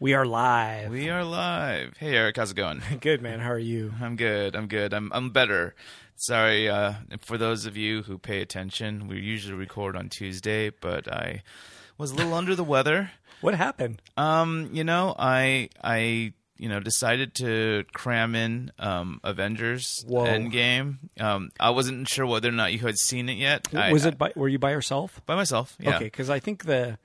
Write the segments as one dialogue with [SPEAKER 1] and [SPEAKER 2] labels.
[SPEAKER 1] We are live.
[SPEAKER 2] We are live. Hey, Eric, how's it going?
[SPEAKER 1] Good man, how are you?
[SPEAKER 2] I'm good. I'm good. I'm I'm better. Sorry uh, for those of you who pay attention. We usually record on Tuesday, but I was a little under the weather.
[SPEAKER 1] What happened?
[SPEAKER 2] Um, you know, I I you know decided to cram in um, Avengers
[SPEAKER 1] Whoa.
[SPEAKER 2] Endgame. Um, I wasn't sure whether or not you had seen it yet. I-
[SPEAKER 1] was
[SPEAKER 2] I-
[SPEAKER 1] it by, were you by yourself?
[SPEAKER 2] by myself? Yeah.
[SPEAKER 1] Okay, because I think the,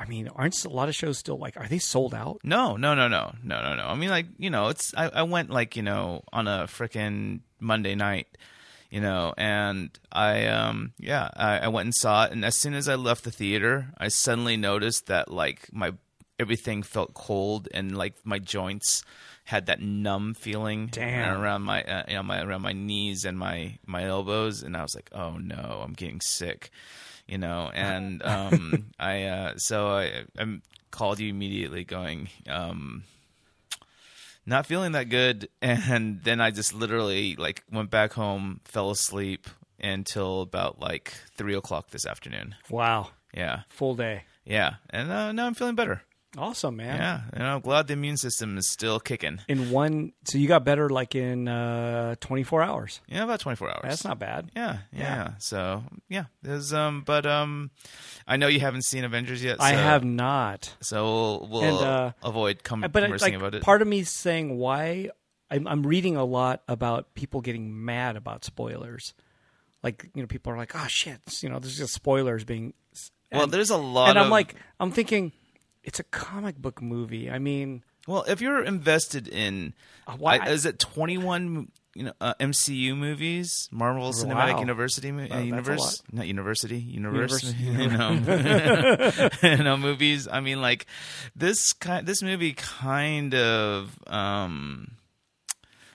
[SPEAKER 1] I mean, aren't a lot of shows still like are they sold out?
[SPEAKER 2] No, no, no, no, no, no, no. I mean, like you know, it's I, I went like you know on a frickin' Monday night, you know, and I um yeah I, I went and saw it, and as soon as I left the theater, I suddenly noticed that like my everything felt cold and like my joints had that numb feeling
[SPEAKER 1] Damn.
[SPEAKER 2] around my uh, you know my around my knees and my my elbows, and I was like, oh no, I'm getting sick you know and um i uh so i i called you immediately going um not feeling that good and then i just literally like went back home fell asleep until about like three o'clock this afternoon
[SPEAKER 1] Wow,
[SPEAKER 2] yeah
[SPEAKER 1] full day.
[SPEAKER 2] yeah and uh, now i'm feeling better
[SPEAKER 1] Awesome, man.
[SPEAKER 2] yeah and i'm glad the immune system is still kicking
[SPEAKER 1] In one, so you got better like in uh, 24 hours.
[SPEAKER 2] yeah about 24 hours
[SPEAKER 1] That's not bad.
[SPEAKER 2] yeah, yeah,
[SPEAKER 1] Yeah.
[SPEAKER 2] So, yeah, there's um, but um, I know you haven't seen Avengers yet. So.
[SPEAKER 1] I have not.
[SPEAKER 2] So we'll, we'll
[SPEAKER 1] And, uh,
[SPEAKER 2] avoid com-
[SPEAKER 1] But I,
[SPEAKER 2] conversing
[SPEAKER 1] like,
[SPEAKER 2] about it.
[SPEAKER 1] part of me saying why I'm, I'm reading a lot about people getting mad about spoilers. Like you know, people are like, "Oh shit!" You know, there's just spoilers being.
[SPEAKER 2] well, there's a lot.
[SPEAKER 1] and I'm
[SPEAKER 2] of-
[SPEAKER 1] like, I'm thinking, it's a comic book movie. I mean,
[SPEAKER 2] well, if you're invested in,
[SPEAKER 1] Uh, why-
[SPEAKER 2] I- is it 21? You know, uh, MCU movies, Marvel Cinematic
[SPEAKER 1] wow.
[SPEAKER 2] University, mo- uh,
[SPEAKER 1] a
[SPEAKER 2] universe, not university, universe, you know, you know, movies. I mean, like this kind, this movie kind of, um,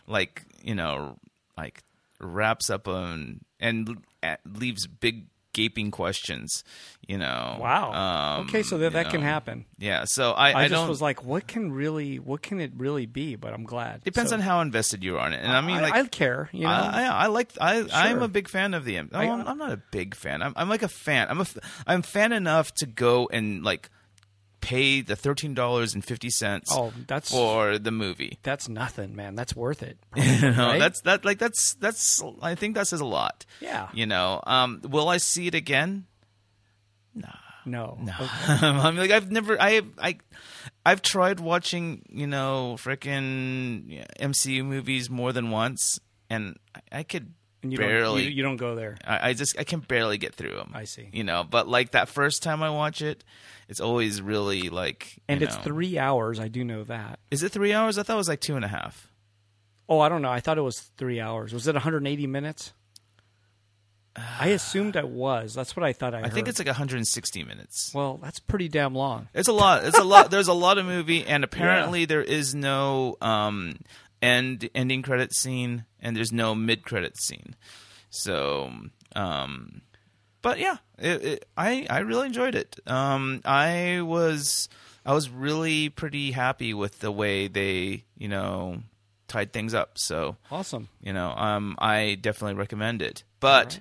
[SPEAKER 2] like you know, like wraps up on and l- a- leaves big gaping questions. You know,
[SPEAKER 1] wow.
[SPEAKER 2] Um,
[SPEAKER 1] okay, so that
[SPEAKER 2] you
[SPEAKER 1] that can
[SPEAKER 2] know.
[SPEAKER 1] happen.
[SPEAKER 2] Yeah, so I, I,
[SPEAKER 1] I, just
[SPEAKER 2] don't.
[SPEAKER 1] was like, what can really, what can it really be? But I'm glad.
[SPEAKER 2] depends
[SPEAKER 1] So-
[SPEAKER 2] on how invested you are in it, and I mean,
[SPEAKER 1] I,
[SPEAKER 2] like,
[SPEAKER 1] I care. You know,
[SPEAKER 2] I, I, I like. I, I'm
[SPEAKER 1] Sure.
[SPEAKER 2] a big fan of the. M- I'm, I'm not a big fan. I'm, I'm like a fan. I'm a. f- I'm fan enough to go and like pay the thirteen dollars and fifty cents
[SPEAKER 1] oh, that's
[SPEAKER 2] for the movie.
[SPEAKER 1] that's nothing, man. That's worth it.
[SPEAKER 2] You know,
[SPEAKER 1] right?
[SPEAKER 2] that's that. Like that's that's. I think that says a lot.
[SPEAKER 1] Yeah.
[SPEAKER 2] You know. Um. Will I see it again?
[SPEAKER 1] No. no.
[SPEAKER 2] I'm like I've never I I I've tried watching you know freaking MCU movies more than once, and I could
[SPEAKER 1] And you
[SPEAKER 2] barely.
[SPEAKER 1] Don't, you, you don't go there.
[SPEAKER 2] I, I just I can barely get through them.
[SPEAKER 1] I see.
[SPEAKER 2] You know, but like that first time I watch it, it's always really like. you
[SPEAKER 1] And it's
[SPEAKER 2] know-
[SPEAKER 1] three hours. I do know that.
[SPEAKER 2] Is it three hours? I thought it was like two and a half.
[SPEAKER 1] Oh, I don't know. I thought it was three hours. Was it 180 minutes? I assumed it was. That's what I thought I,
[SPEAKER 2] Uh, I think
[SPEAKER 1] heard.
[SPEAKER 2] it's like 160 minutes.
[SPEAKER 1] well, that's pretty damn long.
[SPEAKER 2] It's a lot. It's a lot. There's a lot of movie, and apparently there is no um end ending credit scene, and there's no mid credit scene. So, um, but yeah, it, it, I I really enjoyed it. Um, I was I was really pretty happy with the way they you know tied things up. So
[SPEAKER 1] Awesome.
[SPEAKER 2] you know um i definitely recommend it but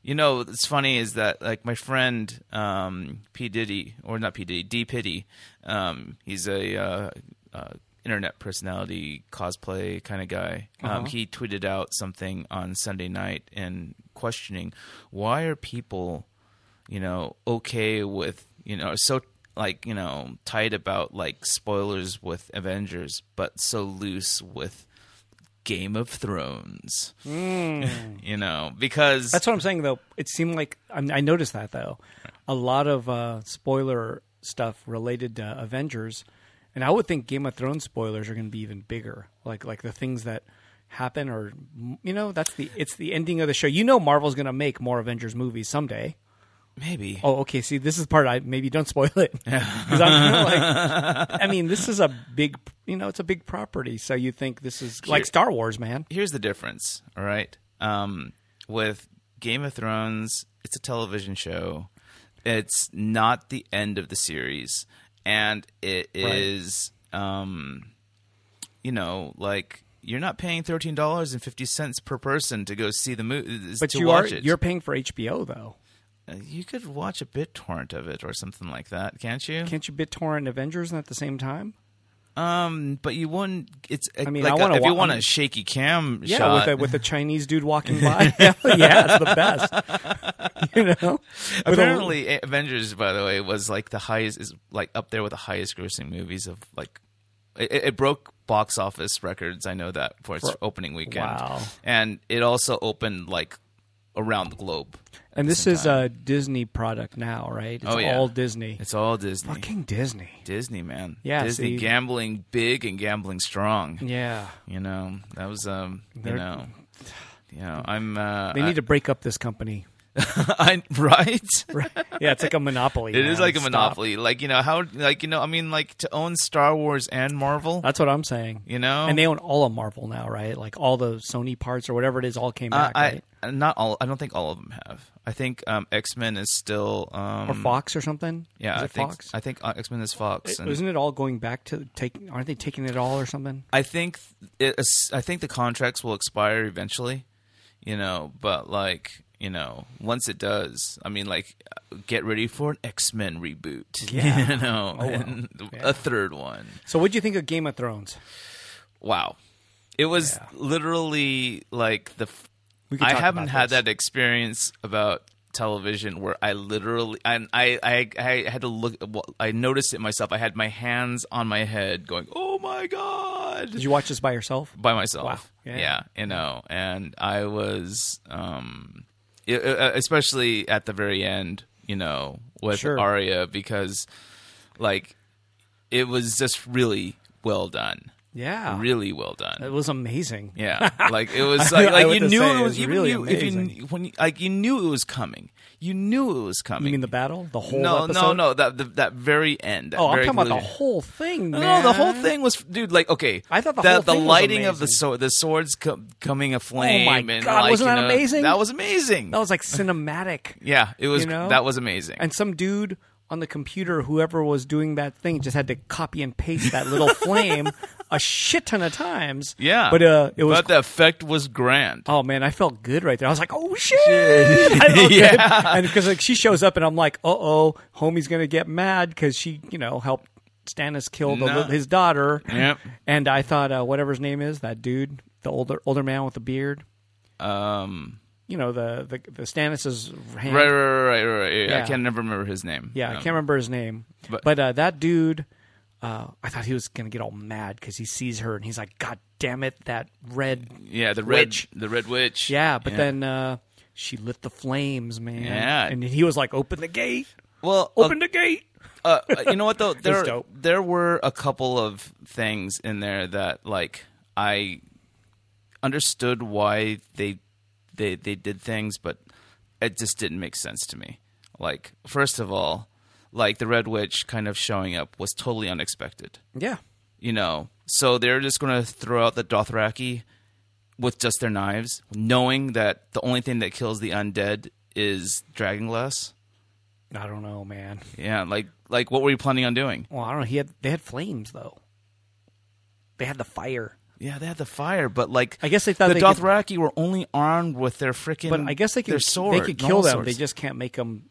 [SPEAKER 2] you know what's funny is that like my friend um p diddy or not p diddy d pity um he's a uh, uh internet personality cosplay kind of guy um he tweeted out something on sunday night and questioning why are people you know okay with you know so like you know tight about like spoilers with avengers but so loose with Game of Thrones. you know, because
[SPEAKER 1] That's what I'm saying, though. It seemed like I, mean, I noticed that though, a lot of uh, spoiler stuff related to Avengers, and I would think Game of Thrones spoilers are going to be even bigger. Like like the things that happen, or you know, that's the it's the ending of the show. You know, Marvel's going to make more Avengers movies someday.
[SPEAKER 2] maybe
[SPEAKER 1] Oh, okay. See, this is the part I maybe don't spoil it. 'Cause I'm like- I mean, this is a big, you know, it's a big property. So you think this is like Star Wars, man?
[SPEAKER 2] here's the difference, all right? Um with Game of Thrones, it's a television show. It's not the end of the series and it is um you know, like you're not paying $13.50 per person to go see the movie
[SPEAKER 1] But
[SPEAKER 2] to
[SPEAKER 1] you are
[SPEAKER 2] watch it. Uh,
[SPEAKER 1] you're paying for HBO though.
[SPEAKER 2] you could watch a BitTorrent of it or something like that, can't you?
[SPEAKER 1] Can't you BitTorrent Avengers at the same time?
[SPEAKER 2] Um, but you wouldn't. It's I
[SPEAKER 1] mean,
[SPEAKER 2] like
[SPEAKER 1] I
[SPEAKER 2] a-
[SPEAKER 1] wanna
[SPEAKER 2] if you
[SPEAKER 1] wa-
[SPEAKER 2] want a shaky cam
[SPEAKER 1] Yeah,
[SPEAKER 2] shot.
[SPEAKER 1] with a with a Chinese dude walking by. yeah, it's the best. you know, With a-
[SPEAKER 2] Apparently, A- Avengers, by the way, was like the highest is like up there with the highest grossing movies of like it, it- it broke box office records. I know that for its opening weekend.
[SPEAKER 1] Wow.
[SPEAKER 2] And it also opened like around the globe.
[SPEAKER 1] and this is a Disney product now, right? It's
[SPEAKER 2] Oh, yeah.
[SPEAKER 1] all Disney.
[SPEAKER 2] It's all Disney.
[SPEAKER 1] Fucking Disney.
[SPEAKER 2] Disney, man.
[SPEAKER 1] Yeah, see.
[SPEAKER 2] Disney gambling big and gambling strong.
[SPEAKER 1] Yeah,
[SPEAKER 2] You know, that was um, you
[SPEAKER 1] They're-
[SPEAKER 2] know, you know, I'm uh,
[SPEAKER 1] they need to break up this company.
[SPEAKER 2] I, right.
[SPEAKER 1] Right? Yeah, it's like a monopoly.
[SPEAKER 2] It is
[SPEAKER 1] man.
[SPEAKER 2] like a
[SPEAKER 1] Stop.
[SPEAKER 2] monopoly. Like you know how like you know I mean like to own Star Wars and Marvel.
[SPEAKER 1] That's what I'm saying.
[SPEAKER 2] You know?
[SPEAKER 1] and they own all of Marvel now, right? Like all the Sony parts or whatever it is, all came
[SPEAKER 2] Uh,
[SPEAKER 1] back,
[SPEAKER 2] I
[SPEAKER 1] right?
[SPEAKER 2] not all. I don't think all of them have. I think um, X Men is still um,
[SPEAKER 1] Or Fox or something?
[SPEAKER 2] Yeah,
[SPEAKER 1] is it
[SPEAKER 2] I think
[SPEAKER 1] Fox?
[SPEAKER 2] I think X Men is Fox. and
[SPEAKER 1] Isn't it all going back to take? Aren't they taking it all or something?
[SPEAKER 2] I think it, I think the contracts will expire eventually, you know. But like you know, once it does, I mean, like, get ready for an X Men reboot.
[SPEAKER 1] Yeah.
[SPEAKER 2] you know,
[SPEAKER 1] Oh, wow.
[SPEAKER 2] and
[SPEAKER 1] Yeah.
[SPEAKER 2] a third one.
[SPEAKER 1] So, what do you think of Game of Thrones?
[SPEAKER 2] Wow, it was
[SPEAKER 1] Yeah.
[SPEAKER 2] literally like the. f-
[SPEAKER 1] We could
[SPEAKER 2] I
[SPEAKER 1] talk
[SPEAKER 2] haven't
[SPEAKER 1] about
[SPEAKER 2] had
[SPEAKER 1] this.
[SPEAKER 2] that experience about television where I literally and I I I had to look. Well, I noticed it myself. I had my hands on my head, going, "Oh my god!"
[SPEAKER 1] Did you watch this by yourself?
[SPEAKER 2] by myself.
[SPEAKER 1] Wow.
[SPEAKER 2] Yeah.
[SPEAKER 1] Yeah.
[SPEAKER 2] you know, and I was, um, e- e- especially at the very end, you know, with
[SPEAKER 1] Sure.
[SPEAKER 2] Arya because, like, it was just really well done,
[SPEAKER 1] Yeah,
[SPEAKER 2] really well done.
[SPEAKER 1] it was amazing.
[SPEAKER 2] Yeah, like it was like,
[SPEAKER 1] I
[SPEAKER 2] like
[SPEAKER 1] would
[SPEAKER 2] you
[SPEAKER 1] just
[SPEAKER 2] knew
[SPEAKER 1] say
[SPEAKER 2] it
[SPEAKER 1] it
[SPEAKER 2] was
[SPEAKER 1] was
[SPEAKER 2] even
[SPEAKER 1] really
[SPEAKER 2] you, if you
[SPEAKER 1] amazing.
[SPEAKER 2] when you, like you knew it was coming. You knew it was coming.
[SPEAKER 1] You mean the battle, the whole
[SPEAKER 2] no,
[SPEAKER 1] episode?
[SPEAKER 2] no, no, that the, that very end. that
[SPEAKER 1] Oh, I'm
[SPEAKER 2] very
[SPEAKER 1] talking about the
[SPEAKER 2] conclusion.
[SPEAKER 1] whole thing.
[SPEAKER 2] No,
[SPEAKER 1] Man.
[SPEAKER 2] No, the whole thing was, dude. Like, okay,
[SPEAKER 1] I thought the
[SPEAKER 2] the,
[SPEAKER 1] whole
[SPEAKER 2] the
[SPEAKER 1] thing was
[SPEAKER 2] lighting of the
[SPEAKER 1] amazing.
[SPEAKER 2] sword, the swords co- coming aflame.
[SPEAKER 1] Oh my
[SPEAKER 2] and
[SPEAKER 1] God,
[SPEAKER 2] like,
[SPEAKER 1] wasn't
[SPEAKER 2] you
[SPEAKER 1] that
[SPEAKER 2] know,
[SPEAKER 1] amazing?
[SPEAKER 2] That was amazing.
[SPEAKER 1] That was like cinematic.
[SPEAKER 2] yeah, it was.
[SPEAKER 1] you know?
[SPEAKER 2] That was amazing.
[SPEAKER 1] And some dude on the computer, whoever was doing that thing, just had to copy and paste that little flame a shit ton of times.
[SPEAKER 2] yeah,
[SPEAKER 1] but uh, it was.
[SPEAKER 2] But the effect was grand.
[SPEAKER 1] Oh man, I felt good right there. I was like, "Oh shit!" I felt good. And because like she shows up, and I'm like, "Uh oh, homie's gonna get mad because she, you know, helped Stannis kill the,
[SPEAKER 2] No.
[SPEAKER 1] his daughter."
[SPEAKER 2] Yep.
[SPEAKER 1] And I thought, uh, whatever his name is, that dude, the older older man with the beard,
[SPEAKER 2] Um,
[SPEAKER 1] you know, the the, the Stannis's hand.
[SPEAKER 2] right, right, right, right, right. Yeah, I
[SPEAKER 1] Yeah.
[SPEAKER 2] can never remember his name.
[SPEAKER 1] Yeah, I
[SPEAKER 2] Um,
[SPEAKER 1] can't remember his name.
[SPEAKER 2] But-
[SPEAKER 1] But, uh, that dude, uh, I thought he was going to get all mad because he sees her and he's like, God damn it, that red.
[SPEAKER 2] Yeah, the red,
[SPEAKER 1] Witch.
[SPEAKER 2] the red witch.
[SPEAKER 1] Yeah, but then uh, she lit the flames, man.
[SPEAKER 2] Yeah.
[SPEAKER 1] And he was like, Open the gate,
[SPEAKER 2] well, uh,
[SPEAKER 1] open the gate.
[SPEAKER 2] uh, you know what though? There,
[SPEAKER 1] dope.
[SPEAKER 2] there were a couple of things in there that like I understood why they they they did things, but it just didn't make sense to me. Like, first of all, like the Red Witch kind of showing up was totally unexpected.
[SPEAKER 1] Yeah.
[SPEAKER 2] You know, so they're just going to throw out the Dothraki with just their knives, knowing that the only thing that kills the undead is dragonglass.
[SPEAKER 1] I don't know, man.
[SPEAKER 2] Yeah, like like what were you planning on doing?
[SPEAKER 1] Well, I don't know. He had They had flames, though. They had the fire.
[SPEAKER 2] Yeah, they had the fire, but like
[SPEAKER 1] I guess they thought
[SPEAKER 2] the
[SPEAKER 1] they could-
[SPEAKER 2] Dothraki were only armed with their freaking.
[SPEAKER 1] But I guess they could,
[SPEAKER 2] their sword.
[SPEAKER 1] they could
[SPEAKER 2] and
[SPEAKER 1] kill
[SPEAKER 2] all
[SPEAKER 1] them.
[SPEAKER 2] sorts.
[SPEAKER 1] They just can't make them,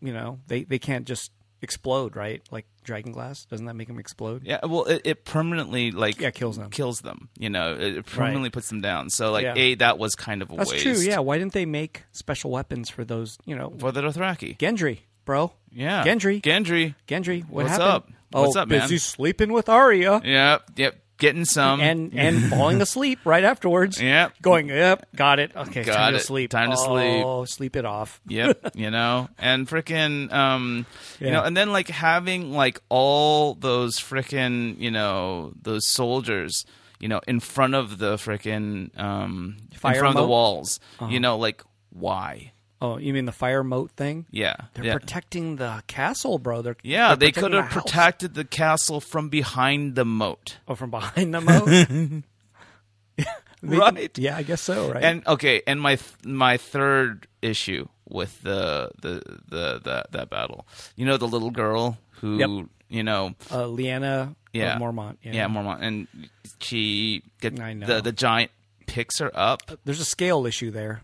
[SPEAKER 1] you know, they, they can't just explode, right? Like Dragon Glass. Doesn't that make them explode?
[SPEAKER 2] yeah. Well, it, it permanently like
[SPEAKER 1] Yeah, kills them.
[SPEAKER 2] Kills them. You know, it it permanently puts them down. So like
[SPEAKER 1] Yeah.
[SPEAKER 2] a that was kind of a
[SPEAKER 1] That's
[SPEAKER 2] waste.
[SPEAKER 1] true. Yeah. Why didn't they make special weapons for those? You know,
[SPEAKER 2] for the Dothraki.
[SPEAKER 1] Gendry, bro.
[SPEAKER 2] Yeah,
[SPEAKER 1] Gendry.
[SPEAKER 2] Gendry.
[SPEAKER 1] Gendry. What
[SPEAKER 2] What's
[SPEAKER 1] happened?
[SPEAKER 2] up?
[SPEAKER 1] Oh,
[SPEAKER 2] What's up, man?
[SPEAKER 1] busy sleeping with Arya.
[SPEAKER 2] Yep, yep. Getting some.
[SPEAKER 1] And and falling asleep right afterwards.
[SPEAKER 2] Yep.
[SPEAKER 1] Going, yep, got it. Okay,
[SPEAKER 2] Got
[SPEAKER 1] time
[SPEAKER 2] it.
[SPEAKER 1] to sleep.
[SPEAKER 2] Time to sleep.
[SPEAKER 1] Oh, sleep it off.
[SPEAKER 2] yep, you know, and freaking, um, you
[SPEAKER 1] Yeah.
[SPEAKER 2] know, and then like having like all those freaking, you know, those soldiers, you know, in front of the freaking, um, in
[SPEAKER 1] Fire
[SPEAKER 2] front of the
[SPEAKER 1] moat? Uh-huh.
[SPEAKER 2] walls, you know, like why?
[SPEAKER 1] Oh, you mean the fire moat thing?
[SPEAKER 2] Yeah,
[SPEAKER 1] They're
[SPEAKER 2] yeah.
[SPEAKER 1] protecting the castle, bro. They're
[SPEAKER 2] yeah,
[SPEAKER 1] they're
[SPEAKER 2] they
[SPEAKER 1] protecting
[SPEAKER 2] could have
[SPEAKER 1] the house.
[SPEAKER 2] protected the castle from behind the moat.
[SPEAKER 1] Oh, from behind the moat. They-
[SPEAKER 2] Right.
[SPEAKER 1] Yeah, I guess so. Right.
[SPEAKER 2] And okay, and my my third issue with the the the that that battle, you know, the little girl who,
[SPEAKER 1] Yep.
[SPEAKER 2] you know,
[SPEAKER 1] uh, Leanna.
[SPEAKER 2] yeah,
[SPEAKER 1] Of Mormont.
[SPEAKER 2] Yeah. Mormont, and she get
[SPEAKER 1] I know.
[SPEAKER 2] the the giant picks her up.
[SPEAKER 1] There's a scale issue there.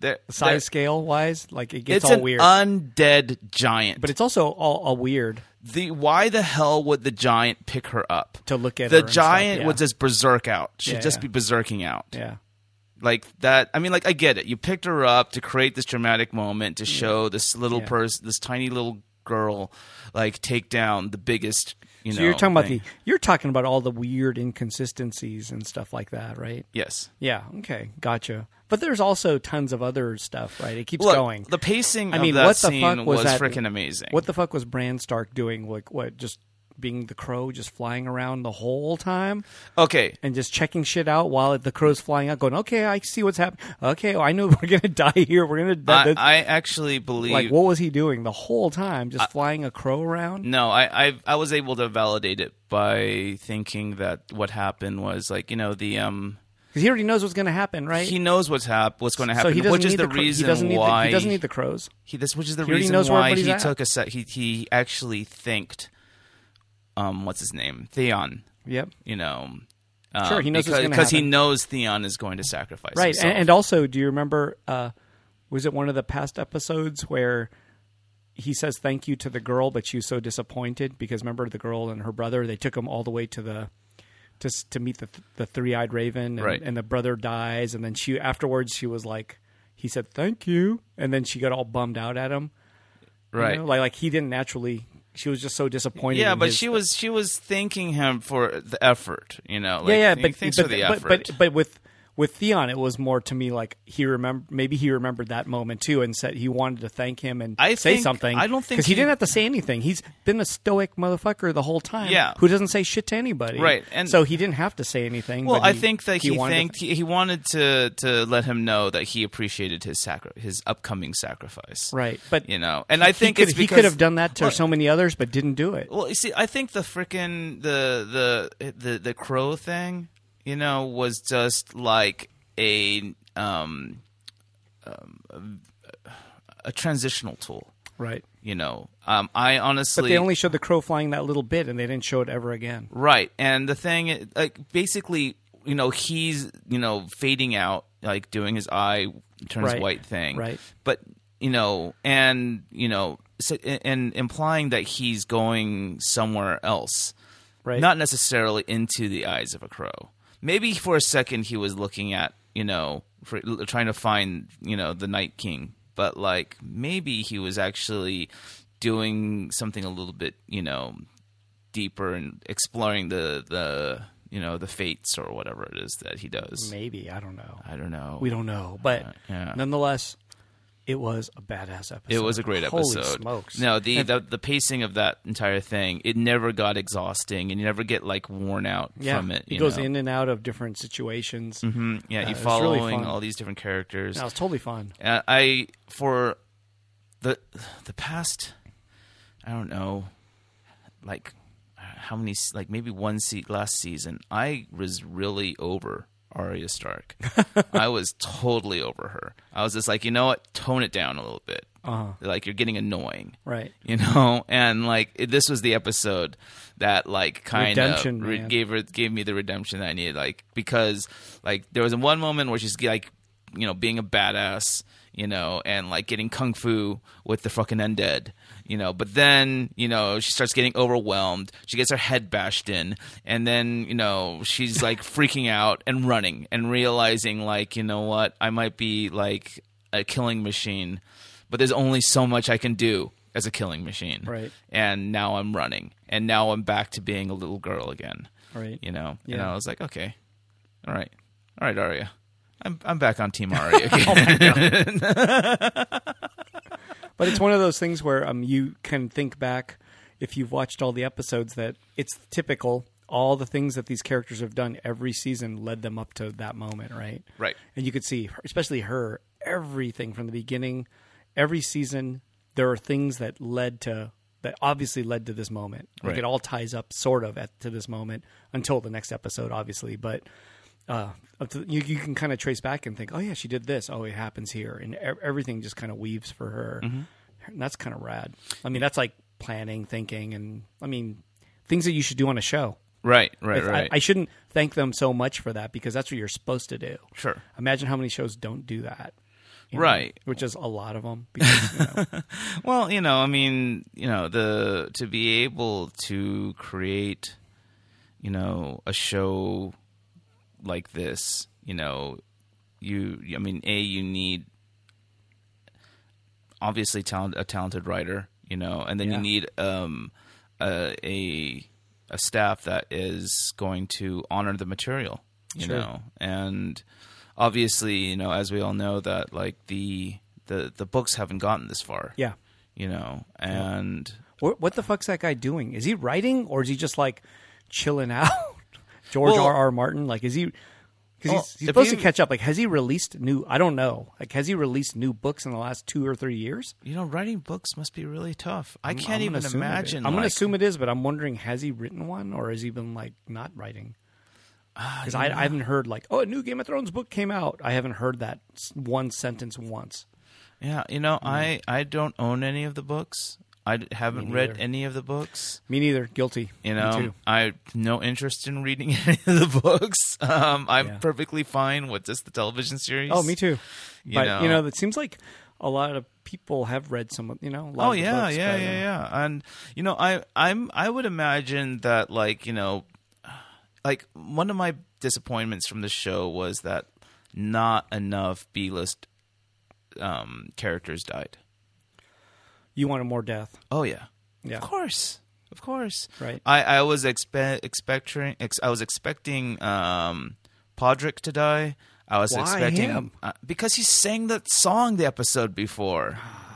[SPEAKER 2] They're,
[SPEAKER 1] size
[SPEAKER 2] they're-
[SPEAKER 1] scale wise, like it gets
[SPEAKER 2] it's
[SPEAKER 1] all
[SPEAKER 2] an
[SPEAKER 1] weird.
[SPEAKER 2] undead giant.
[SPEAKER 1] but it's also all, all weird
[SPEAKER 2] the why the hell would the giant pick her up?
[SPEAKER 1] to look at. her
[SPEAKER 2] the
[SPEAKER 1] and stuff,
[SPEAKER 2] giant
[SPEAKER 1] yeah.
[SPEAKER 2] would just berserk out. She'd
[SPEAKER 1] Yeah,
[SPEAKER 2] just
[SPEAKER 1] yeah.
[SPEAKER 2] be berserking out.
[SPEAKER 1] yeah.
[SPEAKER 2] Like that. I mean, like I get it. You picked her up to create this dramatic moment to show this little
[SPEAKER 1] Yeah.
[SPEAKER 2] person, this tiny little girl, like take down the biggest. You
[SPEAKER 1] So
[SPEAKER 2] know,
[SPEAKER 1] you're talking about
[SPEAKER 2] thing.
[SPEAKER 1] the you're talking about all the weird inconsistencies and stuff like that, right?
[SPEAKER 2] yes.
[SPEAKER 1] Yeah. Okay. Gotcha. But there's also tons of other stuff, right? It keeps
[SPEAKER 2] Look,
[SPEAKER 1] going.
[SPEAKER 2] the pacing
[SPEAKER 1] I mean,
[SPEAKER 2] of that
[SPEAKER 1] what the
[SPEAKER 2] scene
[SPEAKER 1] fuck was
[SPEAKER 2] was,
[SPEAKER 1] that-
[SPEAKER 2] freaking amazing.
[SPEAKER 1] What the fuck was Bran Stark doing? Like what? Just being the crow, just flying around the whole time
[SPEAKER 2] okay,
[SPEAKER 1] and just checking shit out while the crow's flying out, going, "Okay, I see what's happening. Okay, well, I know we're gonna die here. We're gonna die."
[SPEAKER 2] I, I actually believe.
[SPEAKER 1] like, what was he doing the whole time? Just flying a crow around?
[SPEAKER 2] no, I, I I was able to validate it by thinking that what happened was like you know the um
[SPEAKER 1] Because he already knows what's gonna happen, right?
[SPEAKER 2] he knows what's hap- what's going to
[SPEAKER 1] so
[SPEAKER 2] happen,
[SPEAKER 1] he doesn't
[SPEAKER 2] which is
[SPEAKER 1] need
[SPEAKER 2] the,
[SPEAKER 1] cro-
[SPEAKER 2] reason
[SPEAKER 1] he doesn't need
[SPEAKER 2] why
[SPEAKER 1] the, he doesn't need the crows.
[SPEAKER 2] He this which is the
[SPEAKER 1] He already
[SPEAKER 2] reason
[SPEAKER 1] knows where
[SPEAKER 2] why
[SPEAKER 1] everybody's
[SPEAKER 2] he
[SPEAKER 1] at.
[SPEAKER 2] took a se- he he actually thanked um what's his name Theon
[SPEAKER 1] Yep.
[SPEAKER 2] you know um,
[SPEAKER 1] Sure, he knows what's
[SPEAKER 2] because,
[SPEAKER 1] gonna
[SPEAKER 2] because he
[SPEAKER 1] happen.
[SPEAKER 2] knows Theon is going to sacrifice
[SPEAKER 1] right
[SPEAKER 2] himself.
[SPEAKER 1] and, and also do you remember uh was it one of the past episodes where he says thank you to the girl but she was so disappointed because remember the girl and her brother they took him all the way to the to s- to meet the th- the three-eyed raven and,
[SPEAKER 2] Right.
[SPEAKER 1] and the brother dies and then she afterwards she was like he said thank you and then she got all bummed out at him you
[SPEAKER 2] right
[SPEAKER 1] know? like like he didn't naturally she was just so disappointed
[SPEAKER 2] yeah
[SPEAKER 1] in
[SPEAKER 2] but
[SPEAKER 1] his-
[SPEAKER 2] she was she was thanking him for the effort you know like,
[SPEAKER 1] yeah, yeah,
[SPEAKER 2] thank-
[SPEAKER 1] but,
[SPEAKER 2] thanks
[SPEAKER 1] but,
[SPEAKER 2] for the
[SPEAKER 1] but-
[SPEAKER 2] effort
[SPEAKER 1] but but with with Theon, it was more to me like he remember maybe he remembered that moment too and said he wanted to thank him and
[SPEAKER 2] I
[SPEAKER 1] say
[SPEAKER 2] think-
[SPEAKER 1] something.
[SPEAKER 2] I don't think
[SPEAKER 1] because he,
[SPEAKER 2] he-
[SPEAKER 1] didn't have to say anything. He's been a stoic motherfucker the whole time.
[SPEAKER 2] Yeah.
[SPEAKER 1] who doesn't say shit to anybody.
[SPEAKER 2] Right, and-
[SPEAKER 1] so he didn't have to say anything.
[SPEAKER 2] well
[SPEAKER 1] but
[SPEAKER 2] I
[SPEAKER 1] he-
[SPEAKER 2] think that he,
[SPEAKER 1] wanted to
[SPEAKER 2] thanked he, he wanted to to let him know that he appreciated his sacri- his upcoming sacrifice
[SPEAKER 1] right, but
[SPEAKER 2] you know and I think
[SPEAKER 1] he could,
[SPEAKER 2] it's
[SPEAKER 1] he
[SPEAKER 2] because
[SPEAKER 1] could have done that to
[SPEAKER 2] Well,
[SPEAKER 1] so many others, but didn't do it.
[SPEAKER 2] Well, you see, I think the frickin' the the the the crow thing, you know, was just like a um, um a transitional tool.
[SPEAKER 1] Right,
[SPEAKER 2] You know, um, I honestly
[SPEAKER 1] but they only showed the crow flying that little bit, and they didn't show it ever again.
[SPEAKER 2] right. And the thing, like, basically, you know, he's you know fading out, like doing his eye turns
[SPEAKER 1] Right.
[SPEAKER 2] white thing,
[SPEAKER 1] Right.
[SPEAKER 2] But you know, and you know, so, and implying that he's going somewhere else.
[SPEAKER 1] Right,
[SPEAKER 2] not necessarily into the eyes of a crow. Maybe for a second he was looking at, you know, for, l- trying to find, you know, the Night King, but like maybe he was actually doing something a little bit, you know, deeper and exploring the the you know the fates or whatever it is that he does.
[SPEAKER 1] maybe I don't know.
[SPEAKER 2] I don't know.
[SPEAKER 1] We don't know, but
[SPEAKER 2] yeah.
[SPEAKER 1] nonetheless, it was a badass episode.
[SPEAKER 2] It was a great
[SPEAKER 1] Holy
[SPEAKER 2] episode.
[SPEAKER 1] Smokes.
[SPEAKER 2] No, the, the the pacing of that entire thing, it never got exhausting, and you never get like worn out
[SPEAKER 1] yeah,
[SPEAKER 2] from it. You
[SPEAKER 1] goes
[SPEAKER 2] know?
[SPEAKER 1] in and out of different situations. Mm-hmm.
[SPEAKER 2] Mm, yeah, you're
[SPEAKER 1] it was really
[SPEAKER 2] following
[SPEAKER 1] fun.
[SPEAKER 2] all these different characters.
[SPEAKER 1] That was totally fun.
[SPEAKER 2] Uh, I for the the past, I don't know, like how many s- like maybe one se- last season. I was really over Arya Stark. I was totally over her. I was just like, you know what, tone it down a little bit.
[SPEAKER 1] Uh-huh.
[SPEAKER 2] Like you're getting annoying
[SPEAKER 1] Right.
[SPEAKER 2] you know and like it, this was the episode that like kind
[SPEAKER 1] Redemption,
[SPEAKER 2] of
[SPEAKER 1] man.
[SPEAKER 2] gave her gave me the redemption that i needed like because like there was one moment where she's like you know being a badass you know and like getting kung fu with the fucking undead you know but then you know she starts getting overwhelmed she gets her head bashed in and then you know she's like freaking out and running and realizing like you know what i might be like a killing machine but there's only so much I can do as a killing machine.
[SPEAKER 1] Right.
[SPEAKER 2] And now I'm running, and now I'm back to being a little girl again.
[SPEAKER 1] Right.
[SPEAKER 2] You know. And
[SPEAKER 1] Yeah.
[SPEAKER 2] I was like, okay, all right, all right, Arya, I'm I'm back on Team Arya
[SPEAKER 1] Oh
[SPEAKER 2] again.
[SPEAKER 1] But it's one of those things where um you can think back if you've watched all the episodes that it's typical. All the things that these characters have done every season led them up to that moment, right?
[SPEAKER 2] Right.
[SPEAKER 1] And you could see, her- especially her, everything from the beginning, every season, there are things that led to that obviously led to this moment. Like
[SPEAKER 2] Right.
[SPEAKER 1] it all ties up sort of at, to this moment until the next episode, obviously. But uh, up to- you, you can kind of trace back and think, oh yeah, she did this. Oh, it happens here, and ev- everything just kind of weaves for her. And that's kind of rad. I mean, that's like planning, thinking, and I mean, things that you should do on a show.
[SPEAKER 2] right. Right.
[SPEAKER 1] If-
[SPEAKER 2] Right.
[SPEAKER 1] I, I shouldn't thank them so much for that because that's what you're supposed to do.
[SPEAKER 2] sure.
[SPEAKER 1] Imagine how many shows don't do that. you know,
[SPEAKER 2] Right.
[SPEAKER 1] which is a lot of them. Because, you know,
[SPEAKER 2] Well, you know, I mean, you know, the to be able to create, you know, a show like this, you know, you, I mean, a you need obviously talent, a talented writer, you know, and then
[SPEAKER 1] Yeah.
[SPEAKER 2] you need um a, a a staff that is going to honor the material, you
[SPEAKER 1] Sure.
[SPEAKER 2] know, and obviously, you know, as we all know that like the the the books haven't gotten this far,
[SPEAKER 1] yeah.
[SPEAKER 2] you know, and
[SPEAKER 1] What, what the fuck's that guy doing? Is he writing or is he just like chilling out? George
[SPEAKER 2] Well-
[SPEAKER 1] R. R. Martin, like, is he? Because
[SPEAKER 2] Well,
[SPEAKER 1] he's, he's
[SPEAKER 2] if
[SPEAKER 1] supposed
[SPEAKER 2] you-
[SPEAKER 1] to catch up. Like, has he released new? I don't know. Like, has he released new books in the last two or three years?
[SPEAKER 2] you know, writing books must be really tough. I
[SPEAKER 1] I'm
[SPEAKER 2] can't
[SPEAKER 1] gonna
[SPEAKER 2] even
[SPEAKER 1] assume it is.
[SPEAKER 2] imagine.
[SPEAKER 1] I'm going to
[SPEAKER 2] like-
[SPEAKER 1] assume it is, but I'm wondering has he written one or has he been like not writing?
[SPEAKER 2] Uh,
[SPEAKER 1] Because I, I haven't heard like oh a new Game of Thrones book came out. I haven't heard that s- one sentence once.
[SPEAKER 2] Yeah, you know, I I don't own any of the books. I d- haven't read any of the books.
[SPEAKER 1] Me neither. Guilty.
[SPEAKER 2] You
[SPEAKER 1] Me
[SPEAKER 2] know,
[SPEAKER 1] too.
[SPEAKER 2] I no interest in reading any of the books. Um, I'm
[SPEAKER 1] Yeah.
[SPEAKER 2] perfectly fine with just the television series.
[SPEAKER 1] Oh, me too.
[SPEAKER 2] You
[SPEAKER 1] but
[SPEAKER 2] know.
[SPEAKER 1] you know, it seems like a lot of people have read some. You know, a lot
[SPEAKER 2] Oh
[SPEAKER 1] of the
[SPEAKER 2] yeah,
[SPEAKER 1] books,
[SPEAKER 2] yeah,
[SPEAKER 1] but,
[SPEAKER 2] yeah,
[SPEAKER 1] uh,
[SPEAKER 2] yeah. And you know, I I'm I would imagine that like you know, like one of my disappointments from the show was that not enough B list um, characters died.
[SPEAKER 1] You wanted more death.
[SPEAKER 2] Oh yeah.
[SPEAKER 1] Yeah.
[SPEAKER 2] Of course. Of course.
[SPEAKER 1] Right.
[SPEAKER 2] I, I was expe- expecting ex- I was expecting um Podrick to die. I was
[SPEAKER 1] Why
[SPEAKER 2] expecting
[SPEAKER 1] him?
[SPEAKER 2] Uh, because he sang that song the episode before. I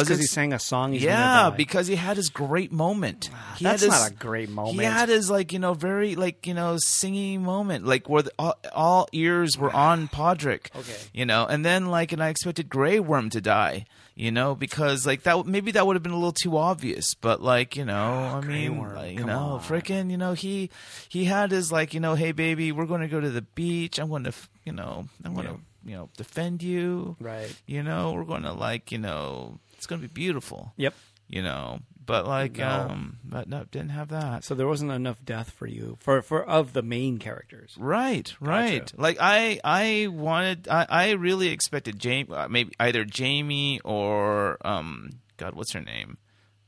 [SPEAKER 1] Because Ah, he
[SPEAKER 2] ex-
[SPEAKER 1] sang a song. He's
[SPEAKER 2] yeah,
[SPEAKER 1] gonna die. Ah,
[SPEAKER 2] because he had his great moment. He
[SPEAKER 1] that's
[SPEAKER 2] had his,
[SPEAKER 1] not a great moment.
[SPEAKER 2] He had his like you know very like you know singing moment, like where the, all, all ears were on Podrick.
[SPEAKER 1] Ah, Okay.
[SPEAKER 2] you know, and then like and I expected Grey Worm to die. You know, because like that maybe that would have been a little too obvious, but like you know, I
[SPEAKER 1] Ah, Grey
[SPEAKER 2] mean,
[SPEAKER 1] Worm,
[SPEAKER 2] like, you
[SPEAKER 1] come
[SPEAKER 2] know,
[SPEAKER 1] on.
[SPEAKER 2] freaking, you know, he he had his like you know, hey baby, we're going to go to the beach. I'm going to f- you know, I'm going to you know defend you.
[SPEAKER 1] Right.
[SPEAKER 2] You know, we're going to like you know, it's going to be beautiful
[SPEAKER 1] Yep.
[SPEAKER 2] you know. But like,
[SPEAKER 1] No.
[SPEAKER 2] um, but no, didn't have that.
[SPEAKER 1] So there wasn't enough death for you for for of the main characters.
[SPEAKER 2] Right, right. Like I, I wanted, I, I really expected Jamie, uh, maybe either Jamie or um, God, what's her name?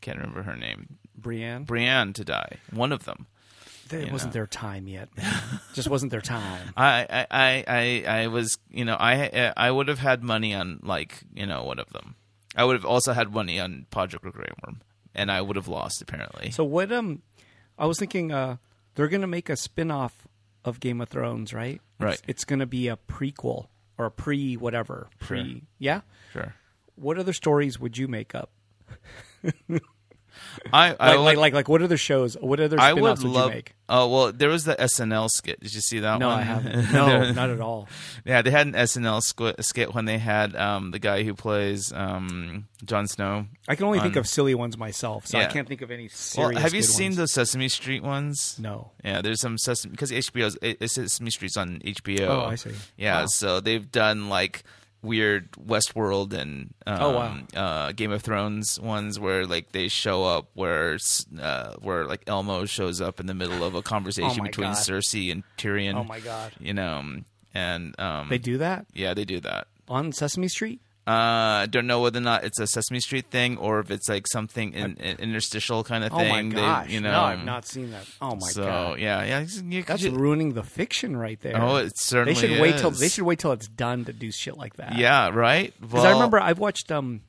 [SPEAKER 2] Can't remember her name.
[SPEAKER 1] Brienne,
[SPEAKER 2] Brienne to die. One of them.
[SPEAKER 1] it wasn't their time yet. man. Just wasn't their time.
[SPEAKER 2] I, I, I, I, I was, you know, I, I would have had money on like, you know, one of them. I would have also had money on Podrick or Grey Worm, and I would have lost apparently.
[SPEAKER 1] So what um I was thinking uh they're going to make a spin-off of Game of Thrones, right?
[SPEAKER 2] Right.
[SPEAKER 1] It's, it's going to be a prequel or a pre whatever. Pre.
[SPEAKER 2] Sure.
[SPEAKER 1] Yeah.
[SPEAKER 2] sure.
[SPEAKER 1] What other stories would you make up?
[SPEAKER 2] I, I
[SPEAKER 1] Like
[SPEAKER 2] would-
[SPEAKER 1] like, like like what other shows? What other
[SPEAKER 2] I
[SPEAKER 1] spin-offs
[SPEAKER 2] would
[SPEAKER 1] would,
[SPEAKER 2] love.
[SPEAKER 1] you make?
[SPEAKER 2] Oh well, there was the SNL skit. Did you see that
[SPEAKER 1] No,
[SPEAKER 2] one?
[SPEAKER 1] I haven't. No, not at all.
[SPEAKER 2] yeah, they had an SNL squi- skit when they had um, the guy who plays um, Jon Snow.
[SPEAKER 1] I can only think of silly ones myself, so I
[SPEAKER 2] Yeah.
[SPEAKER 1] can't think of any serious.
[SPEAKER 2] Well, have you
[SPEAKER 1] good
[SPEAKER 2] seen
[SPEAKER 1] ones.
[SPEAKER 2] those Sesame Street ones?
[SPEAKER 1] No.
[SPEAKER 2] Yeah, there's some Sesame because HBO's it- it's Sesame Street's on HBO.
[SPEAKER 1] Oh, I see.
[SPEAKER 2] Yeah,
[SPEAKER 1] Wow.
[SPEAKER 2] so they've done like weird Westworld and um,
[SPEAKER 1] Oh, wow.
[SPEAKER 2] uh, Game of Thrones ones where like they show up where s- uh, where like Elmo shows up in the middle of a conversation
[SPEAKER 1] Oh my
[SPEAKER 2] between
[SPEAKER 1] God.
[SPEAKER 2] Cersei and Tyrion.
[SPEAKER 1] Oh my god.
[SPEAKER 2] You know, and um,
[SPEAKER 1] They do that
[SPEAKER 2] yeah, they do that.
[SPEAKER 1] on Sesame Street?
[SPEAKER 2] Uh, I don't know whether or not it's a Sesame Street thing or if it's like something in, in- interstitial kind of
[SPEAKER 1] Oh
[SPEAKER 2] thing.
[SPEAKER 1] my
[SPEAKER 2] They-
[SPEAKER 1] gosh.
[SPEAKER 2] you know,
[SPEAKER 1] no, I've not seen that. Oh my
[SPEAKER 2] so
[SPEAKER 1] god.
[SPEAKER 2] yeah, yeah, it's- you-
[SPEAKER 1] That's
[SPEAKER 2] you-
[SPEAKER 1] ruining the fiction right there.
[SPEAKER 2] Oh, it certainly
[SPEAKER 1] They should wait till
[SPEAKER 2] is.
[SPEAKER 1] they should wait till it's done to do shit like that.
[SPEAKER 2] Yeah, right.
[SPEAKER 1] because
[SPEAKER 2] Well,
[SPEAKER 1] I remember I've watched um,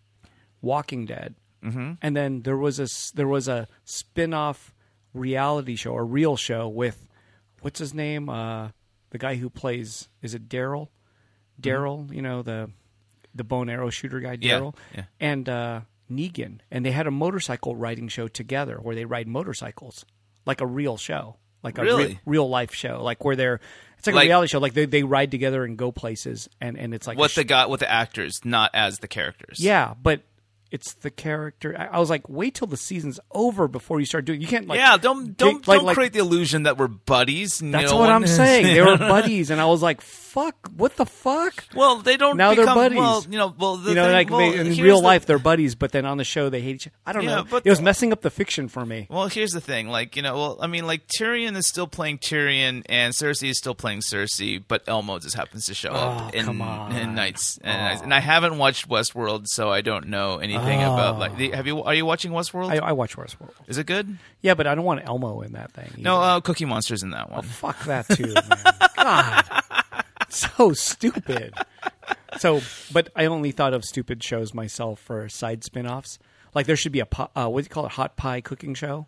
[SPEAKER 1] Walking Dead,
[SPEAKER 2] Mm-hmm.
[SPEAKER 1] and then there was a s- there was a spin off reality show or real show with what's his name uh, the guy who plays is it Daryl Daryl you know the the bow and arrow shooter guy
[SPEAKER 2] Mm-hmm. Yeah,
[SPEAKER 1] Daryl
[SPEAKER 2] yeah.
[SPEAKER 1] and uh, Negan and they had a motorcycle riding show together where they ride motorcycles like a real show like a re-
[SPEAKER 2] Really?
[SPEAKER 1] real life show like where they're it's like,
[SPEAKER 2] Like-
[SPEAKER 1] a reality show like they, they ride together and go places and, and it's like a
[SPEAKER 2] what the got with the actors, not as the characters.
[SPEAKER 1] yeah, but it's the character. I, I was like, wait till the season's over before you start doing. You can't like
[SPEAKER 2] yeah, don't don't
[SPEAKER 1] get- like-
[SPEAKER 2] don't
[SPEAKER 1] like-
[SPEAKER 2] create the illusion that we're buddies.
[SPEAKER 1] That's
[SPEAKER 2] No
[SPEAKER 1] what
[SPEAKER 2] one
[SPEAKER 1] I'm
[SPEAKER 2] is.
[SPEAKER 1] saying. They were buddies, and I was like, "Fuck! What the fuck?"
[SPEAKER 2] Well, they don't
[SPEAKER 1] Now they're
[SPEAKER 2] become,
[SPEAKER 1] buddies.
[SPEAKER 2] Well, you know, well, the
[SPEAKER 1] you know,
[SPEAKER 2] thing-
[SPEAKER 1] like
[SPEAKER 2] well,
[SPEAKER 1] they, in
[SPEAKER 2] here's
[SPEAKER 1] real
[SPEAKER 2] the-
[SPEAKER 1] life, they're buddies, but then on the show, they hate each. other. I don't
[SPEAKER 2] Yeah,
[SPEAKER 1] know.
[SPEAKER 2] but
[SPEAKER 1] it was
[SPEAKER 2] the-
[SPEAKER 1] messing up the fiction for me.
[SPEAKER 2] Well, here's the thing. Like, you know, well, I mean, like Tyrion is still playing Tyrion, and Cersei is still playing Cersei, but Elmo just happens to show
[SPEAKER 1] Oh,
[SPEAKER 2] up in,
[SPEAKER 1] come on.
[SPEAKER 2] in Nights. And, Nights. and I haven't watched Westworld, so I don't know anything about like. The, have you? Are you watching Westworld?
[SPEAKER 1] I, I watch Westworld.
[SPEAKER 2] is it good?
[SPEAKER 1] Yeah, but I don't want Elmo in that thing.
[SPEAKER 2] No,
[SPEAKER 1] either.
[SPEAKER 2] uh, Cookie Monster's in that one.
[SPEAKER 1] fuck that too. man. God, so stupid. So, but I only thought of stupid shows myself for side spin-offs. Like there should be a po- uh, what do you call it, hot pie cooking show.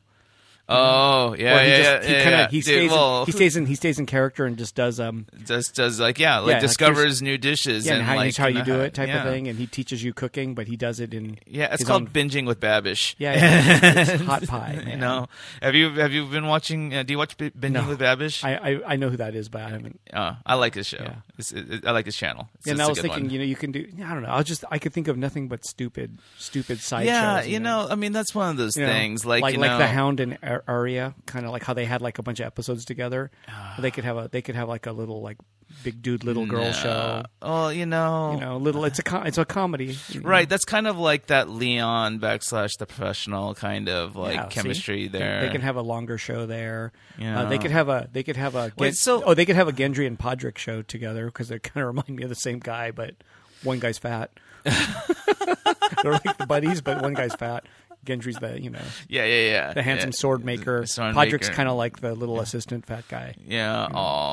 [SPEAKER 2] Oh, yeah,
[SPEAKER 1] Where
[SPEAKER 2] yeah,
[SPEAKER 1] he
[SPEAKER 2] yeah,
[SPEAKER 1] just,
[SPEAKER 2] yeah,
[SPEAKER 1] he kinda,
[SPEAKER 2] yeah.
[SPEAKER 1] He
[SPEAKER 2] Dude,
[SPEAKER 1] stays, in-
[SPEAKER 2] well,
[SPEAKER 1] he stays in he stays in character and just does um
[SPEAKER 2] just does like
[SPEAKER 1] Yeah,
[SPEAKER 2] yeah, like
[SPEAKER 1] like,
[SPEAKER 2] discovers new dishes
[SPEAKER 1] yeah, and, how,
[SPEAKER 2] like
[SPEAKER 1] here's how you do
[SPEAKER 2] how-
[SPEAKER 1] it type
[SPEAKER 2] yeah.
[SPEAKER 1] of thing, and he teaches you cooking, but he does it in
[SPEAKER 2] Yeah, it's
[SPEAKER 1] his
[SPEAKER 2] called
[SPEAKER 1] own-
[SPEAKER 2] binging with Babish.
[SPEAKER 1] yeah, yeah, it's hot pie. Man.
[SPEAKER 2] You know, have you have you been watching? Uh, do you watch B- Binging
[SPEAKER 1] No.
[SPEAKER 2] with Babish?
[SPEAKER 1] I, I I know who that is, but I haven't.
[SPEAKER 2] Uh, I like his show.
[SPEAKER 1] Yeah.
[SPEAKER 2] It's, it, it- I like his channel. It's,
[SPEAKER 1] and
[SPEAKER 2] it's
[SPEAKER 1] I
[SPEAKER 2] a
[SPEAKER 1] was
[SPEAKER 2] good
[SPEAKER 1] thinking,
[SPEAKER 2] one.
[SPEAKER 1] you know, you can do. I don't know. I was just I could think of nothing but stupid, stupid side
[SPEAKER 2] yeah,
[SPEAKER 1] shows.
[SPEAKER 2] you know, I mean, that's one of those
[SPEAKER 1] You know,
[SPEAKER 2] things. Like,
[SPEAKER 1] like,
[SPEAKER 2] you know,
[SPEAKER 1] the Hound and Ar- Arya, kind of like how they had like a bunch of episodes together.
[SPEAKER 2] Ah.
[SPEAKER 1] they could have a they could have like a little like big dude little girl
[SPEAKER 2] uh,
[SPEAKER 1] show.
[SPEAKER 2] Oh, you know,
[SPEAKER 1] You know, little it's a com- it's a comedy,
[SPEAKER 2] right? That's kind of like that Leon backslash the professional kind of like
[SPEAKER 1] Yeah, see?
[SPEAKER 2] chemistry
[SPEAKER 1] They-
[SPEAKER 2] there.
[SPEAKER 1] They, can have a longer show there.
[SPEAKER 2] Yeah.
[SPEAKER 1] Uh, they could have a they could have a
[SPEAKER 2] Wait,
[SPEAKER 1] Gen-
[SPEAKER 2] so-
[SPEAKER 1] oh they could have a Gendry and Podrick show together because they kind of remind me of the same guy, but one guy's fat. They're like the buddies, but one guy's fat. Gendry's the you know
[SPEAKER 2] yeah, yeah, yeah.
[SPEAKER 1] the handsome
[SPEAKER 2] yeah.
[SPEAKER 1] sword maker.
[SPEAKER 2] sword
[SPEAKER 1] Podrick's
[SPEAKER 2] maker.
[SPEAKER 1] kind of like the little assistant fat guy.
[SPEAKER 2] Yeah.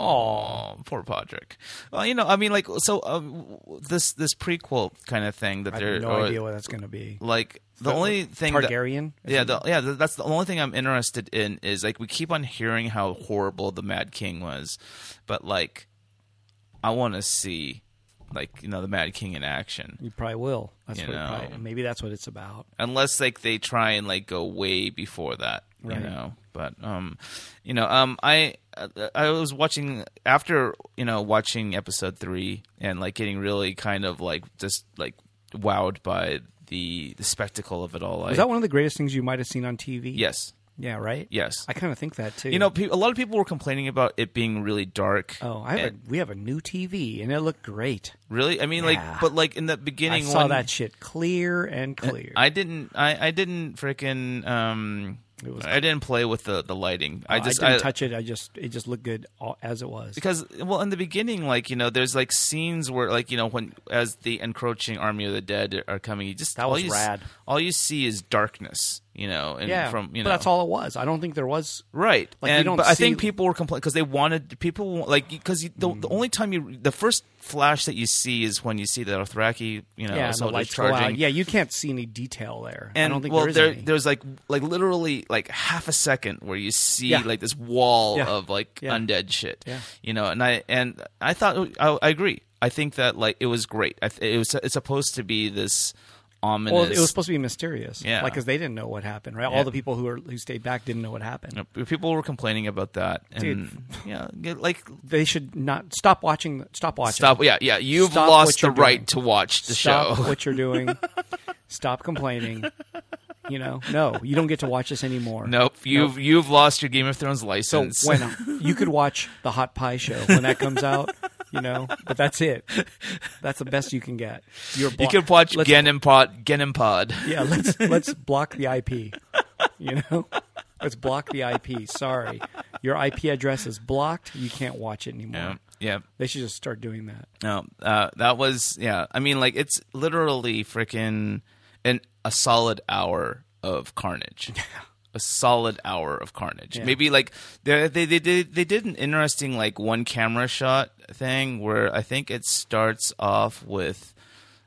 [SPEAKER 2] Oh, poor Podrick. Well, you know, I mean, like, so uh, w- w- this this prequel kind of thing that
[SPEAKER 1] I
[SPEAKER 2] they're
[SPEAKER 1] have no
[SPEAKER 2] or,
[SPEAKER 1] idea what that's going to be.
[SPEAKER 2] like the
[SPEAKER 1] But
[SPEAKER 2] oh, only thing that-
[SPEAKER 1] Targaryen. Is
[SPEAKER 2] Yeah,
[SPEAKER 1] it-
[SPEAKER 2] the, yeah, th- that's the only thing I'm interested in is like we keep on hearing how horrible the Mad King was, but like I want to see like you know the Mad King in action.
[SPEAKER 1] you probably will. That's
[SPEAKER 2] You
[SPEAKER 1] what it
[SPEAKER 2] know.
[SPEAKER 1] probably- maybe that's what it's about.
[SPEAKER 2] Unless like they try and like go way before that,
[SPEAKER 1] Right.
[SPEAKER 2] you know. But um, you know, um, I uh, I was watching after you know watching episode three and like getting really kind of like just like wowed by the the spectacle of it all.
[SPEAKER 1] Was that one of the greatest things you might have seen on TV?
[SPEAKER 2] yes,
[SPEAKER 1] Yeah. Right.
[SPEAKER 2] yes.
[SPEAKER 1] I kind of think that too.
[SPEAKER 2] You know, pe- a lot of people were complaining about it being really dark.
[SPEAKER 1] Oh, I have a, we have a new TV and it looked great.
[SPEAKER 2] really? I mean,
[SPEAKER 1] Yeah.
[SPEAKER 2] like, but like in the
[SPEAKER 1] I
[SPEAKER 2] beginning,
[SPEAKER 1] saw
[SPEAKER 2] when-
[SPEAKER 1] that shit clear and clear.
[SPEAKER 2] I didn't. I, I didn't freaking. Um,
[SPEAKER 1] was- Oh,
[SPEAKER 2] I didn't play with the the lighting. I
[SPEAKER 1] I
[SPEAKER 2] just
[SPEAKER 1] didn't touch it. I just it just looked good all, as it was.
[SPEAKER 2] because well in the beginning like you know there's like scenes where like you know when as the encroaching army of the dead are coming you just
[SPEAKER 1] That
[SPEAKER 2] all
[SPEAKER 1] was
[SPEAKER 2] you s-
[SPEAKER 1] rad.
[SPEAKER 2] all you see is darkness you know and
[SPEAKER 1] yeah,
[SPEAKER 2] from you know
[SPEAKER 1] but that's all it was. I don't think there was.
[SPEAKER 2] Right.
[SPEAKER 1] Like, you
[SPEAKER 2] and,
[SPEAKER 1] don't
[SPEAKER 2] but I think
[SPEAKER 1] see- Mm-hmm.
[SPEAKER 2] people were complaining because they wanted people wa- like because the, the only time you the first flash that you see is when you see the Dothraki, you know,
[SPEAKER 1] yeah, and the
[SPEAKER 2] soldiers
[SPEAKER 1] lights
[SPEAKER 2] charging.
[SPEAKER 1] go out. Yeah, you can't see any detail there.
[SPEAKER 2] And
[SPEAKER 1] I don't think
[SPEAKER 2] well,
[SPEAKER 1] there is any.
[SPEAKER 2] there's like like literally like half a second where you see
[SPEAKER 1] Yeah.
[SPEAKER 2] like this wall
[SPEAKER 1] Yeah.
[SPEAKER 2] of like
[SPEAKER 1] Yeah.
[SPEAKER 2] undead shit,
[SPEAKER 1] Yeah.
[SPEAKER 2] you know. And I and I thought I, I agree. I think that like it was great. I, th- it was it's supposed to be this ominous.
[SPEAKER 1] well, it was supposed to be mysterious.
[SPEAKER 2] Yeah.
[SPEAKER 1] like because they didn't know what happened. Right,
[SPEAKER 2] Yeah.
[SPEAKER 1] all the people who are who stayed back didn't know what happened.
[SPEAKER 2] Yep. people were complaining about that, and
[SPEAKER 1] Dude.
[SPEAKER 2] yeah, like
[SPEAKER 1] They should not stop watching. Stop watching.
[SPEAKER 2] Stop. Yeah, yeah. You've
[SPEAKER 1] Stop
[SPEAKER 2] lost
[SPEAKER 1] what
[SPEAKER 2] the
[SPEAKER 1] you're
[SPEAKER 2] right
[SPEAKER 1] doing.
[SPEAKER 2] to watch the
[SPEAKER 1] Stop
[SPEAKER 2] show.
[SPEAKER 1] what you're doing. stop complaining. You know, no, you don't get to watch this anymore.
[SPEAKER 2] Nope. You've you've lost your Game of Thrones license.
[SPEAKER 1] So when you could watch the hot pie show when that comes out, you know, but that's it. That's the best you can get. You're
[SPEAKER 2] you
[SPEAKER 1] block-
[SPEAKER 2] can watch
[SPEAKER 1] let's-
[SPEAKER 2] Genin Pod. Genin Pod.
[SPEAKER 1] Yeah, let's let's block the IP. You know, let's block the IP. Sorry, your IP address is blocked. You can't watch it anymore.
[SPEAKER 2] Yeah. Yeah.
[SPEAKER 1] They should just start doing that.
[SPEAKER 2] No. Uh, that was yeah. I mean, like it's literally freaking an a solid hour of carnage. A solid hour of carnage. Maybe like they they they did they did an interesting like one camera shot thing where I think it starts off with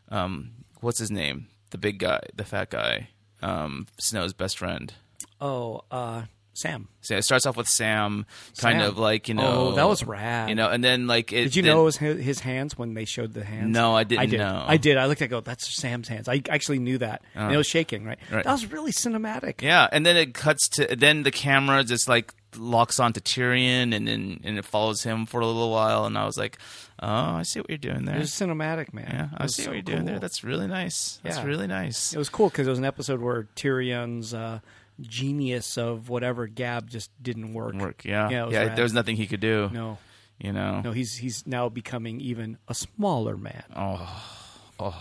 [SPEAKER 2] um what's his name the big guy the fat guy um Snow's best friend
[SPEAKER 1] Oh, uh, Sam,
[SPEAKER 2] So it starts off with Sam, kind
[SPEAKER 1] Sam.
[SPEAKER 2] of like you know.
[SPEAKER 1] Oh, that was rad.
[SPEAKER 2] You know, and then like it,
[SPEAKER 1] did you
[SPEAKER 2] then-
[SPEAKER 1] know it was his, his hands when they showed the hands?
[SPEAKER 2] No, I didn't
[SPEAKER 1] I did.
[SPEAKER 2] know. Uh.
[SPEAKER 1] I did. I looked. I go, that's Sam's hands. I actually knew that. and it was shaking. Right.
[SPEAKER 2] Right.
[SPEAKER 1] That was really cinematic.
[SPEAKER 2] Yeah, and then it cuts to then the camera just like locks on to Tyrion, and then and it follows him for a little while. And I was like, oh, I see what you're doing there.
[SPEAKER 1] It was cinematic, man.
[SPEAKER 2] yeah,
[SPEAKER 1] It
[SPEAKER 2] I
[SPEAKER 1] was
[SPEAKER 2] see
[SPEAKER 1] so
[SPEAKER 2] what you're doing there.
[SPEAKER 1] cool.
[SPEAKER 2] That's really nice. That's
[SPEAKER 1] Yeah.
[SPEAKER 2] really nice.
[SPEAKER 1] It was cool because it was an episode where Tyrion's uh, genius of whatever Gab just didn't work.
[SPEAKER 2] Work, yeah,
[SPEAKER 1] Yeah, it was
[SPEAKER 2] yeah.
[SPEAKER 1] rad.
[SPEAKER 2] There was nothing he could do.
[SPEAKER 1] No,
[SPEAKER 2] You know,
[SPEAKER 1] no, he's he's now becoming even a smaller man.
[SPEAKER 2] oh,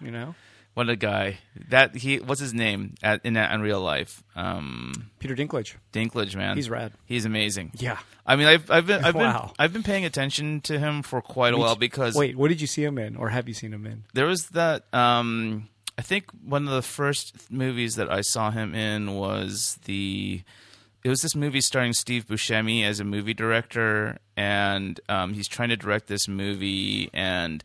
[SPEAKER 1] You know,
[SPEAKER 2] what a guy! That he, what's his name at, in that in real life? Um,
[SPEAKER 1] Peter Dinklage.
[SPEAKER 2] Dinklage, man,
[SPEAKER 1] He's rad.
[SPEAKER 2] He's amazing.
[SPEAKER 1] Yeah.
[SPEAKER 2] I mean, I've I've been I've been
[SPEAKER 1] Wow.
[SPEAKER 2] I've been paying attention to him for quite a while because
[SPEAKER 1] wait, what did you see him in, or have you seen him in?
[SPEAKER 2] there was that um I think one of the first movies that I saw him in was the it was this movie starring Steve Buscemi as a movie director and um he's trying to direct this movie and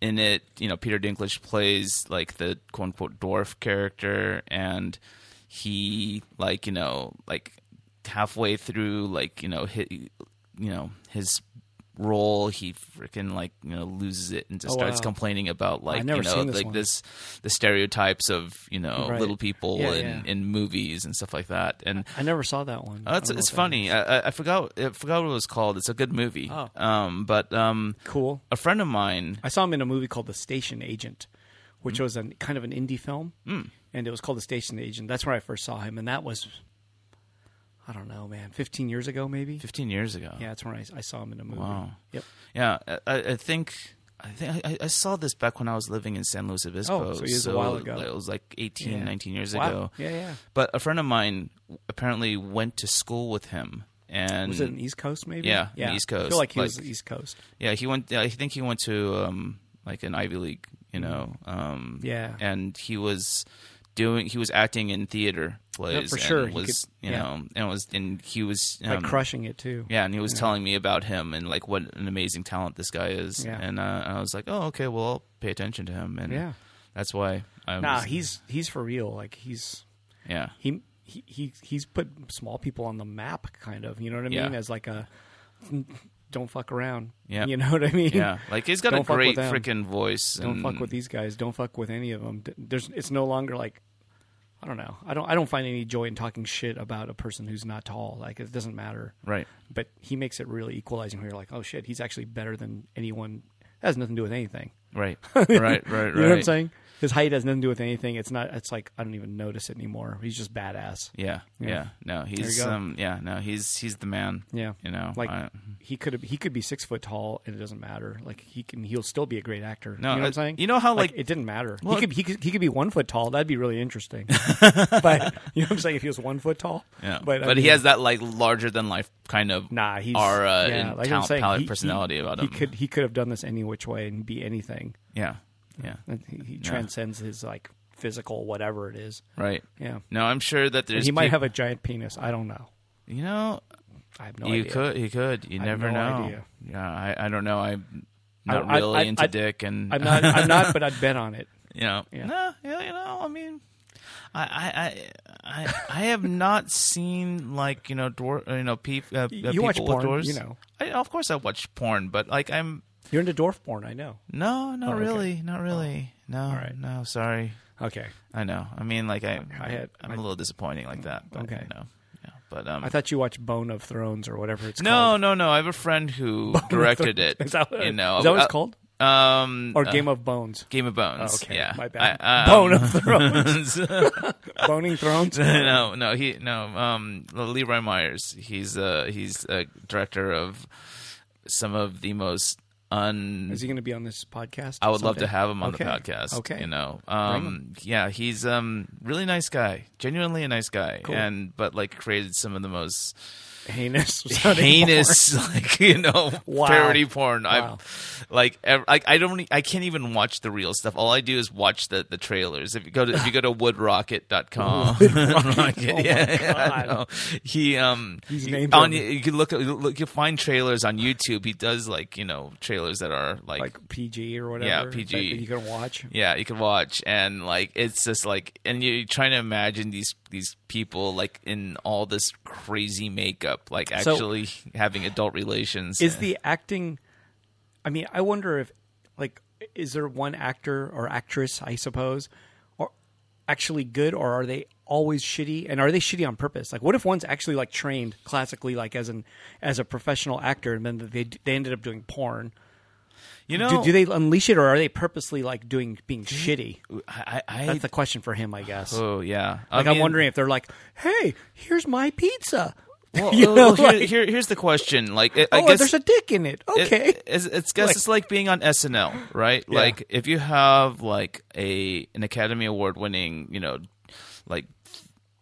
[SPEAKER 2] in it, you know, Peter Dinklage plays like the quote unquote dwarf character and he like, you know, like halfway through like, you know, hit you know, his role he freaking like you know loses it and just
[SPEAKER 1] Oh,
[SPEAKER 2] starts
[SPEAKER 1] wow.
[SPEAKER 2] complaining about like
[SPEAKER 1] I've never
[SPEAKER 2] you know
[SPEAKER 1] seen this
[SPEAKER 2] like
[SPEAKER 1] one.
[SPEAKER 2] this the stereotypes of you know
[SPEAKER 1] Right.
[SPEAKER 2] little people
[SPEAKER 1] Yeah,
[SPEAKER 2] in,
[SPEAKER 1] yeah.
[SPEAKER 2] in movies and stuff like that and
[SPEAKER 1] I never saw that one.
[SPEAKER 2] uh, it's,
[SPEAKER 1] I don't know
[SPEAKER 2] it's
[SPEAKER 1] what that
[SPEAKER 2] funny I, I- I forgot I forgot what it was called it's a good movie
[SPEAKER 1] Oh.
[SPEAKER 2] um but um
[SPEAKER 1] is. Cool.
[SPEAKER 2] a friend of mine
[SPEAKER 1] I saw him in a movie called The Station Agent, which was an kind of an indie film,
[SPEAKER 2] Hmm.
[SPEAKER 1] mm. and it was called The Station Agent. That's where I first saw him, and that was, I don't know, man, fifteen years ago maybe.
[SPEAKER 2] 15 years ago
[SPEAKER 1] Yeah, that's when I, I saw him in a movie.
[SPEAKER 2] Wow.
[SPEAKER 1] Yep.
[SPEAKER 2] Yeah, I, I I think I think I, I saw this back when I was living in San Luis Obispo.
[SPEAKER 1] Oh, so it was a while ago.
[SPEAKER 2] It was like 18,
[SPEAKER 1] Yeah.
[SPEAKER 2] 19 years
[SPEAKER 1] Wow.
[SPEAKER 2] ago.
[SPEAKER 1] Yeah, yeah.
[SPEAKER 2] But a friend of mine apparently went to school with him, and
[SPEAKER 1] Was it an East Coast maybe?
[SPEAKER 2] Yeah, in East
[SPEAKER 1] I
[SPEAKER 2] Coast,
[SPEAKER 1] feel like he was
[SPEAKER 2] like-
[SPEAKER 1] East Coast.
[SPEAKER 2] yeah, he went. I think he went to um, like an Ivy League, you know. Um,
[SPEAKER 1] Yeah.
[SPEAKER 2] and he was doing. He was acting in theater plays
[SPEAKER 1] for
[SPEAKER 2] and
[SPEAKER 1] sure. He
[SPEAKER 2] Was
[SPEAKER 1] could-
[SPEAKER 2] you
[SPEAKER 1] yeah.
[SPEAKER 2] know, and was and he was
[SPEAKER 1] Like
[SPEAKER 2] um,
[SPEAKER 1] crushing it too.
[SPEAKER 2] Yeah, and he was telling me about him and like what an amazing talent this guy is.
[SPEAKER 1] Yeah.
[SPEAKER 2] And uh, I was like, oh, okay, well, I'll pay attention to him. And
[SPEAKER 1] Yeah.
[SPEAKER 2] that's why I was.
[SPEAKER 1] Nah, he's he's for real. Like he's
[SPEAKER 2] yeah.
[SPEAKER 1] he he he he's put small people on the map, kind of. You know what I
[SPEAKER 2] Yeah.
[SPEAKER 1] mean? As like a don't fuck around.
[SPEAKER 2] Yeah.
[SPEAKER 1] You know what I mean?
[SPEAKER 2] Yeah. Like he's got a
[SPEAKER 1] Don't fuck with
[SPEAKER 2] great
[SPEAKER 1] them.
[SPEAKER 2] freaking voice.
[SPEAKER 1] Don't
[SPEAKER 2] and-
[SPEAKER 1] fuck with these guys. Don't fuck with any of them. There's it's no longer like I don't know. I don't I don't find any joy in talking shit about a person who's not tall. Like it doesn't matter.
[SPEAKER 2] Right.
[SPEAKER 1] but he makes it really equalizing where you're like, oh shit, he's actually better than anyone. That has nothing to do with anything.
[SPEAKER 2] Right. Right. Right. Right.
[SPEAKER 1] You know what I'm saying? His height has nothing to do with anything. It's not. It's like I don't even notice it anymore. He's just badass.
[SPEAKER 2] Yeah, yeah. No, he's
[SPEAKER 1] go.
[SPEAKER 2] um yeah, no, he's he's the man.
[SPEAKER 1] Yeah.
[SPEAKER 2] You know.
[SPEAKER 1] Like
[SPEAKER 2] Oh, I-
[SPEAKER 1] he could have. He could be six foot tall, and it doesn't matter. Like he can. He'll still be a great actor.
[SPEAKER 2] No,
[SPEAKER 1] you know what
[SPEAKER 2] uh,
[SPEAKER 1] I'm saying?
[SPEAKER 2] you know how, like-
[SPEAKER 1] it didn't matter.
[SPEAKER 2] Well-
[SPEAKER 1] he could. He could. He could be one foot tall. That'd be really interesting. but you know what I'm saying? If he was one foot tall.
[SPEAKER 2] yeah.
[SPEAKER 1] But,
[SPEAKER 2] But,
[SPEAKER 1] I
[SPEAKER 2] he
[SPEAKER 1] mean-
[SPEAKER 2] has that like larger than life kind of
[SPEAKER 1] Nah, he's
[SPEAKER 2] aura
[SPEAKER 1] yeah,
[SPEAKER 2] and
[SPEAKER 1] like I'm
[SPEAKER 2] talent
[SPEAKER 1] saying,
[SPEAKER 2] palette
[SPEAKER 1] he- he-
[SPEAKER 2] personality about
[SPEAKER 1] He
[SPEAKER 2] him.
[SPEAKER 1] could he could have done this any which way and be anything.
[SPEAKER 2] yeah. Yeah.
[SPEAKER 1] And He, he transcends his like physical whatever it is.
[SPEAKER 2] Right.
[SPEAKER 1] Yeah,
[SPEAKER 2] No, I'm sure that
[SPEAKER 1] and
[SPEAKER 2] there's
[SPEAKER 1] he might
[SPEAKER 2] peop-
[SPEAKER 1] have a giant penis. I don't know.
[SPEAKER 2] you know,
[SPEAKER 1] I have no
[SPEAKER 2] you
[SPEAKER 1] idea.
[SPEAKER 2] could, you could, you
[SPEAKER 1] I have
[SPEAKER 2] never
[SPEAKER 1] no
[SPEAKER 2] know.
[SPEAKER 1] idea.
[SPEAKER 2] Yeah, I, I don't know. I'm not
[SPEAKER 1] I- I-
[SPEAKER 2] really
[SPEAKER 1] I-
[SPEAKER 2] into
[SPEAKER 1] I-
[SPEAKER 2] dick, and
[SPEAKER 1] I'm not. I'm not. But I'd bet on it.
[SPEAKER 2] you know,
[SPEAKER 1] Yeah.
[SPEAKER 2] no, yeah, you know, I mean, I, I, I, I, I have not seen like you know, dwar- you know, peop, uh,
[SPEAKER 1] You
[SPEAKER 2] people
[SPEAKER 1] watch
[SPEAKER 2] with
[SPEAKER 1] porn,
[SPEAKER 2] dwarves.
[SPEAKER 1] you know.
[SPEAKER 2] I, of course I watch porn, but like I'm
[SPEAKER 1] You're into dwarf porn. I know.
[SPEAKER 2] no, not
[SPEAKER 1] Oh, okay.
[SPEAKER 2] really, not really, no,
[SPEAKER 1] right.
[SPEAKER 2] no, sorry,
[SPEAKER 1] Okay.
[SPEAKER 2] I know. I mean, like I, I
[SPEAKER 1] I had-
[SPEAKER 2] I'm a little disappointing like that. But,
[SPEAKER 1] Okay.
[SPEAKER 2] no, yeah, but um,
[SPEAKER 1] I thought you watched Bone of Thrones or whatever it's
[SPEAKER 2] no,
[SPEAKER 1] called.
[SPEAKER 2] no, no. I have a friend who directed it.
[SPEAKER 1] Is that what,
[SPEAKER 2] you know,
[SPEAKER 1] is that what
[SPEAKER 2] I-
[SPEAKER 1] it's called?
[SPEAKER 2] Um,
[SPEAKER 1] Or
[SPEAKER 2] uh,
[SPEAKER 1] Game of Bones?
[SPEAKER 2] Game of Bones.
[SPEAKER 1] okay,
[SPEAKER 2] yeah.
[SPEAKER 1] my bad.
[SPEAKER 2] I- I-
[SPEAKER 1] Bone
[SPEAKER 2] um,
[SPEAKER 1] of Thrones.
[SPEAKER 2] Bones.
[SPEAKER 1] Boning Thrones.
[SPEAKER 2] no, no, he no. Um, Leroy Myers. He's uh he's a director of some of the most un.
[SPEAKER 1] Is he going to be on this podcast?
[SPEAKER 2] I would love to
[SPEAKER 1] someday?
[SPEAKER 2] have him on
[SPEAKER 1] Okay,
[SPEAKER 2] the podcast.
[SPEAKER 1] Okay.
[SPEAKER 2] you know, um, yeah, he's um really nice guy, genuinely a nice guy, and but like created some of the most
[SPEAKER 1] heinous.
[SPEAKER 2] heinous like you know
[SPEAKER 1] Wow.
[SPEAKER 2] parody porn
[SPEAKER 1] Wow.
[SPEAKER 2] i've like ev- like i don't e- i can't even watch the real stuff all i do is watch the the trailers if you go to if you go to woodrocket.com
[SPEAKER 1] Oh
[SPEAKER 2] Rocket,
[SPEAKER 1] my
[SPEAKER 2] I
[SPEAKER 1] God.
[SPEAKER 2] know. he um
[SPEAKER 1] He's
[SPEAKER 2] he-
[SPEAKER 1] named
[SPEAKER 2] on
[SPEAKER 1] him.
[SPEAKER 2] you you can look, look you find trailers on youtube he does like you know trailers that are like
[SPEAKER 1] like PG or whatever.
[SPEAKER 2] Yeah,
[SPEAKER 1] that-
[SPEAKER 2] PG.
[SPEAKER 1] That you can watch.
[SPEAKER 2] yeah, you can watch and like it's just like and you're trying to imagine these these people like in all this crazy makeup, like
[SPEAKER 1] So-
[SPEAKER 2] actually having adult relations.
[SPEAKER 1] Is the acting? I mean, I wonder if like is there one actor or actress, I suppose, or actually good, or are they always shitty? And are they shitty on purpose? Like, what if one's actually like trained classically, like as an as a professional actor, and then they they ended up doing porn?
[SPEAKER 2] You know,
[SPEAKER 1] do, do they unleash it, or are they purposely like doing being shitty?
[SPEAKER 2] I, I,
[SPEAKER 1] That's the question for him, I guess.
[SPEAKER 2] oh yeah.
[SPEAKER 1] like,
[SPEAKER 2] mean-
[SPEAKER 1] I'm wondering if they're like, "Hey, here's my pizza."
[SPEAKER 2] Well,
[SPEAKER 1] You
[SPEAKER 2] well,
[SPEAKER 1] know,
[SPEAKER 2] well, oh, here,
[SPEAKER 1] like-
[SPEAKER 2] here- here's the question. Like, I- I
[SPEAKER 1] oh,
[SPEAKER 2] guess
[SPEAKER 1] there's a dick in it.
[SPEAKER 2] it-
[SPEAKER 1] Okay.
[SPEAKER 2] it's, it's guess
[SPEAKER 1] Like-
[SPEAKER 2] it's like being on SNL, right? Like, if you have like a an Academy Award winning, you know, like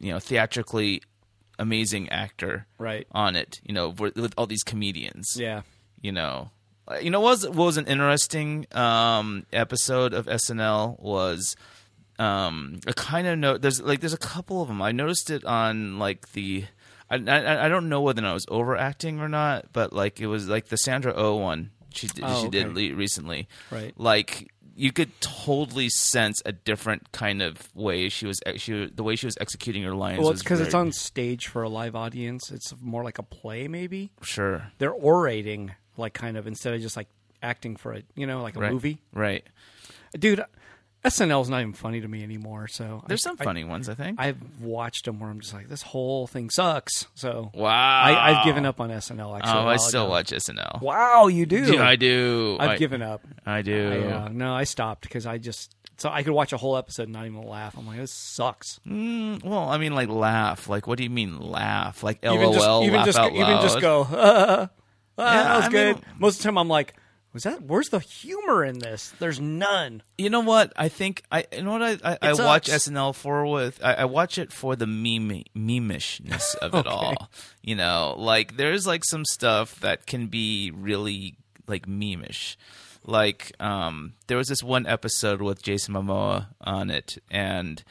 [SPEAKER 2] you know, theatrically amazing actor,
[SPEAKER 1] Right.
[SPEAKER 2] on it, you know, with, with all these comedians,
[SPEAKER 1] yeah.
[SPEAKER 2] you know Uh, you know what was what was an interesting um episode of SNL was um a kind of note there's like there's a couple of them I noticed it on like the I I, I don't know whether or not I was overacting or not but like it was like the Sandra O oh one she did,
[SPEAKER 1] Oh,
[SPEAKER 2] she did
[SPEAKER 1] okay.
[SPEAKER 2] le- recently
[SPEAKER 1] Right.
[SPEAKER 2] like you could totally sense a different kind of way she was ex- she was- the way she was executing her lines
[SPEAKER 1] Well, it's
[SPEAKER 2] was
[SPEAKER 1] because it's
[SPEAKER 2] very-
[SPEAKER 1] on stage for a live audience. It's more like a play, maybe.
[SPEAKER 2] sure
[SPEAKER 1] They're orating, like kind of instead of just like acting for it. You know, like a
[SPEAKER 2] right
[SPEAKER 1] movie.
[SPEAKER 2] right
[SPEAKER 1] Dude, SNL's not even funny to me anymore. So
[SPEAKER 2] there's
[SPEAKER 1] I,
[SPEAKER 2] some funny ones I think
[SPEAKER 1] I, have watched them where I'm just like, this whole thing sucks. So
[SPEAKER 2] wow
[SPEAKER 1] I, I've given up on SNL. Actually, a
[SPEAKER 2] Oh, I
[SPEAKER 1] while
[SPEAKER 2] still
[SPEAKER 1] ago.
[SPEAKER 2] watch SNL.
[SPEAKER 1] Wow, you do.
[SPEAKER 2] Dude, I do.
[SPEAKER 1] I've
[SPEAKER 2] I,
[SPEAKER 1] given up.
[SPEAKER 2] I do.
[SPEAKER 1] I, uh, no, I stopped because I just so I could watch a whole episode and not even laugh. I'm like, this sucks.
[SPEAKER 2] Mm, well, I mean, like laugh. Like, what do you mean laugh? Like, LOL.
[SPEAKER 1] even just even
[SPEAKER 2] laugh
[SPEAKER 1] just
[SPEAKER 2] out
[SPEAKER 1] even just
[SPEAKER 2] loud.
[SPEAKER 1] go. "Ah, that
[SPEAKER 2] Yeah,
[SPEAKER 1] was
[SPEAKER 2] I mean-
[SPEAKER 1] good. Most of the time, I'm like, was that? Where's the humor in this? There's none.
[SPEAKER 2] You know what? I think I. You know what? I I, I
[SPEAKER 1] sucks.
[SPEAKER 2] watch SNL for with. I, I watch it for the meme memeishness of it all. You know, like there's like some stuff that can be really like memeish. Like um, there was this one episode with Jason Momoa on it, and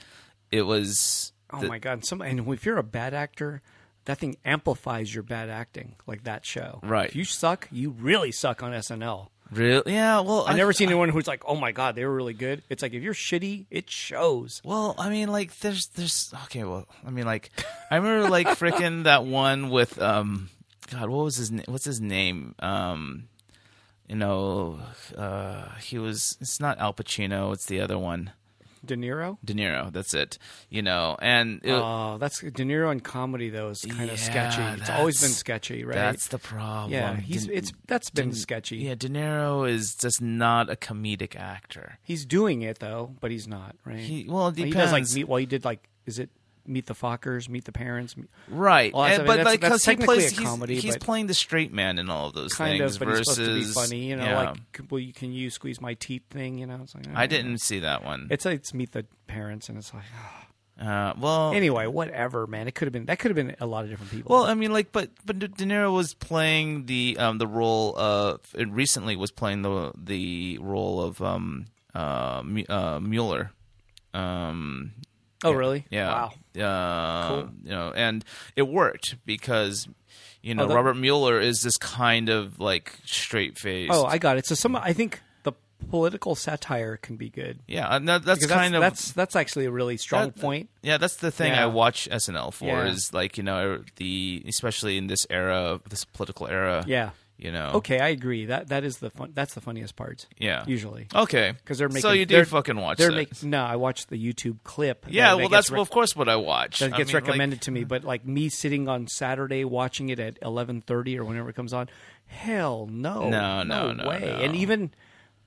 [SPEAKER 2] it was
[SPEAKER 1] Oh my god! Some and if you're a bad actor, that thing amplifies your bad acting, like that show.
[SPEAKER 2] Right.
[SPEAKER 1] If you suck, you really suck on SNL.
[SPEAKER 2] really yeah. Well,
[SPEAKER 1] I've never seen anyone who's like, oh my god, they were really good. It's like if you're shitty, it shows.
[SPEAKER 2] Well, I mean, like, there's, there's, okay, well, I mean, like, I remember, like, freaking that one with, um, God, what was his, na- what's his name? Um, you know, uh, he was, it's not Al Pacino, it's the other one,
[SPEAKER 1] De Niro.
[SPEAKER 2] De Niro, that's it, you know, and it,
[SPEAKER 1] Oh, that's De Niro in comedy though is kind
[SPEAKER 2] Uh, Yeah,
[SPEAKER 1] of sketchy. It's always been
[SPEAKER 2] that's-
[SPEAKER 1] sketchy, right?
[SPEAKER 2] that's the problem.
[SPEAKER 1] yeah, he's
[SPEAKER 2] De-
[SPEAKER 1] it's that's been sketchy.
[SPEAKER 2] yeah, De Niro is just not a comedic actor.
[SPEAKER 1] He's doing it though, but he's not right.
[SPEAKER 2] He- well, it
[SPEAKER 1] he does like
[SPEAKER 2] depends.
[SPEAKER 1] meet. Well, he did like is it meet the Fockers, meet the parents, meet,
[SPEAKER 2] Right,
[SPEAKER 1] Well, that's-
[SPEAKER 2] and-
[SPEAKER 1] I mean,
[SPEAKER 2] but
[SPEAKER 1] that's-
[SPEAKER 2] like
[SPEAKER 1] that's
[SPEAKER 2] 'cause he
[SPEAKER 1] technically
[SPEAKER 2] plays,
[SPEAKER 1] a
[SPEAKER 2] he's-
[SPEAKER 1] comedy,
[SPEAKER 2] he's,
[SPEAKER 1] but-
[SPEAKER 2] playing the straight man in all of those
[SPEAKER 1] kind
[SPEAKER 2] things.
[SPEAKER 1] of. But he's
[SPEAKER 2] versus,
[SPEAKER 1] supposed to be funny, you know.
[SPEAKER 2] yeah.
[SPEAKER 1] Like, can- well, you can you squeeze my teeth thing, you know? It's like
[SPEAKER 2] I
[SPEAKER 1] eh.
[SPEAKER 2] didn't see that one.
[SPEAKER 1] It's like it's meet the parents, and it's like "Oh,
[SPEAKER 2] Uh, well,
[SPEAKER 1] anyway, whatever, man. It could have been that could have been a lot of different people.
[SPEAKER 2] well, I mean, like, but but De De Niro was playing the um the role of and recently was playing the the role of um uh, Mu- uh Mueller. Um,
[SPEAKER 1] oh really?
[SPEAKER 2] yeah,
[SPEAKER 1] Wow.
[SPEAKER 2] wow, uh,
[SPEAKER 1] Cool.
[SPEAKER 2] you know, and it worked because you know
[SPEAKER 1] Oh, that-
[SPEAKER 2] Robert Mueller is this kind of like straight faced.
[SPEAKER 1] Oh, I got it. So some, I think the political satire can be good.
[SPEAKER 2] yeah, and that, that's
[SPEAKER 1] Because
[SPEAKER 2] kind
[SPEAKER 1] that's,
[SPEAKER 2] of
[SPEAKER 1] that's that's actually a really strong
[SPEAKER 2] That- uh,
[SPEAKER 1] point.
[SPEAKER 2] Yeah, that's the thing
[SPEAKER 1] Yeah.
[SPEAKER 2] I watch SNL for
[SPEAKER 1] Yeah.
[SPEAKER 2] is like you know the especially in this era, this political era.
[SPEAKER 1] Yeah.
[SPEAKER 2] you know.
[SPEAKER 1] Okay, I agree. That that is the fun. That's the funniest part.
[SPEAKER 2] Yeah.
[SPEAKER 1] usually
[SPEAKER 2] Okay.
[SPEAKER 1] because they're making.
[SPEAKER 2] so you
[SPEAKER 1] they're-
[SPEAKER 2] did fucking watch
[SPEAKER 1] They're
[SPEAKER 2] that.
[SPEAKER 1] make- no. I watched the YouTube clip.
[SPEAKER 2] yeah,
[SPEAKER 1] that-
[SPEAKER 2] well,
[SPEAKER 1] that
[SPEAKER 2] that's
[SPEAKER 1] gets rec-
[SPEAKER 2] well, of course what I watch.
[SPEAKER 1] that
[SPEAKER 2] I
[SPEAKER 1] gets
[SPEAKER 2] mean, like, mm.
[SPEAKER 1] recommended to me. But like me sitting on Saturday watching it at eleven thirty or whenever it comes on, hell no,
[SPEAKER 2] No, no, no,
[SPEAKER 1] way.
[SPEAKER 2] no.
[SPEAKER 1] And even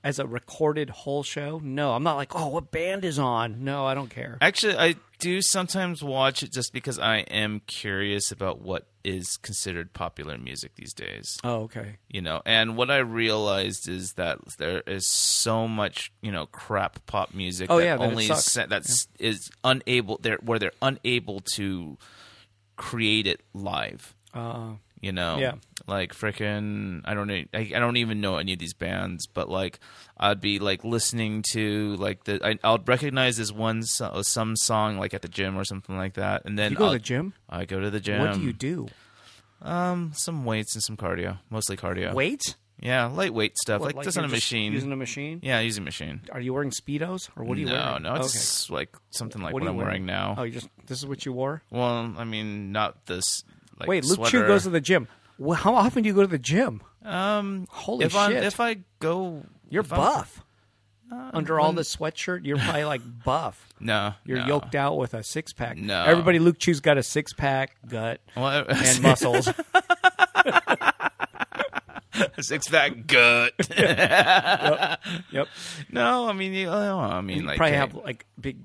[SPEAKER 1] as a recorded whole show, no, I'm not like, oh, what band is on? No, I don't care.
[SPEAKER 2] actually, I do sometimes watch it just because I am curious about what is considered popular music these days.
[SPEAKER 1] oh, okay.
[SPEAKER 2] you know and what i realized is that there is so much you know crap pop music
[SPEAKER 1] Oh,
[SPEAKER 2] that
[SPEAKER 1] yeah, that it
[SPEAKER 2] only
[SPEAKER 1] sucks.
[SPEAKER 2] se- that's is unable they're where they're unable to create it live
[SPEAKER 1] Uh,
[SPEAKER 2] you know
[SPEAKER 1] Yeah.
[SPEAKER 2] like freaking i don't know I, I don't even know any of these bands but like i'd be like listening to like the I, i'll recognize this one so, some song like at the gym or something like that and then
[SPEAKER 1] you go
[SPEAKER 2] I'll,
[SPEAKER 1] to the gym.
[SPEAKER 2] i go to the gym
[SPEAKER 1] What do you do?
[SPEAKER 2] some weights and some cardio mostly cardio
[SPEAKER 1] Weight?
[SPEAKER 2] yeah lightweight stuff
[SPEAKER 1] What,
[SPEAKER 2] like, just on a
[SPEAKER 1] you're
[SPEAKER 2] machine
[SPEAKER 1] Using a machine?
[SPEAKER 2] Yeah, using a machine.
[SPEAKER 1] Are you wearing speedos or what are you
[SPEAKER 2] no,
[SPEAKER 1] wearing?
[SPEAKER 2] no,
[SPEAKER 1] Okay.
[SPEAKER 2] it's like something like
[SPEAKER 1] What
[SPEAKER 2] what,
[SPEAKER 1] are you
[SPEAKER 2] I'm wearing, now.
[SPEAKER 1] Oh, you just this is what you wore.
[SPEAKER 2] Well, I mean, not this. Like,
[SPEAKER 1] Wait, Luke
[SPEAKER 2] sweater.
[SPEAKER 1] Chu goes to the gym. Well, how often do you go to the gym?
[SPEAKER 2] um.
[SPEAKER 1] Holy
[SPEAKER 2] if
[SPEAKER 1] shit!
[SPEAKER 2] I if I go,
[SPEAKER 1] You're
[SPEAKER 2] if I'm- Uh,
[SPEAKER 1] buff. Under all the sweatshirt, you're probably like buff.
[SPEAKER 2] No,
[SPEAKER 1] You're
[SPEAKER 2] no.
[SPEAKER 1] yoked out with a six pack.
[SPEAKER 2] No.
[SPEAKER 1] Everybody Luke Chew's got a six pack, gut,
[SPEAKER 2] Well,
[SPEAKER 1] and muscles.
[SPEAKER 2] six pack gut.
[SPEAKER 1] yep.
[SPEAKER 2] no, I mean, you, oh, I mean,
[SPEAKER 1] You
[SPEAKER 2] like
[SPEAKER 1] probably
[SPEAKER 2] hey,
[SPEAKER 1] have like big,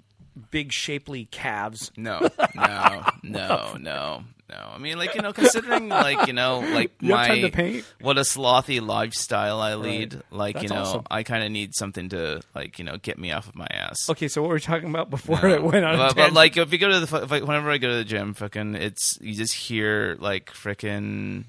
[SPEAKER 1] big, shapely calves.
[SPEAKER 2] No, no, no, no, no. I mean, like you know, considering like you know, like
[SPEAKER 1] You have
[SPEAKER 2] my
[SPEAKER 1] time to paint?
[SPEAKER 2] what a slothy lifestyle I lead. Like you
[SPEAKER 1] That's
[SPEAKER 2] know,
[SPEAKER 1] awesome.
[SPEAKER 2] I kind of need something to like you know get me off of my ass.
[SPEAKER 1] Okay, so what were we talking about before it went on? a
[SPEAKER 2] But, but
[SPEAKER 1] tangent?
[SPEAKER 2] like if you go to the fu- if, like, whenever I go to the gym, fucking it's you just hear like frickin'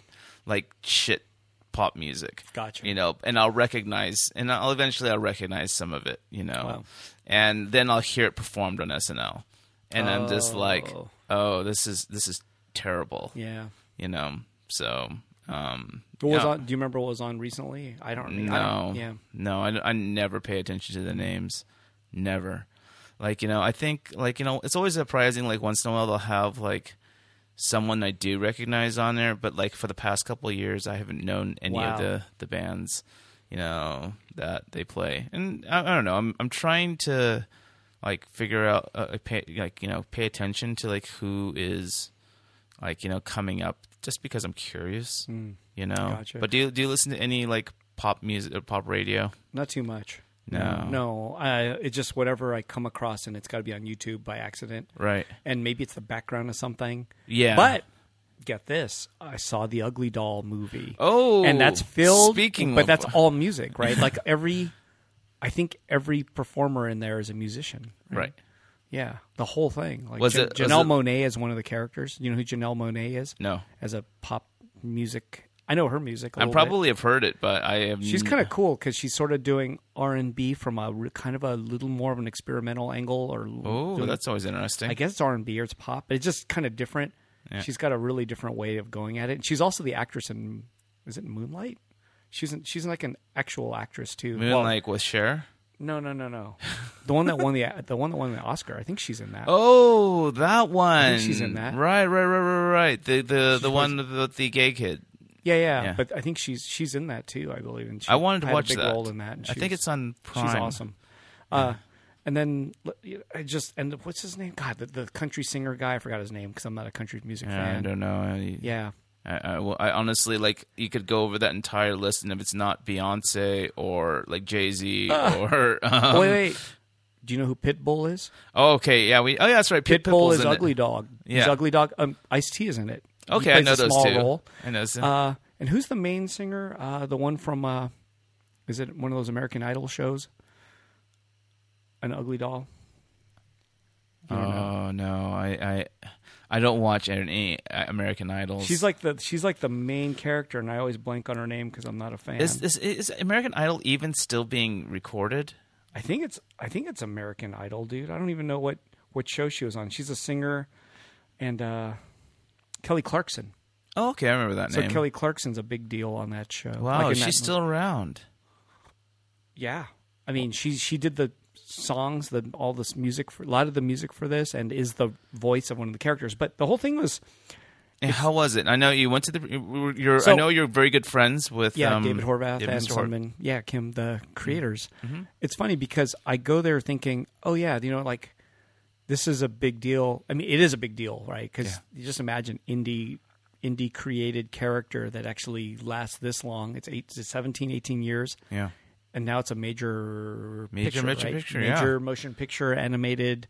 [SPEAKER 2] like shit pop music.
[SPEAKER 1] Gotcha.
[SPEAKER 2] You know, and I'll recognize and I'll eventually I'll recognize some of it. You know,
[SPEAKER 1] Wow.
[SPEAKER 2] and then I'll hear it performed on SNL, and I'm just like,
[SPEAKER 1] Oh.
[SPEAKER 2] oh, this is this is terrible.
[SPEAKER 1] yeah.
[SPEAKER 2] You know, so um,
[SPEAKER 1] What was
[SPEAKER 2] yeah.
[SPEAKER 1] on, do you remember what was on recently? I don't remember. I
[SPEAKER 2] No,
[SPEAKER 1] don't, yeah.
[SPEAKER 2] no, I, I never pay attention to the names, never. Like you know, I think like you know, it's always surprising. Like once in a while, they'll have like someone I do recognize on there, but like for the past couple of years, I haven't known any
[SPEAKER 1] Wow.
[SPEAKER 2] of the the bands, you know, that they play. And I, I don't know. I'm I'm trying to like figure out uh, like, pay, like you know pay attention to like who is like you know coming up just because I'm curious, you know.
[SPEAKER 1] Mm. Gotcha.
[SPEAKER 2] But do you, do you listen to any like pop music or pop radio?
[SPEAKER 1] Not too much.
[SPEAKER 2] No.
[SPEAKER 1] No. I, it's just whatever I come across, and it's got to be on YouTube by accident.
[SPEAKER 2] Right.
[SPEAKER 1] And maybe it's the background of something.
[SPEAKER 2] Yeah.
[SPEAKER 1] But get this I saw the Ugly Doll movie.
[SPEAKER 2] Oh,
[SPEAKER 1] And that's filled.
[SPEAKER 2] speaking
[SPEAKER 1] But
[SPEAKER 2] of-
[SPEAKER 1] that's all music, right? like every, I think every performer in there is a musician.
[SPEAKER 2] Right.
[SPEAKER 1] Yeah, the whole thing. Like
[SPEAKER 2] Was
[SPEAKER 1] Jan-
[SPEAKER 2] it- was
[SPEAKER 1] Janelle
[SPEAKER 2] it-
[SPEAKER 1] Monet is one of the characters. You know who Janelle Monet is?
[SPEAKER 2] No.
[SPEAKER 1] As a pop music, I know her music. I
[SPEAKER 2] I probably have heard it, but I have.
[SPEAKER 1] She's kind of cool because she's sort of doing R and B from a re- kind of a little more of an experimental angle, or
[SPEAKER 2] Oh,
[SPEAKER 1] doing-
[SPEAKER 2] that's always interesting.
[SPEAKER 1] I guess it's R and B or it's pop, but it's just kind of different. She's got a really different way of going at it. And she's also the actress in is it Moonlight? She's in, she's like an actual actress too. Well,
[SPEAKER 2] Moonlight with Cher.
[SPEAKER 1] no, no, no, no. the one that won the the one that won the Oscar. I think she's in that.
[SPEAKER 2] Oh, that one.
[SPEAKER 1] think she's in that.
[SPEAKER 2] Right, right, right, right, right. The the the one with the gay kid.
[SPEAKER 1] Yeah, yeah,
[SPEAKER 2] Yeah.
[SPEAKER 1] But I think she's she's in that too. I believe, and she
[SPEAKER 2] I wanted to
[SPEAKER 1] had
[SPEAKER 2] watch
[SPEAKER 1] a big
[SPEAKER 2] that.
[SPEAKER 1] role in that. and
[SPEAKER 2] I think
[SPEAKER 1] she's-
[SPEAKER 2] it's on Prime.
[SPEAKER 1] she's awesome. Uh, and then l- I just and what's his name? God, the, the country singer guy. I forgot his name because I'm not a country music
[SPEAKER 2] Yeah, I
[SPEAKER 1] fan.
[SPEAKER 2] don't know. I,
[SPEAKER 1] Yeah,
[SPEAKER 2] I, I, well, I honestly like you could go over that entire list, and if it's not Beyonce or like Jay Z or um,
[SPEAKER 1] Ah. wait, wait. Do you know who Pitbull is?
[SPEAKER 2] oh, okay, yeah, we oh yeah, that's right. Pit
[SPEAKER 1] Pitbull
[SPEAKER 2] Pitbull's
[SPEAKER 1] is
[SPEAKER 2] in it.
[SPEAKER 1] Ugly Dog. He's
[SPEAKER 2] Yeah.
[SPEAKER 1] Ugly Dog. Um, Ice T is in it. He
[SPEAKER 2] Okay, I
[SPEAKER 1] plays
[SPEAKER 2] know
[SPEAKER 1] a
[SPEAKER 2] those
[SPEAKER 1] small
[SPEAKER 2] two.
[SPEAKER 1] role.
[SPEAKER 2] I know. those two.
[SPEAKER 1] Uh, and who's the main singer? Uh, the one from uh, is it one of those American Idol shows? An Ugly Doll.
[SPEAKER 2] oh no, I, I I don't watch any uh, American Idols.
[SPEAKER 1] She's like the she's like the main character, and I always blank on her name because I'm not a fan.
[SPEAKER 2] is, is is American Idol even still being recorded?
[SPEAKER 1] I think it's I think it's American Idol, dude. I don't even know what what show she was on. She's a singer, and uh, Kelly Clarkson.
[SPEAKER 2] Oh, okay, I remember that
[SPEAKER 1] So
[SPEAKER 2] name.
[SPEAKER 1] Kelly Clarkson's a big deal on that show.
[SPEAKER 2] wow,
[SPEAKER 1] Like in
[SPEAKER 2] she's
[SPEAKER 1] that-
[SPEAKER 2] still around.
[SPEAKER 1] yeah. I mean, she she did the songs, the all this music for a lot of the music for this, and is the voice of one of the characters. But the whole thing was
[SPEAKER 2] And how was it? I know you went to the. you were- You're, I
[SPEAKER 1] So-
[SPEAKER 2] know you're very good friends with
[SPEAKER 1] Yeah,
[SPEAKER 2] um,
[SPEAKER 1] David Horvath
[SPEAKER 2] David
[SPEAKER 1] and
[SPEAKER 2] Mr. Horvath. Mm-hmm.
[SPEAKER 1] Simon, yeah, Kim, the creators. It's funny because I go there thinking, oh yeah, you know, like this is a big deal. I mean, it is a big deal, right? Because you just imagine indie indie created character that actually lasts this long. It's eight, it's 17, 18 years,
[SPEAKER 2] Yeah.
[SPEAKER 1] and now it's a major
[SPEAKER 2] Major,
[SPEAKER 1] picture,
[SPEAKER 2] major
[SPEAKER 1] right?
[SPEAKER 2] picture, yeah.
[SPEAKER 1] major motion picture animated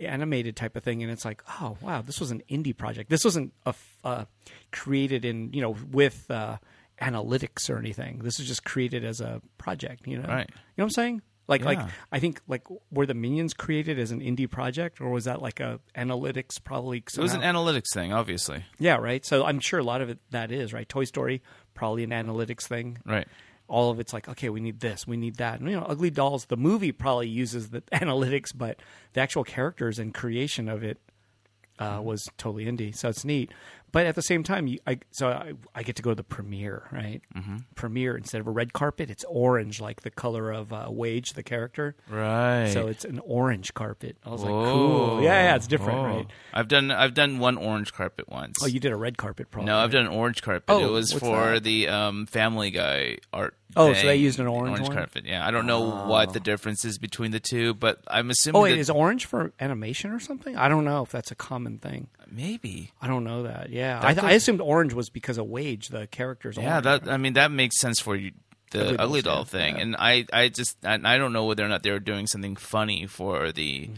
[SPEAKER 1] animated type of thing and it's like oh wow this was an indie project this wasn't a f- uh, created in you know with uh, analytics or anything this is just created as a project you know
[SPEAKER 2] Right.
[SPEAKER 1] you know what i'm saying like like
[SPEAKER 2] Yeah.
[SPEAKER 1] i think like were the minions created as an indie project or was that like a analytics probably
[SPEAKER 2] It was
[SPEAKER 1] somehow-
[SPEAKER 2] an analytics thing, obviously.
[SPEAKER 1] yeah right so i'm sure a lot of it that is right toy story probably an analytics thing
[SPEAKER 2] Right.
[SPEAKER 1] all of it's like, okay, we need this, we need that. And, you know, Ugly Dolls, the movie probably uses the analytics, but
[SPEAKER 2] Mm-hmm.
[SPEAKER 1] the actual characters and creation of it uh, was totally indie. So it's neat. but at the same time, you, I so I, I get to go to the premiere, right? Mm-hmm. Premiere instead of a red carpet, it's orange, like the color of uh, Wage, the character.
[SPEAKER 2] Right.
[SPEAKER 1] So it's an orange carpet. I was like,
[SPEAKER 2] Whoa.
[SPEAKER 1] cool. Yeah, yeah, it's different,
[SPEAKER 2] Whoa.
[SPEAKER 1] right?
[SPEAKER 2] I've done I've done one orange carpet once.
[SPEAKER 1] Oh, you did a red carpet, probably.
[SPEAKER 2] no, I've done an orange carpet.
[SPEAKER 1] Oh,
[SPEAKER 2] it was
[SPEAKER 1] what's
[SPEAKER 2] for
[SPEAKER 1] that?
[SPEAKER 2] the um, Family Guy art.
[SPEAKER 1] Oh, so they
[SPEAKER 2] thing,
[SPEAKER 1] used an
[SPEAKER 2] the
[SPEAKER 1] orange one?
[SPEAKER 2] carpet. Yeah, I don't know what the difference is between the two, but I'm assuming
[SPEAKER 1] Oh, wait,
[SPEAKER 2] that-
[SPEAKER 1] is orange for animation or something? I don't know if that's a common thing.
[SPEAKER 2] maybe.
[SPEAKER 1] I don't know that. Yeah, I,
[SPEAKER 2] could-
[SPEAKER 1] I assumed orange was because of Wage, the character's.
[SPEAKER 2] Yeah,
[SPEAKER 1] orange.
[SPEAKER 2] that I mean that makes sense for you. The
[SPEAKER 1] Ugly
[SPEAKER 2] ugly,
[SPEAKER 1] Dolls,
[SPEAKER 2] doll
[SPEAKER 1] yeah,
[SPEAKER 2] thing, and I, I just, I, I don't know whether or not they were doing something funny for the,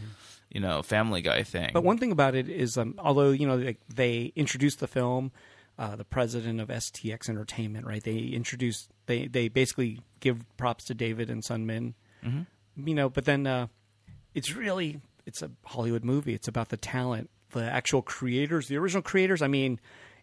[SPEAKER 2] you know, Family Guy thing.
[SPEAKER 1] Mm-hmm. But one thing about it is, um, although you know they, they introduced the film, uh, the president of STX Entertainment, right? They introduced they they basically give props to David and Sunmin,
[SPEAKER 2] Mm-hmm.
[SPEAKER 1] you know. But then uh, it's really it's a Hollywood movie. It's about the talent, the actual creators, the original creators. I mean.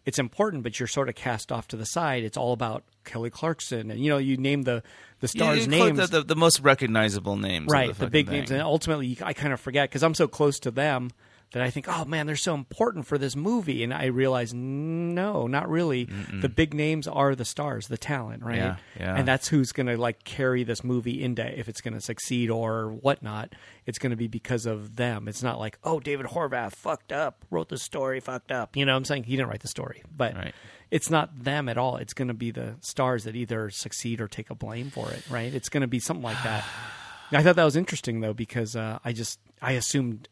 [SPEAKER 1] It's important, but you're sort of cast off to the side. It's all about Kelly Clarkson, and you know you name the the
[SPEAKER 2] You- you
[SPEAKER 1] stars'
[SPEAKER 2] include
[SPEAKER 1] names,
[SPEAKER 2] the, the, the most recognizable names, of
[SPEAKER 1] right
[SPEAKER 2] the,
[SPEAKER 1] the,
[SPEAKER 2] fucking
[SPEAKER 1] big
[SPEAKER 2] thing.
[SPEAKER 1] names and ultimately you, i kind of forget because i'm so close to them that i think oh man they're so important for this movie and i realize no not really the big names are the stars the talent right
[SPEAKER 2] Yeah, yeah.
[SPEAKER 1] and that's who's going to like carry this movie into if it's going to succeed or whatnot it's going to be because of them it's not like oh david horvath fucked up wrote the story fucked up you know what i'm saying he didn't write the story but
[SPEAKER 2] Right.
[SPEAKER 1] it's not them at all it's going to be the stars that either succeed or take a blame for it right it's going to be something like that I thought that was interesting though because uh, I just I assumed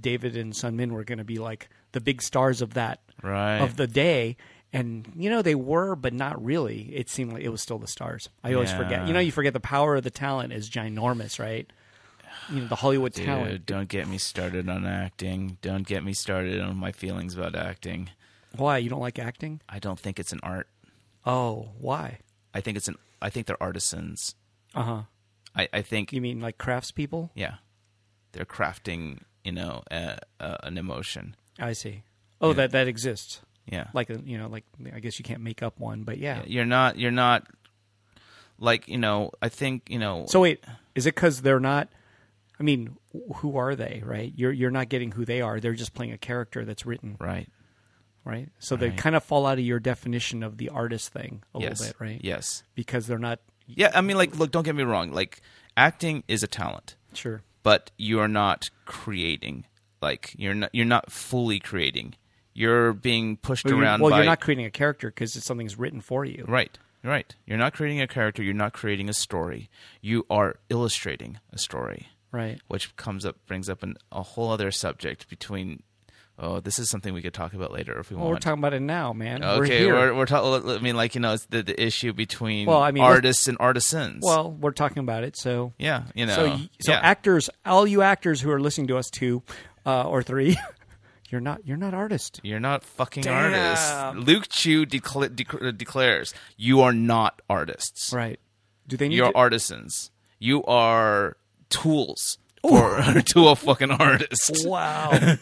[SPEAKER 1] David and Sun Min were going to be like the big stars of that
[SPEAKER 2] Right.
[SPEAKER 1] of the day, and you know they were, but not really. It seemed like it was still the stars. I always forget.
[SPEAKER 2] Yeah.
[SPEAKER 1] You know, you forget the power of the talent is ginormous, right? You know, the Hollywood
[SPEAKER 2] Dude,
[SPEAKER 1] talent.
[SPEAKER 2] don't get me started on acting. Don't get me started on my feelings about acting.
[SPEAKER 1] Why you don't like acting?
[SPEAKER 2] I don't think it's an art.
[SPEAKER 1] Oh, why?
[SPEAKER 2] I think it's an. I think they're artisans.
[SPEAKER 1] Uh huh.
[SPEAKER 2] I, I think
[SPEAKER 1] You mean like craftspeople?
[SPEAKER 2] yeah, they're crafting. You know, a, a, an emotion.
[SPEAKER 1] I see. Oh, that that exists.
[SPEAKER 2] Yeah,
[SPEAKER 1] Like uh, you know, like I guess you can't make up one, but yeah.
[SPEAKER 2] you're not. You're not. Like you know, I think you know.
[SPEAKER 1] So wait, is it because they're not? I mean, wh- who are they? Right? You're you're not getting who they are. They're just playing a character that's written,
[SPEAKER 2] right.
[SPEAKER 1] right? So they
[SPEAKER 2] Right.
[SPEAKER 1] kind of fall out of your definition of the artist thing a
[SPEAKER 2] Yes.
[SPEAKER 1] little bit, right?
[SPEAKER 2] Yes.
[SPEAKER 1] Because they're not
[SPEAKER 2] Yeah. I mean, like, look. Don't get me wrong. Like, acting is a talent.
[SPEAKER 1] sure.
[SPEAKER 2] but you're not creating like you're not you're not fully creating you're being pushed
[SPEAKER 1] Well, you're,
[SPEAKER 2] around
[SPEAKER 1] well,
[SPEAKER 2] by
[SPEAKER 1] you're not creating a character because something's written for you.
[SPEAKER 2] right right you're not creating a character you're not creating a story you are illustrating a story
[SPEAKER 1] Right.
[SPEAKER 2] which comes up brings up an, a whole other subject between oh this is something we could talk about later if we
[SPEAKER 1] Well, we're
[SPEAKER 2] want
[SPEAKER 1] talking about it now, man.
[SPEAKER 2] okay
[SPEAKER 1] we're here.
[SPEAKER 2] we're, we're talking i mean like you know it's the, the issue between
[SPEAKER 1] Well, I mean, let's-
[SPEAKER 2] artists and artisans
[SPEAKER 1] well, we're talking about it. So
[SPEAKER 2] yeah you know
[SPEAKER 1] so y- so
[SPEAKER 2] yeah.
[SPEAKER 1] actors, all you actors who are listening to us, two uh, or three, you're not you're not artist.
[SPEAKER 2] You're not fucking
[SPEAKER 1] Damn.
[SPEAKER 2] artists. Luke Chu decla- dec- uh, declares, "You are not artists.
[SPEAKER 1] Right. Do they need
[SPEAKER 2] You're
[SPEAKER 1] to-
[SPEAKER 2] artisans. You are tools for to a fucking artist."
[SPEAKER 1] Wow.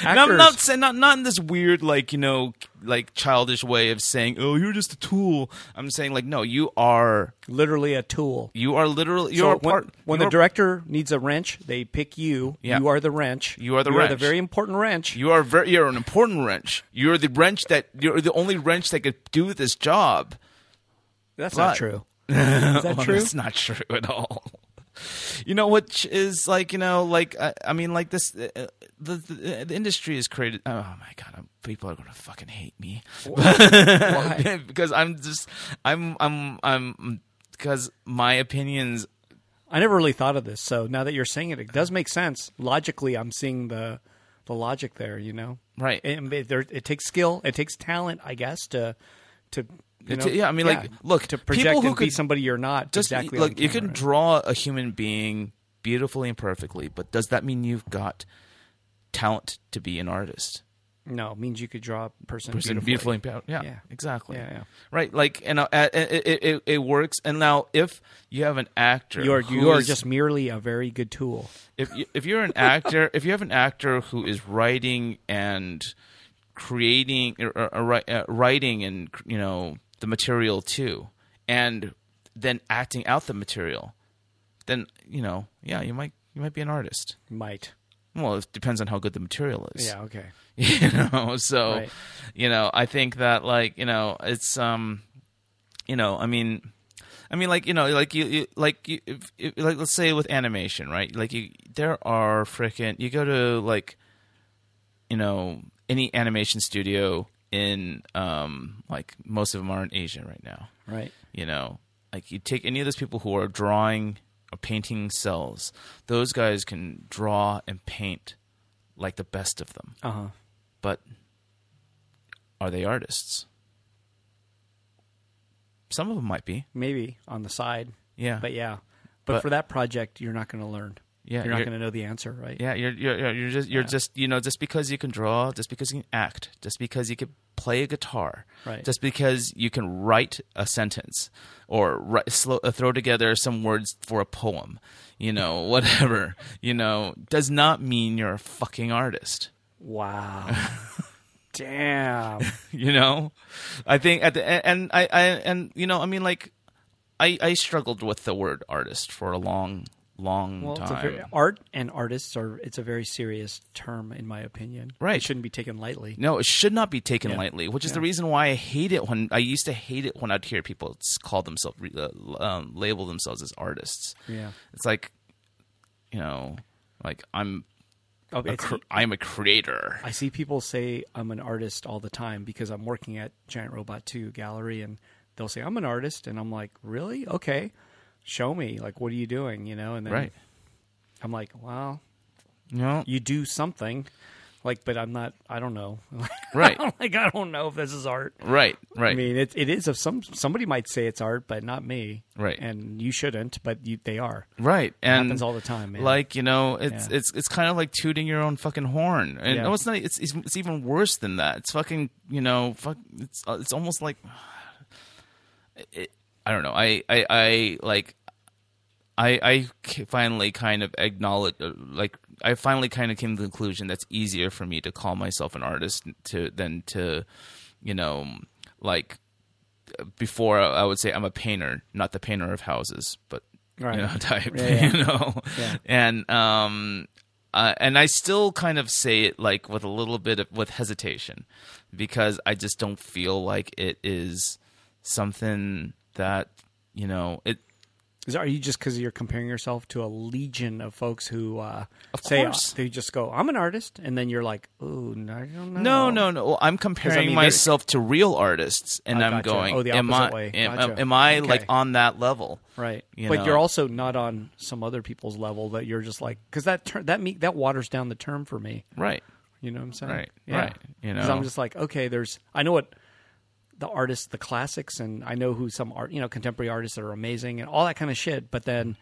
[SPEAKER 1] Actors,
[SPEAKER 2] And I'm not saying not not in this weird like you know like childish way of saying, "Oh, you're just a tool." I'm saying like, no, you are
[SPEAKER 1] literally a tool.
[SPEAKER 2] you are literally
[SPEAKER 1] So
[SPEAKER 2] you're a
[SPEAKER 1] when,
[SPEAKER 2] part.
[SPEAKER 1] when
[SPEAKER 2] you're
[SPEAKER 1] the director needs a wrench, they pick you.
[SPEAKER 2] Yeah.
[SPEAKER 1] You are the wrench.
[SPEAKER 2] You are the
[SPEAKER 1] You are the
[SPEAKER 2] wrench.
[SPEAKER 1] very important wrench.
[SPEAKER 2] you are very, you're an important wrench. You're the wrench that you're the only wrench that could do this job.
[SPEAKER 1] That's
[SPEAKER 2] But-
[SPEAKER 1] not true. Is that
[SPEAKER 2] Well,
[SPEAKER 1] true?
[SPEAKER 2] Oh, That's not true at all. You know, which is like you know, like I, I mean, like this, uh, uh, the, the the industry is created. Oh my god, I'm, people are gonna fucking hate me because I'm just I'm I'm I'm because my opinions.
[SPEAKER 1] I never really thought of this. So now that you're saying it, it does make sense. Logically, I'm seeing the the logic there. You know,
[SPEAKER 2] Right.
[SPEAKER 1] And it, there, it takes skill. It takes talent, I guess, to to you
[SPEAKER 2] It-
[SPEAKER 1] know,
[SPEAKER 2] yeah, I mean, like, look,
[SPEAKER 1] to project
[SPEAKER 2] people who
[SPEAKER 1] and be
[SPEAKER 2] could-
[SPEAKER 1] somebody you're not
[SPEAKER 2] Just
[SPEAKER 1] exactly.
[SPEAKER 2] look,
[SPEAKER 1] on
[SPEAKER 2] you
[SPEAKER 1] camera.
[SPEAKER 2] can draw a human being beautifully and perfectly, but does that mean you've got talent to be an artist?
[SPEAKER 1] no it means you could draw a person,
[SPEAKER 2] person
[SPEAKER 1] beautifully.
[SPEAKER 2] beautifully empowered. Yeah,
[SPEAKER 1] Yeah.
[SPEAKER 2] exactly.
[SPEAKER 1] Yeah, yeah.
[SPEAKER 2] Right. Like, and uh, uh, it, it- it it works. And now, if you have an actor,
[SPEAKER 1] You are
[SPEAKER 2] who
[SPEAKER 1] you are
[SPEAKER 2] is-
[SPEAKER 1] just merely a very good tool.
[SPEAKER 2] if you, if you're an actor, if you have an actor who is writing and creating, or, or, or, wri- uh, writing and you know the material too, and then acting out the material, then you know, yeah, you might you might be an artist.
[SPEAKER 1] Might.
[SPEAKER 2] Well, it depends on how good the material is.
[SPEAKER 1] Yeah. Okay.
[SPEAKER 2] you know so
[SPEAKER 1] Right.
[SPEAKER 2] you know i think that like you know it's um you know i mean i mean like you know like you, you like you if, if, like let's say with animation right like you there are freaking you go to like you know any animation studio in um like most of them are in asia right now
[SPEAKER 1] Right.
[SPEAKER 2] you know like you take any of those people who are drawing or painting cells those guys can draw and paint like the best of them
[SPEAKER 1] Uh huh.
[SPEAKER 2] but are they artists? Some of them might be.
[SPEAKER 1] Maybe on the side.
[SPEAKER 2] Yeah.
[SPEAKER 1] But yeah. But,
[SPEAKER 2] But-
[SPEAKER 1] for that project, you're not going to learn.
[SPEAKER 2] Yeah,
[SPEAKER 1] You're not
[SPEAKER 2] you're-
[SPEAKER 1] going to know the answer, right?
[SPEAKER 2] yeah, you're you're you're- you're just you're just you know just because you can draw, just because you can act, just because you can play a guitar,
[SPEAKER 1] Right.
[SPEAKER 2] just because you can write a sentence or write, slow, uh, throw together some words for a poem, you know, whatever, you know, does not mean you're a fucking artist.
[SPEAKER 1] Wow. Damn.
[SPEAKER 2] you know i think at the and and i i and you know i mean like i i struggled with the word artist for a long long
[SPEAKER 1] Well, it's a
[SPEAKER 2] time
[SPEAKER 1] very, art and artists are. It's a very serious term, in my opinion.
[SPEAKER 2] Right.
[SPEAKER 1] It shouldn't be taken lightly.
[SPEAKER 2] no it should not be taken
[SPEAKER 1] Yeah.
[SPEAKER 2] lightly which is the reason why i hate it when i used to hate it when i'd hear people s- call themselves re- uh, um, label themselves as artists
[SPEAKER 1] Yeah.
[SPEAKER 2] it's like you know like i'm
[SPEAKER 1] Oh,
[SPEAKER 2] a
[SPEAKER 1] it's-
[SPEAKER 2] cr- i'm a creator
[SPEAKER 1] I see people say I'm an artist all the time because I'm working at Giant Robot 2 gallery and they'll say I'm an artist and I'm like, "Really? Okay. Show me. Like what are you doing?" you know, and then
[SPEAKER 2] Right.
[SPEAKER 1] I'm like, "Well,
[SPEAKER 2] no
[SPEAKER 1] you do something." Like, but I'm not I don't know.
[SPEAKER 2] right
[SPEAKER 1] like I don't know if this is art.
[SPEAKER 2] right right
[SPEAKER 1] I mean, it it is of some somebody might say it's art, but not me.
[SPEAKER 2] Right.
[SPEAKER 1] And you shouldn't, but you, they are.
[SPEAKER 2] Right, and
[SPEAKER 1] happens all the time, man.
[SPEAKER 2] Like you know, it's
[SPEAKER 1] Yeah.
[SPEAKER 2] it's it's kind of like tooting your own fucking horn, and
[SPEAKER 1] Yeah.
[SPEAKER 2] no, it's not. It's, it's it's even worse than that. It's fucking you know, fuck. It's uh, it's almost like it, I don't know. I I I like. I, I c- finally kind of acknowledge, uh, like I finally kind of came to the conclusion that's easier for me to call myself an artist to than to, you know, like before I would say I'm a painter, not the painter of houses, but
[SPEAKER 1] Right.
[SPEAKER 2] you know type,
[SPEAKER 1] Yeah, yeah.
[SPEAKER 2] you know,
[SPEAKER 1] Yeah.
[SPEAKER 2] and um, uh, and I still kind of say it like with a little bit of with hesitation because I just don't feel like it is something that you know it.
[SPEAKER 1] Is, are you just because you're comparing yourself to a legion of folks who uh, say
[SPEAKER 2] course.
[SPEAKER 1] they just go, "I'm an artist," and then you're like, "Ooh, no, I don't know."
[SPEAKER 2] No, no, no. Well, I'm comparing
[SPEAKER 1] Oh. mean, there-
[SPEAKER 2] myself to real artists, and
[SPEAKER 1] I
[SPEAKER 2] I'm
[SPEAKER 1] gotcha.
[SPEAKER 2] going,
[SPEAKER 1] Oh, the
[SPEAKER 2] am I,
[SPEAKER 1] opposite way.
[SPEAKER 2] am,
[SPEAKER 1] Gotcha.
[SPEAKER 2] am I
[SPEAKER 1] Okay.
[SPEAKER 2] like on that level?
[SPEAKER 1] right?
[SPEAKER 2] You
[SPEAKER 1] but
[SPEAKER 2] know.
[SPEAKER 1] you're also not on some other people's level that you're just like because that ter- that me- that waters down the term for me.
[SPEAKER 2] Right,
[SPEAKER 1] You know what I'm saying?
[SPEAKER 2] Right, right, you
[SPEAKER 1] 'Cause
[SPEAKER 2] know.
[SPEAKER 1] I'm just like, okay, there's I know what the artists, the classics, and I know who some art, you know, contemporary artists that are amazing and all that kind of shit. But then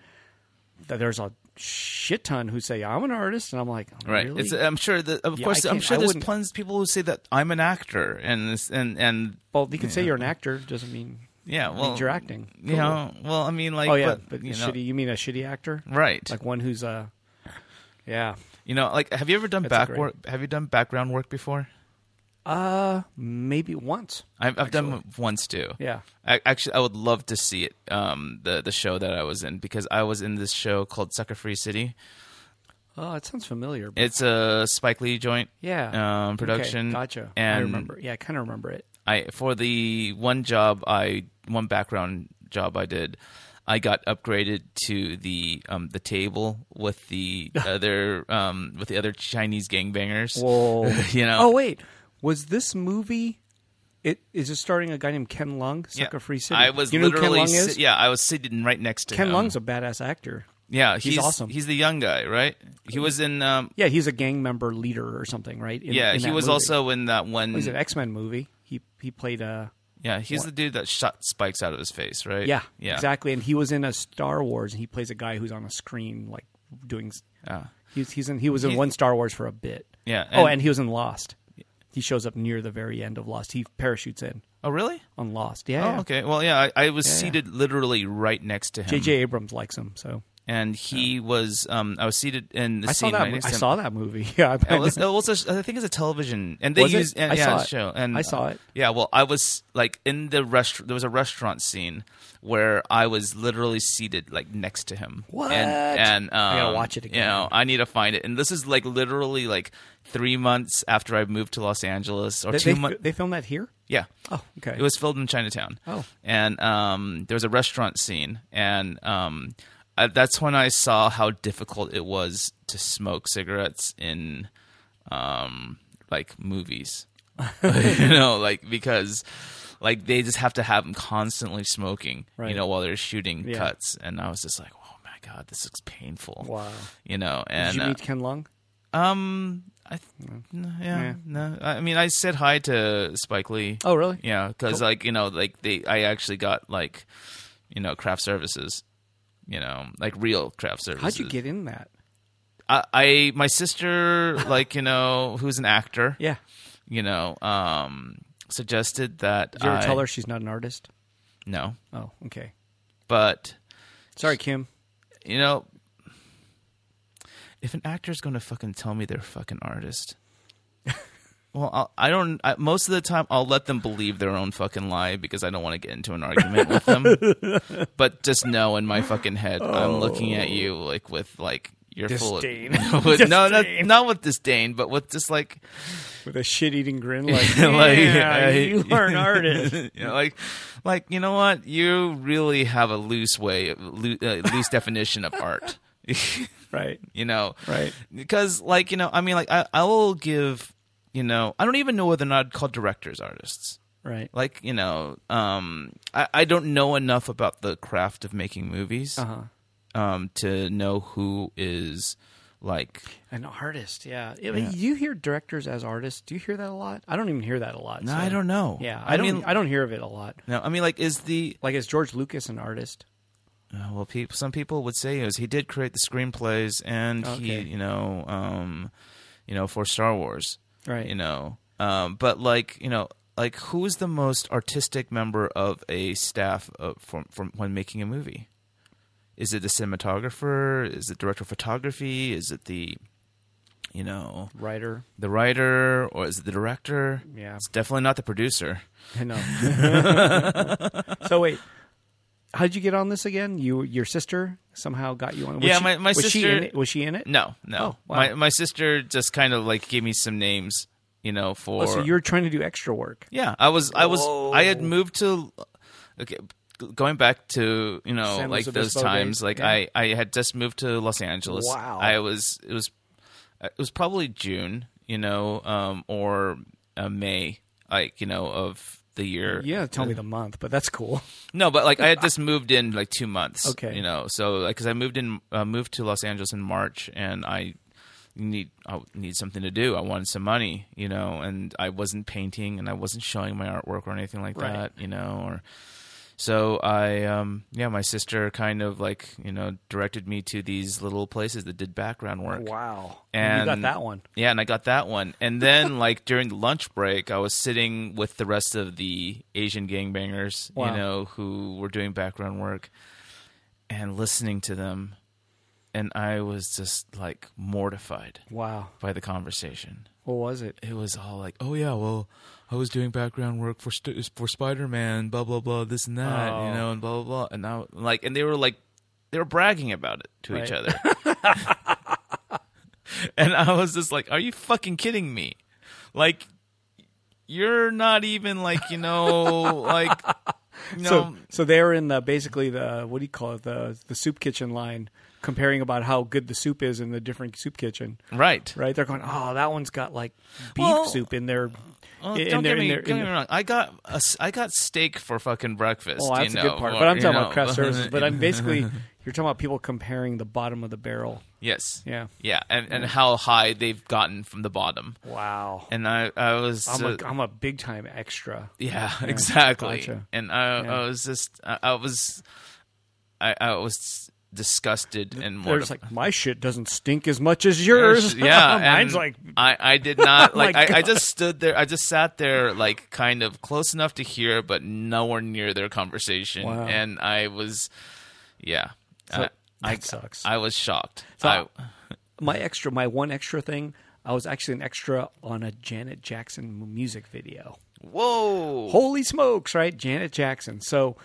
[SPEAKER 1] th- there's a shit ton who say I'm an artist, and I'm like,
[SPEAKER 2] right.
[SPEAKER 1] really?
[SPEAKER 2] It's, I'm sure that of
[SPEAKER 1] Yeah,
[SPEAKER 2] course
[SPEAKER 1] I
[SPEAKER 2] I'm
[SPEAKER 1] can't-
[SPEAKER 2] sure
[SPEAKER 1] I
[SPEAKER 2] there's
[SPEAKER 1] wouldn't-
[SPEAKER 2] plenty of people who say that I'm an actor, and this, and and
[SPEAKER 1] well, you can say you're an actor, doesn't mean
[SPEAKER 2] yeah, well,
[SPEAKER 1] you're acting.
[SPEAKER 2] You know, well, I mean, like,
[SPEAKER 1] Oh yeah,
[SPEAKER 2] but,
[SPEAKER 1] but,
[SPEAKER 2] you know,
[SPEAKER 1] shitty. You mean a shitty actor,
[SPEAKER 2] right?
[SPEAKER 1] like one who's uh, yeah.
[SPEAKER 2] you know, like, have you ever done
[SPEAKER 1] That's a
[SPEAKER 2] back
[SPEAKER 1] great-
[SPEAKER 2] work? Have you done background work before?
[SPEAKER 1] Uh, maybe once.
[SPEAKER 2] I've, I've done it once too.
[SPEAKER 1] Yeah.
[SPEAKER 2] I, actually, I would love to see it. Um, the the show that I was in because I was in this show called Sucker Free City.
[SPEAKER 1] Oh, it sounds familiar. But
[SPEAKER 2] It's a Spike Lee joint.
[SPEAKER 1] yeah.
[SPEAKER 2] Um, production.
[SPEAKER 1] Okay, gotcha.
[SPEAKER 2] And
[SPEAKER 1] I remember. Yeah, I kind of remember it.
[SPEAKER 2] I for the one job I one background job I did, I got upgraded to the um the table with the other um with the other Chinese gangbangers.
[SPEAKER 1] Whoa.
[SPEAKER 2] you know.
[SPEAKER 1] oh wait, was this movie? It is it starring a guy named Ken Lung, Sucker Free City.
[SPEAKER 2] I was
[SPEAKER 1] you know who
[SPEAKER 2] literally
[SPEAKER 1] Ken Lung is.
[SPEAKER 2] sit- yeah, I was sitting right next to
[SPEAKER 1] Ken
[SPEAKER 2] him.
[SPEAKER 1] Lung's a badass actor.
[SPEAKER 2] yeah,
[SPEAKER 1] he's awesome.
[SPEAKER 2] He's the young guy, right? He was in um
[SPEAKER 1] Yeah, he's a gang member leader or something, right? In-
[SPEAKER 2] yeah,
[SPEAKER 1] in
[SPEAKER 2] he
[SPEAKER 1] that
[SPEAKER 2] was
[SPEAKER 1] movie.
[SPEAKER 2] also in that one
[SPEAKER 1] It was an X Men movie. He he played uh, a
[SPEAKER 2] Yeah, he's the dude that shot spikes out of his face, right?
[SPEAKER 1] yeah,
[SPEAKER 2] Yeah.
[SPEAKER 1] exactly, and he was in a Star Wars, and he plays a guy who's on a screen like doing. s-
[SPEAKER 2] Ah.
[SPEAKER 1] He's he's in he was in
[SPEAKER 2] He-
[SPEAKER 1] one Star Wars for a bit.
[SPEAKER 2] Yeah,
[SPEAKER 1] oh,
[SPEAKER 2] and-
[SPEAKER 1] and he was in Lost. He shows up near the very end of Lost. He parachutes in
[SPEAKER 2] Oh, really?
[SPEAKER 1] on Lost. Yeah.
[SPEAKER 2] Oh, okay. Well, yeah, I, I was seated literally right next to him.
[SPEAKER 1] J.J. Abrams likes him, so
[SPEAKER 2] and he was. Um, I was seated in the
[SPEAKER 1] I saw
[SPEAKER 2] scene.
[SPEAKER 1] that.
[SPEAKER 2] right
[SPEAKER 1] mo-
[SPEAKER 2] next
[SPEAKER 1] I
[SPEAKER 2] to him.
[SPEAKER 1] saw that movie. Yeah, I,
[SPEAKER 2] Yeah, well, it's, no, well, it's a- I think it's a television, and they
[SPEAKER 1] Was it?
[SPEAKER 2] use and,
[SPEAKER 1] I
[SPEAKER 2] yeah,
[SPEAKER 1] saw
[SPEAKER 2] it's
[SPEAKER 1] it.
[SPEAKER 2] a show. And
[SPEAKER 1] I saw it.
[SPEAKER 2] Yeah, well, I was like in the restaurant. There was a restaurant scene where I was literally seated like next to him.
[SPEAKER 1] What?
[SPEAKER 2] And, and um,
[SPEAKER 1] I gotta watch it
[SPEAKER 2] You
[SPEAKER 1] again.
[SPEAKER 2] know, I need to find it. And this is like literally like three months after I moved to Los Angeles, or
[SPEAKER 1] they,
[SPEAKER 2] two
[SPEAKER 1] they-
[SPEAKER 2] months.
[SPEAKER 1] they filmed that here.
[SPEAKER 2] Yeah.
[SPEAKER 1] Oh, okay.
[SPEAKER 2] It was filmed in Chinatown.
[SPEAKER 1] Oh.
[SPEAKER 2] And um, there was a restaurant scene, and um, I, that's when I saw how difficult it was to smoke cigarettes in um, like movies. you know, like because like they just have to have them constantly smoking, you
[SPEAKER 1] Right.
[SPEAKER 2] know, while they're shooting
[SPEAKER 1] Yeah.
[SPEAKER 2] cuts. And I was just like, oh my god, this looks painful.
[SPEAKER 1] Wow.
[SPEAKER 2] You know,
[SPEAKER 1] Did
[SPEAKER 2] and
[SPEAKER 1] you
[SPEAKER 2] uh,
[SPEAKER 1] meet Ken Lung?
[SPEAKER 2] um, I th- no, yeah,
[SPEAKER 1] Yeah.
[SPEAKER 2] no. I I mean, I said hi to Spike Lee.
[SPEAKER 1] Oh, really?
[SPEAKER 2] Yeah, because like you know, like they, I actually got like, you know, craft services, you know, like real craft services.
[SPEAKER 1] How'd you get in that?
[SPEAKER 2] I, I my sister, like you know, who's an actor,
[SPEAKER 1] Yeah.
[SPEAKER 2] you know, um, suggested that
[SPEAKER 1] Did you ever
[SPEAKER 2] I
[SPEAKER 1] tell her she's not an artist?
[SPEAKER 2] no,
[SPEAKER 1] Oh, okay.
[SPEAKER 2] but
[SPEAKER 1] Sorry, Kim.
[SPEAKER 2] you know, if an actor's going to fucking tell me they're a fucking artist, well, I'll, I don't. I, most of the time, I'll let them believe their own fucking lie because I don't want to get into an argument with them. But just know, in my fucking head, I'm looking at you like with like you're
[SPEAKER 1] Oh. Disdain.
[SPEAKER 2] full of with, no, not,
[SPEAKER 1] Disdain.
[SPEAKER 2] not with disdain, but with just like
[SPEAKER 1] With a shit-eating grin, like,
[SPEAKER 2] Like,
[SPEAKER 1] yeah,
[SPEAKER 2] I-
[SPEAKER 1] you are an artist.
[SPEAKER 2] you know, like like you know what you really have a loose way, loo- uh, loose definition of art.
[SPEAKER 1] right.
[SPEAKER 2] you know
[SPEAKER 1] Right.
[SPEAKER 2] because like you know i mean like i, I will give you know i don't even know whether or not i'd call directors artists
[SPEAKER 1] Right.
[SPEAKER 2] like you know um i, I don't know enough about the craft of making movies
[SPEAKER 1] Uh huh.
[SPEAKER 2] um to know who is like
[SPEAKER 1] An artist, yeah. I mean, You hear directors as artists. Do you hear that a lot? I don't even hear that a lot.
[SPEAKER 2] no,
[SPEAKER 1] so-
[SPEAKER 2] i don't know
[SPEAKER 1] Yeah, I, don't.
[SPEAKER 2] mean
[SPEAKER 1] I don't hear of it a lot.
[SPEAKER 2] no i mean like is the
[SPEAKER 1] Like, is George Lucas an artist?
[SPEAKER 2] uh, well peop some people would say is he did create the screenplays and he
[SPEAKER 1] Okay.
[SPEAKER 2] you know um you know for star wars
[SPEAKER 1] Right.
[SPEAKER 2] you know um, but like you know like who's the most artistic member of a staff of, from, from when making a movie is it the cinematographer is it director of photography is it the you know
[SPEAKER 1] Writer.
[SPEAKER 2] the writer or is it the director
[SPEAKER 1] Yeah.
[SPEAKER 2] it's definitely not the producer
[SPEAKER 1] I know. so wait, how'd you get on this again? You, your sister somehow got you on. Was
[SPEAKER 2] Yeah,
[SPEAKER 1] she,
[SPEAKER 2] my- my
[SPEAKER 1] was She
[SPEAKER 2] sister-
[SPEAKER 1] in it? Was she in it?
[SPEAKER 2] no no
[SPEAKER 1] Oh, wow.
[SPEAKER 2] my, my sister just kind of like gave me some names you know for
[SPEAKER 1] Oh, so you're trying to do extra work.
[SPEAKER 2] Yeah, I was. I was. I had
[SPEAKER 1] Whoa.
[SPEAKER 2] moved to. Okay, going back to you know
[SPEAKER 1] San
[SPEAKER 2] like
[SPEAKER 1] Luis
[SPEAKER 2] those
[SPEAKER 1] Obispo
[SPEAKER 2] times.
[SPEAKER 1] days,
[SPEAKER 2] Like
[SPEAKER 1] yeah.
[SPEAKER 2] I, I had just moved to Los Angeles.
[SPEAKER 1] Wow.
[SPEAKER 2] I was. It was. It was probably June. You know, um, or uh, May. Like you know of the year.
[SPEAKER 1] Yeah, tell me the month, but that's cool.
[SPEAKER 2] No, but like I had just moved in like two months.
[SPEAKER 1] Okay.
[SPEAKER 2] You know, so like because I moved in, uh, moved to Los Angeles in March, and I need I need something to do. I wanted some money, you know, and I wasn't painting, and I wasn't showing my artwork or anything like
[SPEAKER 1] Right.
[SPEAKER 2] that, you know, or. So I, um, yeah, my sister kind of like you know directed me to these little places that did background work.
[SPEAKER 1] Wow,
[SPEAKER 2] And
[SPEAKER 1] you got that one.
[SPEAKER 2] Yeah, and I got that one. And then like during the lunch break, I was sitting with the rest of the Asian gangbangers,
[SPEAKER 1] Wow.
[SPEAKER 2] you know, who were doing background work and listening to them. And I was just like mortified
[SPEAKER 1] Wow,
[SPEAKER 2] by the conversation.
[SPEAKER 1] what was it?
[SPEAKER 2] It was all like, "Oh yeah, well, I was doing background work for st- for Spider-Man, blah blah blah, this and that, you
[SPEAKER 1] Oh.
[SPEAKER 2] know, and blah blah blah." And now like and they were like they were bragging about it to each
[SPEAKER 1] Right.
[SPEAKER 2] other. and I was just like, "Are you fucking kidding me?" Like you're not even like, you know, like you know,
[SPEAKER 1] So, so they're in the basically the what do you call it the the soup kitchen line, comparing about how good the soup is in the different soup kitchen.
[SPEAKER 2] right.
[SPEAKER 1] Right? They're going, oh, that one's got like beef
[SPEAKER 2] Well-
[SPEAKER 1] soup in their.
[SPEAKER 2] Well,
[SPEAKER 1] in
[SPEAKER 2] don't
[SPEAKER 1] their,
[SPEAKER 2] get me,
[SPEAKER 1] in their,
[SPEAKER 2] get
[SPEAKER 1] in
[SPEAKER 2] me
[SPEAKER 1] their
[SPEAKER 2] wrong. I got a s I got steak for fucking breakfast.
[SPEAKER 1] well, Oh, that's
[SPEAKER 2] you
[SPEAKER 1] a
[SPEAKER 2] know,
[SPEAKER 1] good part.
[SPEAKER 2] or,
[SPEAKER 1] But I'm
[SPEAKER 2] you
[SPEAKER 1] talking
[SPEAKER 2] know,
[SPEAKER 1] about craft services. But I'm basically you're talking about people comparing the bottom of the barrel.
[SPEAKER 2] Yes.
[SPEAKER 1] Yeah.
[SPEAKER 2] Yeah, and, and how high they've gotten from the bottom.
[SPEAKER 1] Wow.
[SPEAKER 2] And I, I was,
[SPEAKER 1] I'm a,
[SPEAKER 2] uh,
[SPEAKER 1] I'm a big time extra.
[SPEAKER 2] yeah, exactly.
[SPEAKER 1] gotcha.
[SPEAKER 2] And I,
[SPEAKER 1] Yeah.
[SPEAKER 2] I was just, I, I was, I, I was disgusted and
[SPEAKER 1] They're
[SPEAKER 2] mortified.
[SPEAKER 1] just like my shit doesn't stink as much as yours.
[SPEAKER 2] Yeah,
[SPEAKER 1] mine's
[SPEAKER 2] and
[SPEAKER 1] like Oh
[SPEAKER 2] I, I did not like.
[SPEAKER 1] my
[SPEAKER 2] I, I just stood there. I just sat there, like kind of close enough to hear, but nowhere near their conversation.
[SPEAKER 1] Wow.
[SPEAKER 2] And I was, yeah.
[SPEAKER 1] So,
[SPEAKER 2] I- I,
[SPEAKER 1] That sucks.
[SPEAKER 2] I was shocked.
[SPEAKER 1] So-
[SPEAKER 2] I,
[SPEAKER 1] my extra, my one extra thing, I was actually an extra on a Janet Jackson music video.
[SPEAKER 2] whoa.
[SPEAKER 1] Holy smokes, right? Janet Jackson. So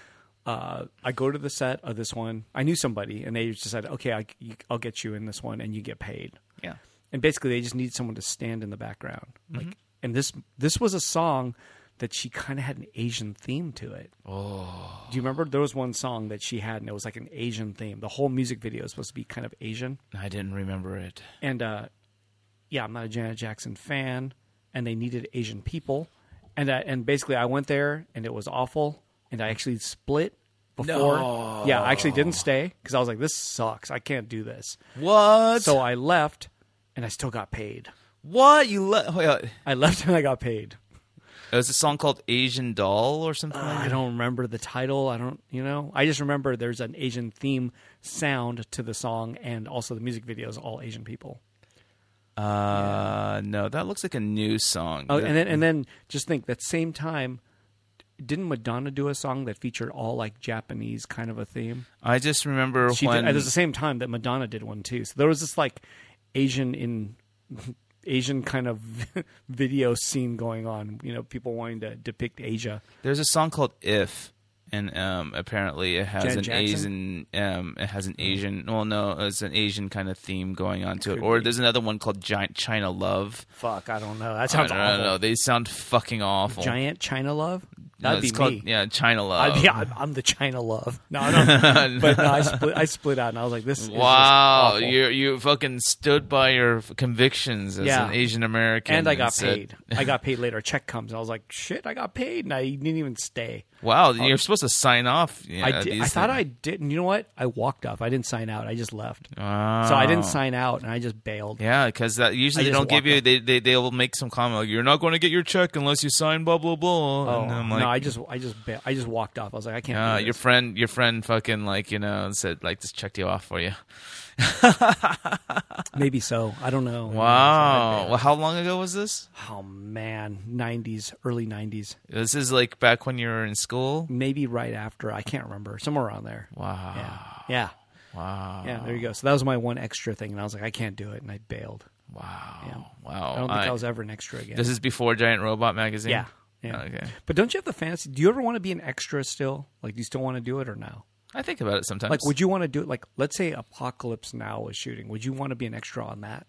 [SPEAKER 1] uh, I go to the set of this one. I knew somebody, and they just said, "Okay, I, you, I'll get you in this one, and you get paid."
[SPEAKER 2] yeah.
[SPEAKER 1] And basically, they just need someone to stand in the background. Like, and this this was a song that she kind of had an Asian theme to it. Oh, do you remember there was one song that she had, and it was like an Asian theme. The whole music video is supposed to be kind of Asian.
[SPEAKER 2] I didn't remember it.
[SPEAKER 1] And uh, yeah, I'm not a Janet Jackson fan, and they needed Asian people, and uh, and basically I went there and it was awful, and I actually split before. Yeah, I actually didn't stay because I was like, this sucks. I can't do this.
[SPEAKER 2] What?
[SPEAKER 1] So I left, and I still got paid.
[SPEAKER 2] what you le-
[SPEAKER 1] oh,
[SPEAKER 2] wait, uh,
[SPEAKER 1] I left and I got paid.
[SPEAKER 2] it was a song called Asian Doll or something. like
[SPEAKER 1] I don't remember the title. I don't, you know. I just remember there's an Asian theme sound to the song, and also the music video is all Asian people.
[SPEAKER 2] that? Uh, no, that looks like a new song.
[SPEAKER 1] Oh, and then and then just think that same time, didn't Madonna do a song that featured all like Japanese kind of a theme?
[SPEAKER 2] I just remember
[SPEAKER 1] She
[SPEAKER 2] when
[SPEAKER 1] did, it was the same time that Madonna did one too. So there was this like Asian in Asian kind of video scene going on. You know, people wanting to depict Asia.
[SPEAKER 2] There's a song called "If," and um, apparently it has
[SPEAKER 1] Janet
[SPEAKER 2] an
[SPEAKER 1] Jackson? Hmm.
[SPEAKER 2] Asian, um, it has an Asian. Well, no, it's an Asian kind of theme going on to it. Or there's another one called "Giant China Love."
[SPEAKER 1] Fuck, I don't know. That sounds
[SPEAKER 2] I don't
[SPEAKER 1] awful.
[SPEAKER 2] know. They sound fucking awful.
[SPEAKER 1] Giant China love.
[SPEAKER 2] No,
[SPEAKER 1] That'd
[SPEAKER 2] it's
[SPEAKER 1] be
[SPEAKER 2] called,
[SPEAKER 1] me.
[SPEAKER 2] Yeah, China Love.
[SPEAKER 1] I'd be, I'm, I'm the China love. No, I don't. but no, I split. I split out, and I was like, "This is just
[SPEAKER 2] wow,
[SPEAKER 1] awful.
[SPEAKER 2] you you fucking stood by your f- convictions as
[SPEAKER 1] Yeah.
[SPEAKER 2] an Asian American,
[SPEAKER 1] and I got
[SPEAKER 2] said-
[SPEAKER 1] paid. I got paid later. A check comes. I was like, shit, I got paid, and I didn't even stay.
[SPEAKER 2] Wow, you're supposed to sign off. Yeah,
[SPEAKER 1] I, did, I thought I didn't. You know what? I walked off. I didn't sign out. I just left.
[SPEAKER 2] I.
[SPEAKER 1] So I didn't sign out, and I just bailed.
[SPEAKER 2] Oh. Yeah, because that usually
[SPEAKER 1] I
[SPEAKER 2] they
[SPEAKER 1] just
[SPEAKER 2] don't give
[SPEAKER 1] walked
[SPEAKER 2] you.
[SPEAKER 1] up.
[SPEAKER 2] They they they will make some comment like you're not going to get your check unless you sign blah blah blah.
[SPEAKER 1] Oh,
[SPEAKER 2] and I'm like,
[SPEAKER 1] no, I just, I just, ba- I just walked off. I was like, I can't.
[SPEAKER 2] uh,
[SPEAKER 1] do
[SPEAKER 2] your
[SPEAKER 1] this.
[SPEAKER 2] friend your friend fucking like you know said like just checked you off for you.
[SPEAKER 1] Maybe so. I don't know.
[SPEAKER 2] Wow. Well, how long ago was this?
[SPEAKER 1] Oh man, nineties, early nineties,
[SPEAKER 2] This is like back when you were in school.
[SPEAKER 1] maybe right after. I can't remember. Somewhere around there.
[SPEAKER 2] Wow.
[SPEAKER 1] Yeah. Yeah.
[SPEAKER 2] Wow.
[SPEAKER 1] Yeah, there you go. So that was my one extra thing, and I was like, I can't do it, and I bailed.
[SPEAKER 2] Wow.
[SPEAKER 1] Yeah.
[SPEAKER 2] Wow.
[SPEAKER 1] I don't think
[SPEAKER 2] I-
[SPEAKER 1] I, was ever an extra again.
[SPEAKER 2] This is before Giant Robot magazine.
[SPEAKER 1] Yeah. Yeah.
[SPEAKER 2] Oh, Okay.
[SPEAKER 1] But don't you have the fantasy? Do you ever want to be an extra still? Like, do you still want to do it or no?
[SPEAKER 2] I think about it sometimes.
[SPEAKER 1] Like, would you want to do it? Like, let's say Apocalypse Now was shooting. Would you want to be an extra on that?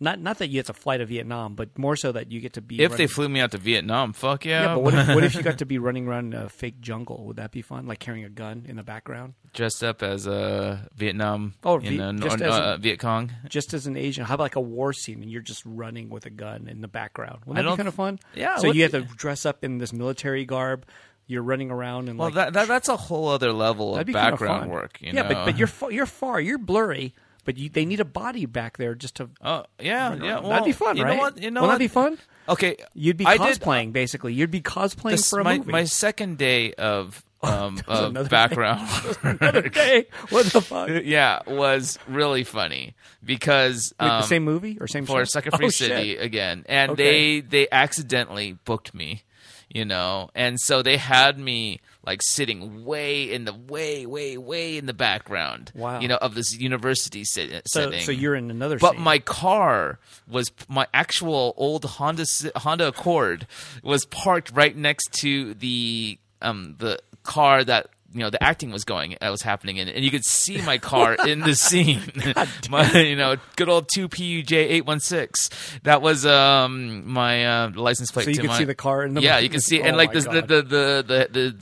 [SPEAKER 1] Not, not that you have to fly to Vietnam, but more so that you get to be.
[SPEAKER 2] if they
[SPEAKER 1] running-
[SPEAKER 2] flew me out to Vietnam, fuck yeah.
[SPEAKER 1] yeah, but what if, what if you got to be running around in a fake jungle? Would that be fun? Like carrying a gun in the background,
[SPEAKER 2] dressed up as a Vietnam,
[SPEAKER 1] Oh,
[SPEAKER 2] you
[SPEAKER 1] Vi-
[SPEAKER 2] know,
[SPEAKER 1] just
[SPEAKER 2] nor-
[SPEAKER 1] as
[SPEAKER 2] uh,
[SPEAKER 1] a-
[SPEAKER 2] Viet Cong.
[SPEAKER 1] just as an Asian. How about like a war scene and you're just running with a gun in the background? Wouldn't
[SPEAKER 2] I
[SPEAKER 1] that
[SPEAKER 2] don't-
[SPEAKER 1] be kind of fun?
[SPEAKER 2] Yeah, it
[SPEAKER 1] So
[SPEAKER 2] would
[SPEAKER 1] you have to dress up in this military garb. You're running around and
[SPEAKER 2] Well,
[SPEAKER 1] like
[SPEAKER 2] that, that that's a whole other level of
[SPEAKER 1] That'd be kind of
[SPEAKER 2] background
[SPEAKER 1] fun.
[SPEAKER 2] work. You
[SPEAKER 1] yeah,
[SPEAKER 2] know?
[SPEAKER 1] but but you're far, you're far, you're blurry, but you, they need a body back there just to.
[SPEAKER 2] Oh yeah, yeah. Well,
[SPEAKER 1] that'd be fun,
[SPEAKER 2] you
[SPEAKER 1] right?
[SPEAKER 2] Know what? You know
[SPEAKER 1] Wouldn't that
[SPEAKER 2] what?
[SPEAKER 1] be fun?
[SPEAKER 2] Okay,
[SPEAKER 1] You'd be
[SPEAKER 2] I did- uh,
[SPEAKER 1] cosplaying basically. You'd be cosplaying
[SPEAKER 2] this-
[SPEAKER 1] for a
[SPEAKER 2] my,
[SPEAKER 1] movie.
[SPEAKER 2] my second day of um
[SPEAKER 1] another
[SPEAKER 2] of
[SPEAKER 1] thing.
[SPEAKER 2] background.
[SPEAKER 1] Another day. What the fuck? Wait,
[SPEAKER 2] yeah, was really funny because um,
[SPEAKER 1] the same movie or same
[SPEAKER 2] for
[SPEAKER 1] show?
[SPEAKER 2] Sucker Free
[SPEAKER 1] Oh, shit.
[SPEAKER 2] City again, and
[SPEAKER 1] Okay.
[SPEAKER 2] they they accidentally booked me, you know, and so they had me like sitting way in the way way way in the background,
[SPEAKER 1] Wow.
[SPEAKER 2] you know, of this university sit-
[SPEAKER 1] So,
[SPEAKER 2] setting.
[SPEAKER 1] so you're in another.
[SPEAKER 2] But
[SPEAKER 1] scene.
[SPEAKER 2] my car was my actual old Honda Ci- Honda Accord was parked right next to the um the car that you know the acting was going that was happening in, and you could see my car in the scene. my you know good old two PUJ eight one six. That was um my uh, license plate.
[SPEAKER 1] So you
[SPEAKER 2] to
[SPEAKER 1] could
[SPEAKER 2] my-
[SPEAKER 1] see the car in the-
[SPEAKER 2] yeah you can see and
[SPEAKER 1] Oh
[SPEAKER 2] like
[SPEAKER 1] my
[SPEAKER 2] this the
[SPEAKER 1] God.
[SPEAKER 2] the the the the,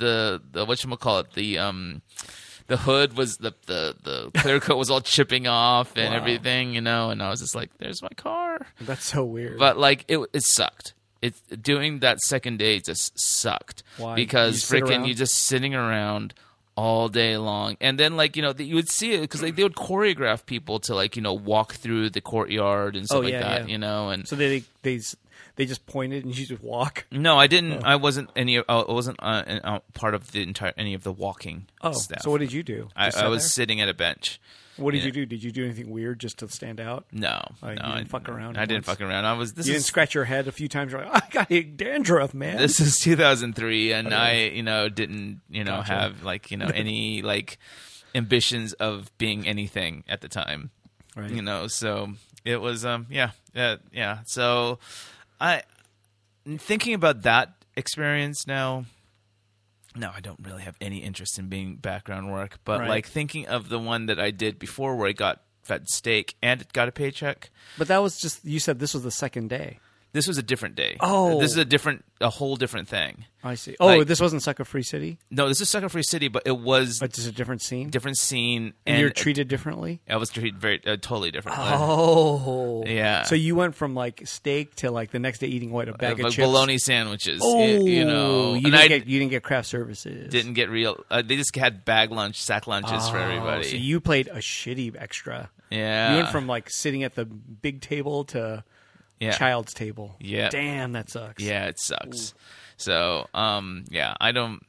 [SPEAKER 2] the, the what call it the um. The hood was the, the the clear coat was all chipping off and
[SPEAKER 1] Wow.
[SPEAKER 2] everything thing, you know, and I was just like, "There's my car,"
[SPEAKER 1] That's so weird.
[SPEAKER 2] but like it, it sucked. It doing that second day just sucked
[SPEAKER 1] Why? You
[SPEAKER 2] because
[SPEAKER 1] sit
[SPEAKER 2] freaking
[SPEAKER 1] around?
[SPEAKER 2] you just sitting around all day long, and then like you know that you would see it because like, they would choreograph people to like you know walk through the courtyard and stuff
[SPEAKER 1] Oh,
[SPEAKER 2] like
[SPEAKER 1] yeah,
[SPEAKER 2] that,
[SPEAKER 1] yeah.
[SPEAKER 2] you know, and.
[SPEAKER 1] so they they s- they just pointed and you just walk.
[SPEAKER 2] no, I
[SPEAKER 1] Oh.
[SPEAKER 2] didn't. I wasn't any. uh, I wasn't uh, an- uh, part of the entire any of the walking
[SPEAKER 1] Oh,
[SPEAKER 2] staff.
[SPEAKER 1] so what did you do?
[SPEAKER 2] I,
[SPEAKER 1] Just
[SPEAKER 2] I
[SPEAKER 1] sit
[SPEAKER 2] was
[SPEAKER 1] there?
[SPEAKER 2] sitting at a bench.
[SPEAKER 1] What did
[SPEAKER 2] yeah.
[SPEAKER 1] you do? Did you do anything weird just to stand out?
[SPEAKER 2] No,
[SPEAKER 1] Like,
[SPEAKER 2] no,
[SPEAKER 1] Oh, you
[SPEAKER 2] I,
[SPEAKER 1] didn't fuck around
[SPEAKER 2] I
[SPEAKER 1] once?
[SPEAKER 2] didn't fuck around. I was. This
[SPEAKER 1] You
[SPEAKER 2] is
[SPEAKER 1] didn't scratch your head a few times. You're like, "Oh, I got dandruff, man.
[SPEAKER 2] this is 2003 and i you know didn't you know
[SPEAKER 1] Gotcha.
[SPEAKER 2] have like you know any like ambitions of being anything at the time.
[SPEAKER 1] Right.
[SPEAKER 2] You know, so it was um yeah, yeah, yeah. So I thinking about that experience now. No, I don't really have any interest in being background work, but
[SPEAKER 1] Right.
[SPEAKER 2] like thinking of the one that I did before where I got fed steak and got a paycheck.
[SPEAKER 1] But that was just you said this was the second day.
[SPEAKER 2] This was a different day.
[SPEAKER 1] Oh.
[SPEAKER 2] This is a different a whole different thing.
[SPEAKER 1] I see. Oh,
[SPEAKER 2] Like-
[SPEAKER 1] this wasn't Sucker Free City.
[SPEAKER 2] No, this is Sucker Free City, but it was a
[SPEAKER 1] It's just a different scene.
[SPEAKER 2] different scene
[SPEAKER 1] and, uh, you're treated differently.
[SPEAKER 2] I was treated very uh, totally differently.
[SPEAKER 1] Oh,
[SPEAKER 2] Yeah. Uh,
[SPEAKER 1] So you went from like steak to like the next day eating what a bag of
[SPEAKER 2] like
[SPEAKER 1] chips.
[SPEAKER 2] bologna sandwiches.
[SPEAKER 1] Oh,
[SPEAKER 2] y- you know,
[SPEAKER 1] you
[SPEAKER 2] and
[SPEAKER 1] didn't
[SPEAKER 2] I
[SPEAKER 1] get you didn't get craft services.
[SPEAKER 2] didn't get real. Uh, they just had bag lunch, sack lunches for everybody.
[SPEAKER 1] Oh, So you played a shitty extra.
[SPEAKER 2] yeah,
[SPEAKER 1] You went from like sitting at the big table to
[SPEAKER 2] yeah,
[SPEAKER 1] child's table.
[SPEAKER 2] Yeah.
[SPEAKER 1] Damn, that sucks.
[SPEAKER 2] yeah. It sucks. So, um, yeah, I don't.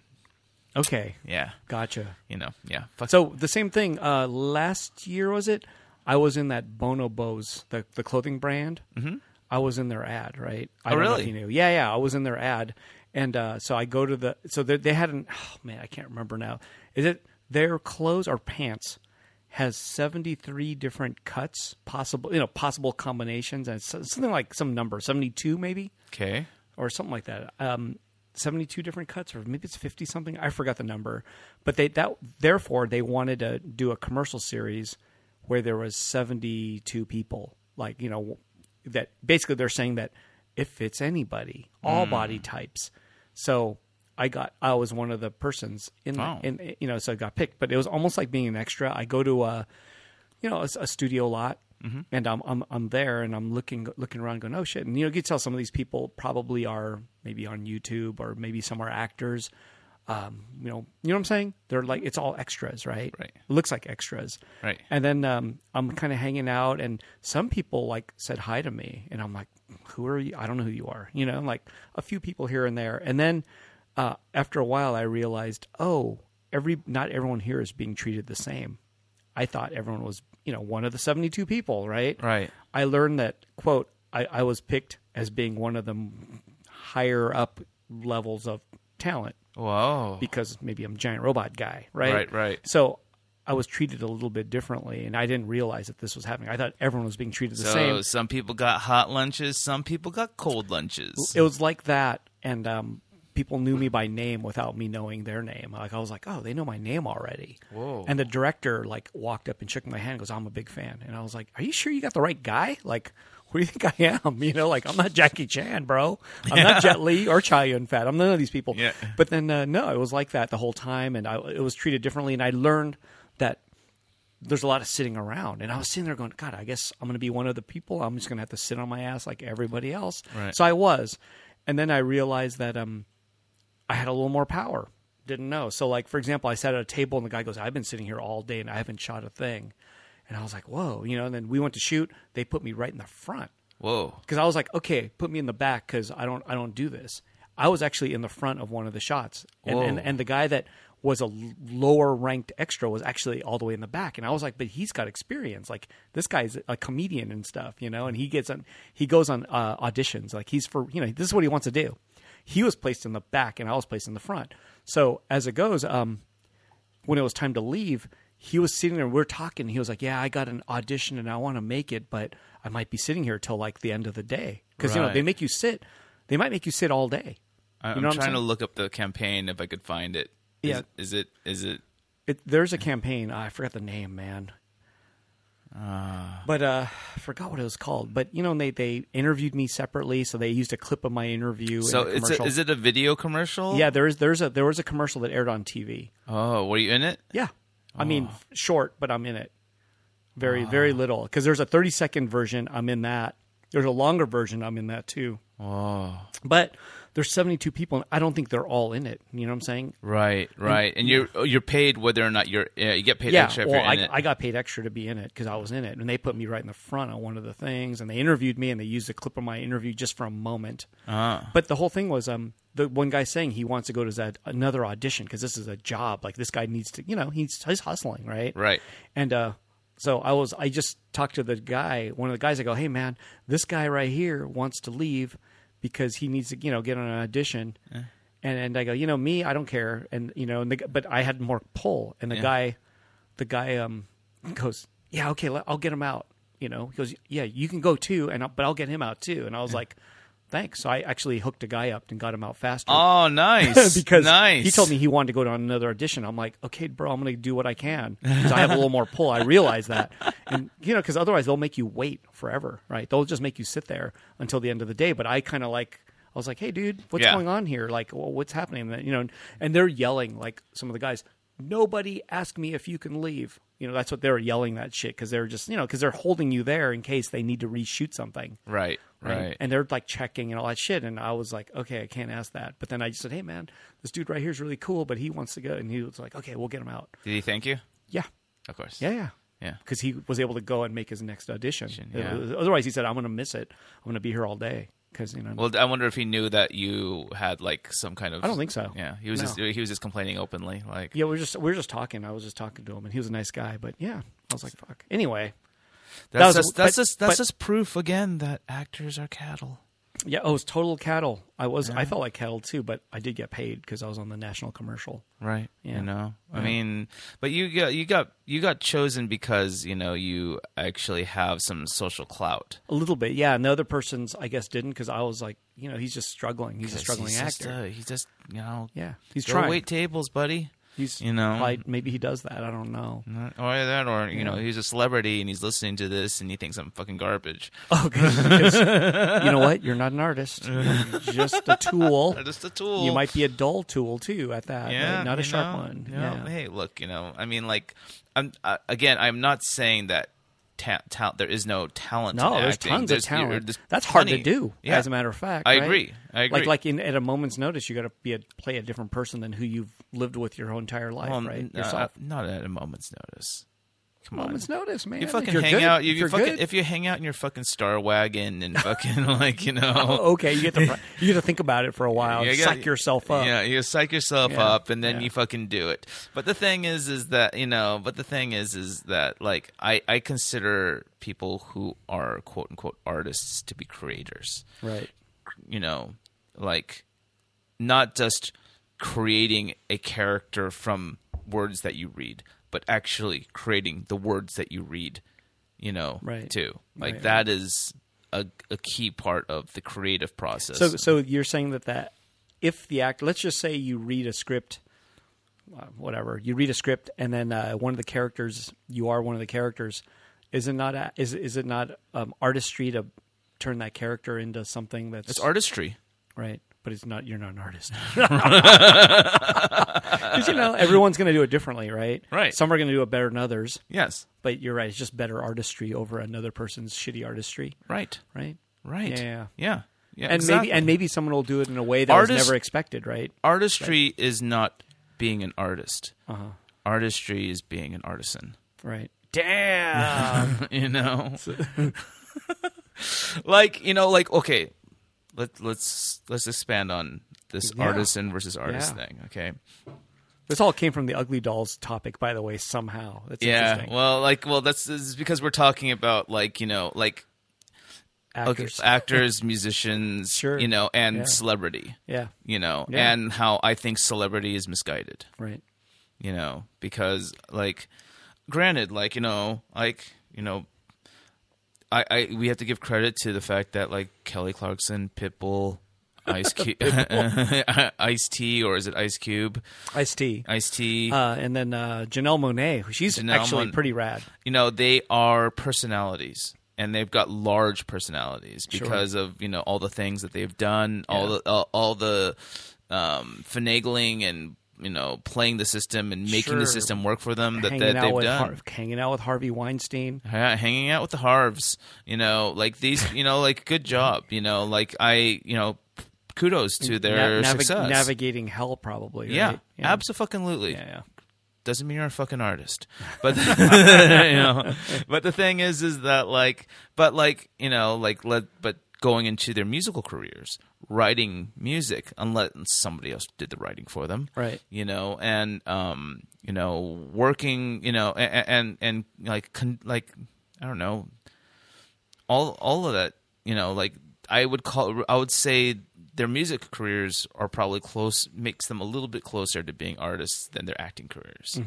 [SPEAKER 1] Okay.
[SPEAKER 2] Yeah,
[SPEAKER 1] Gotcha.
[SPEAKER 2] you know, yeah. Fuck.
[SPEAKER 1] So the same thing. Uh, last year was it? I was in that Bonobos, the the clothing brand. Mm-hmm. I was in their ad, right? I
[SPEAKER 2] Oh,
[SPEAKER 1] don't know if
[SPEAKER 2] really?
[SPEAKER 1] you knew. Yeah, yeah. I was in their ad, and uh, so I go to the. So they, they had an. Oh man, I can't remember now. Is it their clothes or pants? Has seventy three different cuts possible, you know, possible combinations, and so- something like some number seventy two maybe
[SPEAKER 2] okay.
[SPEAKER 1] or something like that. Um, Seventy-two different cuts, or maybe it's fifty something. I forgot the number, but they that therefore they wanted to do a commercial series where there was seventy-two people, like you know, that basically they're saying that it fits anybody, all body types. So I got I was one of the persons in, the,
[SPEAKER 2] Oh.
[SPEAKER 1] in you know, so I got picked. But it was almost like being an extra. I go to a you know, a, a studio lot, and I'm, I'm I'm there, and I'm looking looking around, going, oh shit, and you know, you can tell some of these people probably are maybe on YouTube or maybe some are actors, um, you know, you know what I'm saying? They're like, it's all extras, right?
[SPEAKER 2] Right.
[SPEAKER 1] Looks like extras,
[SPEAKER 2] Right.
[SPEAKER 1] And then um, I'm kind of hanging out, and some people like said hi to me, and I'm like, who are you? I don't know who you are, you know, like a few people here and there, and then uh, after a while, I realized, oh, every not everyone here is being treated the same. I thought everyone was, you know, one of the 72 people, right?
[SPEAKER 2] Right.
[SPEAKER 1] I learned that, quote, I, I was picked as being one of the m- higher up levels of talent
[SPEAKER 2] Whoa.
[SPEAKER 1] because maybe I'm a giant robot guy, right?
[SPEAKER 2] Right, right.
[SPEAKER 1] So I was treated a little bit differently, and I didn't realize that this was happening. I thought everyone was being treated the
[SPEAKER 2] so
[SPEAKER 1] same.
[SPEAKER 2] some people got hot lunches, some people got cold lunches.
[SPEAKER 1] It was like that, and um, people knew me by name without me knowing their name. Like I was like, oh, they know my name already.
[SPEAKER 2] Whoa.
[SPEAKER 1] And the director like walked up and shook my hand, and goes, I'm a big fan, and I was like, are you sure you got the right guy? Like. Who do you think I am? You know, like I'm not Jackie Chan, bro. I'm not Jet Li or Chow Yun Fat. I'm none of these people.
[SPEAKER 2] Yeah.
[SPEAKER 1] But then, uh, no, it was like that the whole time, and I, it was treated differently. And I learned that there's a lot of sitting around. And I was sitting there going, God, I guess I'm going to be one of the people. I'm just going to have to sit on my ass like everybody else.
[SPEAKER 2] Right.
[SPEAKER 1] So I was. And then I realized that um, I had a little more power. Didn't know. So, like, for example, I sat at a table and the guy goes, I've been sitting here all day and I haven't shot a thing. And I was like, whoa, you know, and then we went to shoot. They put me right in the front
[SPEAKER 2] Whoa.
[SPEAKER 1] because I was like, okay, put me in the back because I don't I don't do this. I was actually in the front of one of the shots, and and,
[SPEAKER 2] Whoa.
[SPEAKER 1] and the guy that was a l- lower ranked extra was actually all the way in the back, and I was like, but he's got experience. Like this guy's a comedian and stuff, you know, and he gets on he goes on uh, auditions. Like he's for you know this is what he wants to do. He was placed in the back, and I was placed in the front. So as it goes, um, when it was time to leave, he was sitting there. We were talking. He was like, "Yeah, I got an audition and I want to make it, but I might be sitting here till like the end of the day because you know
[SPEAKER 2] Right.
[SPEAKER 1] they make you sit. They might make you sit all day.
[SPEAKER 2] I,
[SPEAKER 1] You
[SPEAKER 2] I'm
[SPEAKER 1] know what I'm
[SPEAKER 2] trying to
[SPEAKER 1] saying?
[SPEAKER 2] look up the campaign if I could find it. Is-
[SPEAKER 1] Yeah.
[SPEAKER 2] Is it is it
[SPEAKER 1] It, there's a campaign. ah, I forgot the name, man.
[SPEAKER 2] Ah.
[SPEAKER 1] but uh, I forgot what it was called. But you know, they they interviewed me separately, so they used a clip of my interview.
[SPEAKER 2] So
[SPEAKER 1] in the
[SPEAKER 2] it's a,
[SPEAKER 1] commercial.
[SPEAKER 2] is it a video commercial?
[SPEAKER 1] yeah, there's there's a there was a commercial that aired on TV.
[SPEAKER 2] Oh, were you in it?
[SPEAKER 1] Yeah. I mean,
[SPEAKER 2] Ah.
[SPEAKER 1] f- short, but I'm in it. Very, very little. Because there's a 30 second version. I'm in that. There's a longer version. I'm in that too.
[SPEAKER 2] Oh,
[SPEAKER 1] But there's 72 people, and I don't think they're all in it. You know what I'm saying?
[SPEAKER 2] right, right. And you're oh, you're paid whether or not you're yeah, you get paid
[SPEAKER 1] Mm-hmm. Yeah.
[SPEAKER 2] extra if
[SPEAKER 1] well,
[SPEAKER 2] you're in
[SPEAKER 1] I,
[SPEAKER 2] it.
[SPEAKER 1] I got paid extra to be in it because I was in it, and they put me right in the front on one of the things, and they interviewed me, and they used a clip of my interview just for a moment.
[SPEAKER 2] Ah.
[SPEAKER 1] But the whole thing was, um, the one guy saying he wants to go to that another audition because this is a job. Like this guy needs to, you know, he's he's hustling, right?
[SPEAKER 2] Right.
[SPEAKER 1] And uh, so I was, I just talked to the guy, one of the guys. I go, hey man, this guy right here wants to leave because he needs to, you know, get on an audition. And and I go, you know, me, I don't care. And you know, and the, g- but I had more pull. And the guy, the guy um goes, "Yeah, okay, let- I'll get him out." You know, he goes, "Yeah, you can go too, and I'll, but I'll get him out too." And I was like, "Thanks." So I actually hooked a guy up and got him out faster.
[SPEAKER 2] Oh, nice.
[SPEAKER 1] because
[SPEAKER 2] nice.
[SPEAKER 1] he told me he wanted to go to another audition. I'm like, okay, bro, I'm going to do what I can because I have a little more pull. I realize that, and you know, because otherwise they'll make you wait forever, right? They'll just make you sit there until the end of the day. But I kind of like, I was like, hey, dude, what's
[SPEAKER 2] Yeah.
[SPEAKER 1] going on here? Like, well, what's happening? And, You know, and they're yelling like some of the guys. Nobody ask me if you can leave. You know, that's what they're yelling that shit because they're just you know because they're holding you there in case they need to reshoot something
[SPEAKER 2] Right. Right.
[SPEAKER 1] and they're like checking and all that shit. And I was like, okay, I can't ask that. But then I just said, hey, man, this dude right here is really cool, but he wants to go. And he was like, okay, we'll get him out.
[SPEAKER 2] Did he thank you?
[SPEAKER 1] Yeah,
[SPEAKER 2] Of course.
[SPEAKER 1] yeah, yeah.
[SPEAKER 2] Yeah.
[SPEAKER 1] Because he was able to go and make his next audition.
[SPEAKER 2] yeah.
[SPEAKER 1] Uh, Otherwise, he said, I'm going to miss it. I'm going to be here all day. Because, you know,
[SPEAKER 2] Well, I wonder if he knew that you had like some kind of.
[SPEAKER 1] I don't think so.
[SPEAKER 2] Yeah, he was
[SPEAKER 1] No.
[SPEAKER 2] just he was just complaining openly, like
[SPEAKER 1] yeah, we we're just we we're just talking. I was just talking to him, and he was a nice guy. But yeah, I was like, "Fuck." Anyway,
[SPEAKER 2] that's
[SPEAKER 1] was-
[SPEAKER 2] just that's
[SPEAKER 1] but-
[SPEAKER 2] just that's
[SPEAKER 1] but-
[SPEAKER 2] just proof again that actors are cattle.
[SPEAKER 1] yeah, oh, it was total cattle. I was I felt like cattle too, but I did get paid because I was on the national commercial.
[SPEAKER 2] Right.
[SPEAKER 1] Yeah.
[SPEAKER 2] You know. I mean, but you got you got you got chosen because, you know, you actually have some social clout.
[SPEAKER 1] A little bit, yeah. And the other person's, I guess, didn't because I was like, you know, he's just struggling. He's a
[SPEAKER 2] 'Cause
[SPEAKER 1] struggling
[SPEAKER 2] he's
[SPEAKER 1] actor.
[SPEAKER 2] Just, uh, he just, you know,
[SPEAKER 1] yeah, he's
[SPEAKER 2] go
[SPEAKER 1] trying.
[SPEAKER 2] wait tables, buddy.
[SPEAKER 1] he's
[SPEAKER 2] you know.
[SPEAKER 1] probably- maybe he does that. I don't know.
[SPEAKER 2] Or that or, you know, he's a celebrity and he's listening to this and he thinks I'm fucking garbage.
[SPEAKER 1] Oh, 'cause- because you know what? You're not an artist. You're just a tool.
[SPEAKER 2] Or just a tool.
[SPEAKER 1] You might be a dull tool too at that. right? not a
[SPEAKER 2] you
[SPEAKER 1] sharp
[SPEAKER 2] know,
[SPEAKER 1] one.
[SPEAKER 2] you know,
[SPEAKER 1] Yeah.
[SPEAKER 2] Hey, look, you know, I mean, like, I'm uh, again, I'm not saying that ta- ta- there is no talent.
[SPEAKER 1] No,
[SPEAKER 2] in
[SPEAKER 1] there's
[SPEAKER 2] acting.
[SPEAKER 1] tons
[SPEAKER 2] There's-
[SPEAKER 1] of
[SPEAKER 2] you're-
[SPEAKER 1] talent.
[SPEAKER 2] there's
[SPEAKER 1] That's hard to
[SPEAKER 2] plenty.
[SPEAKER 1] do.
[SPEAKER 2] Yeah.
[SPEAKER 1] As a matter of fact,
[SPEAKER 2] I
[SPEAKER 1] right?
[SPEAKER 2] agree. I agree.
[SPEAKER 1] Like, like in, at a moment's notice, you got to be a, play a different person than who you've lived with your whole entire life,
[SPEAKER 2] Well,
[SPEAKER 1] right?
[SPEAKER 2] n- uh,
[SPEAKER 1] Yourself.
[SPEAKER 2] not at a moment's notice. Come on.
[SPEAKER 1] moment's notice, man.
[SPEAKER 2] You
[SPEAKER 1] If
[SPEAKER 2] fucking
[SPEAKER 1] you're
[SPEAKER 2] hang
[SPEAKER 1] good-
[SPEAKER 2] out. You,
[SPEAKER 1] if
[SPEAKER 2] you
[SPEAKER 1] you're
[SPEAKER 2] fucking
[SPEAKER 1] good-
[SPEAKER 2] if you hang out in your fucking star wagon and fucking like you know,
[SPEAKER 1] Oh, okay, you get to you get to think about it for a while,
[SPEAKER 2] you
[SPEAKER 1] and
[SPEAKER 2] gotta-
[SPEAKER 1] psych yourself up.
[SPEAKER 2] Yeah, you psych yourself
[SPEAKER 1] Yeah,
[SPEAKER 2] up, and then
[SPEAKER 1] yeah.
[SPEAKER 2] you fucking do it. But the thing is, is that you know. But the thing is, is that like I I consider people who are quote unquote artists to be creators.
[SPEAKER 1] Right.
[SPEAKER 2] You know, like not just creating a character from words that you read, but actually creating the words that you read, you know,
[SPEAKER 1] Right.
[SPEAKER 2] too. Like
[SPEAKER 1] Right,
[SPEAKER 2] that is a, a key part of the creative process.
[SPEAKER 1] So so you're saying that that if the act, let's just say you read a script, uh, whatever you read a script, and then uh, one of the characters you are one of the characters, is it not a, is is it not um, artistry to turn that character into something that's
[SPEAKER 2] it's artistry.
[SPEAKER 1] right? But it's not. You're not an artist. Because you know everyone's going to do it differently, right?
[SPEAKER 2] Right.
[SPEAKER 1] Some are going to do it better than others.
[SPEAKER 2] Yes.
[SPEAKER 1] But you're right. It's just better artistry over another person's shitty artistry,
[SPEAKER 2] Right.
[SPEAKER 1] right?
[SPEAKER 2] Right.
[SPEAKER 1] Yeah.
[SPEAKER 2] Yeah. Yeah.
[SPEAKER 1] and
[SPEAKER 2] exactly.
[SPEAKER 1] maybe and maybe someone will do it in a way that
[SPEAKER 2] Artist-
[SPEAKER 1] was never expected, right? Uh-huh.
[SPEAKER 2] artistry is not being an artist. Artistry is being an artisan.
[SPEAKER 1] Right.
[SPEAKER 2] Damn. you know. like, you know, like okay, let let's let's expand on this
[SPEAKER 1] Yeah.
[SPEAKER 2] artisan versus artist
[SPEAKER 1] Yeah.
[SPEAKER 2] thing, okay?
[SPEAKER 1] This all came from the ugly dolls topic, by the way. Somehow, that's
[SPEAKER 2] Yeah.
[SPEAKER 1] interesting.
[SPEAKER 2] Well, like well that's this is because we're talking about like, you know, like
[SPEAKER 1] Actors.
[SPEAKER 2] okay, actors, musicians,
[SPEAKER 1] Sure.
[SPEAKER 2] you know, and
[SPEAKER 1] Yeah.
[SPEAKER 2] celebrity.
[SPEAKER 1] Yeah.
[SPEAKER 2] You know,
[SPEAKER 1] Yeah.
[SPEAKER 2] and how I think celebrity is misguided.
[SPEAKER 1] Right.
[SPEAKER 2] you know because like granted like you know like you know i i we have to give credit to the fact that like kelly clarkson pitbull ice cube ice t or is it ice cube
[SPEAKER 1] Ice T.
[SPEAKER 2] ice t
[SPEAKER 1] Uh, and then uh, Janelle Monet, she's
[SPEAKER 2] Janelle
[SPEAKER 1] actually
[SPEAKER 2] Mon-
[SPEAKER 1] pretty rad.
[SPEAKER 2] you know they are personalities and they've got large personalities because of you know all the things that they've done all
[SPEAKER 1] Yeah.
[SPEAKER 2] the all, all the um finagling and you know playing the system and making
[SPEAKER 1] Sure.
[SPEAKER 2] the system work for them that,
[SPEAKER 1] Hanging
[SPEAKER 2] that
[SPEAKER 1] out
[SPEAKER 2] they've
[SPEAKER 1] with
[SPEAKER 2] done
[SPEAKER 1] Har- hanging out with Harvey Weinstein.
[SPEAKER 2] Yeah, hanging out with the Harves, you know, like these, you know, like good job, you know, like I, you know, kudos to their
[SPEAKER 1] Na- navi-
[SPEAKER 2] success.
[SPEAKER 1] Navigating hell, probably. Right?
[SPEAKER 2] yeah, absolutely.
[SPEAKER 1] Yeah, yeah.
[SPEAKER 2] Doesn't mean you're a fucking artist, but you know, but the thing is, is that like, but like, you know, like, let, but going into their musical careers, writing music, unless somebody else did the writing for them,
[SPEAKER 1] Right.
[SPEAKER 2] you know and um you know working you know and and, and like con- like i don't know all all of that you know like i would call i would say their music
[SPEAKER 1] Mm-hmm.
[SPEAKER 2] careers are probably close makes them a little bit closer to being artists than their acting careers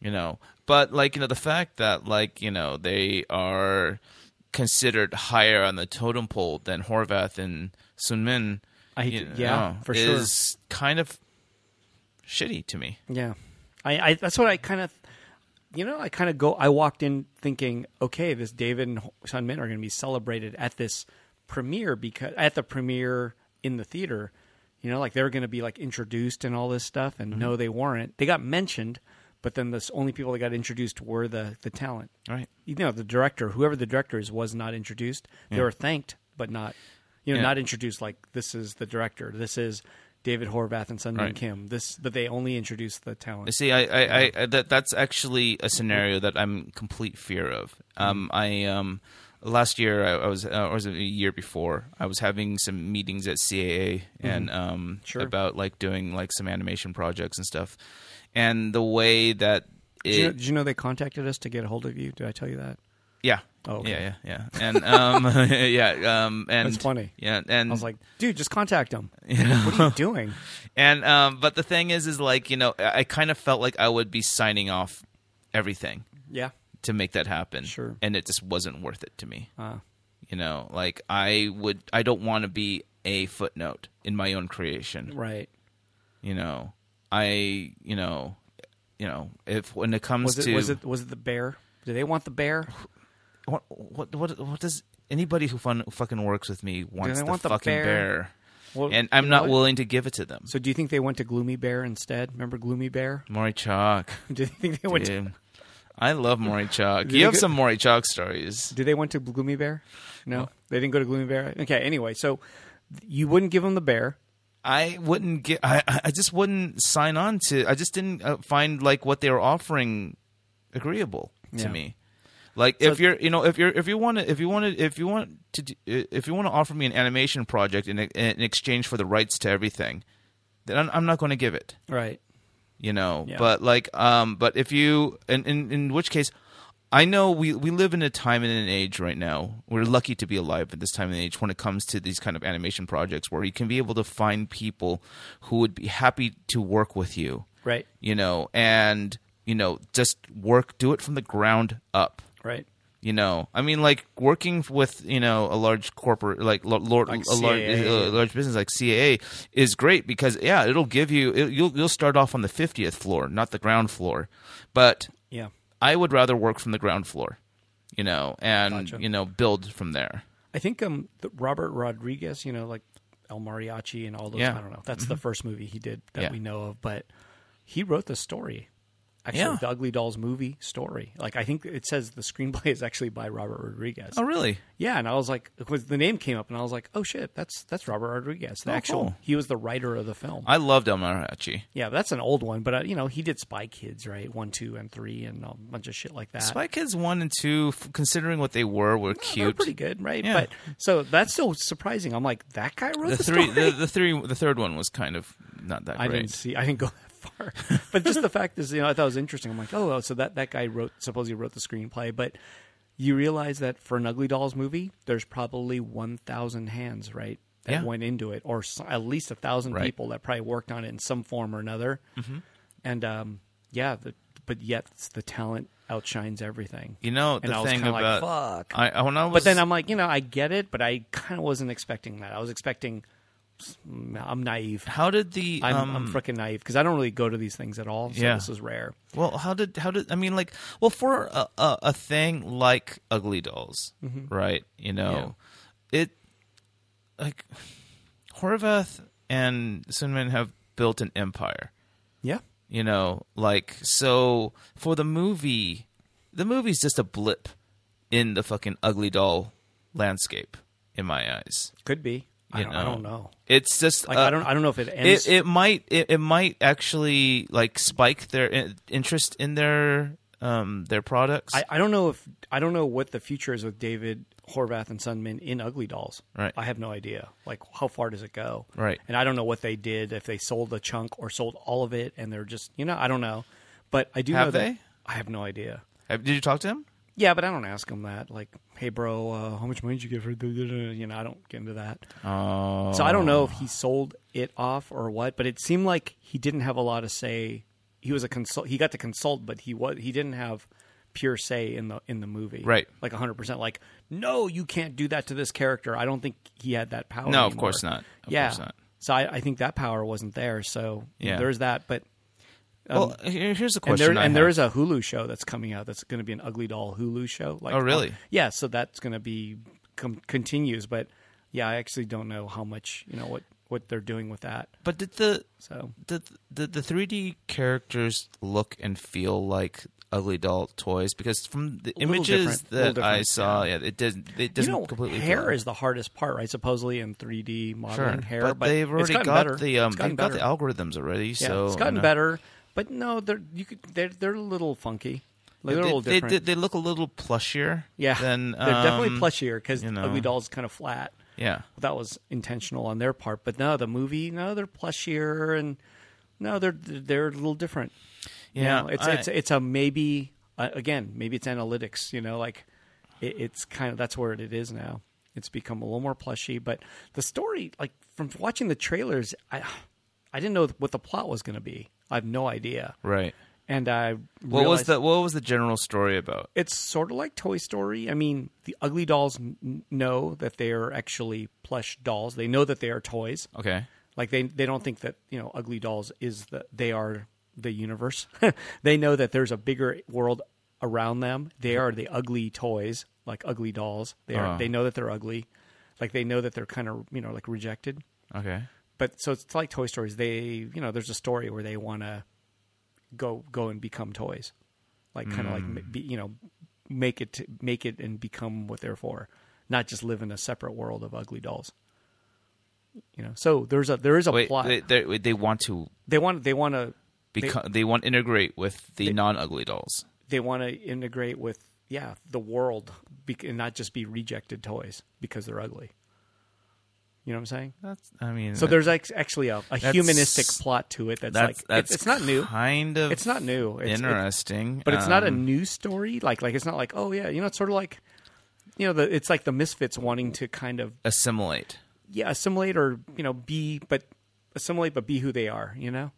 [SPEAKER 2] you know but like you know the fact that like you know they are considered higher on the totem pole than Horvath and Sunmin
[SPEAKER 1] I-
[SPEAKER 2] you
[SPEAKER 1] yeah, for sure.
[SPEAKER 2] is kind of shitty to me
[SPEAKER 1] Yeah, I, I that's what I kind of, you know, I kind of go. I walked in thinking, okay, this David and Sun Min are going to be celebrated at this premiere because at the premiere in the theater, you know, like they're going to be like introduced and all this stuff. And no, they weren't. They got mentioned, but then the s- only people that got introduced were the the talent.
[SPEAKER 2] right
[SPEAKER 1] You know, the director, whoever the director is, was not introduced. They were thanked, but not, you know,
[SPEAKER 2] Yeah.
[SPEAKER 1] not introduced. Like this is the director. This is. David Horvath and Sun Min
[SPEAKER 2] Right.
[SPEAKER 1] Kim. This, but they only introduced the talent.
[SPEAKER 2] You See, I, I, I, I that that's actually a scenario that I'm in complete fear of. Um,
[SPEAKER 1] Mm.
[SPEAKER 2] I um, last year I, I was, uh, or was it a year before, I was having some meetings at CAA and um,
[SPEAKER 1] Mm-hmm. Sure.
[SPEAKER 2] about like doing like some animation projects and stuff, and the way that it,
[SPEAKER 1] Did you, did you know they contacted us to get a hold of you? Did I tell you that?
[SPEAKER 2] yeah.
[SPEAKER 1] Oh, okay.
[SPEAKER 2] yeah, yeah, yeah, and um, yeah, um, and
[SPEAKER 1] That's funny.
[SPEAKER 2] Yeah, and
[SPEAKER 1] I was like, dude, just contact them. What are you doing?
[SPEAKER 2] And um, but the thing is, is like you know, I I kind of felt like I would be signing off everything.
[SPEAKER 1] Yeah.
[SPEAKER 2] to make that happen.
[SPEAKER 1] Sure.
[SPEAKER 2] And it just wasn't worth it to me.
[SPEAKER 1] Ah.
[SPEAKER 2] You know, like I would I don't want to be a footnote in my own creation.
[SPEAKER 1] Right.
[SPEAKER 2] You know. I you know you know, if when it comes
[SPEAKER 1] Was it
[SPEAKER 2] to
[SPEAKER 1] was it was it the bear? Do they want the bear?
[SPEAKER 2] what, what what what does anybody who fun, fucking works with me wants
[SPEAKER 1] they
[SPEAKER 2] the
[SPEAKER 1] want the
[SPEAKER 2] fucking
[SPEAKER 1] bear?
[SPEAKER 2] bear,
[SPEAKER 1] Well,
[SPEAKER 2] and
[SPEAKER 1] you
[SPEAKER 2] I'm
[SPEAKER 1] know
[SPEAKER 2] not
[SPEAKER 1] what?
[SPEAKER 2] willing to give it to them.
[SPEAKER 1] So do you think they went to Gloomy Bear instead? Remember Gloomy Bear?
[SPEAKER 2] Maury Chalk,
[SPEAKER 1] Do you think they went? To,
[SPEAKER 2] dude. I love Maury Chalk.
[SPEAKER 1] they
[SPEAKER 2] You have
[SPEAKER 1] go-
[SPEAKER 2] some Maury Chalk stories.
[SPEAKER 1] did they went to Gloomy Bear? No, they didn't go to Gloomy Bear. Okay. Anyway, so you wouldn't give them the bear.
[SPEAKER 2] I wouldn't get. I I I just wouldn't sign on to. I just didn't uh, find like what they were offering agreeable to
[SPEAKER 1] Yeah.
[SPEAKER 2] me. Like if you're, you know, if you're, if you want to, if you want to, if you want to, do- uh, if you want to offer me an animation project in, in exchange for the rights to everything, then I'm, I'm not going to give it.
[SPEAKER 1] Right.
[SPEAKER 2] You know,
[SPEAKER 1] Yeah.
[SPEAKER 2] but like, um, but if you, and in, in which case, I know we we live in a time and an age right now. We're lucky to be alive at this time and age when it comes to these kind of animation projects, where you can be able to find people who would be happy to work with you,
[SPEAKER 1] Right.
[SPEAKER 2] you know, and you know, just work, do it from the ground up.
[SPEAKER 1] Right.
[SPEAKER 2] You know, I mean, like working with you know a large corporate, like, lo- lor-
[SPEAKER 1] Like
[SPEAKER 2] a large
[SPEAKER 1] CAA.
[SPEAKER 2] a large business like CAA is great because yeah, it'll give you it, you'll you'll start off on the fiftieth floor, not the ground floor, but
[SPEAKER 1] Yeah.
[SPEAKER 2] I would rather work from the ground floor, you know, and
[SPEAKER 1] Gotcha.
[SPEAKER 2] you know build from there.
[SPEAKER 1] I think um the, Robert Rodriguez, you know, like El Mariachi and all those.
[SPEAKER 2] Yeah. Mm-hmm.
[SPEAKER 1] I don't know. That's the first movie he did that
[SPEAKER 2] Yeah.
[SPEAKER 1] we know of, but he wrote the story. Actually,
[SPEAKER 2] Yeah.
[SPEAKER 1] the Ugly Dolls movie story. Like I think it says the screenplay is actually by Robert Rodriguez.
[SPEAKER 2] Oh, really?
[SPEAKER 1] Yeah, and I was like, because the name came up, and I was like, oh shit, that's that's Robert Rodriguez. The
[SPEAKER 2] Oh,
[SPEAKER 1] actual
[SPEAKER 2] cool.
[SPEAKER 1] he was the writer of the film.
[SPEAKER 2] I loved El Mariachi.
[SPEAKER 1] yeah, that's an old one, but uh, you know he did Spy Kids, right? One, two, and three, and a bunch of shit like that.
[SPEAKER 2] Spy Kids one and two, f- considering what they were, were
[SPEAKER 1] They're
[SPEAKER 2] cute.
[SPEAKER 1] pretty good, right?
[SPEAKER 2] Yeah.
[SPEAKER 1] But so that's so surprising. I'm like, that guy wrote
[SPEAKER 2] The
[SPEAKER 1] the,
[SPEAKER 2] three,
[SPEAKER 1] story?
[SPEAKER 2] the, the three, the third one was kind of not that
[SPEAKER 1] I
[SPEAKER 2] great.
[SPEAKER 1] didn't see. I didn't go that far. But just the fact is, you know, I thought it was interesting. I'm like, oh, well, so that that guy wrote, suppose he wrote the screenplay, but you realize that for an Ugly Dolls movie, there's probably 1,000 hands, right? That
[SPEAKER 2] Yeah.
[SPEAKER 1] went into it, or s at least a thousand
[SPEAKER 2] Right. Mm-hmm.
[SPEAKER 1] people that probably worked on it in some form or another. And um, yeah, the, but yet it's the talent outshines everything.
[SPEAKER 2] You know the
[SPEAKER 1] and I was
[SPEAKER 2] thing
[SPEAKER 1] kinda like,
[SPEAKER 2] about
[SPEAKER 1] fuck.
[SPEAKER 2] I I- when I was
[SPEAKER 1] But then I'm like, you know, I get it, but I kind of wasn't expecting that. I was expecting, I'm naive.
[SPEAKER 2] how did the
[SPEAKER 1] I'm,
[SPEAKER 2] um
[SPEAKER 1] I'm freaking naive because I don't really go to these things at all. So
[SPEAKER 2] Yeah.
[SPEAKER 1] this is rare.
[SPEAKER 2] well how did how did I mean like well for a a, a thing like Ugly Dolls
[SPEAKER 1] Mm-hmm.
[SPEAKER 2] right you know it like Horvath and Sunman have built an empire
[SPEAKER 1] Yeah.
[SPEAKER 2] you know like so for the movie the movie's just a blip in the fucking Ugly Doll landscape in my eyes
[SPEAKER 1] Could be. I
[SPEAKER 2] you
[SPEAKER 1] don't, I don't know.
[SPEAKER 2] it's just
[SPEAKER 1] Like
[SPEAKER 2] uh,
[SPEAKER 1] I don't. I don't know if it ends.
[SPEAKER 2] it, it might it, it might actually like spike their in- interest in their um their products
[SPEAKER 1] I, I don't know if I don't know what the future is with David Horvath and Sunman in Ugly Dolls.
[SPEAKER 2] Right.
[SPEAKER 1] I have no idea. Like how far does it go?
[SPEAKER 2] Right.
[SPEAKER 1] And I don't know what they did if they sold a chunk or sold all of it and they're just you know I don't know, but I do
[SPEAKER 2] Have
[SPEAKER 1] know that
[SPEAKER 2] they?
[SPEAKER 1] I have no idea.
[SPEAKER 2] Have, did you talk to him
[SPEAKER 1] Yeah, but I don't ask them that. Like, hey, bro, uh, how much money did you get for? the- You know, I don't get into that.
[SPEAKER 2] oh
[SPEAKER 1] Uh, So I don't know if he sold it off or what, but it seemed like he didn't have a lot of say he was a consult. He got to consult, but he was he didn't have pure say in the in the movie.
[SPEAKER 2] Right.
[SPEAKER 1] Like 100%. Like, no, you can't do that to this character. I don't think he had that power.
[SPEAKER 2] No, of
[SPEAKER 1] anymore.
[SPEAKER 2] course not. Of
[SPEAKER 1] yeah.
[SPEAKER 2] course not.
[SPEAKER 1] So I, I think that power wasn't there. So
[SPEAKER 2] Yeah.
[SPEAKER 1] there's that. But
[SPEAKER 2] well, here- here's the
[SPEAKER 1] um, and
[SPEAKER 2] question.
[SPEAKER 1] there
[SPEAKER 2] I
[SPEAKER 1] and there
[SPEAKER 2] have.
[SPEAKER 1] is a Hulu show that's coming out that's going to be an Ugly Doll Hulu show. Like, uh,
[SPEAKER 2] Oh, really?
[SPEAKER 1] yeah. So that's going to be com- continues. But yeah, I actually don't know how much you know what what they're doing with that.
[SPEAKER 2] But did the
[SPEAKER 1] So
[SPEAKER 2] the the the 3D characters look and feel like ugly doll toys? Because from the
[SPEAKER 1] little
[SPEAKER 2] images
[SPEAKER 1] different, little
[SPEAKER 2] that I
[SPEAKER 1] different,
[SPEAKER 2] saw, yeah, it doesn't it
[SPEAKER 1] you
[SPEAKER 2] doesn't
[SPEAKER 1] know,
[SPEAKER 2] completely
[SPEAKER 1] hair
[SPEAKER 2] feel
[SPEAKER 1] is the hardest part, right? Supposedly in 3D modeling
[SPEAKER 2] sure.
[SPEAKER 1] hair,
[SPEAKER 2] but, they've
[SPEAKER 1] it's
[SPEAKER 2] already
[SPEAKER 1] gotten
[SPEAKER 2] got
[SPEAKER 1] better.
[SPEAKER 2] the um
[SPEAKER 1] It's gotten
[SPEAKER 2] they've got the
[SPEAKER 1] better.
[SPEAKER 2] algorithms already,
[SPEAKER 1] Yeah,
[SPEAKER 2] so
[SPEAKER 1] it's
[SPEAKER 2] I
[SPEAKER 1] gotten
[SPEAKER 2] know.
[SPEAKER 1] better, but no, they're you could they're they're a little funky. Like,
[SPEAKER 2] They,
[SPEAKER 1] they're a little
[SPEAKER 2] they,
[SPEAKER 1] different.
[SPEAKER 2] they, they look a little plushier.
[SPEAKER 1] yeah,
[SPEAKER 2] than,
[SPEAKER 1] they're definitely
[SPEAKER 2] um,
[SPEAKER 1] plushier because
[SPEAKER 2] you know.
[SPEAKER 1] Ugly Doll's kind of flat.
[SPEAKER 2] Yeah,
[SPEAKER 1] That was intentional on their part, but no, the movie, no, they're plushier and no, they're they're a little different. You
[SPEAKER 2] Yeah,
[SPEAKER 1] know, it's
[SPEAKER 2] I-
[SPEAKER 1] it's it's a maybe uh, again, maybe it's analytics. You know, like it, it's kind of that's where it is now. It's become a little more plushy, but the story, like from watching the trailers, I I didn't know what the plot was going to be. I have no idea,
[SPEAKER 2] right.
[SPEAKER 1] and I
[SPEAKER 2] What was
[SPEAKER 1] realized-
[SPEAKER 2] the what was the general story about?
[SPEAKER 1] it's sort of like Toy Story. I mean, the ugly dolls n- know that they are actually plush dolls. They know that they are toys.
[SPEAKER 2] Okay,
[SPEAKER 1] Like they they don't think that you know ugly dolls is the they are the universe. they know that there's a bigger world around them. They are the ugly toys, like ugly dolls. They are.
[SPEAKER 2] Oh.
[SPEAKER 1] They know that they're ugly. Like they know that they're kind of you know like rejected.
[SPEAKER 2] okay,
[SPEAKER 1] But so it's like Toy Stories. They you know there's a story where they want to go go and become toys, like kind of like
[SPEAKER 2] Hmm.
[SPEAKER 1] ma- be, you know make it make it and become what they're for, not just live in a separate world of ugly dolls. You know, so there's a there is a
[SPEAKER 2] wait,
[SPEAKER 1] plot.
[SPEAKER 2] they,
[SPEAKER 1] They,
[SPEAKER 2] they, wait, they want to
[SPEAKER 1] want they want to
[SPEAKER 2] become they, want to integrate with the non-ugly dolls.
[SPEAKER 1] they want to integrate with yeah the world be, and not just be rejected toys because they're ugly. You know what I'm saying?
[SPEAKER 2] That's I mean,
[SPEAKER 1] So
[SPEAKER 2] that-
[SPEAKER 1] there's ac- actually a, a humanistic plot to it that's,
[SPEAKER 2] that's
[SPEAKER 1] like
[SPEAKER 2] that's
[SPEAKER 1] it's, it's not new.
[SPEAKER 2] Kind of,
[SPEAKER 1] It's not new. It's- it's-
[SPEAKER 2] interesting,
[SPEAKER 1] but it's not a
[SPEAKER 2] Um,
[SPEAKER 1] new story. Like like it's not like oh yeah, you know it's sort of like you know the it's like the misfits wanting to kind of
[SPEAKER 2] assimilate.
[SPEAKER 1] yeah assimilate or you know be but assimilate but be who they are. You know,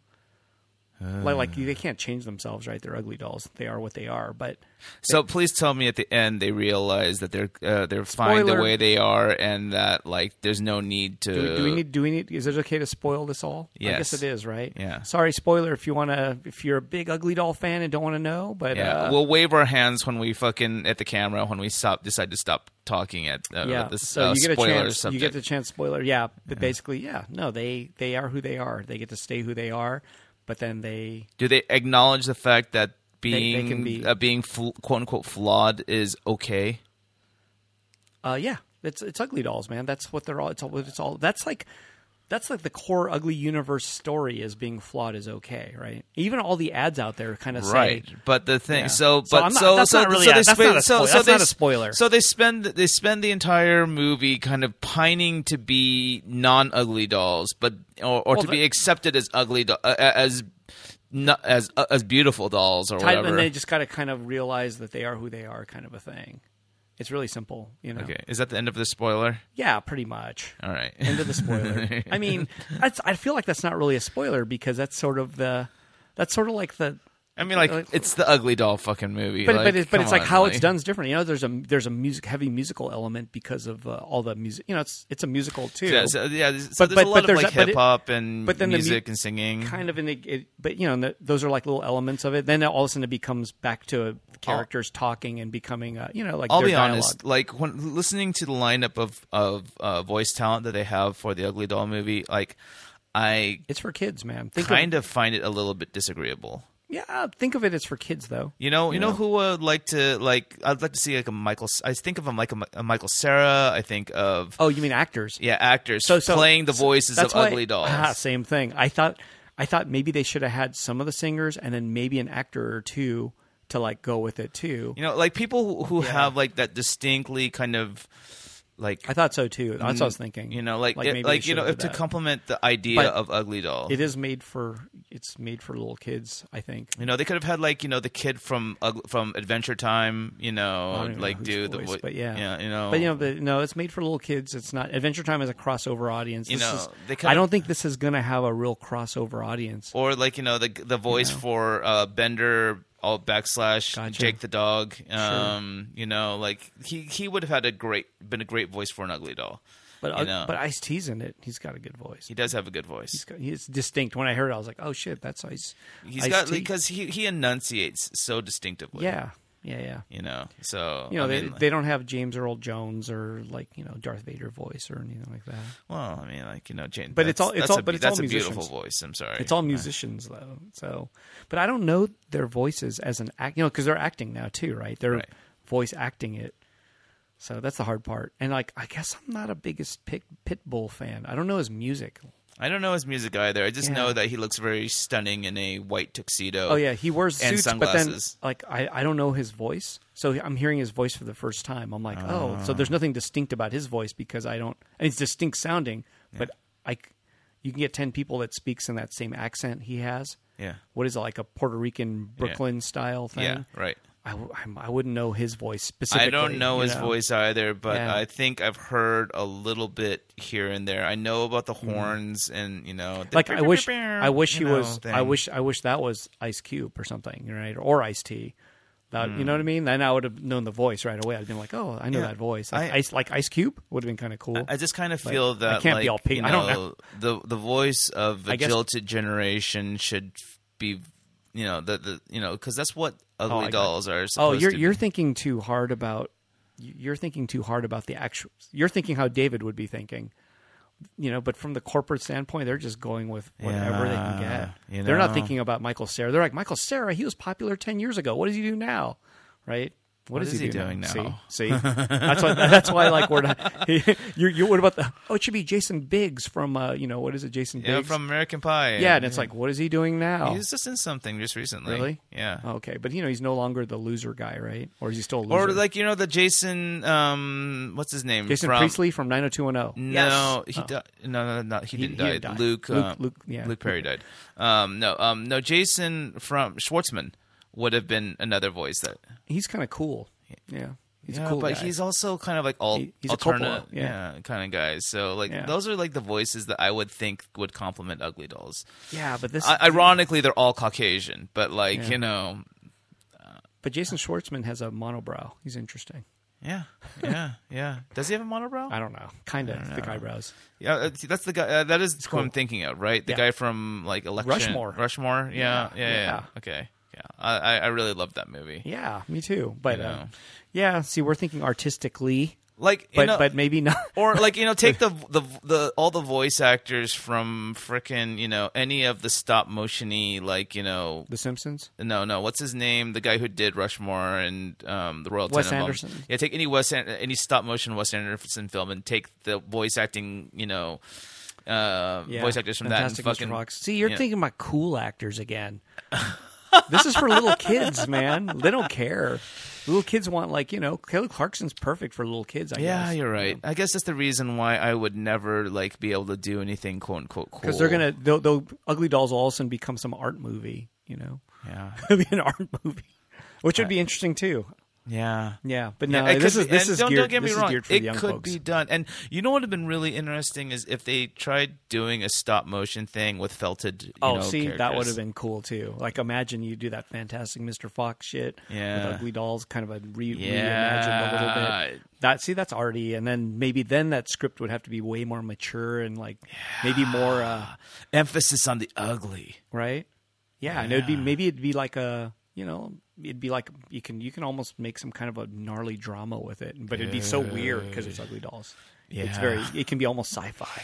[SPEAKER 1] like like
[SPEAKER 2] Uh.
[SPEAKER 1] they can't change themselves, right? They're ugly dolls. They are what they are. But
[SPEAKER 2] So please tell me at the end they realize that they're uh, they're fine the
[SPEAKER 1] Spoiler.
[SPEAKER 2] way they are, and that like there's no need to.
[SPEAKER 1] do, we- do we need do we need is it okay to spoil this all? I guess
[SPEAKER 2] Uh. Yes.
[SPEAKER 1] it is, right?
[SPEAKER 2] Yeah.
[SPEAKER 1] Sorry, spoiler if you want to if you're a big ugly doll fan and don't want to know, but
[SPEAKER 2] Yeah,
[SPEAKER 1] uh,
[SPEAKER 2] we'll wave our hands when we fucking at the camera when we stop decide to stop talking at uh,
[SPEAKER 1] yeah.
[SPEAKER 2] this
[SPEAKER 1] so
[SPEAKER 2] uh,
[SPEAKER 1] you get a
[SPEAKER 2] spoiler
[SPEAKER 1] chance.
[SPEAKER 2] subject.
[SPEAKER 1] You get the chance. Spoiler. Yeah, but basically, yeah. No, they they are who they are. They get to stay who they are, but then they
[SPEAKER 2] Do they acknowledge the fact that
[SPEAKER 1] they
[SPEAKER 2] being
[SPEAKER 1] can be-
[SPEAKER 2] uh, being fl- quote unquote flawed is okay?
[SPEAKER 1] Uh, yeah, it's it's ugly dolls, man. That's what they're all. It's all. It's all. That's like, that's like the core ugly universe story is being flawed is okay, right? Even all the ads out there kind of
[SPEAKER 2] Right,
[SPEAKER 1] say,
[SPEAKER 2] but the thing,
[SPEAKER 1] Yeah.
[SPEAKER 2] so,
[SPEAKER 1] So
[SPEAKER 2] but
[SPEAKER 1] I'm not-
[SPEAKER 2] so,
[SPEAKER 1] that's
[SPEAKER 2] so,
[SPEAKER 1] not really
[SPEAKER 2] so
[SPEAKER 1] a-
[SPEAKER 2] they
[SPEAKER 1] that's
[SPEAKER 2] spend,
[SPEAKER 1] not a
[SPEAKER 2] so,
[SPEAKER 1] spoil-
[SPEAKER 2] so
[SPEAKER 1] that's
[SPEAKER 2] they,
[SPEAKER 1] not a
[SPEAKER 2] s-
[SPEAKER 1] spoiler.
[SPEAKER 2] So they spend, they spend the entire movie kind of pining to be non-ugly dolls, but or, or to
[SPEAKER 1] the-
[SPEAKER 2] be accepted as ugly, do- uh, as not, as uh, as beautiful dolls or
[SPEAKER 1] type, and
[SPEAKER 2] whatever.
[SPEAKER 1] they just got to kind of realize that they are who they are, kind of a thing. It's really simple, you know.
[SPEAKER 2] Okay, is that the end of the spoiler?
[SPEAKER 1] Yeah, pretty much.
[SPEAKER 2] All right.
[SPEAKER 1] End of the spoiler. I mean, that's, I feel like that's not really a spoiler because that's sort of the, that's sort of like the
[SPEAKER 2] I mean, like
[SPEAKER 1] Like-
[SPEAKER 2] it's the ugly doll fucking movie,
[SPEAKER 1] but
[SPEAKER 2] like,
[SPEAKER 1] but, it, but
[SPEAKER 2] come
[SPEAKER 1] it's like
[SPEAKER 2] on,
[SPEAKER 1] how it's done is different. You know, there's a there's a music heavy musical element because of uh, all the music. You know, it's it's a musical too.
[SPEAKER 2] Yeah, so, yeah. So
[SPEAKER 1] But-
[SPEAKER 2] there's
[SPEAKER 1] but-
[SPEAKER 2] a
[SPEAKER 1] but
[SPEAKER 2] lot of
[SPEAKER 1] there's
[SPEAKER 2] like
[SPEAKER 1] a- but it-
[SPEAKER 2] hip hop and
[SPEAKER 1] but then the mu-
[SPEAKER 2] music and singing.
[SPEAKER 1] Kind of in the, it, but you know, and the, those are like little elements of it. Then all of a sudden it becomes back to characters talking and becoming, uh, you know, like
[SPEAKER 2] I'll
[SPEAKER 1] their
[SPEAKER 2] be honest.
[SPEAKER 1] dialogue.
[SPEAKER 2] Like when listening to the lineup of of uh, voice talent that they have for the Ugly Doll movie, like I
[SPEAKER 1] It's for kids, man. Think
[SPEAKER 2] kind of find it a little bit disagreeable.
[SPEAKER 1] of, yeah, think of it as for kids though.
[SPEAKER 2] You know, you know
[SPEAKER 1] Yeah.
[SPEAKER 2] who I'd like to like. I'd like to see like a Michael. I think of a Michael, a Michael Sarah. I think of
[SPEAKER 1] Oh, you mean actors?
[SPEAKER 2] yeah actors
[SPEAKER 1] So- so-
[SPEAKER 2] playing the voices of
[SPEAKER 1] That's why-
[SPEAKER 2] ugly dolls.
[SPEAKER 1] Ah, same thing. I thought I thought maybe they should have had some of the singers and then maybe an actor or two to like go with it too.
[SPEAKER 2] You know, like people who- who have like that distinctly kind of like
[SPEAKER 1] I thought so too. That's what I was thinking.
[SPEAKER 2] Mm, you know, like it- like,
[SPEAKER 1] maybe they
[SPEAKER 2] you know,
[SPEAKER 1] should
[SPEAKER 2] if
[SPEAKER 1] do
[SPEAKER 2] to
[SPEAKER 1] that.
[SPEAKER 2] complement the idea
[SPEAKER 1] But
[SPEAKER 2] of ugly doll.
[SPEAKER 1] it is made for it's made for little kids. I think.
[SPEAKER 2] You know, they could have had like you know the kid from Ugl- from Adventure Time. You
[SPEAKER 1] I don't
[SPEAKER 2] know,
[SPEAKER 1] even know
[SPEAKER 2] like
[SPEAKER 1] whose
[SPEAKER 2] do the
[SPEAKER 1] voice,
[SPEAKER 2] vo-
[SPEAKER 1] but yeah.
[SPEAKER 2] you know,
[SPEAKER 1] But you know, but no, it's made for little kids. It's not Adventure Time is a crossover audience.
[SPEAKER 2] You
[SPEAKER 1] This
[SPEAKER 2] know,
[SPEAKER 1] is-
[SPEAKER 2] they kinda-
[SPEAKER 1] I don't think this is going to have a real crossover audience.
[SPEAKER 2] or like you know the the voice for uh, Bender all backslash
[SPEAKER 1] Gotcha.
[SPEAKER 2] Jake the dog. Um, you know, like he he would have had a great been a great voice for an ugly doll.
[SPEAKER 1] But
[SPEAKER 2] you
[SPEAKER 1] uh,
[SPEAKER 2] know.
[SPEAKER 1] but Ice T's in it. He's got a good voice.
[SPEAKER 2] He does have a good voice.
[SPEAKER 1] He's got, he's distinct. When I heard, it, I was like, oh shit, that's Ice.
[SPEAKER 2] He's
[SPEAKER 1] Ice
[SPEAKER 2] got
[SPEAKER 1] T.
[SPEAKER 2] because he he enunciates so distinctively.
[SPEAKER 1] yeah, yeah, yeah.
[SPEAKER 2] you know. So
[SPEAKER 1] You know,
[SPEAKER 2] I
[SPEAKER 1] they
[SPEAKER 2] mean, like-
[SPEAKER 1] they don't have James Earl Jones or like you know Darth Vader voice or anything like that.
[SPEAKER 2] well, I mean, like you know, Jane.
[SPEAKER 1] But it's
[SPEAKER 2] that's-
[SPEAKER 1] all- it's
[SPEAKER 2] that's
[SPEAKER 1] all-
[SPEAKER 2] a,
[SPEAKER 1] but it's
[SPEAKER 2] that's
[SPEAKER 1] all
[SPEAKER 2] a beautiful
[SPEAKER 1] musicians.
[SPEAKER 2] voice. I'm sorry,
[SPEAKER 1] It's all musicians though. So, but I don't know their voices as an act. You know, because they're acting now too, right? They're
[SPEAKER 2] Right.
[SPEAKER 1] voice acting it. So that's the hard part. And like, I guess I'm not a biggest pit, Pitbull fan. I don't know his music.
[SPEAKER 2] I don't know his music either. I just
[SPEAKER 1] Yeah.
[SPEAKER 2] know that he looks very stunning in a white tuxedo.
[SPEAKER 1] Oh yeah, he wears
[SPEAKER 2] and
[SPEAKER 1] suits,
[SPEAKER 2] sunglasses.
[SPEAKER 1] but then like I, I don't know his voice, so I'm hearing his voice for the first time. I'm like, oh, so
[SPEAKER 2] Ah.
[SPEAKER 1] there's nothing distinct about his voice because I don't. And it's distinct sounding, but I, c- you can get ten people that speaks in that same accent he has.
[SPEAKER 2] Yeah.
[SPEAKER 1] What is it like a Puerto Rican Brooklyn style thing?
[SPEAKER 2] yeah, right.
[SPEAKER 1] I, w- I'm- I wouldn't know his voice specifically.
[SPEAKER 2] I don't know
[SPEAKER 1] you
[SPEAKER 2] his voice either, but
[SPEAKER 1] Yeah.
[SPEAKER 2] I think I've heard a little bit here and there. I know about the horns and you know, the
[SPEAKER 1] Mm-hmm. Like I wish, I wish he
[SPEAKER 2] you know,
[SPEAKER 1] was. I
[SPEAKER 2] thing.
[SPEAKER 1] wish, I wish that was Ice Cube or something, right? Or Ice T. That, You know what I mean? Then I would have known the voice right away. I'd have been like, "Oh, I know
[SPEAKER 2] Hmm. Yeah.
[SPEAKER 1] that voice." Like,
[SPEAKER 2] I-
[SPEAKER 1] Ice, like Ice Cube would have been kind of cool.
[SPEAKER 2] I just kind of feel that
[SPEAKER 1] can't
[SPEAKER 2] like,
[SPEAKER 1] be all pink.
[SPEAKER 2] You know,
[SPEAKER 1] I don't
[SPEAKER 2] the the voice of the
[SPEAKER 1] I guess-
[SPEAKER 2] jilted generation should be you know the, the you know because that's what ugly
[SPEAKER 1] I got-
[SPEAKER 2] dolls are.
[SPEAKER 1] oh,
[SPEAKER 2] Supposed
[SPEAKER 1] you're
[SPEAKER 2] to be.
[SPEAKER 1] you're thinking too hard about. You're thinking too hard about the actual. You're thinking how David would be thinking. You know, but from the corporate standpoint, they're just going with whatever they can
[SPEAKER 2] Yeah,
[SPEAKER 1] get.
[SPEAKER 2] you
[SPEAKER 1] They're not
[SPEAKER 2] know.
[SPEAKER 1] thinking about Michael Sarah. They're like Michael Sarah. He was popular ten years ago. What does he do now? Right. What
[SPEAKER 2] is he
[SPEAKER 1] do
[SPEAKER 2] doing now?
[SPEAKER 1] See, see? that's why. That's why. Like we're not. you you what about the? Oh, it should be Jason Biggs from. Uh, you know what is it? Jason
[SPEAKER 2] yeah,
[SPEAKER 1] Biggs
[SPEAKER 2] from American Pie.
[SPEAKER 1] Yeah, and it's like, what is he doing now?
[SPEAKER 2] he was just in something just recently.
[SPEAKER 1] Really? Oh,
[SPEAKER 2] Yeah.
[SPEAKER 1] Okay, but you know he's no longer the loser guy, right? Or is he still a loser?
[SPEAKER 2] uh, Or like you know the Jason, um, what's his name?
[SPEAKER 1] Jason
[SPEAKER 2] from,
[SPEAKER 1] Priestley from 90210.
[SPEAKER 2] No, he died. No, no, no, he
[SPEAKER 1] he
[SPEAKER 2] didn't die.
[SPEAKER 1] didn't die.
[SPEAKER 2] Luke,
[SPEAKER 1] Luke-
[SPEAKER 2] um,
[SPEAKER 1] Luke- yeah.
[SPEAKER 2] Luke Perry died. Um, no, um, no, Jason from Schwartzman would have been another voice that.
[SPEAKER 1] He's kind of cool. Yeah, he's
[SPEAKER 2] yeah,
[SPEAKER 1] a cool
[SPEAKER 2] but
[SPEAKER 1] guy.
[SPEAKER 2] he's also kind of like all
[SPEAKER 1] He- he's a
[SPEAKER 2] alternate,
[SPEAKER 1] Coppola, yeah.
[SPEAKER 2] kind of guys. So like
[SPEAKER 1] Yeah.
[SPEAKER 2] those are like the voices that I would think would complement Ugly Dolls.
[SPEAKER 1] yeah, but this.
[SPEAKER 2] I- ironically, they're all Caucasian, but like
[SPEAKER 1] Yeah.
[SPEAKER 2] you know,
[SPEAKER 1] but Jason Schwartzman has a monobrow. He's interesting.
[SPEAKER 2] yeah, yeah, yeah. Does he have a monobrow?
[SPEAKER 1] I don't know. Kind of thick eyebrows.
[SPEAKER 2] Yeah, that's- that's the guy. Uh, that is who I'm
[SPEAKER 1] cool.
[SPEAKER 2] thinking of, right? The
[SPEAKER 1] Yeah.
[SPEAKER 2] guy from like election.
[SPEAKER 1] Rushmore.
[SPEAKER 2] Rushmore. Yeah. Yeah.
[SPEAKER 1] Yeah,
[SPEAKER 2] Yeah. yeah.
[SPEAKER 1] yeah.
[SPEAKER 2] Okay. Yeah. I I I really love that movie.
[SPEAKER 1] Yeah, me too. But
[SPEAKER 2] You
[SPEAKER 1] uh,
[SPEAKER 2] know.
[SPEAKER 1] yeah, see, we're thinking artistically,
[SPEAKER 2] Like, you
[SPEAKER 1] but
[SPEAKER 2] know,
[SPEAKER 1] but maybe not.
[SPEAKER 2] or like you know, take the the the all the voice actors from frickin' you know any of the stop motiony like you know.
[SPEAKER 1] The Simpsons.
[SPEAKER 2] No, no. What's his name? The guy who did Rushmore and um, the Royal
[SPEAKER 1] Wes
[SPEAKER 2] Tenenbaums.
[SPEAKER 1] Anderson.
[SPEAKER 2] Yeah, take any Wes An- any stop motion Wes Anderson film and take the voice acting, you know, uh,
[SPEAKER 1] Yeah.
[SPEAKER 2] voice actors from
[SPEAKER 1] Fantastic
[SPEAKER 2] that and fucking
[SPEAKER 1] Mr. Fox. See, you're
[SPEAKER 2] yeah.
[SPEAKER 1] thinking about cool actors again. this is for little kids, man. They don't care. Little kids want like you know, Kelly Clarkson's perfect for little kids. I
[SPEAKER 2] Yeah,
[SPEAKER 1] guess.
[SPEAKER 2] you're right. I guess that's the reason why I would never like be able to do anything quote unquote cool.
[SPEAKER 1] because they're gonna they'll, they'll ugly dolls will all of a sudden become some art movie you know
[SPEAKER 2] yeah,
[SPEAKER 1] it'll be an art movie which would be interesting too
[SPEAKER 2] yeah.
[SPEAKER 1] yeah but
[SPEAKER 2] Yeah,
[SPEAKER 1] no
[SPEAKER 2] it
[SPEAKER 1] this
[SPEAKER 2] could
[SPEAKER 1] is
[SPEAKER 2] be-
[SPEAKER 1] this
[SPEAKER 2] and
[SPEAKER 1] is
[SPEAKER 2] don't,
[SPEAKER 1] geared,
[SPEAKER 2] don't get me
[SPEAKER 1] this is
[SPEAKER 2] wrong.
[SPEAKER 1] geared for
[SPEAKER 2] it
[SPEAKER 1] the young
[SPEAKER 2] could
[SPEAKER 1] folks
[SPEAKER 2] be done, and you know what would have been really interesting is if they tried doing a stop motion thing with felted. You
[SPEAKER 1] oh
[SPEAKER 2] know,
[SPEAKER 1] see that would
[SPEAKER 2] characters.
[SPEAKER 1] have been cool too like imagine you do that fantastic mr fox shit
[SPEAKER 2] Yeah.
[SPEAKER 1] with ugly dolls kind of a re- reimagined a
[SPEAKER 2] Yeah.
[SPEAKER 1] little bit that see that's already and then maybe then that script would have to be way more mature and like maybe more uh
[SPEAKER 2] emphasis on the ugly.
[SPEAKER 1] right? Yeah, and it'd be maybe it'd be like a you know it'd be like you can you can almost make some kind of a gnarly drama with it, but it'd be so weird because it's ugly dolls. It's
[SPEAKER 2] Yeah.
[SPEAKER 1] very it can be almost sci-fi.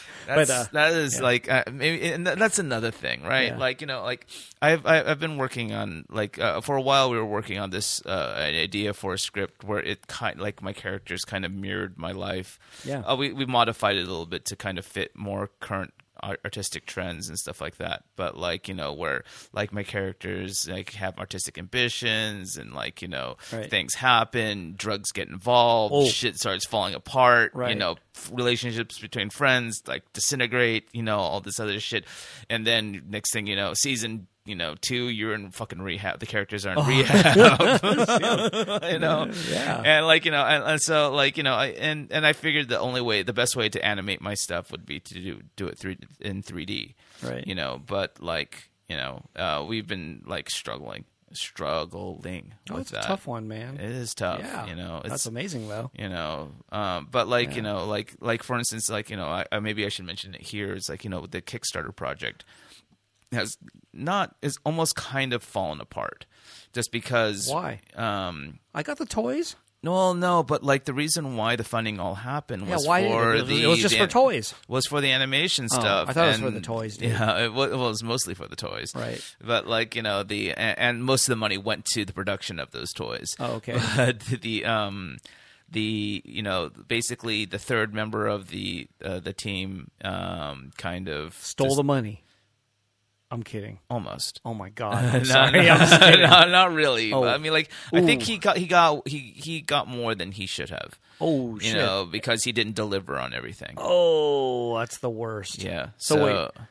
[SPEAKER 1] but
[SPEAKER 2] That's,
[SPEAKER 1] uh,
[SPEAKER 2] that is
[SPEAKER 1] yeah.
[SPEAKER 2] like uh, maybe and th- that's another thing, right?
[SPEAKER 1] Yeah.
[SPEAKER 2] Like you know, like I've I- I've been working on like uh, for a while we were working on this uh, an idea for a script where it kind like my characters kind of mirrored my life.
[SPEAKER 1] Yeah.
[SPEAKER 2] uh, we we modified it a little bit to kind of fit more current ar- artistic trends and stuff like that. But like you know, where like my characters like have artistic ambitions and like you know
[SPEAKER 1] Right.
[SPEAKER 2] things happen, drugs get involved,
[SPEAKER 1] Oh.
[SPEAKER 2] shit starts falling apart. You
[SPEAKER 1] Right.
[SPEAKER 2] know, f- relationships between friends like disintegrate. You know, all this other shit, and then next thing you know, season. You know, two, you're in fucking rehab. The characters are in rehab. you know,
[SPEAKER 1] Oh. Yeah.
[SPEAKER 2] and like you know and, and so like you know I, and and i figured the only way the best way to animate my stuff would be to do do it three in 3d
[SPEAKER 1] Right.
[SPEAKER 2] you know but like you know uh we've been like struggling struggling
[SPEAKER 1] Oh,
[SPEAKER 2] with
[SPEAKER 1] it's
[SPEAKER 2] that
[SPEAKER 1] a tough one, man.
[SPEAKER 2] it is tough
[SPEAKER 1] yeah,
[SPEAKER 2] you know
[SPEAKER 1] that's
[SPEAKER 2] it's
[SPEAKER 1] amazing though.
[SPEAKER 2] you know um but like you know like like for instance like you know I, I maybe i should mention it here it's like you know the kickstarter project has not is almost kind of fallen apart just because
[SPEAKER 1] Why?
[SPEAKER 2] um
[SPEAKER 1] I got the toys.
[SPEAKER 2] no, well, no, but like the reason why the funding all happened
[SPEAKER 1] Yeah,
[SPEAKER 2] was
[SPEAKER 1] why did it-
[SPEAKER 2] for
[SPEAKER 1] it was-
[SPEAKER 2] the
[SPEAKER 1] it was just
[SPEAKER 2] the
[SPEAKER 1] for
[SPEAKER 2] an-
[SPEAKER 1] toys.
[SPEAKER 2] Was for the animation stuff.
[SPEAKER 1] Oh, I thought it was for
[SPEAKER 2] and-
[SPEAKER 1] the toys, dude.
[SPEAKER 2] Yeah, it was, well, it was mostly for the toys.
[SPEAKER 1] Right.
[SPEAKER 2] But like you know the and, and most of the money went to the production of those toys.
[SPEAKER 1] Oh, okay.
[SPEAKER 2] But the um the you know basically the third member of the uh, the team um kind of
[SPEAKER 1] Stole
[SPEAKER 2] just-
[SPEAKER 1] the money. I'm kidding.
[SPEAKER 2] almost
[SPEAKER 1] Oh my god. I'm
[SPEAKER 2] no,
[SPEAKER 1] sorry.
[SPEAKER 2] no,
[SPEAKER 1] I'm just kidding.
[SPEAKER 2] no, not really.
[SPEAKER 1] Oh.
[SPEAKER 2] But, I mean, like, I think
[SPEAKER 1] Ooh.
[SPEAKER 2] he got he got he he got more than he should have.
[SPEAKER 1] Oh,
[SPEAKER 2] you
[SPEAKER 1] shit.
[SPEAKER 2] know, because he didn't deliver on everything.
[SPEAKER 1] Oh, that's the worst.
[SPEAKER 2] Yeah.
[SPEAKER 1] So
[SPEAKER 2] So,
[SPEAKER 1] wait.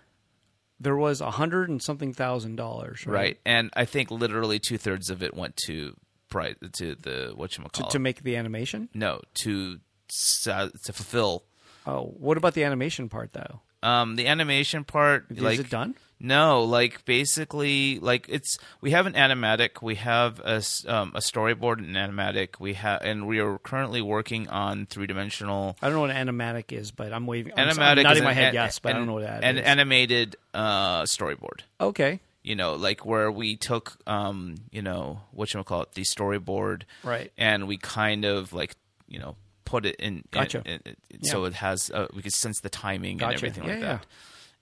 [SPEAKER 1] There was a hundred and something thousand dollars, right?
[SPEAKER 2] right, and I think literally two thirds of it went to pri- to the what you
[SPEAKER 1] To,
[SPEAKER 2] call
[SPEAKER 1] to make the animation.
[SPEAKER 2] No, to sa- to fulfill
[SPEAKER 1] Oh, what about the animation part though?
[SPEAKER 2] um the animation part.
[SPEAKER 1] Is
[SPEAKER 2] like,
[SPEAKER 1] it done?
[SPEAKER 2] No, like basically, like it's we have an animatic, we have a s- um, a storyboard and an animatic, we have, and we are currently working on three dimensional
[SPEAKER 1] I don't know what animatic is, but I'm waving. I'm, I'm
[SPEAKER 2] animatic. is
[SPEAKER 1] nodding
[SPEAKER 2] an
[SPEAKER 1] my head
[SPEAKER 2] an-
[SPEAKER 1] yes, but I
[SPEAKER 2] an-
[SPEAKER 1] don't know what that
[SPEAKER 2] an
[SPEAKER 1] is.
[SPEAKER 2] animated uh, storyboard.
[SPEAKER 1] okay,
[SPEAKER 2] You know, like where we took, um, you know, what you call it, the storyboard,
[SPEAKER 1] Right.
[SPEAKER 2] And we kind of like, you know, put it in, in-
[SPEAKER 1] Gotcha.
[SPEAKER 2] in- in- so it has uh, we could sense the timing and
[SPEAKER 1] Gotcha.
[SPEAKER 2] everything
[SPEAKER 1] Yeah,
[SPEAKER 2] like that.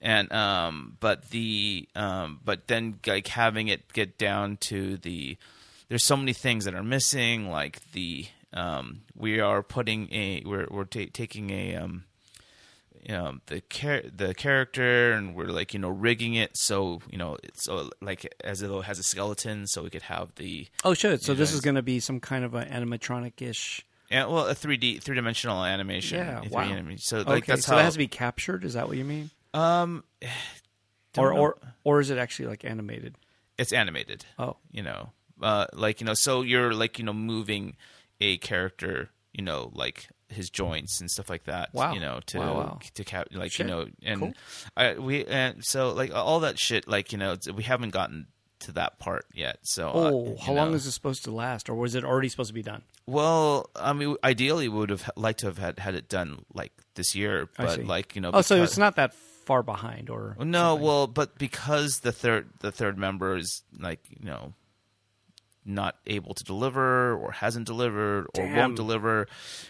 [SPEAKER 2] And um, but the um, but then like having it get down to the, there's so many things that are missing. Like the um, we are putting a we're we're ta taking a um, you know the char- the character and we're like you know rigging it so you know it's so like as though it has a skeleton so we could have the
[SPEAKER 1] Oh, shit. So this is going to be some kind of an animatronic ish.
[SPEAKER 2] yeah, well a 3d three dimensional animation
[SPEAKER 1] Yeah,
[SPEAKER 2] a 3D
[SPEAKER 1] wow.
[SPEAKER 2] anima- so like
[SPEAKER 1] okay,
[SPEAKER 2] that's
[SPEAKER 1] so
[SPEAKER 2] how
[SPEAKER 1] that has to be captured. Is that what you mean?
[SPEAKER 2] um
[SPEAKER 1] Or
[SPEAKER 2] know.
[SPEAKER 1] or or is it actually like animated?
[SPEAKER 2] it's animated
[SPEAKER 1] Oh,
[SPEAKER 2] you know uh like you know so you're like you know moving a character you know like his joints and stuff like that
[SPEAKER 1] Wow.
[SPEAKER 2] you know to
[SPEAKER 1] Wow, wow.
[SPEAKER 2] to cap like
[SPEAKER 1] Shit.
[SPEAKER 2] you know and
[SPEAKER 1] Cool.
[SPEAKER 2] I we and so like all that shit like you know it's- we haven't gotten to that part yet so uh,
[SPEAKER 1] oh,
[SPEAKER 2] you
[SPEAKER 1] how long
[SPEAKER 2] know.
[SPEAKER 1] is this supposed to last, or was it already supposed to be done?
[SPEAKER 2] well i mean ideally we would have liked to have had had it done like this year
[SPEAKER 1] I
[SPEAKER 2] but
[SPEAKER 1] see.
[SPEAKER 2] like you know
[SPEAKER 1] Oh, so
[SPEAKER 2] because-
[SPEAKER 1] it's not that far behind, or
[SPEAKER 2] No, well, but because the third the third member is like you know not able to deliver or hasn't delivered or
[SPEAKER 1] Damn.
[SPEAKER 2] won't deliver,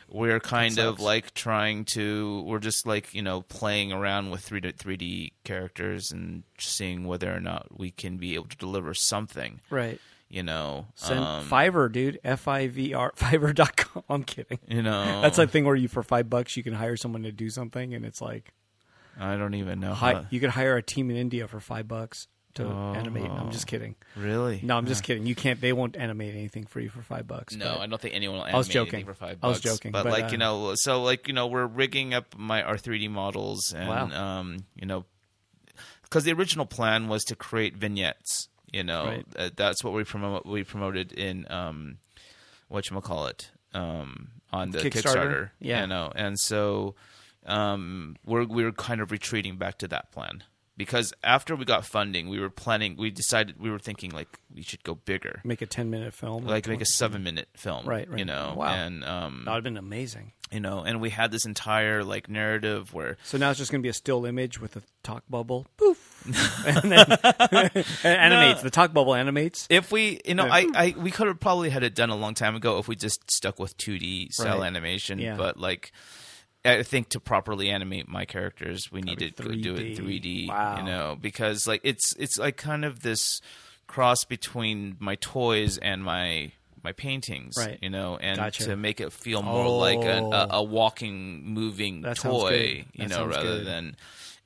[SPEAKER 2] we're kind of
[SPEAKER 1] sucks.
[SPEAKER 2] like trying to we're just like you know playing around with three three D characters and seeing whether or not we can be able to deliver something.
[SPEAKER 1] right.
[SPEAKER 2] You know,
[SPEAKER 1] Send
[SPEAKER 2] um,
[SPEAKER 1] Fiverr, dude. F i v r Fiverr.com. I'm kidding.
[SPEAKER 2] you know,
[SPEAKER 1] That's a thing where you for five bucks you can hire someone to do something, and it's like
[SPEAKER 2] I don't even know.
[SPEAKER 1] hi,
[SPEAKER 2] How,
[SPEAKER 1] you could hire a team in India for five bucks to
[SPEAKER 2] Oh.
[SPEAKER 1] animate. I'm just kidding.
[SPEAKER 2] really?
[SPEAKER 1] No, I'm just kidding. You can't. They won't animate anything for you for five bucks.
[SPEAKER 2] No,
[SPEAKER 1] but-
[SPEAKER 2] I don't think anyone will animate
[SPEAKER 1] was
[SPEAKER 2] anything
[SPEAKER 1] joking.
[SPEAKER 2] for five bucks.
[SPEAKER 1] I was joking,
[SPEAKER 2] But,
[SPEAKER 1] but,
[SPEAKER 2] like,
[SPEAKER 1] uh,
[SPEAKER 2] you know, so like, you know, we're rigging up my our 3D models and
[SPEAKER 1] Wow.
[SPEAKER 2] um, you know, cuz the original plan was to create vignettes, you know.
[SPEAKER 1] Right.
[SPEAKER 2] Uh, that's what we promote we promoted in um what call it? Um on the
[SPEAKER 1] Kickstarter?
[SPEAKER 2] Kickstarter,
[SPEAKER 1] Yeah.
[SPEAKER 2] you know. And so um we're we're kind of retreating back to that plan. Because after we got funding, we were planning. We decided we were thinking like we should go bigger
[SPEAKER 1] make a ten minute film.
[SPEAKER 2] like make a seven minute film
[SPEAKER 1] Right, right.
[SPEAKER 2] you know
[SPEAKER 1] Wow.
[SPEAKER 2] and um
[SPEAKER 1] that would have been amazing.
[SPEAKER 2] you know and we had this entire like narrative where
[SPEAKER 1] So now it's just going to be a still image with a talk bubble. Poof, and then it animates. The talk bubble animates.
[SPEAKER 2] if we you know
[SPEAKER 1] Hmm.
[SPEAKER 2] I, I we could have probably had it done a long time ago if we just stuck with 2d style
[SPEAKER 1] Right.
[SPEAKER 2] animation
[SPEAKER 1] Yeah.
[SPEAKER 2] but like i think to properly animate my characters we needed to do it
[SPEAKER 1] 3D.
[SPEAKER 2] 3d
[SPEAKER 1] Wow.
[SPEAKER 2] you know because like it's it's like kind of this cross between my toys and my my paintings
[SPEAKER 1] Right.
[SPEAKER 2] you know and
[SPEAKER 1] Gotcha.
[SPEAKER 2] to make it feel more like an, a,
[SPEAKER 1] Oh.
[SPEAKER 2] a walking moving
[SPEAKER 1] That sounds
[SPEAKER 2] toy
[SPEAKER 1] good. That
[SPEAKER 2] you know
[SPEAKER 1] sounds
[SPEAKER 2] rather
[SPEAKER 1] good.
[SPEAKER 2] than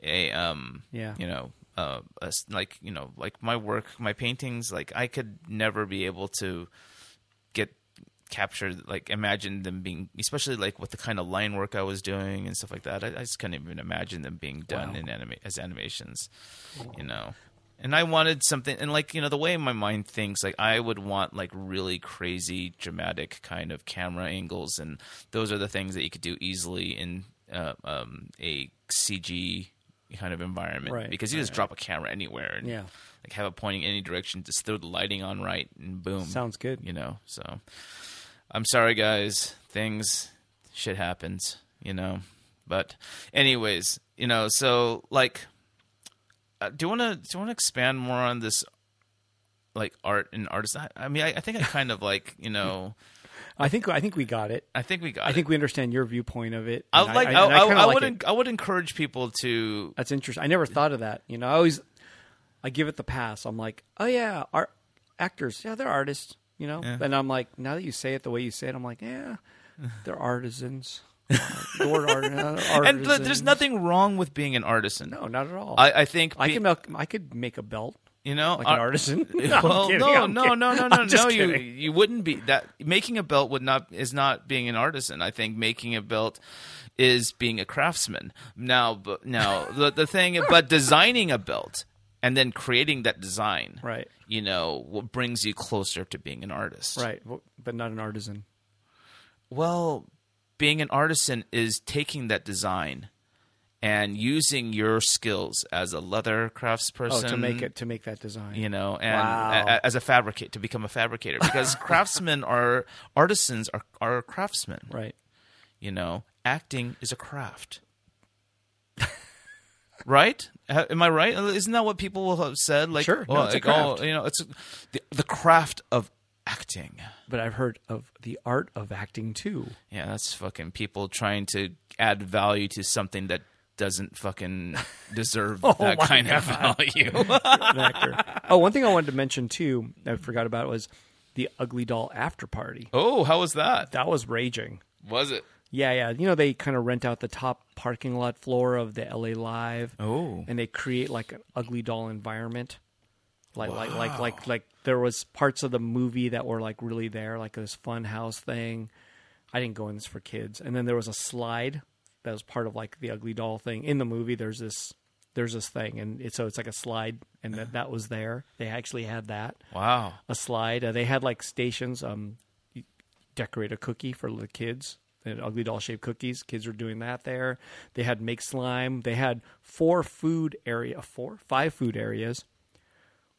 [SPEAKER 2] a um
[SPEAKER 1] Mm-hmm. Yeah.
[SPEAKER 2] you know uh a s like you know like my work my paintings like I could never be able to get captured like imagine them being especially like with the kind of line work I was doing and stuff like that I, I just couldn't even imagine them being done
[SPEAKER 1] Wow.
[SPEAKER 2] in anima- as animations you know and I wanted something and like you know the way my mind thinks like I would want like really crazy dramatic kind of camera angles and those are the things that you could do easily in uh, um, a CG kind of environment
[SPEAKER 1] Right,
[SPEAKER 2] because you just drop a camera anywhere and
[SPEAKER 1] Yeah.
[SPEAKER 2] like have it pointing any direction just throw the lighting on right and boom
[SPEAKER 1] Sounds good.
[SPEAKER 2] you know so i'm sorry guys things shit happens you know but anyways you know so like uh, do you want to do you want to expand more on this like art and artists i, I mean I, I think i kind of like you know
[SPEAKER 1] I think I think we got it.
[SPEAKER 2] i think we got
[SPEAKER 1] I
[SPEAKER 2] it.
[SPEAKER 1] think we understand your viewpoint of it.
[SPEAKER 2] I
[SPEAKER 1] and
[SPEAKER 2] would like. I,
[SPEAKER 1] and
[SPEAKER 2] I,
[SPEAKER 1] kinda
[SPEAKER 2] I
[SPEAKER 1] like
[SPEAKER 2] would.
[SPEAKER 1] it.
[SPEAKER 2] en- I would encourage people to.
[SPEAKER 1] That's interesting. I never thought of that. You know, I always I give it the pass. I'm like, oh yeah, art actors, yeah, they're artists. You know, and I'm like, now that you say it the way you say it, I'm like, yeah, they're artisans. the word art,
[SPEAKER 2] And look, there's
[SPEAKER 1] artisans.
[SPEAKER 2] nothing wrong with being an artisan.
[SPEAKER 1] No, not at all.
[SPEAKER 2] I, I think.
[SPEAKER 1] I
[SPEAKER 2] be-
[SPEAKER 1] could make, I could make a belt
[SPEAKER 2] You know,
[SPEAKER 1] like
[SPEAKER 2] ar-
[SPEAKER 1] an artisan. No, I'm
[SPEAKER 2] Well,
[SPEAKER 1] kidding,
[SPEAKER 2] no,
[SPEAKER 1] I'm
[SPEAKER 2] no, no,
[SPEAKER 1] kidding.
[SPEAKER 2] no, no,
[SPEAKER 1] I'm just
[SPEAKER 2] no. You
[SPEAKER 1] kidding.
[SPEAKER 2] you wouldn't be that. Making a belt would not is not being an artisan. I think making a belt is being a craftsman. Now, but now the the thing, but designing a belt and then creating that design,
[SPEAKER 1] Right.
[SPEAKER 2] You know, what brings you closer to being an artist,
[SPEAKER 1] right, w- but not an artisan.
[SPEAKER 2] Well, being an artisan is taking that design and using your skills as a leather craftsperson
[SPEAKER 1] Oh, to make it to make that design.
[SPEAKER 2] you know, and
[SPEAKER 1] Wow.
[SPEAKER 2] a, as a fabricate to become a fabricator because craftsmen are artisans are are craftsmen,
[SPEAKER 1] Right.
[SPEAKER 2] you know. Acting is a craft, right? Ha- Am I right? Isn't that what people will have said? Like,
[SPEAKER 1] Sure. No,
[SPEAKER 2] well,
[SPEAKER 1] it's a
[SPEAKER 2] like, oh,
[SPEAKER 1] craft.
[SPEAKER 2] you know, it's the, the craft of acting.
[SPEAKER 1] But I've heard of the art of acting too.
[SPEAKER 2] Yeah, that's fucking people trying to add value to something that doesn't fucking deserve that
[SPEAKER 1] Oh my
[SPEAKER 2] kind of value.
[SPEAKER 1] an actor. Oh, one thing I wanted to mention too, I forgot about was the Ugly Doll after party.
[SPEAKER 2] oh, how was that?
[SPEAKER 1] That was raging.
[SPEAKER 2] Was it?
[SPEAKER 1] Yeah, yeah. You know, they kind of rent out the top parking lot floor of the LA Live.
[SPEAKER 2] Oh.
[SPEAKER 1] And they create like an Ugly Doll environment. Like, like, like, like, like, there was parts of the movie that were like really there, like this fun house thing. I didn't go in this for kids. And then there was a slide that was part of like the Ugly Doll thing in the movie. There's this, there's this thing, and it, so it's like a slide, and that that was there. They actually had that
[SPEAKER 2] Wow.
[SPEAKER 1] a slide. Uh, they had like stations. Um, you decorate a cookie for the kids. They had ugly doll shaped cookies. Kids were doing that there. They had make slime. They had four food area, four five food areas.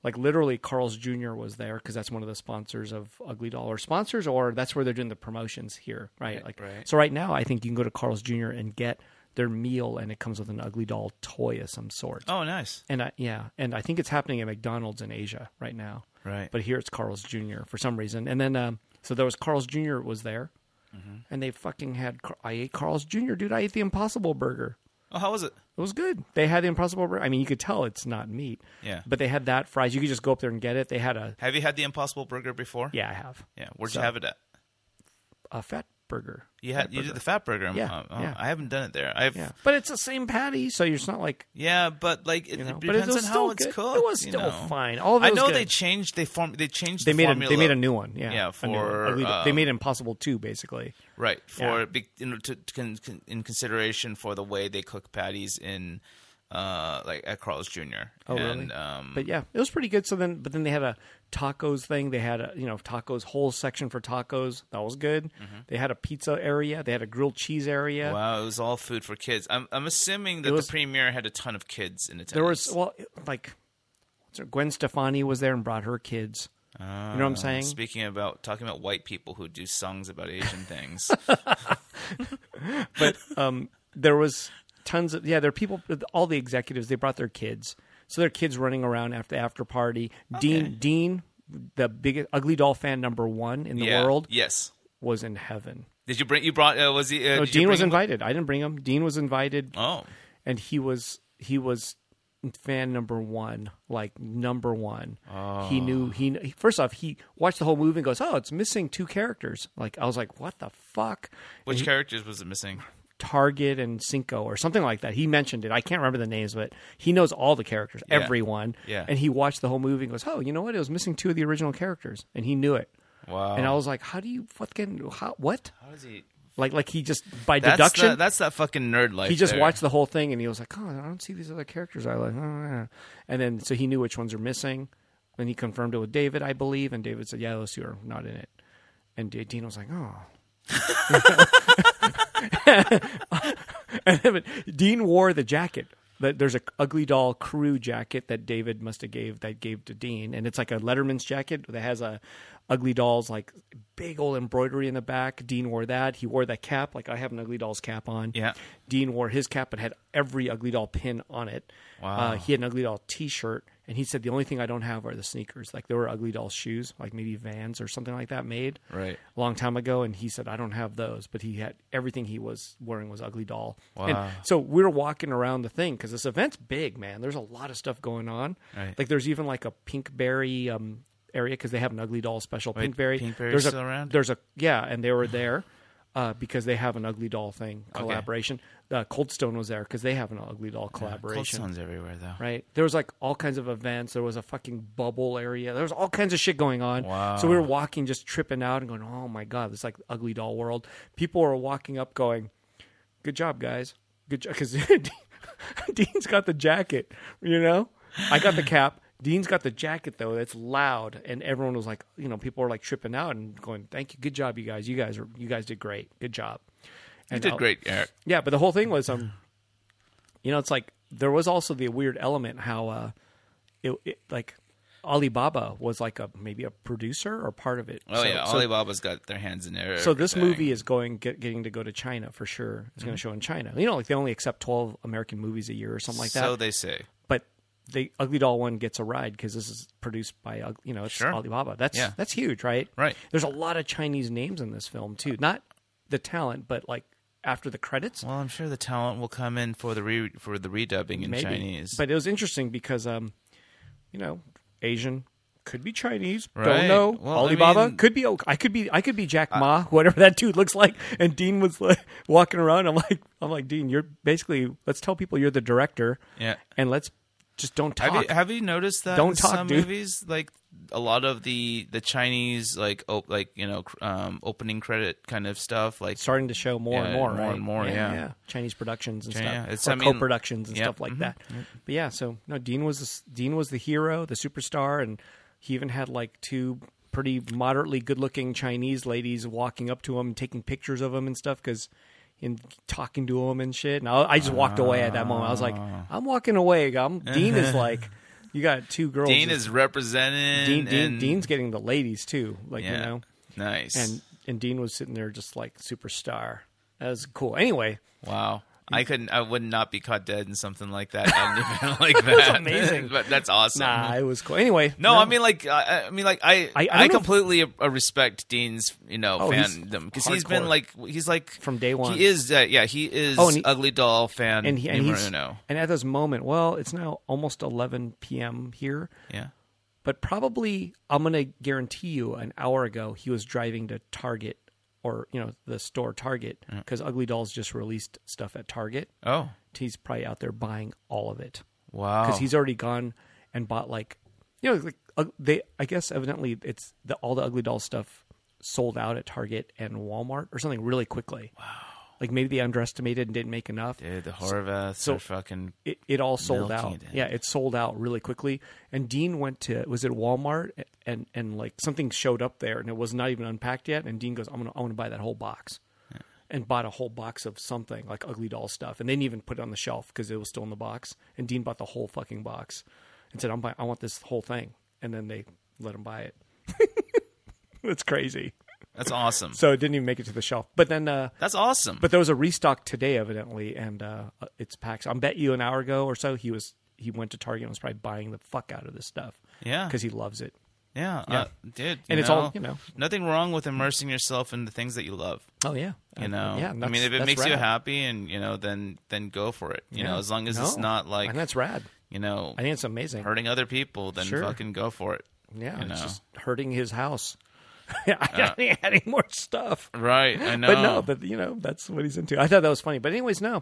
[SPEAKER 1] Like literally, Carl's Jr. was there because that's one of the sponsors of Ugly Doll, or sponsors, or that's where they're doing the promotions here, right? Like,
[SPEAKER 2] right.
[SPEAKER 1] so right now, I think you can go to Carl's Jr. and get their meal, and it comes with an Ugly Doll toy of some sort.
[SPEAKER 2] Oh, nice.
[SPEAKER 1] And I, yeah, and I think it's happening at McDonald's in Asia right now.
[SPEAKER 2] Right.
[SPEAKER 1] But here it's Carl's Jr. for some reason. And then um, so there was Carl's Jr. was there,
[SPEAKER 2] Mm-hmm.
[SPEAKER 1] and they fucking had. Car- I ate Carl's Jr. Dude, I ate the Impossible Burger.
[SPEAKER 2] Oh, how was it?
[SPEAKER 1] It was good. They had the Impossible Burger. I mean, you could tell it's not meat.
[SPEAKER 2] Yeah.
[SPEAKER 1] But they had that fries. You could just go up there and get it. They had a
[SPEAKER 2] Have you had the Impossible Burger before?
[SPEAKER 1] yeah, I have
[SPEAKER 2] Yeah. Where'd
[SPEAKER 1] So-
[SPEAKER 2] you have it at?
[SPEAKER 1] a fat burger.
[SPEAKER 2] You had you did the Fat Burger. um,
[SPEAKER 1] Yeah,
[SPEAKER 2] um, oh,
[SPEAKER 1] yeah.
[SPEAKER 2] I haven't done it there. I've
[SPEAKER 1] Yeah,
[SPEAKER 2] yeah,
[SPEAKER 1] but it's the same patty, so you're it's not like
[SPEAKER 2] but like it,
[SPEAKER 1] you know.
[SPEAKER 2] it
[SPEAKER 1] but it
[SPEAKER 2] depends
[SPEAKER 1] was
[SPEAKER 2] on
[SPEAKER 1] still
[SPEAKER 2] how it's
[SPEAKER 1] good.
[SPEAKER 2] cooked.
[SPEAKER 1] It was
[SPEAKER 2] you
[SPEAKER 1] still
[SPEAKER 2] know.
[SPEAKER 1] fine. All of it
[SPEAKER 2] I
[SPEAKER 1] was
[SPEAKER 2] know
[SPEAKER 1] good.
[SPEAKER 2] they changed. They form. They changed.
[SPEAKER 1] they
[SPEAKER 2] the
[SPEAKER 1] made a,
[SPEAKER 2] formula.
[SPEAKER 1] they made a new one. Yeah,
[SPEAKER 2] Yeah,
[SPEAKER 1] A new one.
[SPEAKER 2] for,
[SPEAKER 1] Ugly Doll- they
[SPEAKER 2] um,
[SPEAKER 1] made Impossible Two basically.
[SPEAKER 2] right for
[SPEAKER 1] Yeah.
[SPEAKER 2] be- in, to, to con, con, in consideration for the way they cook patties in uh like at Carl's Jr.
[SPEAKER 1] Oh, really?
[SPEAKER 2] and, Um,
[SPEAKER 1] but yeah, it was pretty good. So then, but then they had a tacos thing. They had a you know tacos whole section for tacos. That was good.
[SPEAKER 2] Mm-hmm.
[SPEAKER 1] They had a pizza area. They had a grilled cheese area.
[SPEAKER 2] wow, it was all food for kids. I'm I'm assuming that
[SPEAKER 1] was-
[SPEAKER 2] the premiere had a ton of kids in attendance.
[SPEAKER 1] There was well, it- like so Gwen Stefani was there and brought her kids. you
[SPEAKER 2] Ah,
[SPEAKER 1] know what I'm saying?
[SPEAKER 2] Speaking about talking about white people who do songs about Asian things.
[SPEAKER 1] but um, there was tons of yeah. There are people. All the executives they brought their kids, so their kids running around after the after party. Dean Dean, the biggest ugly doll fan number one in the
[SPEAKER 2] Yeah.
[SPEAKER 1] world,
[SPEAKER 2] Yes.
[SPEAKER 1] was in heaven.
[SPEAKER 2] Did you bring? You brought? Uh, was he? Uh,
[SPEAKER 1] No,
[SPEAKER 2] did you
[SPEAKER 1] Dean was
[SPEAKER 2] bring him-
[SPEAKER 1] invited. I didn't bring him. Dean was invited,
[SPEAKER 2] Oh,
[SPEAKER 1] and he was he was fan number one, like number one. He
[SPEAKER 2] Ah.
[SPEAKER 1] knew he first off he watched the whole movie and goes, "Oh, it's missing two characters." Like I was like, "What the fuck?"
[SPEAKER 2] which characters was it missing?
[SPEAKER 1] Target and Cinco or something like that. He mentioned it. I can't remember the names, but he knows all the characters,
[SPEAKER 2] Yeah.
[SPEAKER 1] everyone.
[SPEAKER 2] Yeah.
[SPEAKER 1] And he watched the whole movie and goes, "Oh, you know what? It was missing two of the original characters," and he knew it.
[SPEAKER 2] Wow.
[SPEAKER 1] And I was like, "How do you fucking how, what?"
[SPEAKER 2] How does he?
[SPEAKER 1] Like, like he just by
[SPEAKER 2] That's
[SPEAKER 1] deduction.
[SPEAKER 2] The, that's that fucking nerd life.
[SPEAKER 1] he just
[SPEAKER 2] there.
[SPEAKER 1] watched the whole thing and he was like, "Oh, I don't see these other characters." I like, oh, yeah." and then so he knew which ones are missing. Then he confirmed it with David, I believe, and David said, "Yeah, those two are not in it." And D- Dean was like, "Oh." and then, but Dean wore the jacket. That there's a ugly doll crew jacket that David must have gave that gave to Dean, and it's like a Letterman's jacket that has a ugly doll's like big old embroidery in the back. Dean wore that. He wore that cap, like I have an ugly doll's cap on.
[SPEAKER 2] Yeah.
[SPEAKER 1] Dean wore his cap, but had every Ugly Doll pin on it.
[SPEAKER 2] Wow.
[SPEAKER 1] Uh, he had an Ugly Doll T-shirt, and he said the only thing I don't have are the sneakers. Like there were Ugly Doll shoes, like maybe Vans or something like that, made
[SPEAKER 2] Right.
[SPEAKER 1] a long time ago. And he said I don't have those, but he had everything he was wearing was Ugly Doll.
[SPEAKER 2] Wow.
[SPEAKER 1] And so we were walking around the thing because this event's big, man. There's a lot of stuff going on.
[SPEAKER 2] Right.
[SPEAKER 1] Like there's even like a Pinkberry um, area because they have an Ugly Doll special.
[SPEAKER 2] Wait,
[SPEAKER 1] Pinkberry.
[SPEAKER 2] Pinkberry's
[SPEAKER 1] there's
[SPEAKER 2] still
[SPEAKER 1] a,
[SPEAKER 2] around?
[SPEAKER 1] There's a yeah, and they were there. Uh, because they have an ugly doll thing collaboration. Uh, Coldstone was there because they have an ugly doll
[SPEAKER 2] Cold
[SPEAKER 1] collaboration.
[SPEAKER 2] stones everywhere though.
[SPEAKER 1] right? There was like all kinds of events. There was a fucking bubble area. There was all kinds of shit going on.
[SPEAKER 2] Wow.
[SPEAKER 1] So we were walking, just tripping out and going, "Oh my god, this is like ugly doll world." People were walking up, going, "Good job, guys. Good job." Because Dean's got the jacket, you know. I got the cap. Dean's got the jacket though. That's loud, and everyone was like, you know, people were like tripping out and going, "Thank you, good job, you guys. You guys are, you guys did great. Good job."
[SPEAKER 2] You
[SPEAKER 1] And
[SPEAKER 2] did
[SPEAKER 1] I'll-
[SPEAKER 2] great, Eric.
[SPEAKER 1] yeah, but the whole thing was, um, you know, it's like there was also the weird element how, uh, it, it like Alibaba was like a maybe a producer or part of it.
[SPEAKER 2] Oh
[SPEAKER 1] so,
[SPEAKER 2] yeah,
[SPEAKER 1] so,
[SPEAKER 2] Alibaba's got their hands in there.
[SPEAKER 1] so this movie is going get, getting to go to China for sure. It's
[SPEAKER 2] Mm-hmm.
[SPEAKER 1] going to show in China. You know, like they only accept twelve American movies a year or something like that.
[SPEAKER 2] So they say.
[SPEAKER 1] but the Ugly Doll one gets a ride because this is produced by Ug- you know it's
[SPEAKER 2] Sure.
[SPEAKER 1] Alibaba. That's
[SPEAKER 2] Yeah.
[SPEAKER 1] that's huge, right?
[SPEAKER 2] Right.
[SPEAKER 1] There's a lot of Chinese names in this film too. Not the talent, but like after the credits.
[SPEAKER 2] Well, I'm sure the talent will come in for the re- for the redubbing in Chinese.
[SPEAKER 1] But it was interesting because, um, you know, Asian could be Chinese. Don't
[SPEAKER 2] Right.
[SPEAKER 1] know.
[SPEAKER 2] Well, I
[SPEAKER 1] Alibaba
[SPEAKER 2] mean-
[SPEAKER 1] could be. I could be. I could be Jack Ma, whatever that dude looks like. And Dean was like walking around. I'm like, I'm like Dean. You're basically. Let's tell people you're the director.
[SPEAKER 2] Yeah.
[SPEAKER 1] And let's just don't talk.
[SPEAKER 2] have you, have you noticed that
[SPEAKER 1] Don't
[SPEAKER 2] in
[SPEAKER 1] talk,
[SPEAKER 2] some
[SPEAKER 1] dude.
[SPEAKER 2] movies, like a lot of the the Chinese like op- like you know cr- um, opening credit kind of stuff, like
[SPEAKER 1] Starting to show more and
[SPEAKER 2] Yeah,
[SPEAKER 1] more,
[SPEAKER 2] more
[SPEAKER 1] right?
[SPEAKER 2] and more, yeah.
[SPEAKER 1] Chinese productions and
[SPEAKER 2] China-
[SPEAKER 1] stuff,
[SPEAKER 2] yeah, it's-
[SPEAKER 1] or
[SPEAKER 2] I mean, mm-hmm,
[SPEAKER 1] co-productions and
[SPEAKER 2] yeah,
[SPEAKER 1] stuff like that. But yeah, so no, Dean was the, Dean was the hero, the superstar, and he even had like two pretty moderately good-looking Chinese ladies walking up to him, and taking pictures of him and stuff, because and talking to him and shit. And I, I just walked away at that moment. I was like,
[SPEAKER 2] Ah.
[SPEAKER 1] I'm walking away. I'm, Dean is like, you got two girls.
[SPEAKER 2] Dean is represented.
[SPEAKER 1] Dean, Dean-
[SPEAKER 2] and-
[SPEAKER 1] Dean's getting the ladies too, like
[SPEAKER 2] yeah,
[SPEAKER 1] you know
[SPEAKER 2] nice
[SPEAKER 1] and and Dean was sitting there just like superstar. That was cool. Anyway,
[SPEAKER 2] wow. I couldn't. I would not be caught dead in something like that. and even like that. That's
[SPEAKER 1] amazing.
[SPEAKER 2] but that's awesome.
[SPEAKER 1] nah, it was cool. Anyway,
[SPEAKER 2] Uh-huh. No, I mean like I, I mean like I
[SPEAKER 1] I
[SPEAKER 2] I,
[SPEAKER 1] don't know if-
[SPEAKER 2] completely uh, respect Dean's you know
[SPEAKER 1] Oh, he's
[SPEAKER 2] fandom because he's been
[SPEAKER 1] hardcore.
[SPEAKER 2] like he's like
[SPEAKER 1] From day one.
[SPEAKER 2] he is uh, yeah he is
[SPEAKER 1] Oh, and he-
[SPEAKER 2] ugly doll fan
[SPEAKER 1] and he, and
[SPEAKER 2] numero
[SPEAKER 1] he's
[SPEAKER 2] uno.
[SPEAKER 1] and at this moment, well, it's now almost 11 p.m. here,
[SPEAKER 2] yeah
[SPEAKER 1] but probably I'm gonna guarantee you an hour ago he was driving to Target or you know the store Target because Ugly Dolls just released stuff at Target.
[SPEAKER 2] oh
[SPEAKER 1] He's probably out there buying all of it.
[SPEAKER 2] wow
[SPEAKER 1] because he's already gone and bought like you know like uh, they I guess evidently it's the all the ugly doll stuff sold out at Target and Walmart or something really quickly. Wow. Like maybe they underestimated and didn't make enough.
[SPEAKER 2] Dude, the Horvaths are fucking
[SPEAKER 1] It, it all sold
[SPEAKER 2] Milking
[SPEAKER 1] out.
[SPEAKER 2] it in.
[SPEAKER 1] yeah, it sold out really quickly. And Dean went to was it Walmart and and like something showed up there and it was not even unpacked yet. And Dean goes, I'm gonna I want to buy that whole box. And bought a whole box of something like ugly doll stuff, and they didn't even put it on the shelf because it was still in the box. And Dean bought the whole fucking box, and said, "I'm buy- I want this whole thing." And then they let him buy it. It's crazy.
[SPEAKER 2] that's awesome
[SPEAKER 1] So it didn't even make it to the shelf. But then uh,
[SPEAKER 2] that's awesome
[SPEAKER 1] but there was a restock today, evidently, and uh, it's packed. I bet you an hour ago or so, he was he went to Target and was probably buying the fuck out of this stuff.
[SPEAKER 2] Yeah.
[SPEAKER 1] because he loves it.
[SPEAKER 2] yeah,
[SPEAKER 1] yeah.
[SPEAKER 2] Uh, dude
[SPEAKER 1] And
[SPEAKER 2] you
[SPEAKER 1] it's all, you know.
[SPEAKER 2] nothing wrong with immersing yourself in the things that you love
[SPEAKER 1] Oh yeah,
[SPEAKER 2] you know
[SPEAKER 1] yeah.
[SPEAKER 2] I
[SPEAKER 1] that's-
[SPEAKER 2] mean if it
[SPEAKER 1] that's
[SPEAKER 2] makes you
[SPEAKER 1] rad.
[SPEAKER 2] happy and you know then then go for it you know
[SPEAKER 1] Yeah.
[SPEAKER 2] as long as it's
[SPEAKER 1] No.
[SPEAKER 2] not like
[SPEAKER 1] and that's rad.
[SPEAKER 2] you know
[SPEAKER 1] I think it's amazing.
[SPEAKER 2] hurting other people then
[SPEAKER 1] Sure.
[SPEAKER 2] fucking go for it
[SPEAKER 1] yeah,
[SPEAKER 2] you
[SPEAKER 1] it's
[SPEAKER 2] know.
[SPEAKER 1] just hurting his house. I ain't adding more stuff.
[SPEAKER 2] Right, I know.
[SPEAKER 1] But no, but you know that's what he's into. I thought that was funny. But anyways, no.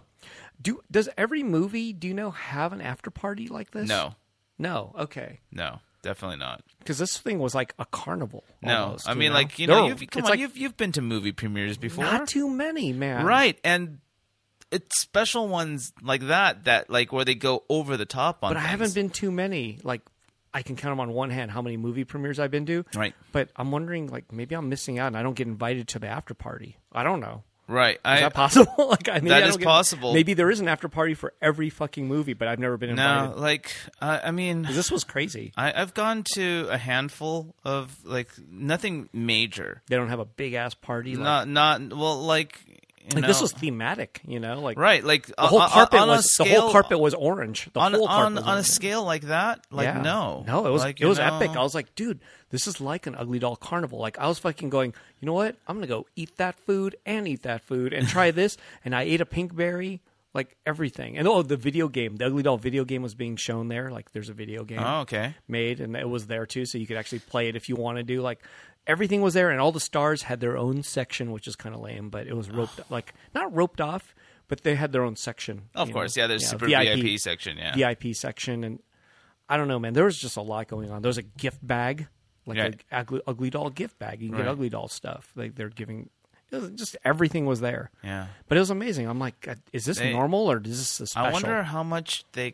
[SPEAKER 1] Do does every movie do you know have an after party like this?
[SPEAKER 2] no,
[SPEAKER 1] no. Okay,
[SPEAKER 2] no, definitely not.
[SPEAKER 1] because this thing was like a carnival. almost,
[SPEAKER 2] no, I
[SPEAKER 1] you
[SPEAKER 2] mean,
[SPEAKER 1] know?
[SPEAKER 2] like you know,
[SPEAKER 1] No,
[SPEAKER 2] you've, come
[SPEAKER 1] it's
[SPEAKER 2] on,
[SPEAKER 1] like
[SPEAKER 2] you've you've been to movie premieres before,
[SPEAKER 1] not too many, man.
[SPEAKER 2] right? And it's special ones like that that like where they go over the top on.
[SPEAKER 1] But I haven't
[SPEAKER 2] things.
[SPEAKER 1] been too many. Like I can count them on one hand how many movie premieres I've been to.
[SPEAKER 2] Right.
[SPEAKER 1] But I'm wondering, like maybe I'm missing out and I don't get invited to the after party. I don't know.
[SPEAKER 2] right. I,
[SPEAKER 1] Is that possible? like I, maybe
[SPEAKER 2] That
[SPEAKER 1] I don't
[SPEAKER 2] is
[SPEAKER 1] get-
[SPEAKER 2] possible.
[SPEAKER 1] Maybe there is an after party for every fucking movie, but I've never been invited.
[SPEAKER 2] no, like I, I mean,
[SPEAKER 1] 'Cause This was crazy.
[SPEAKER 2] I, I've gone to a handful of like nothing major.
[SPEAKER 1] They don't have a big ass party. Like,
[SPEAKER 2] Not not well like you
[SPEAKER 1] like
[SPEAKER 2] know,
[SPEAKER 1] this was thematic, you know. Like
[SPEAKER 2] right like uh,
[SPEAKER 1] the whole carpet was the whole carpet was orange. The
[SPEAKER 2] on
[SPEAKER 1] whole carpet
[SPEAKER 2] on,
[SPEAKER 1] was
[SPEAKER 2] on a
[SPEAKER 1] orange.
[SPEAKER 2] scale like that like
[SPEAKER 1] Yeah.
[SPEAKER 2] no
[SPEAKER 1] no, it was
[SPEAKER 2] Like,
[SPEAKER 1] it
[SPEAKER 2] you
[SPEAKER 1] was epic.
[SPEAKER 2] know,
[SPEAKER 1] I was like, dude, this is like an ugly doll carnival. Like I was fucking going, you know what? I'm gonna go eat that food and eat that food and try this. And I ate a pink berry, like everything. And oh, the video game, the ugly doll video game was being shown there. Like there's a video game
[SPEAKER 2] oh okay
[SPEAKER 1] made, and it was there too, so you could actually play it if you want to do. Like everything was there, and all the stars had their own section, which is kind of lame, but it was roped like not roped off, but they had their own section.
[SPEAKER 2] of
[SPEAKER 1] you
[SPEAKER 2] course
[SPEAKER 1] know?
[SPEAKER 2] yeah there's super VIP, section yeah
[SPEAKER 1] VIP section, and I don't know, man. There was just a lot going on. There was a gift bag, like
[SPEAKER 2] Yeah.
[SPEAKER 1] an ugly, ugly doll gift bag. You can
[SPEAKER 2] Right.
[SPEAKER 1] get ugly doll stuff. Like they're giving, it was just everything was there.
[SPEAKER 2] yeah
[SPEAKER 1] But it was amazing. I'm like, God, is this
[SPEAKER 2] They-
[SPEAKER 1] normal or is this a special?
[SPEAKER 2] I wonder how much they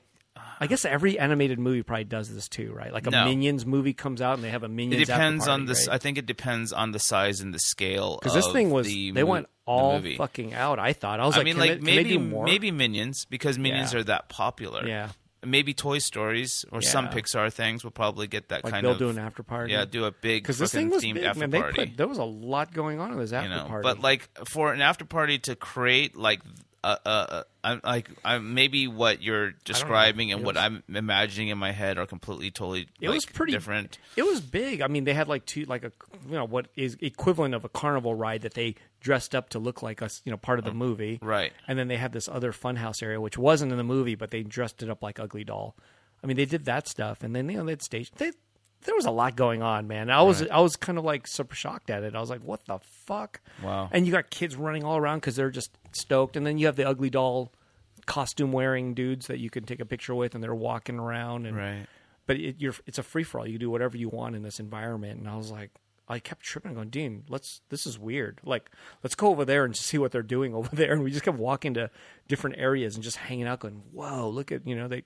[SPEAKER 1] I guess every animated movie probably does this too, right? Like a
[SPEAKER 2] No.
[SPEAKER 1] Minions movie comes out and they have a
[SPEAKER 2] it
[SPEAKER 1] Minions.
[SPEAKER 2] depends on the
[SPEAKER 1] this.
[SPEAKER 2] s I I think it depends on the size and the scale
[SPEAKER 1] Because this
[SPEAKER 2] of
[SPEAKER 1] thing was,
[SPEAKER 2] the
[SPEAKER 1] they
[SPEAKER 2] mo-
[SPEAKER 1] went
[SPEAKER 2] the
[SPEAKER 1] all
[SPEAKER 2] movie.
[SPEAKER 1] fucking out. I thought I was
[SPEAKER 2] I
[SPEAKER 1] like,
[SPEAKER 2] mean,
[SPEAKER 1] can
[SPEAKER 2] like
[SPEAKER 1] they- can they
[SPEAKER 2] maybe
[SPEAKER 1] do more?
[SPEAKER 2] maybe Minions because Minions
[SPEAKER 1] Yeah.
[SPEAKER 2] are that popular.
[SPEAKER 1] Yeah.
[SPEAKER 2] Maybe Toy Stories or some
[SPEAKER 1] Yeah.
[SPEAKER 2] Pixar things will probably get that
[SPEAKER 1] like
[SPEAKER 2] kind
[SPEAKER 1] they'll
[SPEAKER 2] of
[SPEAKER 1] do an after party.
[SPEAKER 2] yeah, do a big
[SPEAKER 1] because this thing
[SPEAKER 2] fucking
[SPEAKER 1] was
[SPEAKER 2] themed
[SPEAKER 1] big,
[SPEAKER 2] after
[SPEAKER 1] man. They
[SPEAKER 2] party.
[SPEAKER 1] put, there was a lot going on in this after
[SPEAKER 2] you know,
[SPEAKER 1] party.
[SPEAKER 2] but like for an after party to create like uh, uh, uh, I'm like I'm maybe what you're describing and
[SPEAKER 1] It
[SPEAKER 2] what
[SPEAKER 1] was-
[SPEAKER 2] I'm imagining in my head are completely totally
[SPEAKER 1] It was
[SPEAKER 2] like,
[SPEAKER 1] pretty-
[SPEAKER 2] different.
[SPEAKER 1] It was big. I mean, they had like two, like a you know what is equivalent of a carnival ride that they dressed up to look like us, you know, part of the movie,
[SPEAKER 2] Mm. right.
[SPEAKER 1] And then they had this other funhouse area which wasn't in the movie, but they dressed it up like Ugly Doll. I mean, they did that stuff, and then you know they had stage. They, there was a lot going on, man. I was I was kind of like super shocked at it. I was like, what the fuck?
[SPEAKER 2] Wow.
[SPEAKER 1] And you got kids running all around because they're just stoked, and then you have the Ugly Doll costume wearing dudes that you can take a picture with, and they're walking around and
[SPEAKER 2] Right.
[SPEAKER 1] but it, you're, it's a free for all. You can do whatever you want in this environment. And I was like, I kept tripping, going, Dean, let's. This is weird. Like, let's go over there and see what they're doing over there. And we just kept walking to different areas and just hanging out, going, Whoa, look at you know they.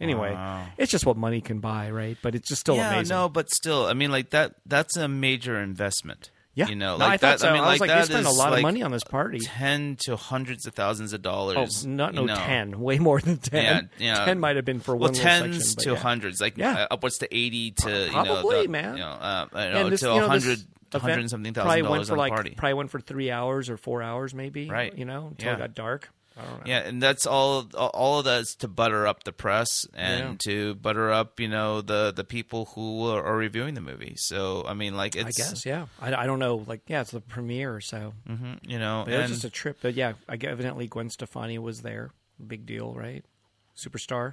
[SPEAKER 1] Anyway, it's just what money can buy, right? But it's just still
[SPEAKER 2] yeah,
[SPEAKER 1] Oh, amazing.
[SPEAKER 2] no, but still, I mean, like that—that's a major investment.
[SPEAKER 1] yeah,
[SPEAKER 2] you know,
[SPEAKER 1] No,
[SPEAKER 2] like
[SPEAKER 1] I
[SPEAKER 2] that.
[SPEAKER 1] thought so.
[SPEAKER 2] I mean,
[SPEAKER 1] was like,
[SPEAKER 2] that
[SPEAKER 1] they spent a
[SPEAKER 2] is,
[SPEAKER 1] lot
[SPEAKER 2] like,
[SPEAKER 1] of money on this party.
[SPEAKER 2] ten to hundreds of thousands of
[SPEAKER 1] Oh,
[SPEAKER 2] dollars.
[SPEAKER 1] not no
[SPEAKER 2] you know.
[SPEAKER 1] ten, way more than ten.
[SPEAKER 2] Yeah, yeah.
[SPEAKER 1] Ten might have been for
[SPEAKER 2] Well,
[SPEAKER 1] one little
[SPEAKER 2] tens
[SPEAKER 1] section, but
[SPEAKER 2] to
[SPEAKER 1] yeah.
[SPEAKER 2] hundreds, like
[SPEAKER 1] Yeah.
[SPEAKER 2] uh, upwards to eighty to you know,
[SPEAKER 1] Probably,
[SPEAKER 2] the-
[SPEAKER 1] man.
[SPEAKER 2] You know, uh, I don't know,
[SPEAKER 1] And this,
[SPEAKER 2] to
[SPEAKER 1] you know, this
[SPEAKER 2] 100,
[SPEAKER 1] event
[SPEAKER 2] 100 and something
[SPEAKER 1] probably
[SPEAKER 2] thousand
[SPEAKER 1] went
[SPEAKER 2] dollars
[SPEAKER 1] for
[SPEAKER 2] on
[SPEAKER 1] like
[SPEAKER 2] the party.
[SPEAKER 1] probably went for three hours or four hours, maybe.
[SPEAKER 2] Right.
[SPEAKER 1] You know, until
[SPEAKER 2] Yeah.
[SPEAKER 1] it got dark. I don't know.
[SPEAKER 2] Yeah, and that's all. All of that's to butter up the press and to butter up, you know, the the people who are, are reviewing the movie. So I mean, like it's,
[SPEAKER 1] I guess. Yeah. I, I don't know. Like, yeah, it's the premiere, so
[SPEAKER 2] hmm you know,
[SPEAKER 1] it was
[SPEAKER 2] and
[SPEAKER 1] just a trip. But yeah, I gu- evidently Gwen Stefani was there. Big deal, right? Superstar,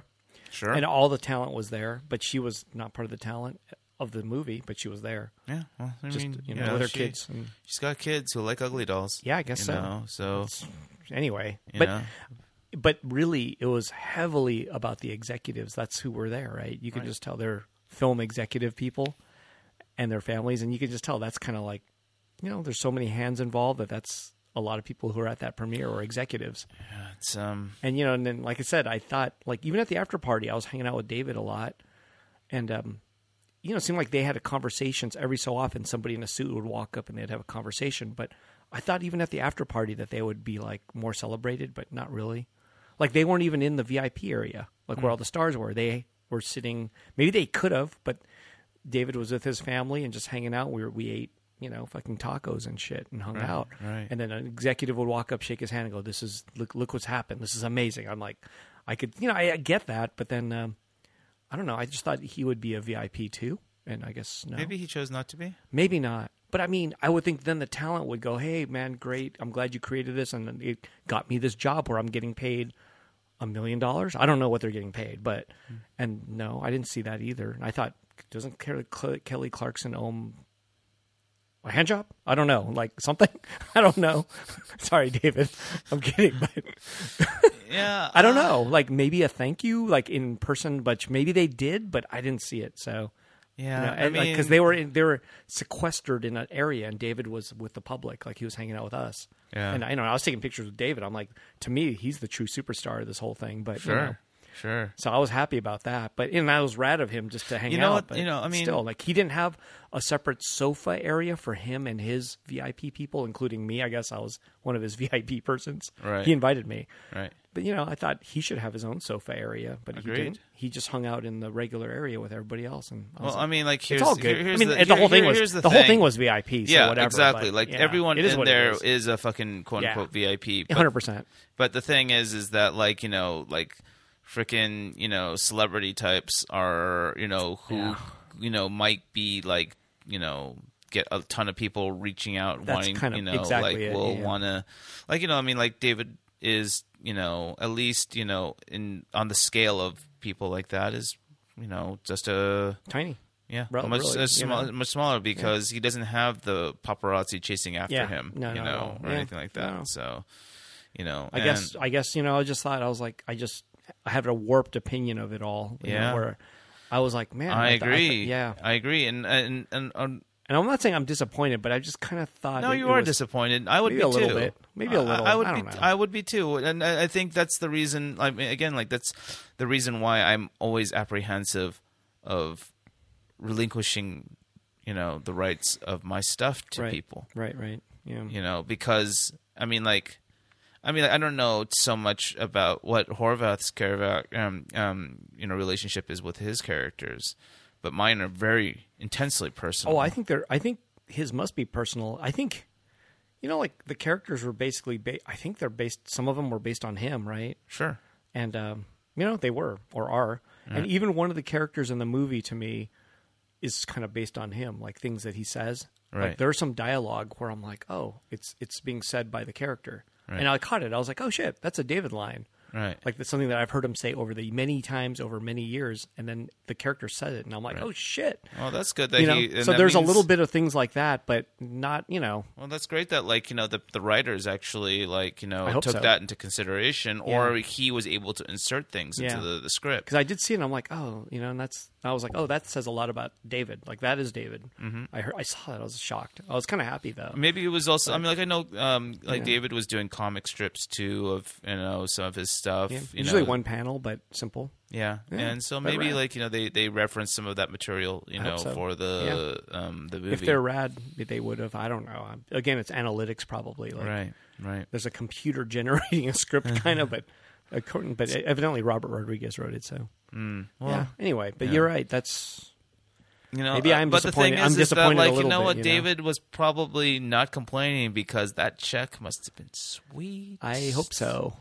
[SPEAKER 2] sure,
[SPEAKER 1] and all the talent was there, but she was not part of the talent of the movie, but she was there.
[SPEAKER 2] yeah. Well, I
[SPEAKER 1] Just
[SPEAKER 2] mean,
[SPEAKER 1] you know, with her kids. And,
[SPEAKER 2] She's got kids who like ugly dolls.
[SPEAKER 1] Yeah, I guess
[SPEAKER 2] you
[SPEAKER 1] so.
[SPEAKER 2] Know? So
[SPEAKER 1] anyway,
[SPEAKER 2] you
[SPEAKER 1] but
[SPEAKER 2] know,
[SPEAKER 1] but really it was heavily about the executives that's who were there right you could just tell they're film executive people and their families and you could just tell that's kind of like you know there's so many hands involved that that's a lot of people who are at that premiere or executives
[SPEAKER 2] it's um,
[SPEAKER 1] and you know and then like i said i thought like even at the after party i was hanging out with david a lot and um you know it seemed like they had conversations every so often somebody in a suit would walk up and they'd have a conversation but i thought even at the after party that they would be like more celebrated but not really like they weren't even in the vip area like
[SPEAKER 2] Mm.
[SPEAKER 1] where all the stars were they were sitting maybe they could have but david was with his family and just hanging out we, were, we ate you know fucking tacos and shit and hung out
[SPEAKER 2] right.
[SPEAKER 1] and then an executive would walk up, shake his hand, and go, "This is look, look what's happened. This is amazing." I'm like, I could, you know, I, I get that, but then um, I don't know. I just thought he would be a VIP too, and I guess no,
[SPEAKER 2] maybe he chose not to be.
[SPEAKER 1] Maybe not. But I mean, I would think then the talent would go, "Hey, man, great! I'm glad you created this, and it got me this job where I'm getting paid a million dollars." I don't know what they're getting paid, but and no, I didn't see that either. And I thought, doesn't Kelly Kelly Clarkson own a hand job? I don't know, like something. I don't know. Sorry, David, I'm kidding, but
[SPEAKER 2] Yeah,
[SPEAKER 1] I don't know. Like maybe a thank you, like in person, but maybe they did, but I didn't see it. So
[SPEAKER 2] Yeah,
[SPEAKER 1] you know,
[SPEAKER 2] I
[SPEAKER 1] and, like, 'cause
[SPEAKER 2] mean-
[SPEAKER 1] they were in, they were sequestered in an area, and David was with the public, like he was hanging out with us.
[SPEAKER 2] Yeah.
[SPEAKER 1] and I you know I was taking pictures with David. I'm like, to me, he's the true superstar of this whole thing. But you know,
[SPEAKER 2] sure, sure.
[SPEAKER 1] so I was happy about that. But and I was rad of him just to hang
[SPEAKER 2] You know
[SPEAKER 1] out.
[SPEAKER 2] what-
[SPEAKER 1] but
[SPEAKER 2] you know, I mean-
[SPEAKER 1] still, like he didn't have a separate sofa area for him and his VIP people, including me. I guess I was one of his VIP persons.
[SPEAKER 2] Right.
[SPEAKER 1] He invited me.
[SPEAKER 2] Right.
[SPEAKER 1] But you know, I thought he should have his own sofa area, but
[SPEAKER 2] Agreed.
[SPEAKER 1] he didn't. He just hung out in the regular area with everybody else, and I was
[SPEAKER 2] Well,
[SPEAKER 1] like,
[SPEAKER 2] I mean, like here's
[SPEAKER 1] it's all good.
[SPEAKER 2] here- here's
[SPEAKER 1] I mean,
[SPEAKER 2] the,
[SPEAKER 1] the whole
[SPEAKER 2] here-
[SPEAKER 1] thing
[SPEAKER 2] here-
[SPEAKER 1] was
[SPEAKER 2] here's
[SPEAKER 1] the,
[SPEAKER 2] the,
[SPEAKER 1] whole
[SPEAKER 2] thing.
[SPEAKER 1] thing was VIP. So
[SPEAKER 2] yeah,
[SPEAKER 1] whatever,
[SPEAKER 2] exactly.
[SPEAKER 1] but,
[SPEAKER 2] like
[SPEAKER 1] yeah,
[SPEAKER 2] everyone
[SPEAKER 1] it is
[SPEAKER 2] in
[SPEAKER 1] what
[SPEAKER 2] there
[SPEAKER 1] it
[SPEAKER 2] is.
[SPEAKER 1] is.
[SPEAKER 2] a fucking quote
[SPEAKER 1] Yeah.
[SPEAKER 2] unquote VIP. But,
[SPEAKER 1] 100%.
[SPEAKER 2] but the thing is, is that like you know, like freaking you know, celebrity types are you know who
[SPEAKER 1] Yeah.
[SPEAKER 2] you know might be like you know get a ton of people reaching out
[SPEAKER 1] That's
[SPEAKER 2] wanting
[SPEAKER 1] kind of
[SPEAKER 2] you know
[SPEAKER 1] exactly
[SPEAKER 2] like
[SPEAKER 1] it,
[SPEAKER 2] will
[SPEAKER 1] yeah.
[SPEAKER 2] want to like you know I mean like David is you know at least you know in on the scale of people like that is you know just a
[SPEAKER 1] Tiny.
[SPEAKER 2] yeah,
[SPEAKER 1] Rel-
[SPEAKER 2] much
[SPEAKER 1] really,
[SPEAKER 2] uh,
[SPEAKER 1] you
[SPEAKER 2] small,
[SPEAKER 1] know?
[SPEAKER 2] much smaller because he doesn't have the paparazzi chasing after
[SPEAKER 1] Yeah.
[SPEAKER 2] him,
[SPEAKER 1] No,
[SPEAKER 2] you
[SPEAKER 1] no,
[SPEAKER 2] know,
[SPEAKER 1] no.
[SPEAKER 2] or
[SPEAKER 1] Yeah.
[SPEAKER 2] anything like that.
[SPEAKER 1] No.
[SPEAKER 2] So, you know,
[SPEAKER 1] I guess I guess you know I just thought I was like I just I had a warped opinion of it all. you know,
[SPEAKER 2] Yeah.
[SPEAKER 1] where I was like, man,
[SPEAKER 2] I
[SPEAKER 1] th- th-
[SPEAKER 2] agree.
[SPEAKER 1] yeah,
[SPEAKER 2] I agree. And and and, and
[SPEAKER 1] and I'm not saying I'm disappointed, but I just kind of thought
[SPEAKER 2] no,
[SPEAKER 1] it-
[SPEAKER 2] you
[SPEAKER 1] it
[SPEAKER 2] are
[SPEAKER 1] was-
[SPEAKER 2] disappointed. I would
[SPEAKER 1] maybe
[SPEAKER 2] be
[SPEAKER 1] a little
[SPEAKER 2] too.
[SPEAKER 1] bit. Maybe a
[SPEAKER 2] I-
[SPEAKER 1] little.
[SPEAKER 2] I, would
[SPEAKER 1] I
[SPEAKER 2] be.
[SPEAKER 1] don't know.
[SPEAKER 2] I would be too. And I, I think that's the reason. I mean, again, like that's the reason why I'm always apprehensive of relinquishing, you know, the rights of my stuff to
[SPEAKER 1] right,
[SPEAKER 2] people.
[SPEAKER 1] Right, right, yeah,
[SPEAKER 2] you know, because I mean, like, I mean, I don't know so much about what Horvath's character, um, um, you know, relationship is with his characters, but mine are very intensely personal.
[SPEAKER 1] Oh, I think they're. I think his must be personal. I think, you know, like the characters were basically. Ba- I think they're based. Some of them were based on him, right?
[SPEAKER 2] sure,
[SPEAKER 1] and um, you know they were or are and even one of the characters in the movie to me is kind of based on him like things that he says
[SPEAKER 2] Right.
[SPEAKER 1] like there's some dialogue where i'm like oh it's it's being said by the character and i caught it i was like oh shit that's a david line
[SPEAKER 2] right,
[SPEAKER 1] like that's something that i've heard him say over the many times over many years and then the character said it and i'm like oh shit
[SPEAKER 2] Well, that's good that
[SPEAKER 1] you know
[SPEAKER 2] he. and
[SPEAKER 1] so
[SPEAKER 2] that
[SPEAKER 1] there's a
[SPEAKER 2] means-
[SPEAKER 1] little bit of things like that but not you know
[SPEAKER 2] Well, that's great that like you know the the writers actually like you know
[SPEAKER 1] hope
[SPEAKER 2] took
[SPEAKER 1] so.
[SPEAKER 2] that into consideration, or he was able to insert things
[SPEAKER 1] Yeah.
[SPEAKER 2] into the, the script.
[SPEAKER 1] because I did see it and I'm like, oh, you know, and that's I was like, oh, that says a lot about David. Like that is David. Mm-hmm. I heard, I saw that. I was shocked. I was kind of happy though.
[SPEAKER 2] Maybe it was also. I mean, like I know, um, like David was doing comic strips too of you know some of his stuff. you
[SPEAKER 1] Usually
[SPEAKER 2] know,
[SPEAKER 1] one panel, but simple.
[SPEAKER 2] Yeah. and so maybe
[SPEAKER 1] rad.
[SPEAKER 2] like you know they they reference some of that material you know
[SPEAKER 1] hope so.
[SPEAKER 2] for the um the movie.
[SPEAKER 1] If they're rad, they would have. I don't know. Um, Again, it's analytics probably. Like
[SPEAKER 2] right, right.
[SPEAKER 1] there's a computer generating a script, kind of, but according, but evidently Robert Rodriguez wrote it. So
[SPEAKER 2] Well,
[SPEAKER 1] yeah. Anyway, but you're right. That's
[SPEAKER 2] you know,
[SPEAKER 1] Maybe
[SPEAKER 2] uh,
[SPEAKER 1] I'm
[SPEAKER 2] but the thing
[SPEAKER 1] disappointed-
[SPEAKER 2] is,
[SPEAKER 1] I'm
[SPEAKER 2] is
[SPEAKER 1] disappointed a
[SPEAKER 2] that, like you
[SPEAKER 1] little
[SPEAKER 2] know
[SPEAKER 1] bit,
[SPEAKER 2] what,
[SPEAKER 1] you know?
[SPEAKER 2] David was probably not complaining because that check must have been sweet.
[SPEAKER 1] I hope so.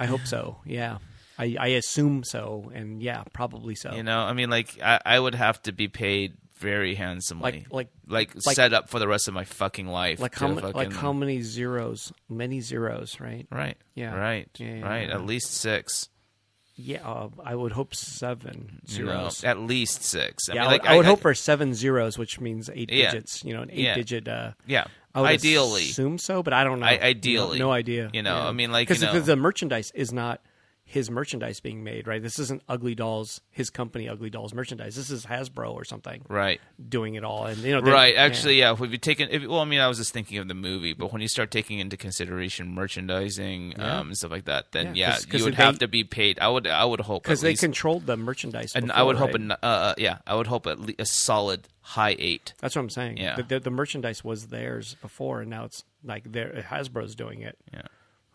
[SPEAKER 1] I hope so. Yeah. I, I assume so, and yeah, probably so.
[SPEAKER 2] You know, I mean, like I, I would have to be paid very handsomely,
[SPEAKER 1] Like- like-
[SPEAKER 2] like,
[SPEAKER 1] like-
[SPEAKER 2] set up for the rest of my fucking life.
[SPEAKER 1] like
[SPEAKER 2] to
[SPEAKER 1] how, ma-
[SPEAKER 2] fucking,
[SPEAKER 1] like how many zeros? Many zeros, right?
[SPEAKER 2] Right.
[SPEAKER 1] Yeah.
[SPEAKER 2] Right.
[SPEAKER 1] Yeah, yeah,
[SPEAKER 2] right.
[SPEAKER 1] yeah.
[SPEAKER 2] At least six.
[SPEAKER 1] Yeah, uh, I would hope seven
[SPEAKER 2] You know,
[SPEAKER 1] zeros.
[SPEAKER 2] at least six. I
[SPEAKER 1] yeah,
[SPEAKER 2] mean,
[SPEAKER 1] I would,
[SPEAKER 2] like,
[SPEAKER 1] I would hope for seven zeros, which means eight
[SPEAKER 2] Yeah.
[SPEAKER 1] digits. You know, an eight
[SPEAKER 2] Yeah.
[SPEAKER 1] digit. Uh,
[SPEAKER 2] Yeah.
[SPEAKER 1] I would
[SPEAKER 2] Ideally.
[SPEAKER 1] assume so, but I don't know.
[SPEAKER 2] I- ideally.
[SPEAKER 1] no, no idea.
[SPEAKER 2] You know, I mean, like, you
[SPEAKER 1] because
[SPEAKER 2] know-
[SPEAKER 1] the, the merchandise is not his merchandise being made, right? This isn't Ugly Dolls, his company, Ugly Dolls merchandise. This is Hasbro or something
[SPEAKER 2] Right.
[SPEAKER 1] doing it all, and you know, they-
[SPEAKER 2] Right.
[SPEAKER 1] yeah.
[SPEAKER 2] Actually, yeah. If you take it, if, well, I mean, I was just thinking of the movie, but when you start taking into consideration merchandising um, and stuff like that, then
[SPEAKER 1] Yeah,
[SPEAKER 2] yeah,
[SPEAKER 1] 'cause- 'cause
[SPEAKER 2] you would
[SPEAKER 1] they-
[SPEAKER 2] have to be paid. I would. I would hope
[SPEAKER 1] because
[SPEAKER 2] because
[SPEAKER 1] they controlled the merchandise,
[SPEAKER 2] And I
[SPEAKER 1] before,
[SPEAKER 2] would hope.
[SPEAKER 1] right?
[SPEAKER 2] An, uh, uh, yeah, I would hope at least a solid high eight.
[SPEAKER 1] That's what I'm saying.
[SPEAKER 2] Yeah.
[SPEAKER 1] The, the, the merchandise was theirs before, and now it's like their Hasbro's doing it.
[SPEAKER 2] Yeah.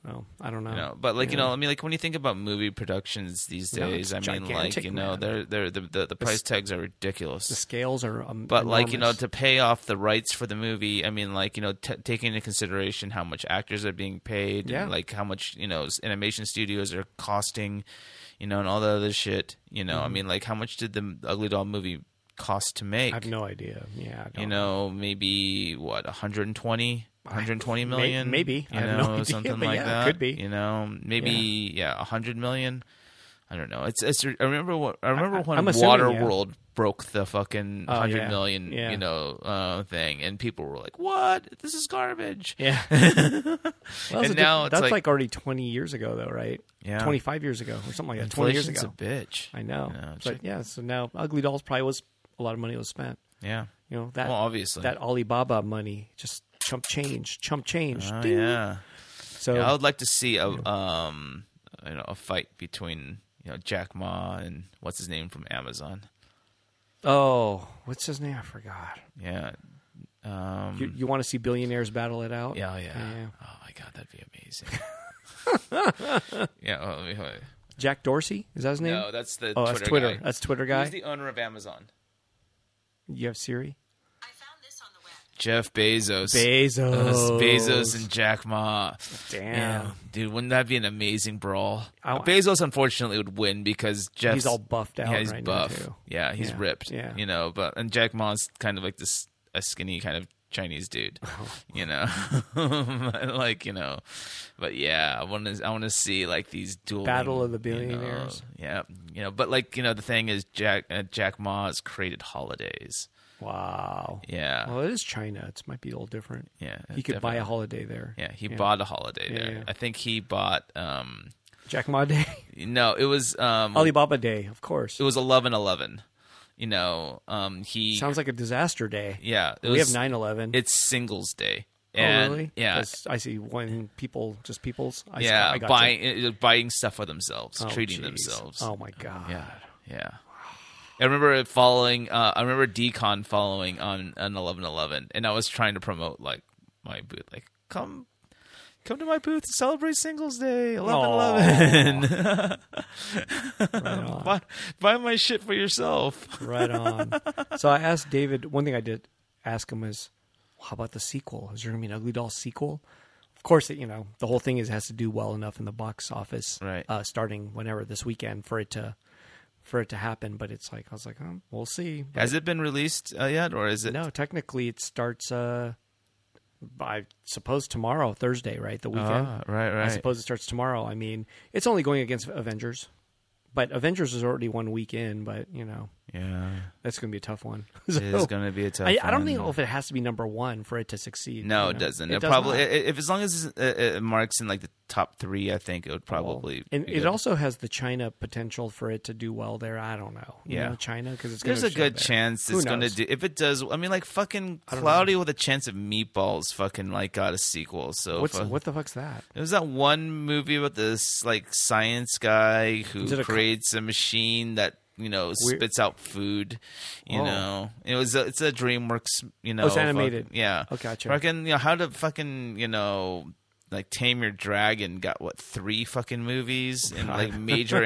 [SPEAKER 1] Well, I don't know.
[SPEAKER 2] You know, but like you know, I mean, like when you think about movie productions these
[SPEAKER 1] No,
[SPEAKER 2] days, I
[SPEAKER 1] it's
[SPEAKER 2] mean, like
[SPEAKER 1] gigantic,
[SPEAKER 2] you know,
[SPEAKER 1] man.
[SPEAKER 2] they're they're the the, the price tags are ridiculous.
[SPEAKER 1] the scales are. Um,
[SPEAKER 2] but like you know
[SPEAKER 1] enormous.
[SPEAKER 2] to pay off the rights for the movie i mean like you know t- taking into consideration how much actors are being paid
[SPEAKER 1] Yeah.
[SPEAKER 2] and like how much you know s- animation studios are costing you know and all the other shit you know i
[SPEAKER 1] Mm-hmm.
[SPEAKER 2] mean like how much did the ugly doll movie cost to make
[SPEAKER 1] I have no idea. Yeah, I don't
[SPEAKER 2] you know maybe what 120 120
[SPEAKER 1] Oh. May-
[SPEAKER 2] million
[SPEAKER 1] maybe.
[SPEAKER 2] you
[SPEAKER 1] I have
[SPEAKER 2] know
[SPEAKER 1] no idea,
[SPEAKER 2] something
[SPEAKER 1] but
[SPEAKER 2] like
[SPEAKER 1] yeah, it
[SPEAKER 2] that
[SPEAKER 1] could be.
[SPEAKER 2] you know maybe yeah, 100 million I don't know. It's it's. I remember what I remember
[SPEAKER 1] I-
[SPEAKER 2] when
[SPEAKER 1] I'm assuming, yeah.
[SPEAKER 2] Waterworld broke the fucking
[SPEAKER 1] Oh,
[SPEAKER 2] hundred
[SPEAKER 1] yeah.
[SPEAKER 2] million,
[SPEAKER 1] Yeah.
[SPEAKER 2] you know, uh, thing, and people were like, "What? This is garbage."
[SPEAKER 1] Yeah. Well, that's a diff-
[SPEAKER 2] now it's
[SPEAKER 1] that's
[SPEAKER 2] like-
[SPEAKER 1] like, already 20 years ago, though, right?
[SPEAKER 2] Yeah.
[SPEAKER 1] 25 years ago or something like that. 20 years
[SPEAKER 2] Inflation's
[SPEAKER 1] ago.
[SPEAKER 2] a bitch.
[SPEAKER 1] I know.
[SPEAKER 2] Yeah, it's
[SPEAKER 1] but
[SPEAKER 2] like-
[SPEAKER 1] yeah, so now Ugly Dolls probably was a lot of money was spent.
[SPEAKER 2] yeah.
[SPEAKER 1] You know, that
[SPEAKER 2] Well, obviously.
[SPEAKER 1] that Alibaba money just chump change, chump change.
[SPEAKER 2] Oh,
[SPEAKER 1] Ding.
[SPEAKER 2] yeah.
[SPEAKER 1] So
[SPEAKER 2] Yeah, I would like to see a um, you know, a fight between you know Jack Ma and what's his name from Amazon.
[SPEAKER 1] oh, what's his name? I forgot.
[SPEAKER 2] Yeah. Um,
[SPEAKER 1] You, you want to see billionaires battle it out?
[SPEAKER 2] yeah, yeah.
[SPEAKER 1] Yeah.
[SPEAKER 2] Oh my god, that'd be amazing. yeah. Oh, wait, wait.
[SPEAKER 1] Jack Dorsey is that his name?
[SPEAKER 2] No, that's the
[SPEAKER 1] oh,
[SPEAKER 2] Twitter
[SPEAKER 1] that's Twitter.
[SPEAKER 2] guy.
[SPEAKER 1] That's Twitter
[SPEAKER 2] Who's
[SPEAKER 1] guy.
[SPEAKER 2] the owner of Amazon?
[SPEAKER 1] you have Siri.
[SPEAKER 3] I found this on the web.
[SPEAKER 2] Jeff Bezos. Us,
[SPEAKER 1] Bezos.
[SPEAKER 2] Bezos and Jack Ma.
[SPEAKER 1] Damn.
[SPEAKER 2] Dude, wouldn't that be an amazing brawl?
[SPEAKER 1] I-
[SPEAKER 2] Bezos unfortunately would win because Jeff's
[SPEAKER 1] all buffed out
[SPEAKER 2] Yeah, he's
[SPEAKER 1] right now,
[SPEAKER 2] buff.
[SPEAKER 1] too.
[SPEAKER 2] Yeah, he's
[SPEAKER 1] Yeah,
[SPEAKER 2] ripped.
[SPEAKER 1] yeah.
[SPEAKER 2] You know, but and Jack Ma's kind of like this a skinny kind of Chinese dude.
[SPEAKER 1] Oh.
[SPEAKER 2] You know. like, you know. But yeah, I wanna I wanna see like these dual
[SPEAKER 1] Battle of the billionaires.
[SPEAKER 2] yeah. You know, but like, you know, the thing is Jack uh, Jack Ma has created holidays.
[SPEAKER 1] Wow.
[SPEAKER 2] Yeah.
[SPEAKER 1] Well, it is China. It might be a little different.
[SPEAKER 2] Yeah,
[SPEAKER 1] He could buy
[SPEAKER 2] definitely.
[SPEAKER 1] a holiday there.
[SPEAKER 2] Yeah, he bought a holiday
[SPEAKER 1] Yeah,
[SPEAKER 2] there.
[SPEAKER 1] yeah.
[SPEAKER 2] I think he bought um
[SPEAKER 1] Jack Ma Day,
[SPEAKER 2] no, it was um
[SPEAKER 1] Alibaba Day, of course.
[SPEAKER 2] it was 1111. You know, um he
[SPEAKER 1] Sounds like a disaster day.
[SPEAKER 2] yeah, it
[SPEAKER 1] we
[SPEAKER 2] was
[SPEAKER 1] have 9-11.
[SPEAKER 2] it's singles day.
[SPEAKER 1] oh,
[SPEAKER 2] And,
[SPEAKER 1] really?
[SPEAKER 2] Yeah.
[SPEAKER 1] 'Cause I see one people, just peoples. I,
[SPEAKER 2] yeah,
[SPEAKER 1] I got you.
[SPEAKER 2] buying uh, buying stuff for themselves,
[SPEAKER 1] Oh,
[SPEAKER 2] treating
[SPEAKER 1] jeez.
[SPEAKER 2] themselves.
[SPEAKER 1] Oh my god.
[SPEAKER 2] Yeah. Yeah. I remember it following uh I remember Decon following on on 1111 and I was trying to promote like my booth like come come to my booth to celebrate singles day
[SPEAKER 1] Oh.
[SPEAKER 2] 1111.
[SPEAKER 1] Right on.
[SPEAKER 2] buy, buy my shit for yourself.
[SPEAKER 1] Right on. so I asked David. One thing I did ask him is, "How about the sequel? Is there going to be an Ugly Doll sequel?" Of course, it, you know the whole thing is has to do well enough in the box office,
[SPEAKER 2] Right.
[SPEAKER 1] Uh, starting whenever this weekend for it to for it to happen. But it's like I was like, um, we'll see. But
[SPEAKER 2] Has it been released uh, yet, or is it?
[SPEAKER 1] no, technically it starts. Uh, I suppose tomorrow, Thursday, right? The weekend.
[SPEAKER 2] Ah, right,
[SPEAKER 1] I
[SPEAKER 2] right.
[SPEAKER 1] suppose it starts tomorrow. I mean, it's only going against Avengers, but Avengers is already one week in. But you know,
[SPEAKER 2] yeah,
[SPEAKER 1] that's going to be a tough one.
[SPEAKER 2] it is
[SPEAKER 1] So-
[SPEAKER 2] going to be a tough.
[SPEAKER 1] I, I don't
[SPEAKER 2] one.
[SPEAKER 1] think if it has to be number one for it to succeed.
[SPEAKER 2] No,
[SPEAKER 1] you
[SPEAKER 2] it
[SPEAKER 1] know?
[SPEAKER 2] doesn't.
[SPEAKER 1] It
[SPEAKER 2] It,
[SPEAKER 1] does
[SPEAKER 2] probably
[SPEAKER 1] not.
[SPEAKER 2] i- i- if as long as it, it marks in like the top three, I think it would probably.
[SPEAKER 1] and
[SPEAKER 2] be
[SPEAKER 1] it
[SPEAKER 2] good.
[SPEAKER 1] also has the China potential for it to do well there. I don't know. You
[SPEAKER 2] Yeah.
[SPEAKER 1] know, China because it's
[SPEAKER 2] There's
[SPEAKER 1] gonna
[SPEAKER 2] a
[SPEAKER 1] show
[SPEAKER 2] good
[SPEAKER 1] there.
[SPEAKER 2] chance
[SPEAKER 1] Who
[SPEAKER 2] it's going to
[SPEAKER 1] knows?
[SPEAKER 2] do. If it does, I mean, like fucking Cloudy with a Chance of Meatballs, fucking like got a sequel. So
[SPEAKER 1] What's
[SPEAKER 2] fu-
[SPEAKER 1] what the fuck's that?
[SPEAKER 2] It was that one movie about this like science guy who
[SPEAKER 1] Is it a co-
[SPEAKER 2] creates a machine that you know spits out food. You
[SPEAKER 1] Oh.
[SPEAKER 2] know, it was a, it's a DreamWorks. You know,
[SPEAKER 1] it's
[SPEAKER 2] fuck-
[SPEAKER 1] animated.
[SPEAKER 2] yeah.
[SPEAKER 1] Oh, gotcha.
[SPEAKER 2] Fucking you know how to fucking you know like Tame Your Dragon got what three fucking movies and like major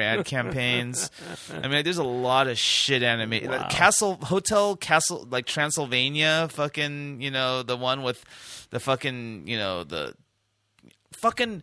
[SPEAKER 2] ad campaigns. I mean, there's a lot of shit animated. Like Castle Hotel Castle like Transylvania. Fucking you know the one with the fucking you know the fucking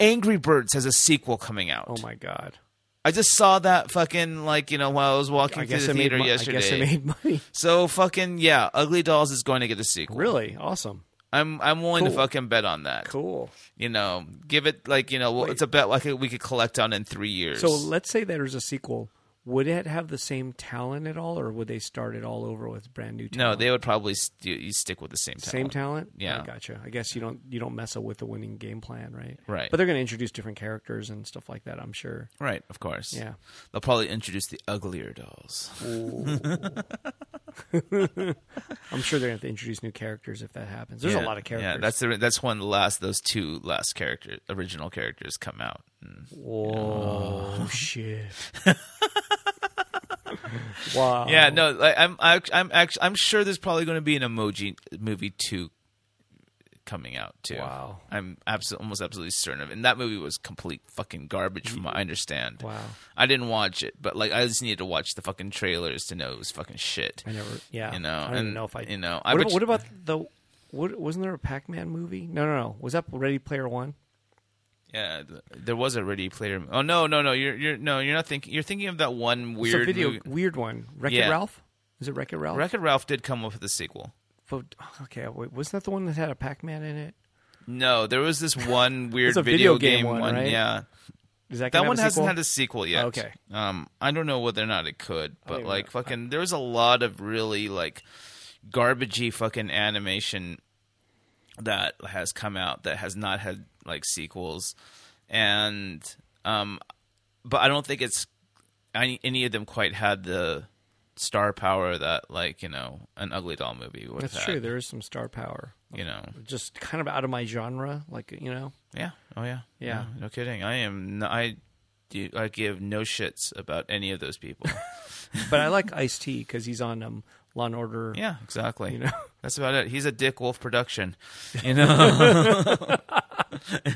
[SPEAKER 2] Angry Birds has a sequel coming out.
[SPEAKER 1] Oh my god!
[SPEAKER 2] I just saw that fucking like you know while I was walking
[SPEAKER 1] I
[SPEAKER 2] through
[SPEAKER 1] guess
[SPEAKER 2] the
[SPEAKER 1] it made.
[SPEAKER 2] theater
[SPEAKER 1] Mo- I
[SPEAKER 2] yesterday.
[SPEAKER 1] guess it made money.
[SPEAKER 2] so fucking yeah, Ugly Dolls is going to get a sequel.
[SPEAKER 1] Really awesome.
[SPEAKER 2] I'm I'm willing to
[SPEAKER 1] Cool.
[SPEAKER 2] fucking bet on that.
[SPEAKER 1] Cool.
[SPEAKER 2] You know, give it like you know well, it's a bet like we could collect on in three years.
[SPEAKER 1] So let's say there's a sequel. Would it have the same talent at all, or would they start it all over with brand new?
[SPEAKER 2] no,
[SPEAKER 1] talent?
[SPEAKER 2] they would probably st- you stick with the same talent.
[SPEAKER 1] same talent.
[SPEAKER 2] Yeah.
[SPEAKER 1] I gotcha. I guess you don't you don't mess up with the winning game plan, right?
[SPEAKER 2] Right.
[SPEAKER 1] But they're going to introduce different characters and stuff like that. I'm sure.
[SPEAKER 2] Right, of course.
[SPEAKER 1] Yeah.
[SPEAKER 2] They'll probably introduce the uglier dolls.
[SPEAKER 1] I'm sure they're going to have to introduce new characters if that happens. There's a
[SPEAKER 2] Yeah,
[SPEAKER 1] lot of characters.
[SPEAKER 2] Yeah, that's the, that's when the last those two last character original characters come out. And
[SPEAKER 1] Whoa, Oh,
[SPEAKER 2] Oh.
[SPEAKER 1] shit. wow.
[SPEAKER 2] Yeah, no, like, I'm I, I'm actually I'm sure there's probably going to be an emoji movie two coming out too.
[SPEAKER 1] Wow.
[SPEAKER 2] I'm absolutely almost absolutely certain of it. And that movie was complete fucking garbage from what I understand.
[SPEAKER 1] Wow.
[SPEAKER 2] I didn't watch it, but like I just needed to watch the fucking trailers to know it was fucking shit.
[SPEAKER 1] I never. Yeah.
[SPEAKER 2] You know,
[SPEAKER 1] I don't
[SPEAKER 2] and,
[SPEAKER 1] even know if I.
[SPEAKER 2] you know, I
[SPEAKER 1] What,
[SPEAKER 2] bet
[SPEAKER 1] what
[SPEAKER 2] you-
[SPEAKER 1] about the? What, wasn't there a Pac-Man movie? No, no, no. Was that Ready Player One?
[SPEAKER 2] Yeah, th- there was a Ready Player. Oh no, no, no. You're you're no, you're not thinking. You're thinking of that one
[SPEAKER 1] It's a
[SPEAKER 2] weird
[SPEAKER 1] video
[SPEAKER 2] movie.
[SPEAKER 1] weird one. Wreck-It
[SPEAKER 2] Yeah.
[SPEAKER 1] Ralph. Is it Wreck-It Ralph?
[SPEAKER 2] Wreck-It Ralph did come up with a sequel.
[SPEAKER 1] But- okay, wait, wasn't that the one that had a Pac-Man in it?
[SPEAKER 2] No, there was this one weird
[SPEAKER 1] a video game one, right?
[SPEAKER 2] Yeah,
[SPEAKER 1] Is that
[SPEAKER 2] That
[SPEAKER 1] gonna have a
[SPEAKER 2] one hasn't
[SPEAKER 1] sequel?
[SPEAKER 2] had a sequel yet.
[SPEAKER 1] Okay.
[SPEAKER 2] Um, I don't know whether or not it could, but
[SPEAKER 1] even
[SPEAKER 2] like
[SPEAKER 1] know.
[SPEAKER 2] fucking, there was a lot of really like garbagey fucking animation that has come out that has not had like sequels, and um, but I don't think it's any, any of them quite had the star power that like you know an Ugly Doll movie would
[SPEAKER 1] That's
[SPEAKER 2] have
[SPEAKER 1] true.
[SPEAKER 2] had,
[SPEAKER 1] There is some star power.
[SPEAKER 2] You know.
[SPEAKER 1] Just kind of out of my genre, like you know.
[SPEAKER 2] Yeah. Oh yeah.
[SPEAKER 1] Yeah.
[SPEAKER 2] No, no kidding. I am. n- I do. I give no shits about any of those people.
[SPEAKER 1] But I like Ice T because he's on um, Law and Order.
[SPEAKER 2] yeah. Exactly.
[SPEAKER 1] You know?
[SPEAKER 2] That's about it. He's a Dick Wolf production. You know.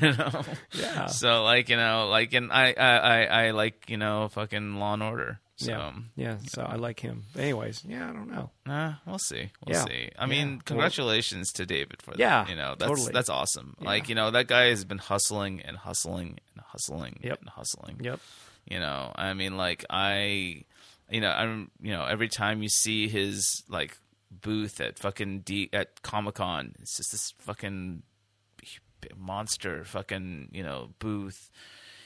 [SPEAKER 2] you know.
[SPEAKER 1] Yeah.
[SPEAKER 2] So like you know like and I I I, I like you know fucking Law and Order. So.
[SPEAKER 1] yeah, yeah. So I like him. Anyways, yeah, I don't know.
[SPEAKER 2] Nah, we'll see. We'll
[SPEAKER 1] Yeah.
[SPEAKER 2] see.
[SPEAKER 1] Yeah.
[SPEAKER 2] I mean,
[SPEAKER 1] Well-
[SPEAKER 2] congratulations to David for that.
[SPEAKER 1] Yeah,
[SPEAKER 2] you know that's
[SPEAKER 1] totally.
[SPEAKER 2] that's awesome. Like you know that guy has been hustling and hustling and hustling
[SPEAKER 1] Yep.
[SPEAKER 2] and hustling.
[SPEAKER 1] Yep.
[SPEAKER 2] You know, I mean, like I, you know, I'm, you know, every time you see his like booth at fucking D at Comic Con, it's just this fucking monster fucking you know booth.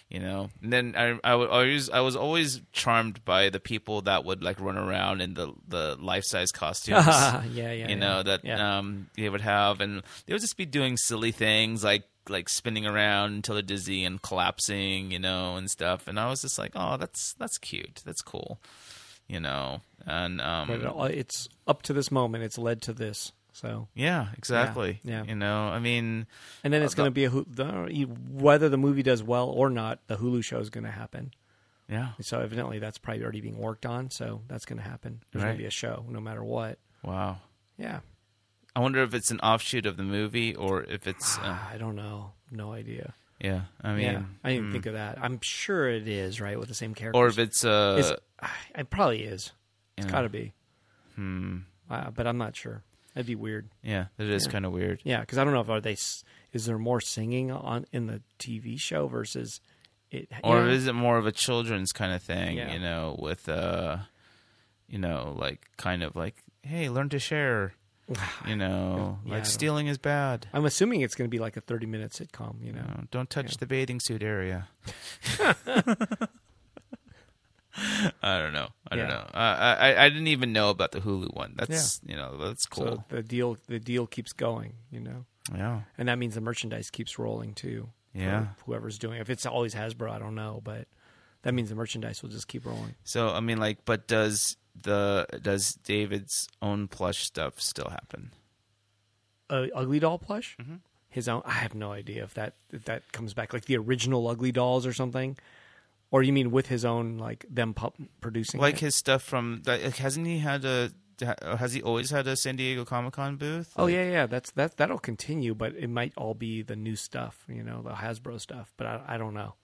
[SPEAKER 2] You know, and then I I would always I was always charmed by the people that would like run around in the the life size costumes.
[SPEAKER 1] yeah, yeah. yeah.
[SPEAKER 2] you know that
[SPEAKER 1] Yeah.
[SPEAKER 2] um they would have, and they would just be doing silly things like like spinning around until they're dizzy and collapsing, you know, and stuff. And I was just like, oh, that's that's cute, that's cool, you know, and um
[SPEAKER 1] but it all- it's up to this moment. It's led to this. So,
[SPEAKER 2] yeah, exactly,
[SPEAKER 1] yeah.
[SPEAKER 2] you know, I mean.
[SPEAKER 1] and then it's going to be a Hulu, the- e, whether the movie does well or not. The Hulu show is going to happen.
[SPEAKER 2] Yeah.
[SPEAKER 1] So evidently, that's probably already being worked on. So that's going to happen. There's going
[SPEAKER 2] Right.
[SPEAKER 1] to be a show, no matter what.
[SPEAKER 2] Wow.
[SPEAKER 1] Yeah.
[SPEAKER 2] I wonder if it's an offshoot of the movie or if it's uh,
[SPEAKER 1] I don't know. No idea.
[SPEAKER 2] yeah. I mean, hmm.
[SPEAKER 1] yeah, I didn't think of that. I'm sure it is right with the same characters.
[SPEAKER 2] or if it's uh,
[SPEAKER 1] It's- it probably is. It's
[SPEAKER 2] Yeah.
[SPEAKER 1] got to be. Hmm. Uh, but I'm not sure. That'd be weird.
[SPEAKER 2] yeah, that is kind of weird.
[SPEAKER 1] Yeah, because I don't know if are they. s- Is there more singing on in the TV show versus it?
[SPEAKER 2] Or
[SPEAKER 1] yeah.
[SPEAKER 2] is it more of a children's kind of thing?
[SPEAKER 1] Yeah.
[SPEAKER 2] You know, with uh, you know, like kind of like, hey, learn to share. You know,
[SPEAKER 1] Yeah, I
[SPEAKER 2] like
[SPEAKER 1] don't-
[SPEAKER 2] stealing is bad.
[SPEAKER 1] I'm assuming it's going to be like a 30 minute sitcom. You know.
[SPEAKER 2] You know, don't touch the bathing suit area. I don't know. I don't
[SPEAKER 1] Yeah.
[SPEAKER 2] know. Uh, I I- I didn't even know about the Hulu one. That's you know that's
[SPEAKER 1] So
[SPEAKER 2] cool.
[SPEAKER 1] the deal the deal keeps going. You know.
[SPEAKER 2] yeah.
[SPEAKER 1] And that means the merchandise keeps rolling too. for
[SPEAKER 2] Yeah.
[SPEAKER 1] Whoever's doing it. If it's always Hasbro, I don't know, but that means the merchandise will just keep rolling.
[SPEAKER 2] So I mean, like, but does the does David's own plush stuff still happen?
[SPEAKER 1] Uh, Ugly Doll plush?
[SPEAKER 2] Mm-hmm.
[SPEAKER 1] His own? I have no idea if that if that comes back like the original Ugly Dolls or something. Or you mean with his own like them pu- producing
[SPEAKER 2] Like
[SPEAKER 1] it?
[SPEAKER 2] his stuff from like, hasn't he had a ha- has he always had a San Diego Comic Con booth?
[SPEAKER 1] Oh yeah, yeah. That's that. That'll continue, but it might all be the new stuff, you know, the Hasbro stuff. But I, I don't know.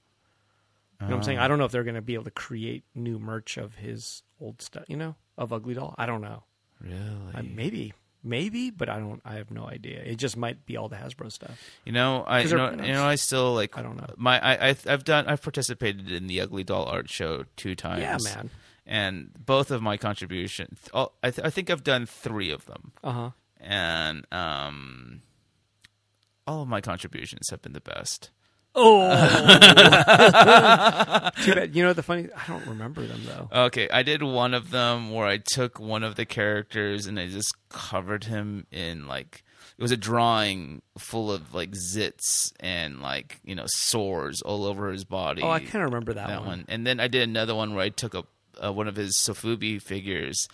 [SPEAKER 1] You know what I'm
[SPEAKER 2] Uh.
[SPEAKER 1] saying? I don't know if they're going to be able to create new merch of his old stuff, you know, of Ugly Doll. I don't know.
[SPEAKER 2] really?
[SPEAKER 1] I, maybe, maybe, but I don't. I have no idea. It just might be all the Hasbro stuff.
[SPEAKER 2] You know, I
[SPEAKER 1] 'Cause
[SPEAKER 2] you know,
[SPEAKER 1] they're-
[SPEAKER 2] you know, I still like.
[SPEAKER 1] I don't know.
[SPEAKER 2] My I, I I've done I've participated in the Ugly Doll Art Show two times.
[SPEAKER 1] Yeah, man.
[SPEAKER 2] And both of my contributions, all, I, th- I think I've done three of them,
[SPEAKER 1] Uh huh.
[SPEAKER 2] and um, all of my contributions have been the best.
[SPEAKER 1] Oh, too bad. You know the funny? I don't remember them though.
[SPEAKER 2] Okay, I did one of them where I took one of the characters and I just covered him in like it was a drawing full of like zits and like you know sores all over his body.
[SPEAKER 1] Oh, I kind of remember that,
[SPEAKER 2] that one. And then I did another one where I took a uh, one of his Sofubi figures,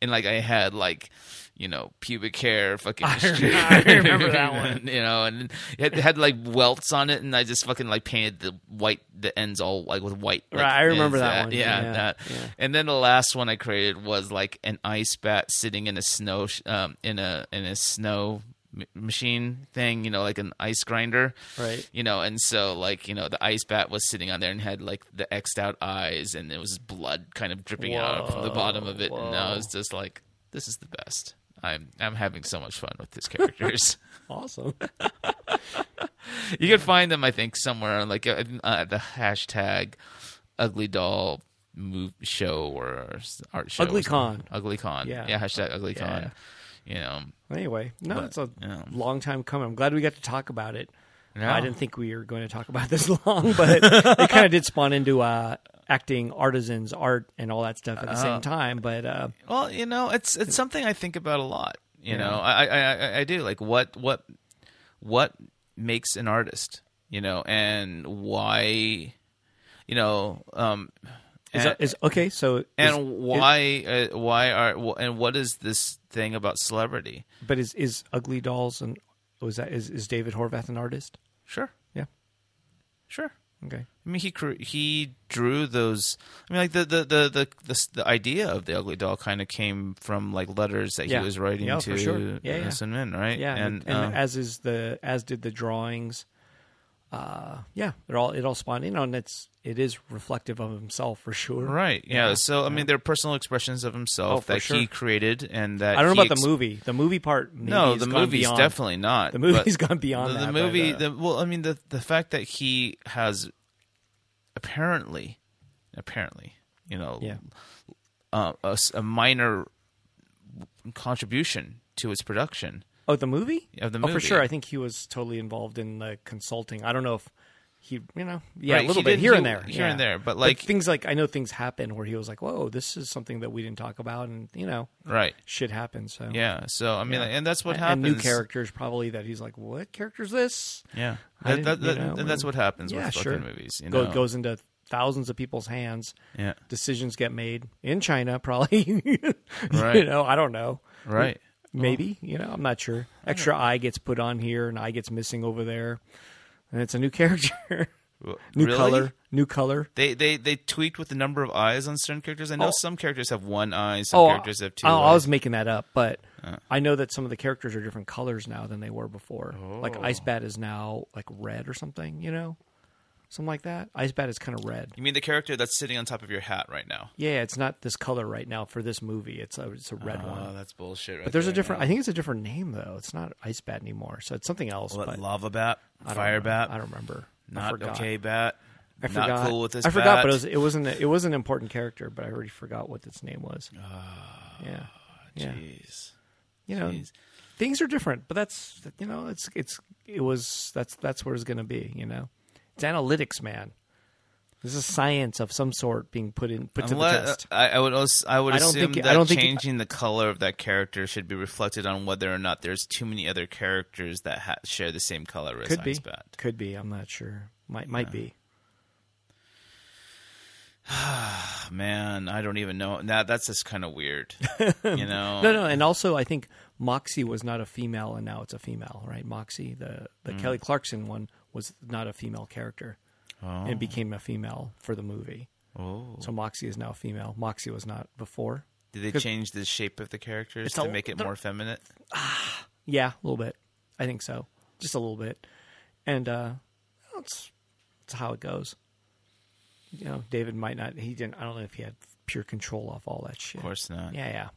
[SPEAKER 2] and like I had like you know pubic hair, fucking.
[SPEAKER 1] I remember that one.
[SPEAKER 2] you know, and it had like welts on it, and I just fucking like painted the white the ends all like with white. like,
[SPEAKER 1] Right, I remember
[SPEAKER 2] ends,
[SPEAKER 1] that
[SPEAKER 2] uh,
[SPEAKER 1] one.
[SPEAKER 2] Yeah,
[SPEAKER 1] Yeah,
[SPEAKER 2] that.
[SPEAKER 1] yeah.
[SPEAKER 2] And then the last one I created was like an ice bat sitting in a snow sh- um in a in a snow m- machine thing you know like an ice grinder
[SPEAKER 1] Right.
[SPEAKER 2] you know and so like you know the ice bat was sitting on there and had like the x'd out eyes and there was blood kind of dripping out from the bottom of it and i
[SPEAKER 1] whoa.
[SPEAKER 2] was just like this is the best i'm i'm having so much fun with these characters
[SPEAKER 1] Awesome.
[SPEAKER 2] you can find them i think somewhere like uh, uh, the hashtag ugly doll move show or s- art show or
[SPEAKER 1] Ugly
[SPEAKER 2] something.
[SPEAKER 1] Con.
[SPEAKER 2] ugly con
[SPEAKER 1] Yeah.
[SPEAKER 2] yeah hashtag ugly
[SPEAKER 1] Yeah.
[SPEAKER 2] con you know
[SPEAKER 1] Anyway, no,
[SPEAKER 2] But,
[SPEAKER 1] it's a
[SPEAKER 2] yeah.
[SPEAKER 1] long time coming. I'm glad we got to talk about it.
[SPEAKER 2] Yeah.
[SPEAKER 1] I didn't think we were going to talk about this long, but it kind of did spawn into uh, acting, artisans, art, and all that stuff at the same time. But uh,
[SPEAKER 2] Well, you know, it's it's something I think about a lot. You know, I, I I I do like what what what makes an artist. You know, and why, you know, um,
[SPEAKER 1] is,
[SPEAKER 2] and,
[SPEAKER 1] is okay. So is-
[SPEAKER 2] and why uh, why are wh- and what is this thing about celebrity?
[SPEAKER 1] But is is Ugly Dolls and was that is, is David Horvath an artist?
[SPEAKER 2] Sure,
[SPEAKER 1] Yeah.
[SPEAKER 2] sure.
[SPEAKER 1] Okay.
[SPEAKER 2] I mean, he cre- he drew those. I mean, like the the the the the, the idea of the ugly doll kind of came from like letters that
[SPEAKER 1] Yeah.
[SPEAKER 2] he was writing
[SPEAKER 1] Yeah,
[SPEAKER 2] to
[SPEAKER 1] for sure. Yeah, yeah.
[SPEAKER 2] innocent men, right?
[SPEAKER 1] Yeah, and, and
[SPEAKER 2] um,
[SPEAKER 1] as is the as did the drawings. Uh, yeah, they're all it all spawned in on it's it is reflective of himself for sure.
[SPEAKER 2] right, yeah. So I mean, they're personal expressions of himself
[SPEAKER 1] Oh, for
[SPEAKER 2] that he
[SPEAKER 1] sure.
[SPEAKER 2] created, and that
[SPEAKER 1] I don't know
[SPEAKER 2] he
[SPEAKER 1] about
[SPEAKER 2] ex-
[SPEAKER 1] the movie. The movie part. Maybe
[SPEAKER 2] No,
[SPEAKER 1] has
[SPEAKER 2] the
[SPEAKER 1] gone
[SPEAKER 2] movie's
[SPEAKER 1] beyond.
[SPEAKER 2] definitely not.
[SPEAKER 1] The
[SPEAKER 2] movie's
[SPEAKER 1] movie's gone beyond
[SPEAKER 2] the,
[SPEAKER 1] that,
[SPEAKER 2] The
[SPEAKER 1] but,
[SPEAKER 2] movie,
[SPEAKER 1] uh,
[SPEAKER 2] the, well, I mean, the the fact that he has apparently, apparently, you know,
[SPEAKER 1] Yeah.
[SPEAKER 2] uh, a, s- a minor contribution to its production.
[SPEAKER 1] Oh, the movie.
[SPEAKER 2] Of the
[SPEAKER 1] Oh,
[SPEAKER 2] movie.
[SPEAKER 1] for sure. I think he was totally involved in the consulting. I don't know if he, you know, yeah,
[SPEAKER 2] Right,
[SPEAKER 1] a little
[SPEAKER 2] he
[SPEAKER 1] bit
[SPEAKER 2] did-
[SPEAKER 1] here
[SPEAKER 2] he-
[SPEAKER 1] and there,
[SPEAKER 2] here and
[SPEAKER 1] yeah.
[SPEAKER 2] there, but, like-
[SPEAKER 1] things like I know things happen where he was like, "Whoa, this is something that we didn't talk about," and you know,
[SPEAKER 2] Right.
[SPEAKER 1] shit happens. So
[SPEAKER 2] Yeah. So I mean,
[SPEAKER 1] Oh. Yeah.
[SPEAKER 2] and that's what
[SPEAKER 1] and,
[SPEAKER 2] happens.
[SPEAKER 1] and new characters probably that he's like, "What character's this?"
[SPEAKER 2] Yeah.
[SPEAKER 1] I
[SPEAKER 2] That, that,
[SPEAKER 1] didn't- you
[SPEAKER 2] that-
[SPEAKER 1] know,
[SPEAKER 2] and that's
[SPEAKER 1] and-
[SPEAKER 2] what happens
[SPEAKER 1] yeah,
[SPEAKER 2] with fucking
[SPEAKER 1] sure.
[SPEAKER 2] movies. You
[SPEAKER 1] Go-
[SPEAKER 2] know?
[SPEAKER 1] goes into thousands of people's hands.
[SPEAKER 2] Yeah.
[SPEAKER 1] Decisions get made in China, probably.
[SPEAKER 2] Right.
[SPEAKER 1] You know, I don't know.
[SPEAKER 2] Right.
[SPEAKER 1] Maybe you know, I'm not sure. Extra eye gets put on here, and eye gets missing over there, and it's a new character,
[SPEAKER 2] W-
[SPEAKER 1] new
[SPEAKER 2] really?
[SPEAKER 1] color, new color.
[SPEAKER 2] They they they tweaked with the number of eyes on certain characters. I know
[SPEAKER 1] Oh.
[SPEAKER 2] some characters have one eye, some characters have two. uh,
[SPEAKER 1] I, oh, I
[SPEAKER 2] eyes.
[SPEAKER 1] was making that up, but I know that some of the characters are different colors now than they were before. Like Ice
[SPEAKER 2] Oh.
[SPEAKER 1] Bat is now like red or something, you know, something like that. Ice Bat is kind of red.
[SPEAKER 2] You mean the character that's sitting on top of your hat right now?
[SPEAKER 1] Yeah, it's not this color right now for this movie. It's a it's a red
[SPEAKER 2] Oh,
[SPEAKER 1] one.
[SPEAKER 2] that's bullshit. Right
[SPEAKER 1] But there's a
[SPEAKER 2] there,
[SPEAKER 1] different.
[SPEAKER 2] man.
[SPEAKER 1] I think it's a different name though. It's not Ice Bat anymore. So it's something else.
[SPEAKER 2] What,
[SPEAKER 1] but
[SPEAKER 2] lava bat,
[SPEAKER 1] I don't
[SPEAKER 2] fire
[SPEAKER 1] remember.
[SPEAKER 2] bat,
[SPEAKER 1] I don't remember. I
[SPEAKER 2] not
[SPEAKER 1] forgot.
[SPEAKER 2] okay bat.
[SPEAKER 1] I forgot.
[SPEAKER 2] Not cool with this.
[SPEAKER 1] I forgot,
[SPEAKER 2] bat.
[SPEAKER 1] but it was it wasn't it was an important character, but I already forgot what its name was.
[SPEAKER 2] Ah,
[SPEAKER 1] yeah, yeah.
[SPEAKER 2] Jeez.
[SPEAKER 1] You know,
[SPEAKER 2] jeez.
[SPEAKER 1] things are different, but that's you know, it's it's it was that's that's where it's going to be. You know, it's analytics, man. This is science of some sort being put in put to the
[SPEAKER 2] Unless- uh,
[SPEAKER 1] test.
[SPEAKER 2] I, I would also, I would
[SPEAKER 1] I don't
[SPEAKER 2] assume
[SPEAKER 1] think- I
[SPEAKER 2] that
[SPEAKER 1] don't think-
[SPEAKER 2] changing the color of that character should be reflected on whether or not there's too many other characters that ha- share the same color as
[SPEAKER 1] Could be,
[SPEAKER 2] Ice Bat.
[SPEAKER 1] could be. I'm not sure. Might might be.
[SPEAKER 2] Oh, man, I don't even know. That that's just kind of weird. you know?
[SPEAKER 1] No, no, and also I think Moxie was not a female, and now it's a female, right? Moxie, the
[SPEAKER 2] Mm.
[SPEAKER 1] the Kelly Clarkson one, was not a female character,
[SPEAKER 2] Oh.
[SPEAKER 1] and became a female for the movie.
[SPEAKER 2] Oh.
[SPEAKER 1] So Moxie is now female. Moxie was not before.
[SPEAKER 2] Did they change the shape of the characters
[SPEAKER 1] It's a-
[SPEAKER 2] to make it more feminine?
[SPEAKER 1] Yeah, a little bit. I think so, just a little bit, and uh, that's that's how it goes. You know, David might not. He didn't. I don't know if he had pure control off all that shit.
[SPEAKER 2] Of course not.
[SPEAKER 1] Yeah, yeah.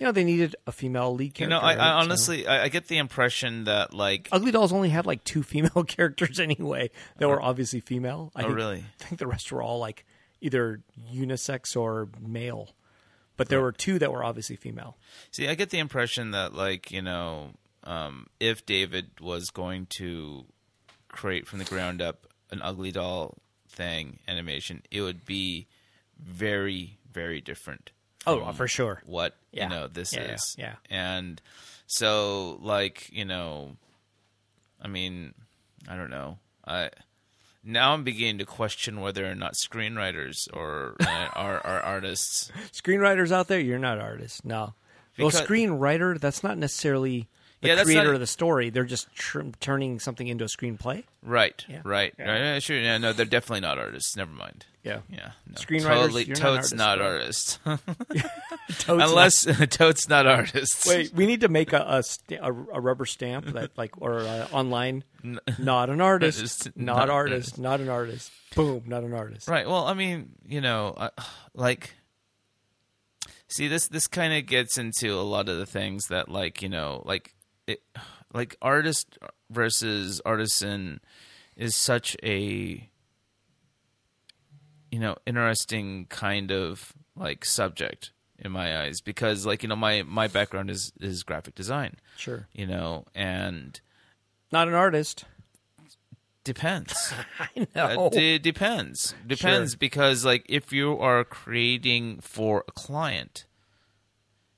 [SPEAKER 1] You know, they needed a female lead
[SPEAKER 2] You
[SPEAKER 1] character.
[SPEAKER 2] know, I,
[SPEAKER 1] right?
[SPEAKER 2] I
[SPEAKER 1] So-
[SPEAKER 2] honestly, I, I get the impression that like
[SPEAKER 1] Ugly Dolls only had like two female characters anyway that were obviously female. I
[SPEAKER 2] Uh-huh. Oh,
[SPEAKER 1] think,
[SPEAKER 2] really?
[SPEAKER 1] I think the rest were all like either unisex or male. But there were two that were obviously female.
[SPEAKER 2] See, I get the impression that, like, you know, um, if David was going to create from the ground up an ugly doll thing animation, it would be very, very different.
[SPEAKER 1] Oh,
[SPEAKER 2] from
[SPEAKER 1] for sure.
[SPEAKER 2] What
[SPEAKER 1] Yeah.
[SPEAKER 2] you know this
[SPEAKER 1] Yeah, yeah,
[SPEAKER 2] is,
[SPEAKER 1] yeah.
[SPEAKER 2] and so like you know, I mean, I don't know. I now I'm beginning to question whether or not screenwriters or uh, are, are artists
[SPEAKER 1] Screenwriters out there, you're not artists. No.
[SPEAKER 2] Because-
[SPEAKER 1] well, screenwriter, that's not necessarily the
[SPEAKER 2] Yeah, that's
[SPEAKER 1] creator
[SPEAKER 2] not-
[SPEAKER 1] of the story. They're just tr- turning something into a screenplay.
[SPEAKER 2] Right,
[SPEAKER 1] Yeah.
[SPEAKER 2] right,
[SPEAKER 1] Yeah.
[SPEAKER 2] right. Yeah, sure. Yeah, no, they're definitely not artists. Never mind.
[SPEAKER 1] Yeah.
[SPEAKER 2] Yeah, no.
[SPEAKER 1] Screenwriters,
[SPEAKER 2] Totally,
[SPEAKER 1] you're not
[SPEAKER 2] totes
[SPEAKER 1] artists,
[SPEAKER 2] not
[SPEAKER 1] bro.
[SPEAKER 2] artists.
[SPEAKER 1] Totes not-
[SPEAKER 2] Unless totes not artists.
[SPEAKER 1] Wait, we need to make a a, sta- a, a rubber stamp that like or uh, online. Not an artist.
[SPEAKER 2] Artist,
[SPEAKER 1] not
[SPEAKER 2] not
[SPEAKER 1] artist. Not an artist. Boom. Not an artist.
[SPEAKER 2] Right. Well, I mean, you know, uh, like, see, this this kind of gets into a lot of the things that, like, you know, like it, like artist versus artisan is such a, you know, interesting kind of like subject in my eyes because, like, you know, my my background is is graphic design,
[SPEAKER 1] Sure.
[SPEAKER 2] you know, and
[SPEAKER 1] Not an artist.
[SPEAKER 2] Depends.
[SPEAKER 1] I
[SPEAKER 2] Uh, d- depends. Depends because like if you are creating for a client,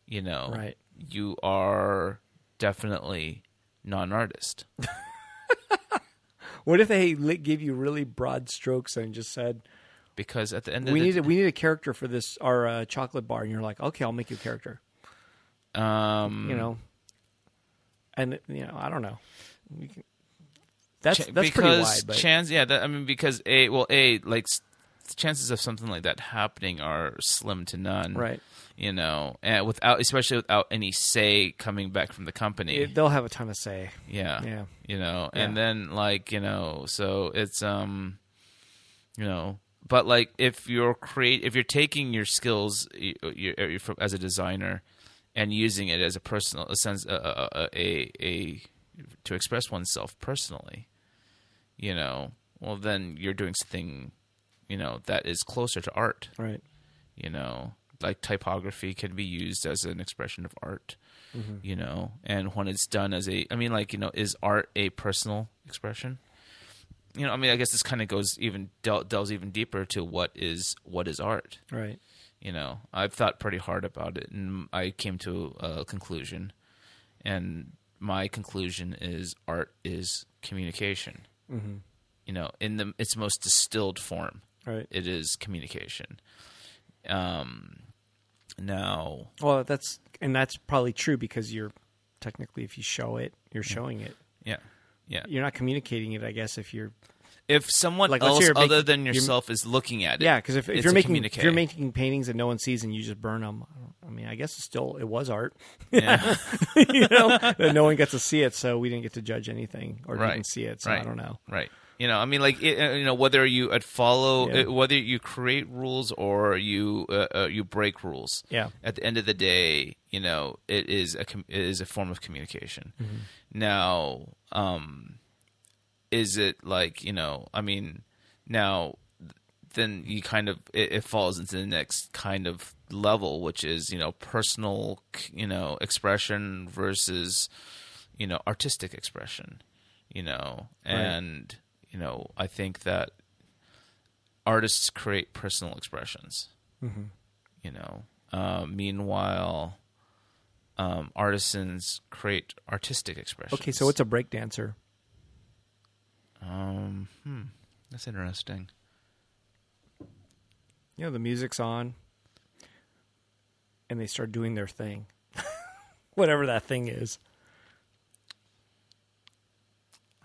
[SPEAKER 2] you know,
[SPEAKER 1] Right.
[SPEAKER 2] you are definitely not an artist.
[SPEAKER 1] What if they li- gave you really broad strokes and just said,
[SPEAKER 2] Because at the end
[SPEAKER 1] "We
[SPEAKER 2] of
[SPEAKER 1] need
[SPEAKER 2] the
[SPEAKER 1] a, we need a character for this our uh, chocolate bar," and you're like, "Okay, I'll make you a character,"
[SPEAKER 2] um
[SPEAKER 1] you know. And you know, I don't know. You can- That's
[SPEAKER 2] Ch-
[SPEAKER 1] that's pretty
[SPEAKER 2] because
[SPEAKER 1] wide, but
[SPEAKER 2] chance yeah that, i mean because a well a like s- chances of something like that happening are slim to none
[SPEAKER 1] Right.
[SPEAKER 2] you know and without especially without any say coming back from the company
[SPEAKER 1] it- they'll have a ton of say.
[SPEAKER 2] yeah
[SPEAKER 1] Yeah.
[SPEAKER 2] you know and
[SPEAKER 1] Yeah.
[SPEAKER 2] then like you know so it's um you know but like if you're create if you're taking your skills uh, you, you, you from, as a designer and using it as a personal a sense a a, a, a to express oneself personally you know well then you're doing something you know that is closer to art
[SPEAKER 1] Right.
[SPEAKER 2] you know like typography can be used as an expression of art you know and when it's done as a i mean like you know is art a personal expression you know i mean i guess this kind of goes even del- delves even deeper to what is what is art
[SPEAKER 1] Right.
[SPEAKER 2] you know i've thought pretty hard about it and i came to a conclusion and my conclusion is art is communication you know in the its most distilled form
[SPEAKER 1] Right.
[SPEAKER 2] it is communication um now
[SPEAKER 1] Well, that's and that's probably true because you're technically, if you show it, you're showing it.
[SPEAKER 2] yeah yeah
[SPEAKER 1] You're not communicating it, I guess. If you're
[SPEAKER 2] if someone
[SPEAKER 1] Like, let's
[SPEAKER 2] else
[SPEAKER 1] say you're
[SPEAKER 2] other
[SPEAKER 1] making-
[SPEAKER 2] than
[SPEAKER 1] you're-
[SPEAKER 2] yourself is looking at it
[SPEAKER 1] yeah, because if, if
[SPEAKER 2] it's
[SPEAKER 1] you're
[SPEAKER 2] a
[SPEAKER 1] making if
[SPEAKER 2] communique.
[SPEAKER 1] you're making paintings and no one sees and you just burn them, I mean, I guess it's still it was art.
[SPEAKER 2] Yeah.
[SPEAKER 1] you know, that no one got to see it, so we didn't get to judge anything or
[SPEAKER 2] right
[SPEAKER 1] didn't see it. So
[SPEAKER 2] right.
[SPEAKER 1] I don't know.
[SPEAKER 2] right you know i mean like it, uh, you know whether you uh, follow
[SPEAKER 1] Yeah.
[SPEAKER 2] uh, whether you create rules or you uh, uh, you break rules
[SPEAKER 1] Yeah.
[SPEAKER 2] at the end of the day you know it is a com- it is a form of communication
[SPEAKER 1] Mm-hmm.
[SPEAKER 2] now um is it like you know i mean now th- then you kind of it, it falls into the next kind of level which is you know personal c- you know expression versus you know artistic expression you know and you know i think that artists create personal expressions
[SPEAKER 1] Mm-hmm.
[SPEAKER 2] you know uh, meanwhile um, artisans create artistic expressions
[SPEAKER 1] Okay, so what's a break dancer?
[SPEAKER 2] um hmm that's interesting
[SPEAKER 1] You know, the music's on, and they start doing their thing, whatever that thing is.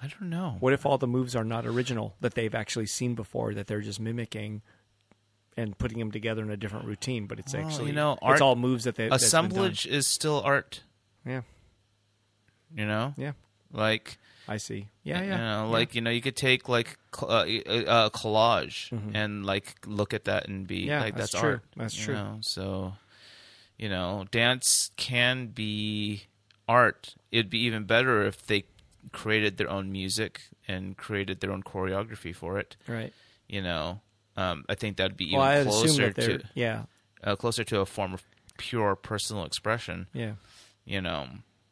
[SPEAKER 2] i don't know
[SPEAKER 1] What if all the moves are not original that they've actually seen before that they're just mimicking and putting them together in a different routine? But it's
[SPEAKER 2] Well,
[SPEAKER 1] actually
[SPEAKER 2] Oh, you know, art-
[SPEAKER 1] it's all moves that they that's been
[SPEAKER 2] assemblage is still art
[SPEAKER 1] done.
[SPEAKER 2] you know
[SPEAKER 1] Yeah, yeah,
[SPEAKER 2] like
[SPEAKER 1] I see. Yeah, yeah,
[SPEAKER 2] you know, like you know you could take like cl- uh, uh, uh, collage and like look at that and be
[SPEAKER 1] Mm-hmm. Yeah,
[SPEAKER 2] like
[SPEAKER 1] that's
[SPEAKER 2] that's,
[SPEAKER 1] true.
[SPEAKER 2] art
[SPEAKER 1] That's
[SPEAKER 2] you
[SPEAKER 1] true.
[SPEAKER 2] know? so you know dance can be art it'd be even better if they created their own music and created their own choreography for it
[SPEAKER 1] right.
[SPEAKER 2] you know um, i think that'd be even
[SPEAKER 1] Well, I assume
[SPEAKER 2] closer
[SPEAKER 1] that they're
[SPEAKER 2] to
[SPEAKER 1] yeah,
[SPEAKER 2] uh, closer to a form of pure personal expression
[SPEAKER 1] yeah,
[SPEAKER 2] you know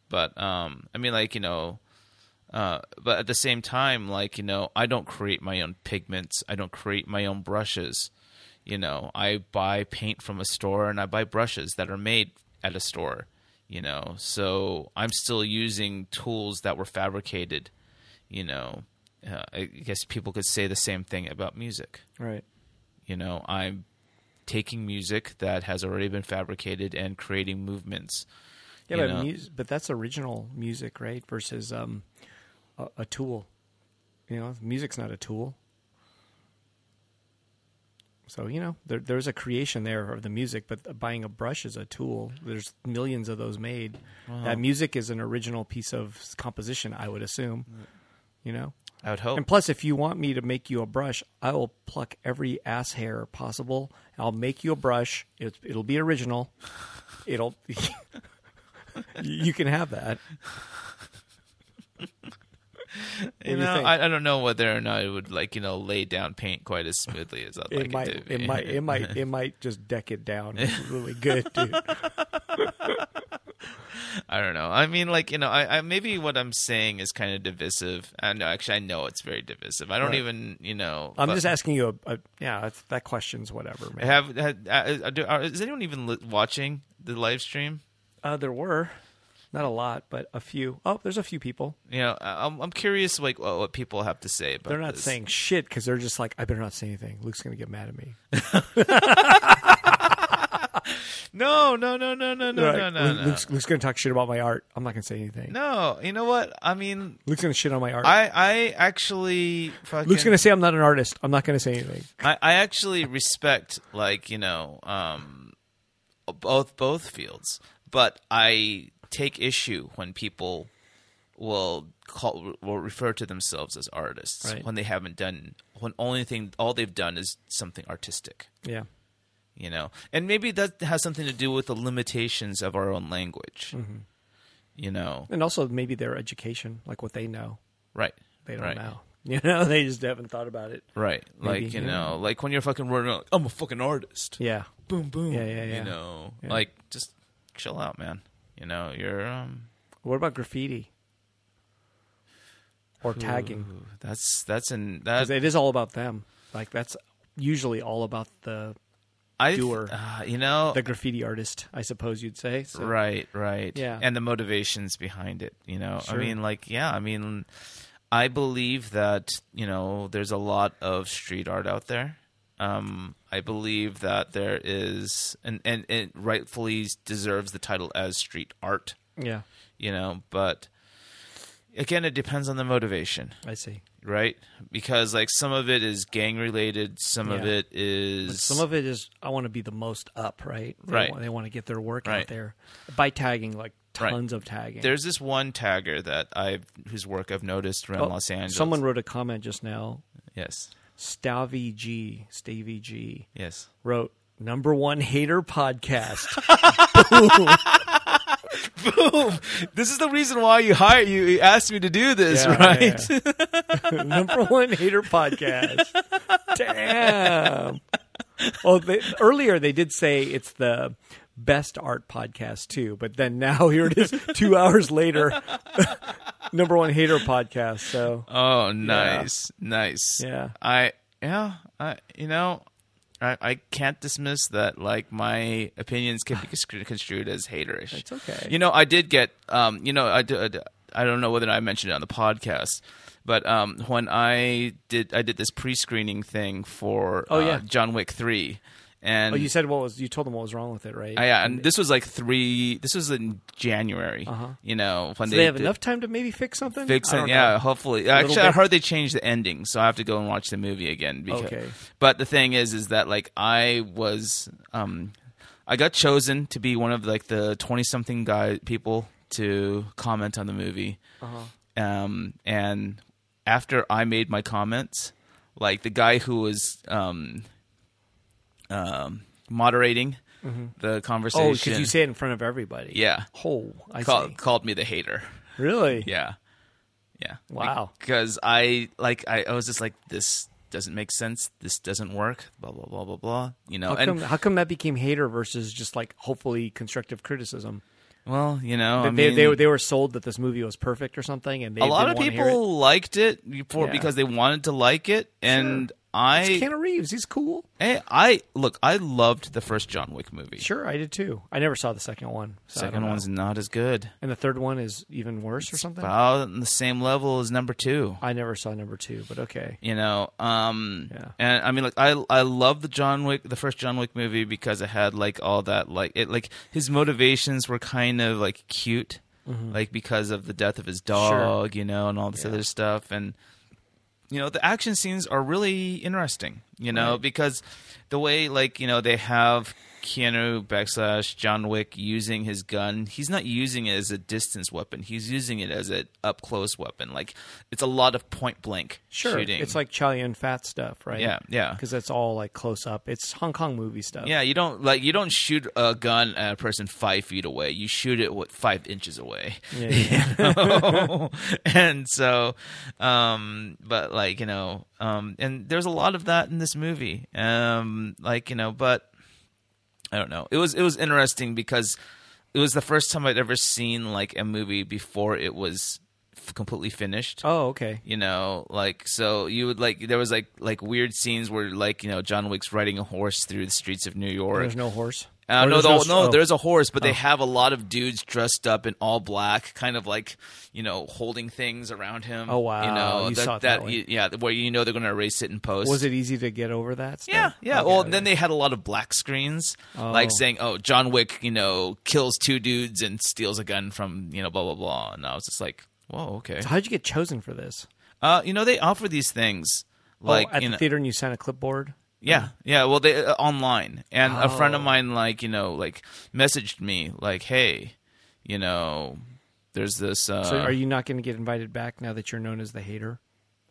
[SPEAKER 2] but um i mean like you know uh but at the same time like you know i don't create my own pigments i don't create my own brushes you know i buy paint from a store and i buy brushes that are made at a store you know so i'm still using tools that were fabricated you know uh, i guess people could say the same thing about music
[SPEAKER 1] right.
[SPEAKER 2] you know i'm taking music that has already been fabricated and creating movements
[SPEAKER 1] Yeah,
[SPEAKER 2] you
[SPEAKER 1] but
[SPEAKER 2] know?
[SPEAKER 1] mus- but that's original music, right? Versus um, a, a tool. You know, music's not a tool. So you know, there, there's a creation there of the music, but buying a brush is a tool. There's millions of those made. That music is an original piece of s- composition, I would assume. You know,
[SPEAKER 2] i would hope
[SPEAKER 1] and plus, if you want me to make you a brush, I will pluck every ass hair possible. I'll make you a brush. It, it'll be original. It'll. you can have that.
[SPEAKER 2] you
[SPEAKER 1] What do you
[SPEAKER 2] know,
[SPEAKER 1] think?
[SPEAKER 2] I, I don't know whether or not it would like you know lay down paint quite as smoothly as I'd
[SPEAKER 1] It
[SPEAKER 2] like it
[SPEAKER 1] might.
[SPEAKER 2] to.
[SPEAKER 1] It, might. It might. It might just deck it down. It's really good, dude.
[SPEAKER 2] I don't know. I mean, like you know, I, I maybe what I'm saying is kind of divisive. I know, actually, I know it's very divisive. I don't
[SPEAKER 1] Right.
[SPEAKER 2] even, you know.
[SPEAKER 1] I'm
[SPEAKER 2] but-
[SPEAKER 1] just asking you. A, a, yeah, that's- that question's whatever. Man.
[SPEAKER 2] have, had- uh, uh, do, are, is anyone even li- watching the live stream?
[SPEAKER 1] Uh, there were not a lot, but a few. Oh, there's a few people.
[SPEAKER 2] You know, I- I'm, I'm curious, like what, what people have to say. About
[SPEAKER 1] They're not
[SPEAKER 2] this.
[SPEAKER 1] saying shit because they're just like, I better not say anything. Luke's gonna get mad at me.
[SPEAKER 2] no, no, no, no, no, no,
[SPEAKER 1] They're
[SPEAKER 2] no,
[SPEAKER 1] like,
[SPEAKER 2] no,
[SPEAKER 1] "Luke-
[SPEAKER 2] no.
[SPEAKER 1] Luke's, Luke's gonna talk shit about my art. I'm not gonna say anything.
[SPEAKER 2] No, you know what? I mean,
[SPEAKER 1] Luke's gonna shit on my art.
[SPEAKER 2] I, I actually fucking.
[SPEAKER 1] Luke's gonna say I'm not an artist. I'm not gonna say anything.
[SPEAKER 2] I, I actually respect like you know um, both both fields, but I take issue when people will call will refer to themselves as artists
[SPEAKER 1] Right.
[SPEAKER 2] when they haven't done when only thing all they've done is something artistic,
[SPEAKER 1] Yeah.
[SPEAKER 2] you know, and maybe that has something to do with the limitations of our own language,
[SPEAKER 1] Mm-hmm.
[SPEAKER 2] you know,
[SPEAKER 1] And also maybe their education, like what they know,
[SPEAKER 2] right?
[SPEAKER 1] they don't
[SPEAKER 2] right.
[SPEAKER 1] know. You know, they just haven't thought about it.
[SPEAKER 2] Right,
[SPEAKER 1] Maybe,
[SPEAKER 2] like you
[SPEAKER 1] yeah.
[SPEAKER 2] know, like when you're fucking roaring, like, I'm a fucking artist.
[SPEAKER 1] Yeah.
[SPEAKER 2] boom boom
[SPEAKER 1] Yeah, yeah, yeah.
[SPEAKER 2] you know
[SPEAKER 1] Yeah.
[SPEAKER 2] like just chill out man you know you're um
[SPEAKER 1] What about graffiti or tagging?
[SPEAKER 2] ooh, that's that's in
[SPEAKER 1] 'Cause
[SPEAKER 2] Hmm. that
[SPEAKER 1] it is all about them. Like that's usually all about the
[SPEAKER 2] i
[SPEAKER 1] doer.
[SPEAKER 2] uh, you know
[SPEAKER 1] the graffiti artist, I suppose you'd say. So,
[SPEAKER 2] right right
[SPEAKER 1] Yeah.
[SPEAKER 2] and the motivations behind it you know
[SPEAKER 1] Sure.
[SPEAKER 2] i mean like yeah i mean i believe that you know there's a lot of street art out there um i believe that there is and and it rightfully deserves the title as street art
[SPEAKER 1] Yeah,
[SPEAKER 2] you know but again it depends on the motivation
[SPEAKER 1] I see.
[SPEAKER 2] right? Because like some of it is gang related, some of
[SPEAKER 1] Yeah.
[SPEAKER 2] it is
[SPEAKER 1] But some of it is I want to be the most up, right? They
[SPEAKER 2] Right.
[SPEAKER 1] Want, they want to get their work out
[SPEAKER 2] Right.
[SPEAKER 1] there by tagging, like
[SPEAKER 2] Right.
[SPEAKER 1] tons of tagging.
[SPEAKER 2] There's this one tagger that I've whose work I've noticed around
[SPEAKER 1] Oh,
[SPEAKER 2] Los Angeles.
[SPEAKER 1] Someone wrote a comment just now.
[SPEAKER 2] yes,
[SPEAKER 1] Stavy G, Stavy G
[SPEAKER 2] yes.
[SPEAKER 1] wrote number one hater podcast.
[SPEAKER 2] This is the reason why you hire you, you asked me to do this,
[SPEAKER 1] Yeah,
[SPEAKER 2] right?
[SPEAKER 1] yeah. Number one hater podcast. Damn. Well, they, earlier they did say it's the best art podcast too, but then now here it is, two hours later, number one hater podcast. So
[SPEAKER 2] Oh, nice, nice.
[SPEAKER 1] Yeah.
[SPEAKER 2] I yeah, I you know. I, I can't dismiss that like my opinions can be construed, construed as haterish.
[SPEAKER 1] It's okay.
[SPEAKER 2] You know, I did get um you know I did, I don't know whether I mentioned it on the podcast, but um when I did I did this pre-screening thing for
[SPEAKER 1] Oh,
[SPEAKER 2] uh,
[SPEAKER 1] yeah.
[SPEAKER 2] John Wick 3 and
[SPEAKER 1] oh, you said what was you told them what was wrong with it, right?
[SPEAKER 2] I- uh, yeah, and this was like 3 this was in January, you know, when
[SPEAKER 1] Do they have
[SPEAKER 2] did-
[SPEAKER 1] enough time to maybe fix something?
[SPEAKER 2] fix
[SPEAKER 1] I don't
[SPEAKER 2] it. Yeah,
[SPEAKER 1] know.
[SPEAKER 2] hopefully. Actually, I
[SPEAKER 1] bit.
[SPEAKER 2] heard they changed the ending, so I have to go and watch the movie again. Because,
[SPEAKER 1] Okay.
[SPEAKER 2] But the thing is, is that like I was, um, I got chosen to be one of like the twenty-something guy people to comment on the movie,
[SPEAKER 1] Uh-huh.
[SPEAKER 2] um, and after I made my comments, like the guy who was um, um, moderating the conversation.
[SPEAKER 1] Oh, because you say it in front of everybody.
[SPEAKER 2] Yeah.
[SPEAKER 1] Oh, I
[SPEAKER 2] Call,
[SPEAKER 1] see.
[SPEAKER 2] called me the hater.
[SPEAKER 1] Really?
[SPEAKER 2] Yeah. Yeah.
[SPEAKER 1] Wow.
[SPEAKER 2] Because I like I, I was just like this doesn't make sense. This doesn't work. Blah blah blah blah blah. You know,
[SPEAKER 1] How
[SPEAKER 2] and
[SPEAKER 1] come, how come that became hater versus just like hopefully constructive criticism?
[SPEAKER 2] well, you know, I
[SPEAKER 1] they,
[SPEAKER 2] mean,
[SPEAKER 1] they they were sold that this movie was perfect or something, and they
[SPEAKER 2] a lot of
[SPEAKER 1] didn't wanna hear
[SPEAKER 2] people liked it before
[SPEAKER 1] Yeah.
[SPEAKER 2] because they wanted to like it, and I,
[SPEAKER 1] It. It's Keanu Reeves, he's cool.
[SPEAKER 2] hey, I look, I loved the first John Wick movie.
[SPEAKER 1] Sure, I did too. I never saw the second one. so I don't
[SPEAKER 2] Second
[SPEAKER 1] know.
[SPEAKER 2] one's not as good.
[SPEAKER 1] and the third one is even worse or something.
[SPEAKER 2] About on the same level as number two.
[SPEAKER 1] I never saw number two, but okay.
[SPEAKER 2] you know um
[SPEAKER 1] Yeah.
[SPEAKER 2] and i mean like i i love the john wick the first john wick movie because it had like all that like it like his motivations were kind of like cute
[SPEAKER 1] Mm-hmm.
[SPEAKER 2] like because of the death of his dog you know and all this other stuff and you know the action scenes are really interesting you know because the way like you know they have keanu backslash john wick using his gun he's not using it as a distance weapon he's using it as an up close weapon like it's a lot of point blank
[SPEAKER 1] Sure,
[SPEAKER 2] shooting
[SPEAKER 1] it's like Chow Yun Fat stuff, right?
[SPEAKER 2] Yeah, yeah.
[SPEAKER 1] Because that's all like close up. It's Hong Kong movie stuff.
[SPEAKER 2] yeah you don't like you don't shoot a gun at a person five feet away you shoot it what five inches away
[SPEAKER 1] Yeah, yeah.
[SPEAKER 2] and so um but like you know um and there's a lot of that in this movie um like you know but i don't know it was it was interesting because it was the first time I'd ever seen like a movie before it was f- completely finished.
[SPEAKER 1] Oh, okay.
[SPEAKER 2] You know, like so you would like there was like like weird scenes where like you know John Wick's riding a horse through the streets of New York.
[SPEAKER 1] There's no horse.
[SPEAKER 2] Uh,
[SPEAKER 1] Or
[SPEAKER 2] no,
[SPEAKER 1] there's
[SPEAKER 2] the, no,
[SPEAKER 1] oh.
[SPEAKER 2] there's a horse, but they have a lot of dudes dressed up in all black, kind of like you know holding things around him.
[SPEAKER 1] Oh, wow.
[SPEAKER 2] You know
[SPEAKER 1] You saw it that way.
[SPEAKER 2] you- yeah, where you know they're going to erase it in post.
[SPEAKER 1] Was it easy to get over that? Stuff?
[SPEAKER 2] Yeah, yeah.
[SPEAKER 1] Okay,
[SPEAKER 2] well,
[SPEAKER 1] okay.
[SPEAKER 2] then they had a lot of black screens,
[SPEAKER 1] Oh.
[SPEAKER 2] like saying, "Oh, John Wick, you know, kills two dudes and steals a gun from you know, blah blah blah." And I was just like, "Whoa, okay."
[SPEAKER 1] So how'd you get chosen for this?
[SPEAKER 2] Uh, you know, they offer these things like
[SPEAKER 1] oh, at
[SPEAKER 2] you
[SPEAKER 1] the
[SPEAKER 2] know,
[SPEAKER 1] theater, and you sign a clipboard.
[SPEAKER 2] yeah, yeah. Well, they uh, online, and a friend of
[SPEAKER 1] Oh.
[SPEAKER 2] mine, like you know, like messaged me, like, "Hey, you know." There's this. Uh,
[SPEAKER 1] So are you not going to get invited back now that you're known as the hater?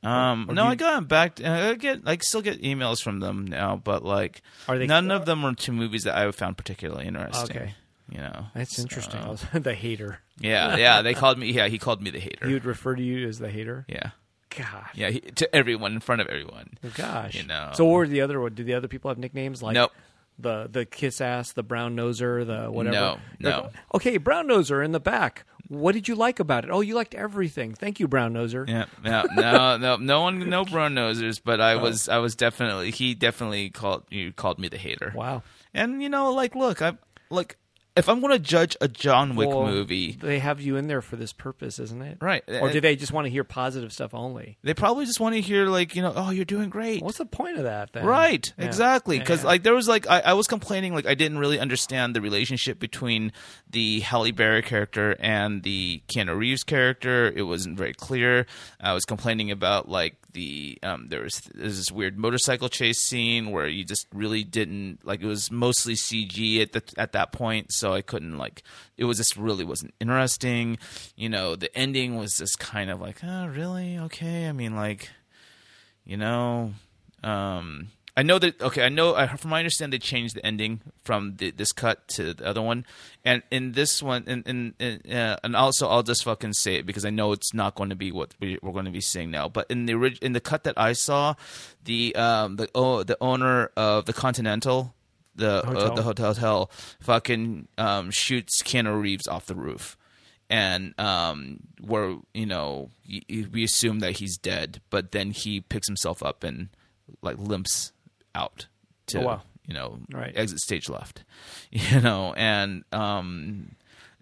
[SPEAKER 2] um,
[SPEAKER 1] or
[SPEAKER 2] no,
[SPEAKER 1] do
[SPEAKER 2] I
[SPEAKER 1] you-
[SPEAKER 2] got back. uh, I get, like, still get emails from them now, but like,
[SPEAKER 1] Are they-
[SPEAKER 2] none of them were to movies that I found particularly interesting.
[SPEAKER 1] Okay.
[SPEAKER 2] you know,
[SPEAKER 1] That's
[SPEAKER 2] so-
[SPEAKER 1] interesting. the hater.
[SPEAKER 2] Yeah, yeah. They called me. Yeah, he called me the hater.
[SPEAKER 1] He would refer to you as the hater.
[SPEAKER 2] yeah,
[SPEAKER 1] God. Oh,
[SPEAKER 2] yeah. He, to everyone in front of everyone.
[SPEAKER 1] Gosh.
[SPEAKER 2] You know.
[SPEAKER 1] So what were the other one? Did the other people have nicknames like
[SPEAKER 2] Nope.
[SPEAKER 1] the the kiss ass, the brown noser, the whatever?
[SPEAKER 2] No,
[SPEAKER 1] You're
[SPEAKER 2] no.
[SPEAKER 1] like, okay, brown noser in the back. What did you like about it? Oh, you liked everything. Thank you, brown noser.
[SPEAKER 2] Yeah, yeah. No, no, no one, no brown nosers. But
[SPEAKER 1] Oh.
[SPEAKER 2] I was, I was definitely. He definitely called you called me the hater.
[SPEAKER 1] Wow.
[SPEAKER 2] And you know, like, look, I like if I'm going to judge a John Wick
[SPEAKER 1] Well,
[SPEAKER 2] movie,
[SPEAKER 1] They have you in there for this purpose, isn't it?
[SPEAKER 2] Right.
[SPEAKER 1] Or
[SPEAKER 2] Uh,
[SPEAKER 1] do they just want to hear positive stuff only?
[SPEAKER 2] they probably just want to hear like, you know, oh, you're doing great.
[SPEAKER 1] What's the point of that then?
[SPEAKER 2] Right,
[SPEAKER 1] Yeah.
[SPEAKER 2] exactly.
[SPEAKER 1] Yeah,
[SPEAKER 2] Because
[SPEAKER 1] yeah.
[SPEAKER 2] like there was like I, I was complaining like I didn't really understand the relationship between the Halle Berry character and the Keanu Reeves character. It wasn't very clear. I was complaining about like the um, there was there's this weird motorcycle chase scene where you just really didn't like it was mostly CG at the at that point, so I couldn't like it was just really wasn't interesting. You know, the ending was just kind of like, oh, really? Okay, I mean like you know um i know that okay i know I, from my understanding they changed the ending from the, this cut to the other one and in this one and and and, uh, and also i'll just fucking say it because i know it's not going to be what we, we're going to be seeing now but in the orig- in the cut that i saw the um the oh, the owner of the continental the
[SPEAKER 1] Hotel.
[SPEAKER 2] Uh, the hotel, hotel fucking um shoots Keanu Reeves off the roof and um where you know y- y- we assume that he's dead but then he picks himself up and like limps out to
[SPEAKER 1] Oh, wow.
[SPEAKER 2] you know
[SPEAKER 1] Right.
[SPEAKER 2] exit stage left you know and um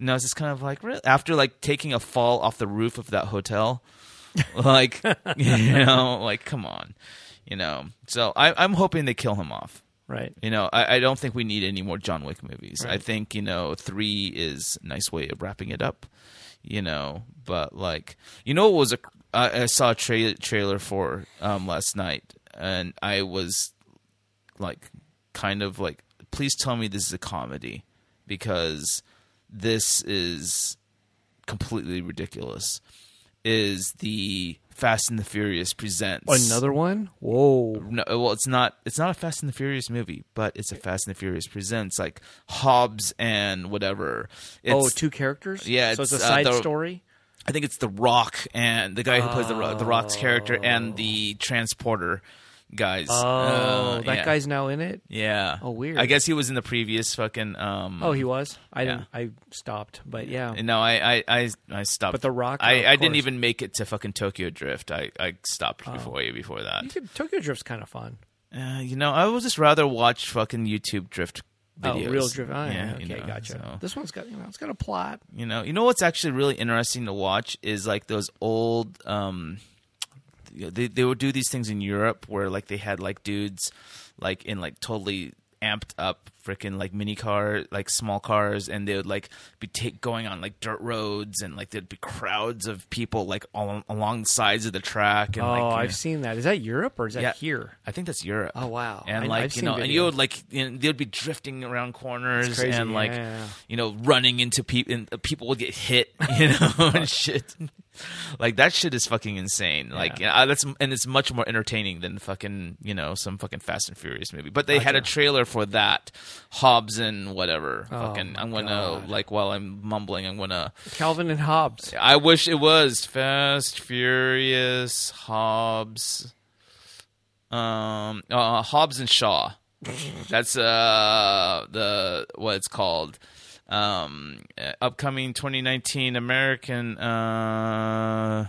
[SPEAKER 2] no it's just kind of like really? after like taking a fall off the roof of that hotel like you know like come on you know so I, i'm hoping they kill him off
[SPEAKER 1] Right.
[SPEAKER 2] you know, I, I don't think we need any more John Wick movies. I think, you know, three is a nice way of wrapping it up, you know. But, like, you know, what was a. I, I saw a tra- trailer for um, last night, and I was, like, kind of like, please tell me this is a comedy because this is completely ridiculous. Is the Fast and the Furious presents
[SPEAKER 1] Another one? Whoa.
[SPEAKER 2] no, well, it's not. It's not a Fast and the Furious movie, but it's a Fast and the Furious presents like Hobbs and whatever. It's,
[SPEAKER 1] oh, two characters?
[SPEAKER 2] yeah,
[SPEAKER 1] So it's,
[SPEAKER 2] it's,
[SPEAKER 1] a
[SPEAKER 2] uh,
[SPEAKER 1] side
[SPEAKER 2] the-
[SPEAKER 1] story?
[SPEAKER 2] I think it's The Rock and the guy who plays the Ro- the Rock's character and the transporter guys.
[SPEAKER 1] Oh,
[SPEAKER 2] Uh,
[SPEAKER 1] that
[SPEAKER 2] yeah.
[SPEAKER 1] guy's now in it?
[SPEAKER 2] Yeah.
[SPEAKER 1] Oh, weird.
[SPEAKER 2] I guess he was in the previous fucking. Um,
[SPEAKER 1] Oh, he was. I
[SPEAKER 2] Yeah.
[SPEAKER 1] didn't. I stopped, but yeah.
[SPEAKER 2] No, I, I, I, I stopped.
[SPEAKER 1] But The Rock,
[SPEAKER 2] I,
[SPEAKER 1] of
[SPEAKER 2] I didn't
[SPEAKER 1] course. Oh.
[SPEAKER 2] even make it to fucking Tokyo Drift. I, I stopped before way before that.
[SPEAKER 1] You could, Tokyo Drift's kind of fun.
[SPEAKER 2] Uh, you know, I would just rather watch fucking YouTube drift videos.
[SPEAKER 1] Oh, real drift. Oh, yeah, okay,
[SPEAKER 2] you know,
[SPEAKER 1] gotcha.
[SPEAKER 2] so-
[SPEAKER 1] This one's got you know, it's got a plot.
[SPEAKER 2] You know, you know what's actually really interesting to watch is like those old. Um, they they would do these things in Europe where like they had like dudes, like in like totally amped up freaking like mini car like small cars and they would like be take going on like dirt roads and like there'd be crowds of people like all along the sides of the track and
[SPEAKER 1] Oh,
[SPEAKER 2] like you
[SPEAKER 1] I've
[SPEAKER 2] know-
[SPEAKER 1] seen that. Is that Europe or is that
[SPEAKER 2] Yeah.
[SPEAKER 1] here?
[SPEAKER 2] I think that's Europe.
[SPEAKER 1] Oh, wow.
[SPEAKER 2] And
[SPEAKER 1] I-
[SPEAKER 2] like
[SPEAKER 1] I've
[SPEAKER 2] you
[SPEAKER 1] seen
[SPEAKER 2] know, and you
[SPEAKER 1] videos.
[SPEAKER 2] would like you know, they'd be drifting around corners
[SPEAKER 1] crazy,
[SPEAKER 2] and like
[SPEAKER 1] yeah.
[SPEAKER 2] you know running into people and uh, people would get hit, you know, and shit. Like that shit is fucking insane. Like you know, I- that's and it's much more entertaining than fucking you know some fucking Fast and Furious movie. But they had a trailer for that Hobbs and whatever.
[SPEAKER 1] Oh
[SPEAKER 2] fucking, I'm gonna like while I'm mumbling, I'm gonna.
[SPEAKER 1] Calvin and Hobbes.
[SPEAKER 2] I wish it was Fast, Furious, Hobbs, um, uh, Hobbs and Shaw. That's uh the what uh, it's called. um, uh, upcoming 2019 American uh,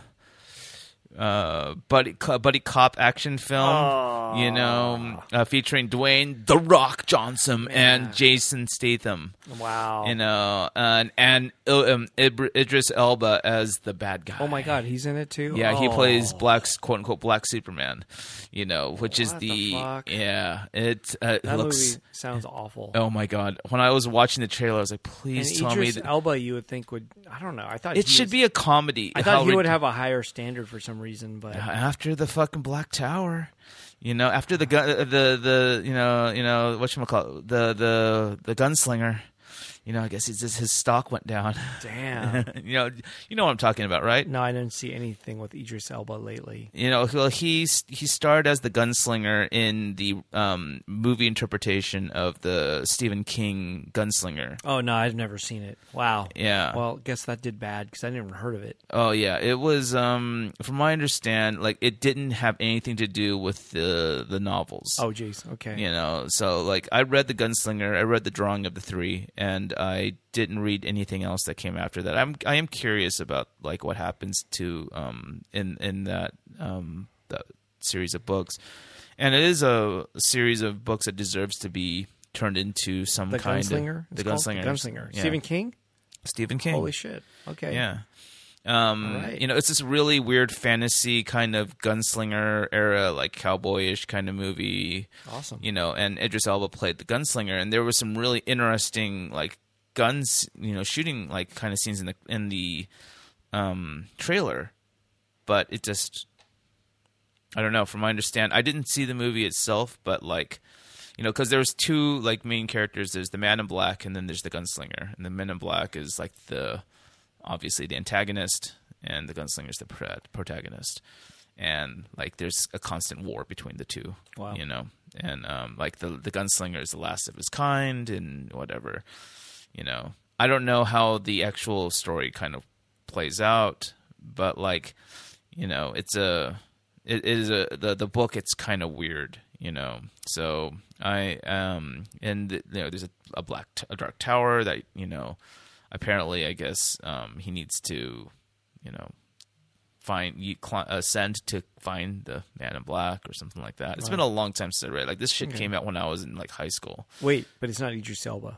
[SPEAKER 2] uh, buddy co- buddy cop action film. You know, uh, featuring Dwayne the Rock Johnson and Jason Statham.
[SPEAKER 1] Wow.
[SPEAKER 2] You know, and and uh, um, Ibr- Idris Elba as the bad guy.
[SPEAKER 1] oh my God, he's in it too.
[SPEAKER 2] Yeah, he
[SPEAKER 1] Oh.
[SPEAKER 2] plays black, quote unquote, black Superman. You know, which is
[SPEAKER 1] What
[SPEAKER 2] the,
[SPEAKER 1] the fuck?
[SPEAKER 2] yeah. It uh,
[SPEAKER 1] That
[SPEAKER 2] looks.
[SPEAKER 1] movie sounds awful.
[SPEAKER 2] Oh my god! When I was watching the trailer, I was like,
[SPEAKER 1] and
[SPEAKER 2] please tell me
[SPEAKER 1] Idris
[SPEAKER 2] that
[SPEAKER 1] Elba, you would think would I don't know. I thought
[SPEAKER 2] it
[SPEAKER 1] he
[SPEAKER 2] should
[SPEAKER 1] was-
[SPEAKER 2] be a comedy.
[SPEAKER 1] I
[SPEAKER 2] How
[SPEAKER 1] thought he
[SPEAKER 2] rid-
[SPEAKER 1] would have a higher standard for some reason, but
[SPEAKER 2] after the fucking Black Tower. You know, after the gun, the the you know you know what call the the the gunslinger. You know, I guess it's just his stock went down.
[SPEAKER 1] damn.
[SPEAKER 2] you know, you know what I'm talking about, right?
[SPEAKER 1] no, I didn't see anything with Idris Elba lately.
[SPEAKER 2] You know, well, he he starred as the gunslinger in the um, movie interpretation of the Stephen King gunslinger.
[SPEAKER 1] Oh no, I've never seen it. Wow.
[SPEAKER 2] Yeah.
[SPEAKER 1] Well, guess that did bad because I never heard of it.
[SPEAKER 2] Oh yeah, it was um, from my understand, like it didn't have anything to do with the the novels.
[SPEAKER 1] Oh jeez. Okay.
[SPEAKER 2] You know, so like I read the gunslinger, I read the drawing of the three, and I didn't read anything else that came after that. I'm I am curious about like what happens to um in in that um that series of books, and it is a series of books that deserves to be turned into some
[SPEAKER 1] The
[SPEAKER 2] kind
[SPEAKER 1] Gunslinger.
[SPEAKER 2] of
[SPEAKER 1] it's
[SPEAKER 2] the
[SPEAKER 1] called?
[SPEAKER 2] gunslinger,
[SPEAKER 1] The Gunslinger.
[SPEAKER 2] yeah.
[SPEAKER 1] Stephen King.
[SPEAKER 2] Stephen King.
[SPEAKER 1] Holy shit. Okay.
[SPEAKER 2] Yeah. Um,
[SPEAKER 1] All right.
[SPEAKER 2] you know, it's this really weird fantasy kind of gunslinger era, like cowboyish kind of movie.
[SPEAKER 1] Awesome.
[SPEAKER 2] You know, and Idris Elba played the gunslinger, and there was some really interesting like guns, you know, shooting like kind of scenes in the in the um trailer, but it just I don't know. From my understand, I didn't see the movie itself, but like, you know, because there's two like main characters. There's the Man in Black, and then there's the Gunslinger. And the Man in Black is like the obviously the antagonist, and the Gunslinger is the pro- protagonist. And like, there's a constant war between the two.
[SPEAKER 1] Wow.
[SPEAKER 2] You know, and um, like the the Gunslinger is the last of his kind, and whatever. You know, I don't know how the actual story kind of plays out, but like, you know, it's a it, it is a the the book. It's kind of weird, you know. So I um and you know there's a, a black t- a dark tower that you know apparently I guess um he needs to you know find you cli- ascend to find the man in black or something like that. It's been a long time since I read. Like this shit came out when I was in like high school.
[SPEAKER 1] Wait, but it's not Idris Elba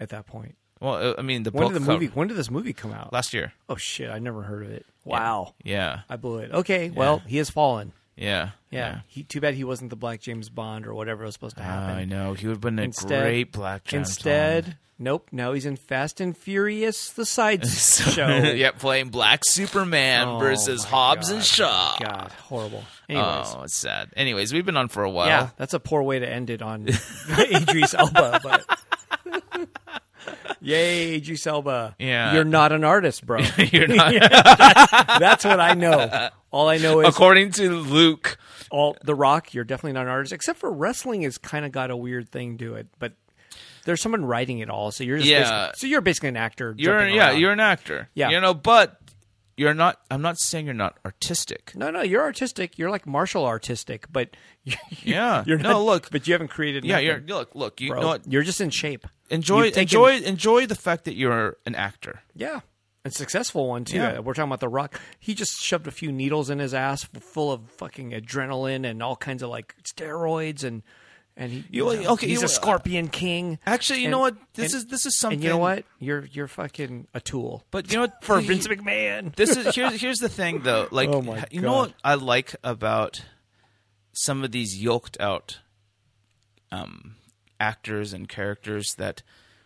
[SPEAKER 1] at that point.
[SPEAKER 2] Well, uh, I mean the
[SPEAKER 1] When
[SPEAKER 2] book
[SPEAKER 1] did the
[SPEAKER 2] cover-
[SPEAKER 1] movie? When did this movie come out?
[SPEAKER 2] last year.
[SPEAKER 1] oh shit! I never heard of it. Wow.
[SPEAKER 2] Yeah.
[SPEAKER 1] I blew it. Okay. Well, he has fallen.
[SPEAKER 2] Yeah.
[SPEAKER 1] Yeah. He, too bad he wasn't the Black James Bond or whatever was supposed to happen.
[SPEAKER 2] I know. He would have been a
[SPEAKER 1] Instead-
[SPEAKER 2] great black James
[SPEAKER 1] Instead,
[SPEAKER 2] Bond.
[SPEAKER 1] nope. Now he's in Fast and Furious, the side
[SPEAKER 2] So-
[SPEAKER 1] show.
[SPEAKER 2] yeah, playing Black Superman
[SPEAKER 1] Oh,
[SPEAKER 2] versus
[SPEAKER 1] my
[SPEAKER 2] Hobbs
[SPEAKER 1] God.
[SPEAKER 2] and Shaw.
[SPEAKER 1] God, horrible. Anyways,
[SPEAKER 2] Oh, it's sad. Anyways, we've been on for a while.
[SPEAKER 1] yeah, that's a poor way to end it on Idris Elba. But yay, Idris Elba.
[SPEAKER 2] Yeah.
[SPEAKER 1] you're not an artist, bro.
[SPEAKER 2] You're not,
[SPEAKER 1] that's what I know. All I know is
[SPEAKER 2] according to Luke.
[SPEAKER 1] all The Rock. You're definitely not an artist, except for wrestling has kind of got a weird thing to it, but. There's someone writing it all, so you're just
[SPEAKER 2] Yeah.
[SPEAKER 1] basically- so you're basically an actor.
[SPEAKER 2] You're
[SPEAKER 1] jumping
[SPEAKER 2] yeah,
[SPEAKER 1] around.
[SPEAKER 2] you're an actor.
[SPEAKER 1] Yeah.
[SPEAKER 2] You know, but you're not I'm not saying you're not artistic.
[SPEAKER 1] No, no, you're artistic. You're like martial artistic, but you,
[SPEAKER 2] Yeah.
[SPEAKER 1] you're
[SPEAKER 2] No,
[SPEAKER 1] not,
[SPEAKER 2] look.
[SPEAKER 1] but you haven't created.
[SPEAKER 2] Yeah,
[SPEAKER 1] nothing,
[SPEAKER 2] you're look, look, you
[SPEAKER 1] bro.
[SPEAKER 2] know what?
[SPEAKER 1] you're just in shape.
[SPEAKER 2] Enjoy
[SPEAKER 1] You've taken-
[SPEAKER 2] enjoy enjoy the fact that you're an actor.
[SPEAKER 1] yeah, a successful one too.
[SPEAKER 2] Yeah.
[SPEAKER 1] We're talking about the Rock. He just shoved a few needles in his ass, full of fucking adrenaline and all kinds of like steroids and and he. You,
[SPEAKER 2] You-
[SPEAKER 1] know,
[SPEAKER 2] okay,
[SPEAKER 1] he's
[SPEAKER 2] you- uh,
[SPEAKER 1] a Scorpion King.
[SPEAKER 2] Actually, you
[SPEAKER 1] And-
[SPEAKER 2] know what? This
[SPEAKER 1] and-
[SPEAKER 2] is this is something
[SPEAKER 1] And you know what? You're you're fucking a tool.
[SPEAKER 2] But you know what?
[SPEAKER 1] for Vince McMahon,
[SPEAKER 2] this is here's here's the thing though. Like
[SPEAKER 1] Oh my
[SPEAKER 2] you know what
[SPEAKER 1] God.
[SPEAKER 2] I like about some of these yoked out um actors and characters that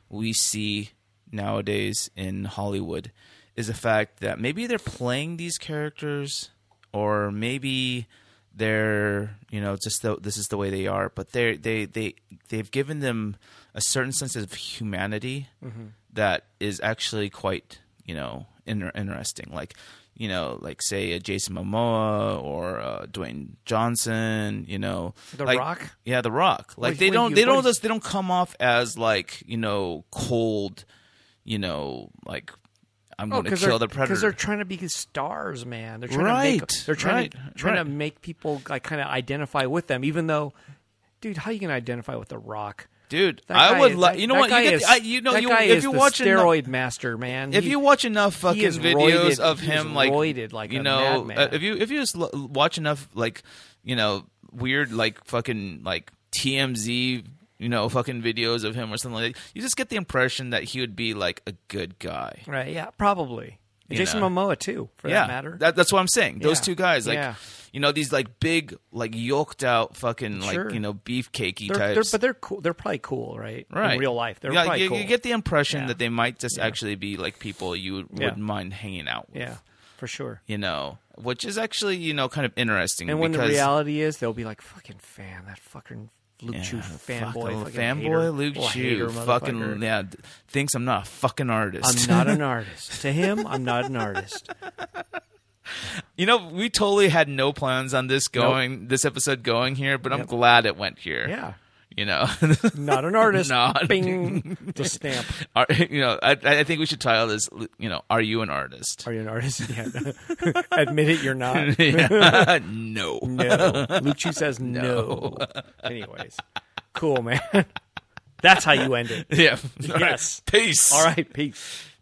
[SPEAKER 2] we see nowadays in Hollywood is the fact that maybe they're playing these characters or maybe they're you know just the, this is the way they are but they they they they've given them a certain sense of humanity
[SPEAKER 1] Mm-hmm.
[SPEAKER 2] that is actually quite you know inter- interesting like you know like say a Jason Momoa or uh, Dwayne Johnson you know
[SPEAKER 1] The
[SPEAKER 2] like-
[SPEAKER 1] Rock?
[SPEAKER 2] yeah the rock like
[SPEAKER 1] What-
[SPEAKER 2] they
[SPEAKER 1] what
[SPEAKER 2] don't
[SPEAKER 1] you-
[SPEAKER 2] they don't
[SPEAKER 1] what-
[SPEAKER 2] just they don't come off as like you know cold you know like I'm going to
[SPEAKER 1] they're,
[SPEAKER 2] kill the predator
[SPEAKER 1] Oh, 'cause they're trying to be stars, man. They're trying to
[SPEAKER 2] Right,
[SPEAKER 1] make they're trying
[SPEAKER 2] right,
[SPEAKER 1] to trying
[SPEAKER 2] right.
[SPEAKER 1] to make people like kind of identify with them, even though, dude, how you gonna identify with the Rock?
[SPEAKER 2] dude.
[SPEAKER 4] That
[SPEAKER 2] I
[SPEAKER 4] guy
[SPEAKER 2] would
[SPEAKER 4] is-
[SPEAKER 2] like
[SPEAKER 4] that-
[SPEAKER 2] you know
[SPEAKER 4] that
[SPEAKER 2] what you,
[SPEAKER 4] guy
[SPEAKER 2] get,
[SPEAKER 4] is-
[SPEAKER 2] I, you know
[SPEAKER 4] that
[SPEAKER 2] you
[SPEAKER 4] guy
[SPEAKER 2] if
[SPEAKER 4] is
[SPEAKER 2] you
[SPEAKER 4] the
[SPEAKER 2] watch enough-
[SPEAKER 1] steroid master man.
[SPEAKER 2] if
[SPEAKER 1] He-
[SPEAKER 2] you watch enough fucking
[SPEAKER 1] he is
[SPEAKER 2] videos
[SPEAKER 1] roided-
[SPEAKER 2] of
[SPEAKER 1] he
[SPEAKER 2] him
[SPEAKER 1] is
[SPEAKER 2] like
[SPEAKER 1] roided like
[SPEAKER 2] you
[SPEAKER 1] a
[SPEAKER 2] know
[SPEAKER 1] madman.
[SPEAKER 2] uh, if you if you just l- watch enough like you know weird like fucking like TMZ you know fucking videos of him or something like that, you just get the impression that he would be like a good guy.
[SPEAKER 1] right? Yeah, probably.
[SPEAKER 2] You
[SPEAKER 1] Jason
[SPEAKER 2] know.
[SPEAKER 1] Momoa too, for that
[SPEAKER 2] yeah,
[SPEAKER 1] matter.
[SPEAKER 2] that's what I'm saying. Those
[SPEAKER 1] Yeah.
[SPEAKER 2] two guys, like
[SPEAKER 1] Yeah.
[SPEAKER 2] you know, these like big, like yoked out, fucking
[SPEAKER 1] Sure.
[SPEAKER 2] like you know, beefcakey
[SPEAKER 1] they're, they're,
[SPEAKER 2] types.
[SPEAKER 1] but they're cool. They're probably cool, right?
[SPEAKER 2] right,
[SPEAKER 1] In real life, they're
[SPEAKER 2] yeah,
[SPEAKER 1] probably
[SPEAKER 2] you,
[SPEAKER 1] cool.
[SPEAKER 2] you get the impression
[SPEAKER 1] Yeah.
[SPEAKER 2] that they might just actually be like people you would-
[SPEAKER 1] Yeah.
[SPEAKER 2] wouldn't mind hanging out with.
[SPEAKER 1] yeah, for sure.
[SPEAKER 2] you know, which is actually you know kind of interesting.
[SPEAKER 1] And when the
[SPEAKER 2] because,
[SPEAKER 1] reality is, they'll be like, "Fucking fan, that fucking Luke
[SPEAKER 2] Yeah,
[SPEAKER 1] Chu
[SPEAKER 2] fuck the
[SPEAKER 1] fanboy,
[SPEAKER 2] little
[SPEAKER 1] fucking hater,
[SPEAKER 2] fanboy Luke
[SPEAKER 1] little hater
[SPEAKER 2] Chu, fucking
[SPEAKER 1] motherfucker.
[SPEAKER 2] yeah, d- thinks I'm not a fucking artist.
[SPEAKER 1] I'm not an artist. to him, I'm not an artist.
[SPEAKER 2] you know, we totally had no plans on this going, this episode going here, but I'm glad it went here.
[SPEAKER 1] Yeah,
[SPEAKER 2] you know,
[SPEAKER 1] not an artist.
[SPEAKER 2] Not-
[SPEAKER 1] Bing, the stamp.
[SPEAKER 2] Are, you know, I, I think we should title this, you know, are you an artist?
[SPEAKER 1] Are you an artist? Yeah. Admit it, you're not.
[SPEAKER 2] Yeah. no.
[SPEAKER 1] No. Luke Chu says no. Anyways, cool, man. That's how you end it.
[SPEAKER 2] Yeah. All right.
[SPEAKER 1] Yes.
[SPEAKER 2] Peace.
[SPEAKER 1] All right, peace.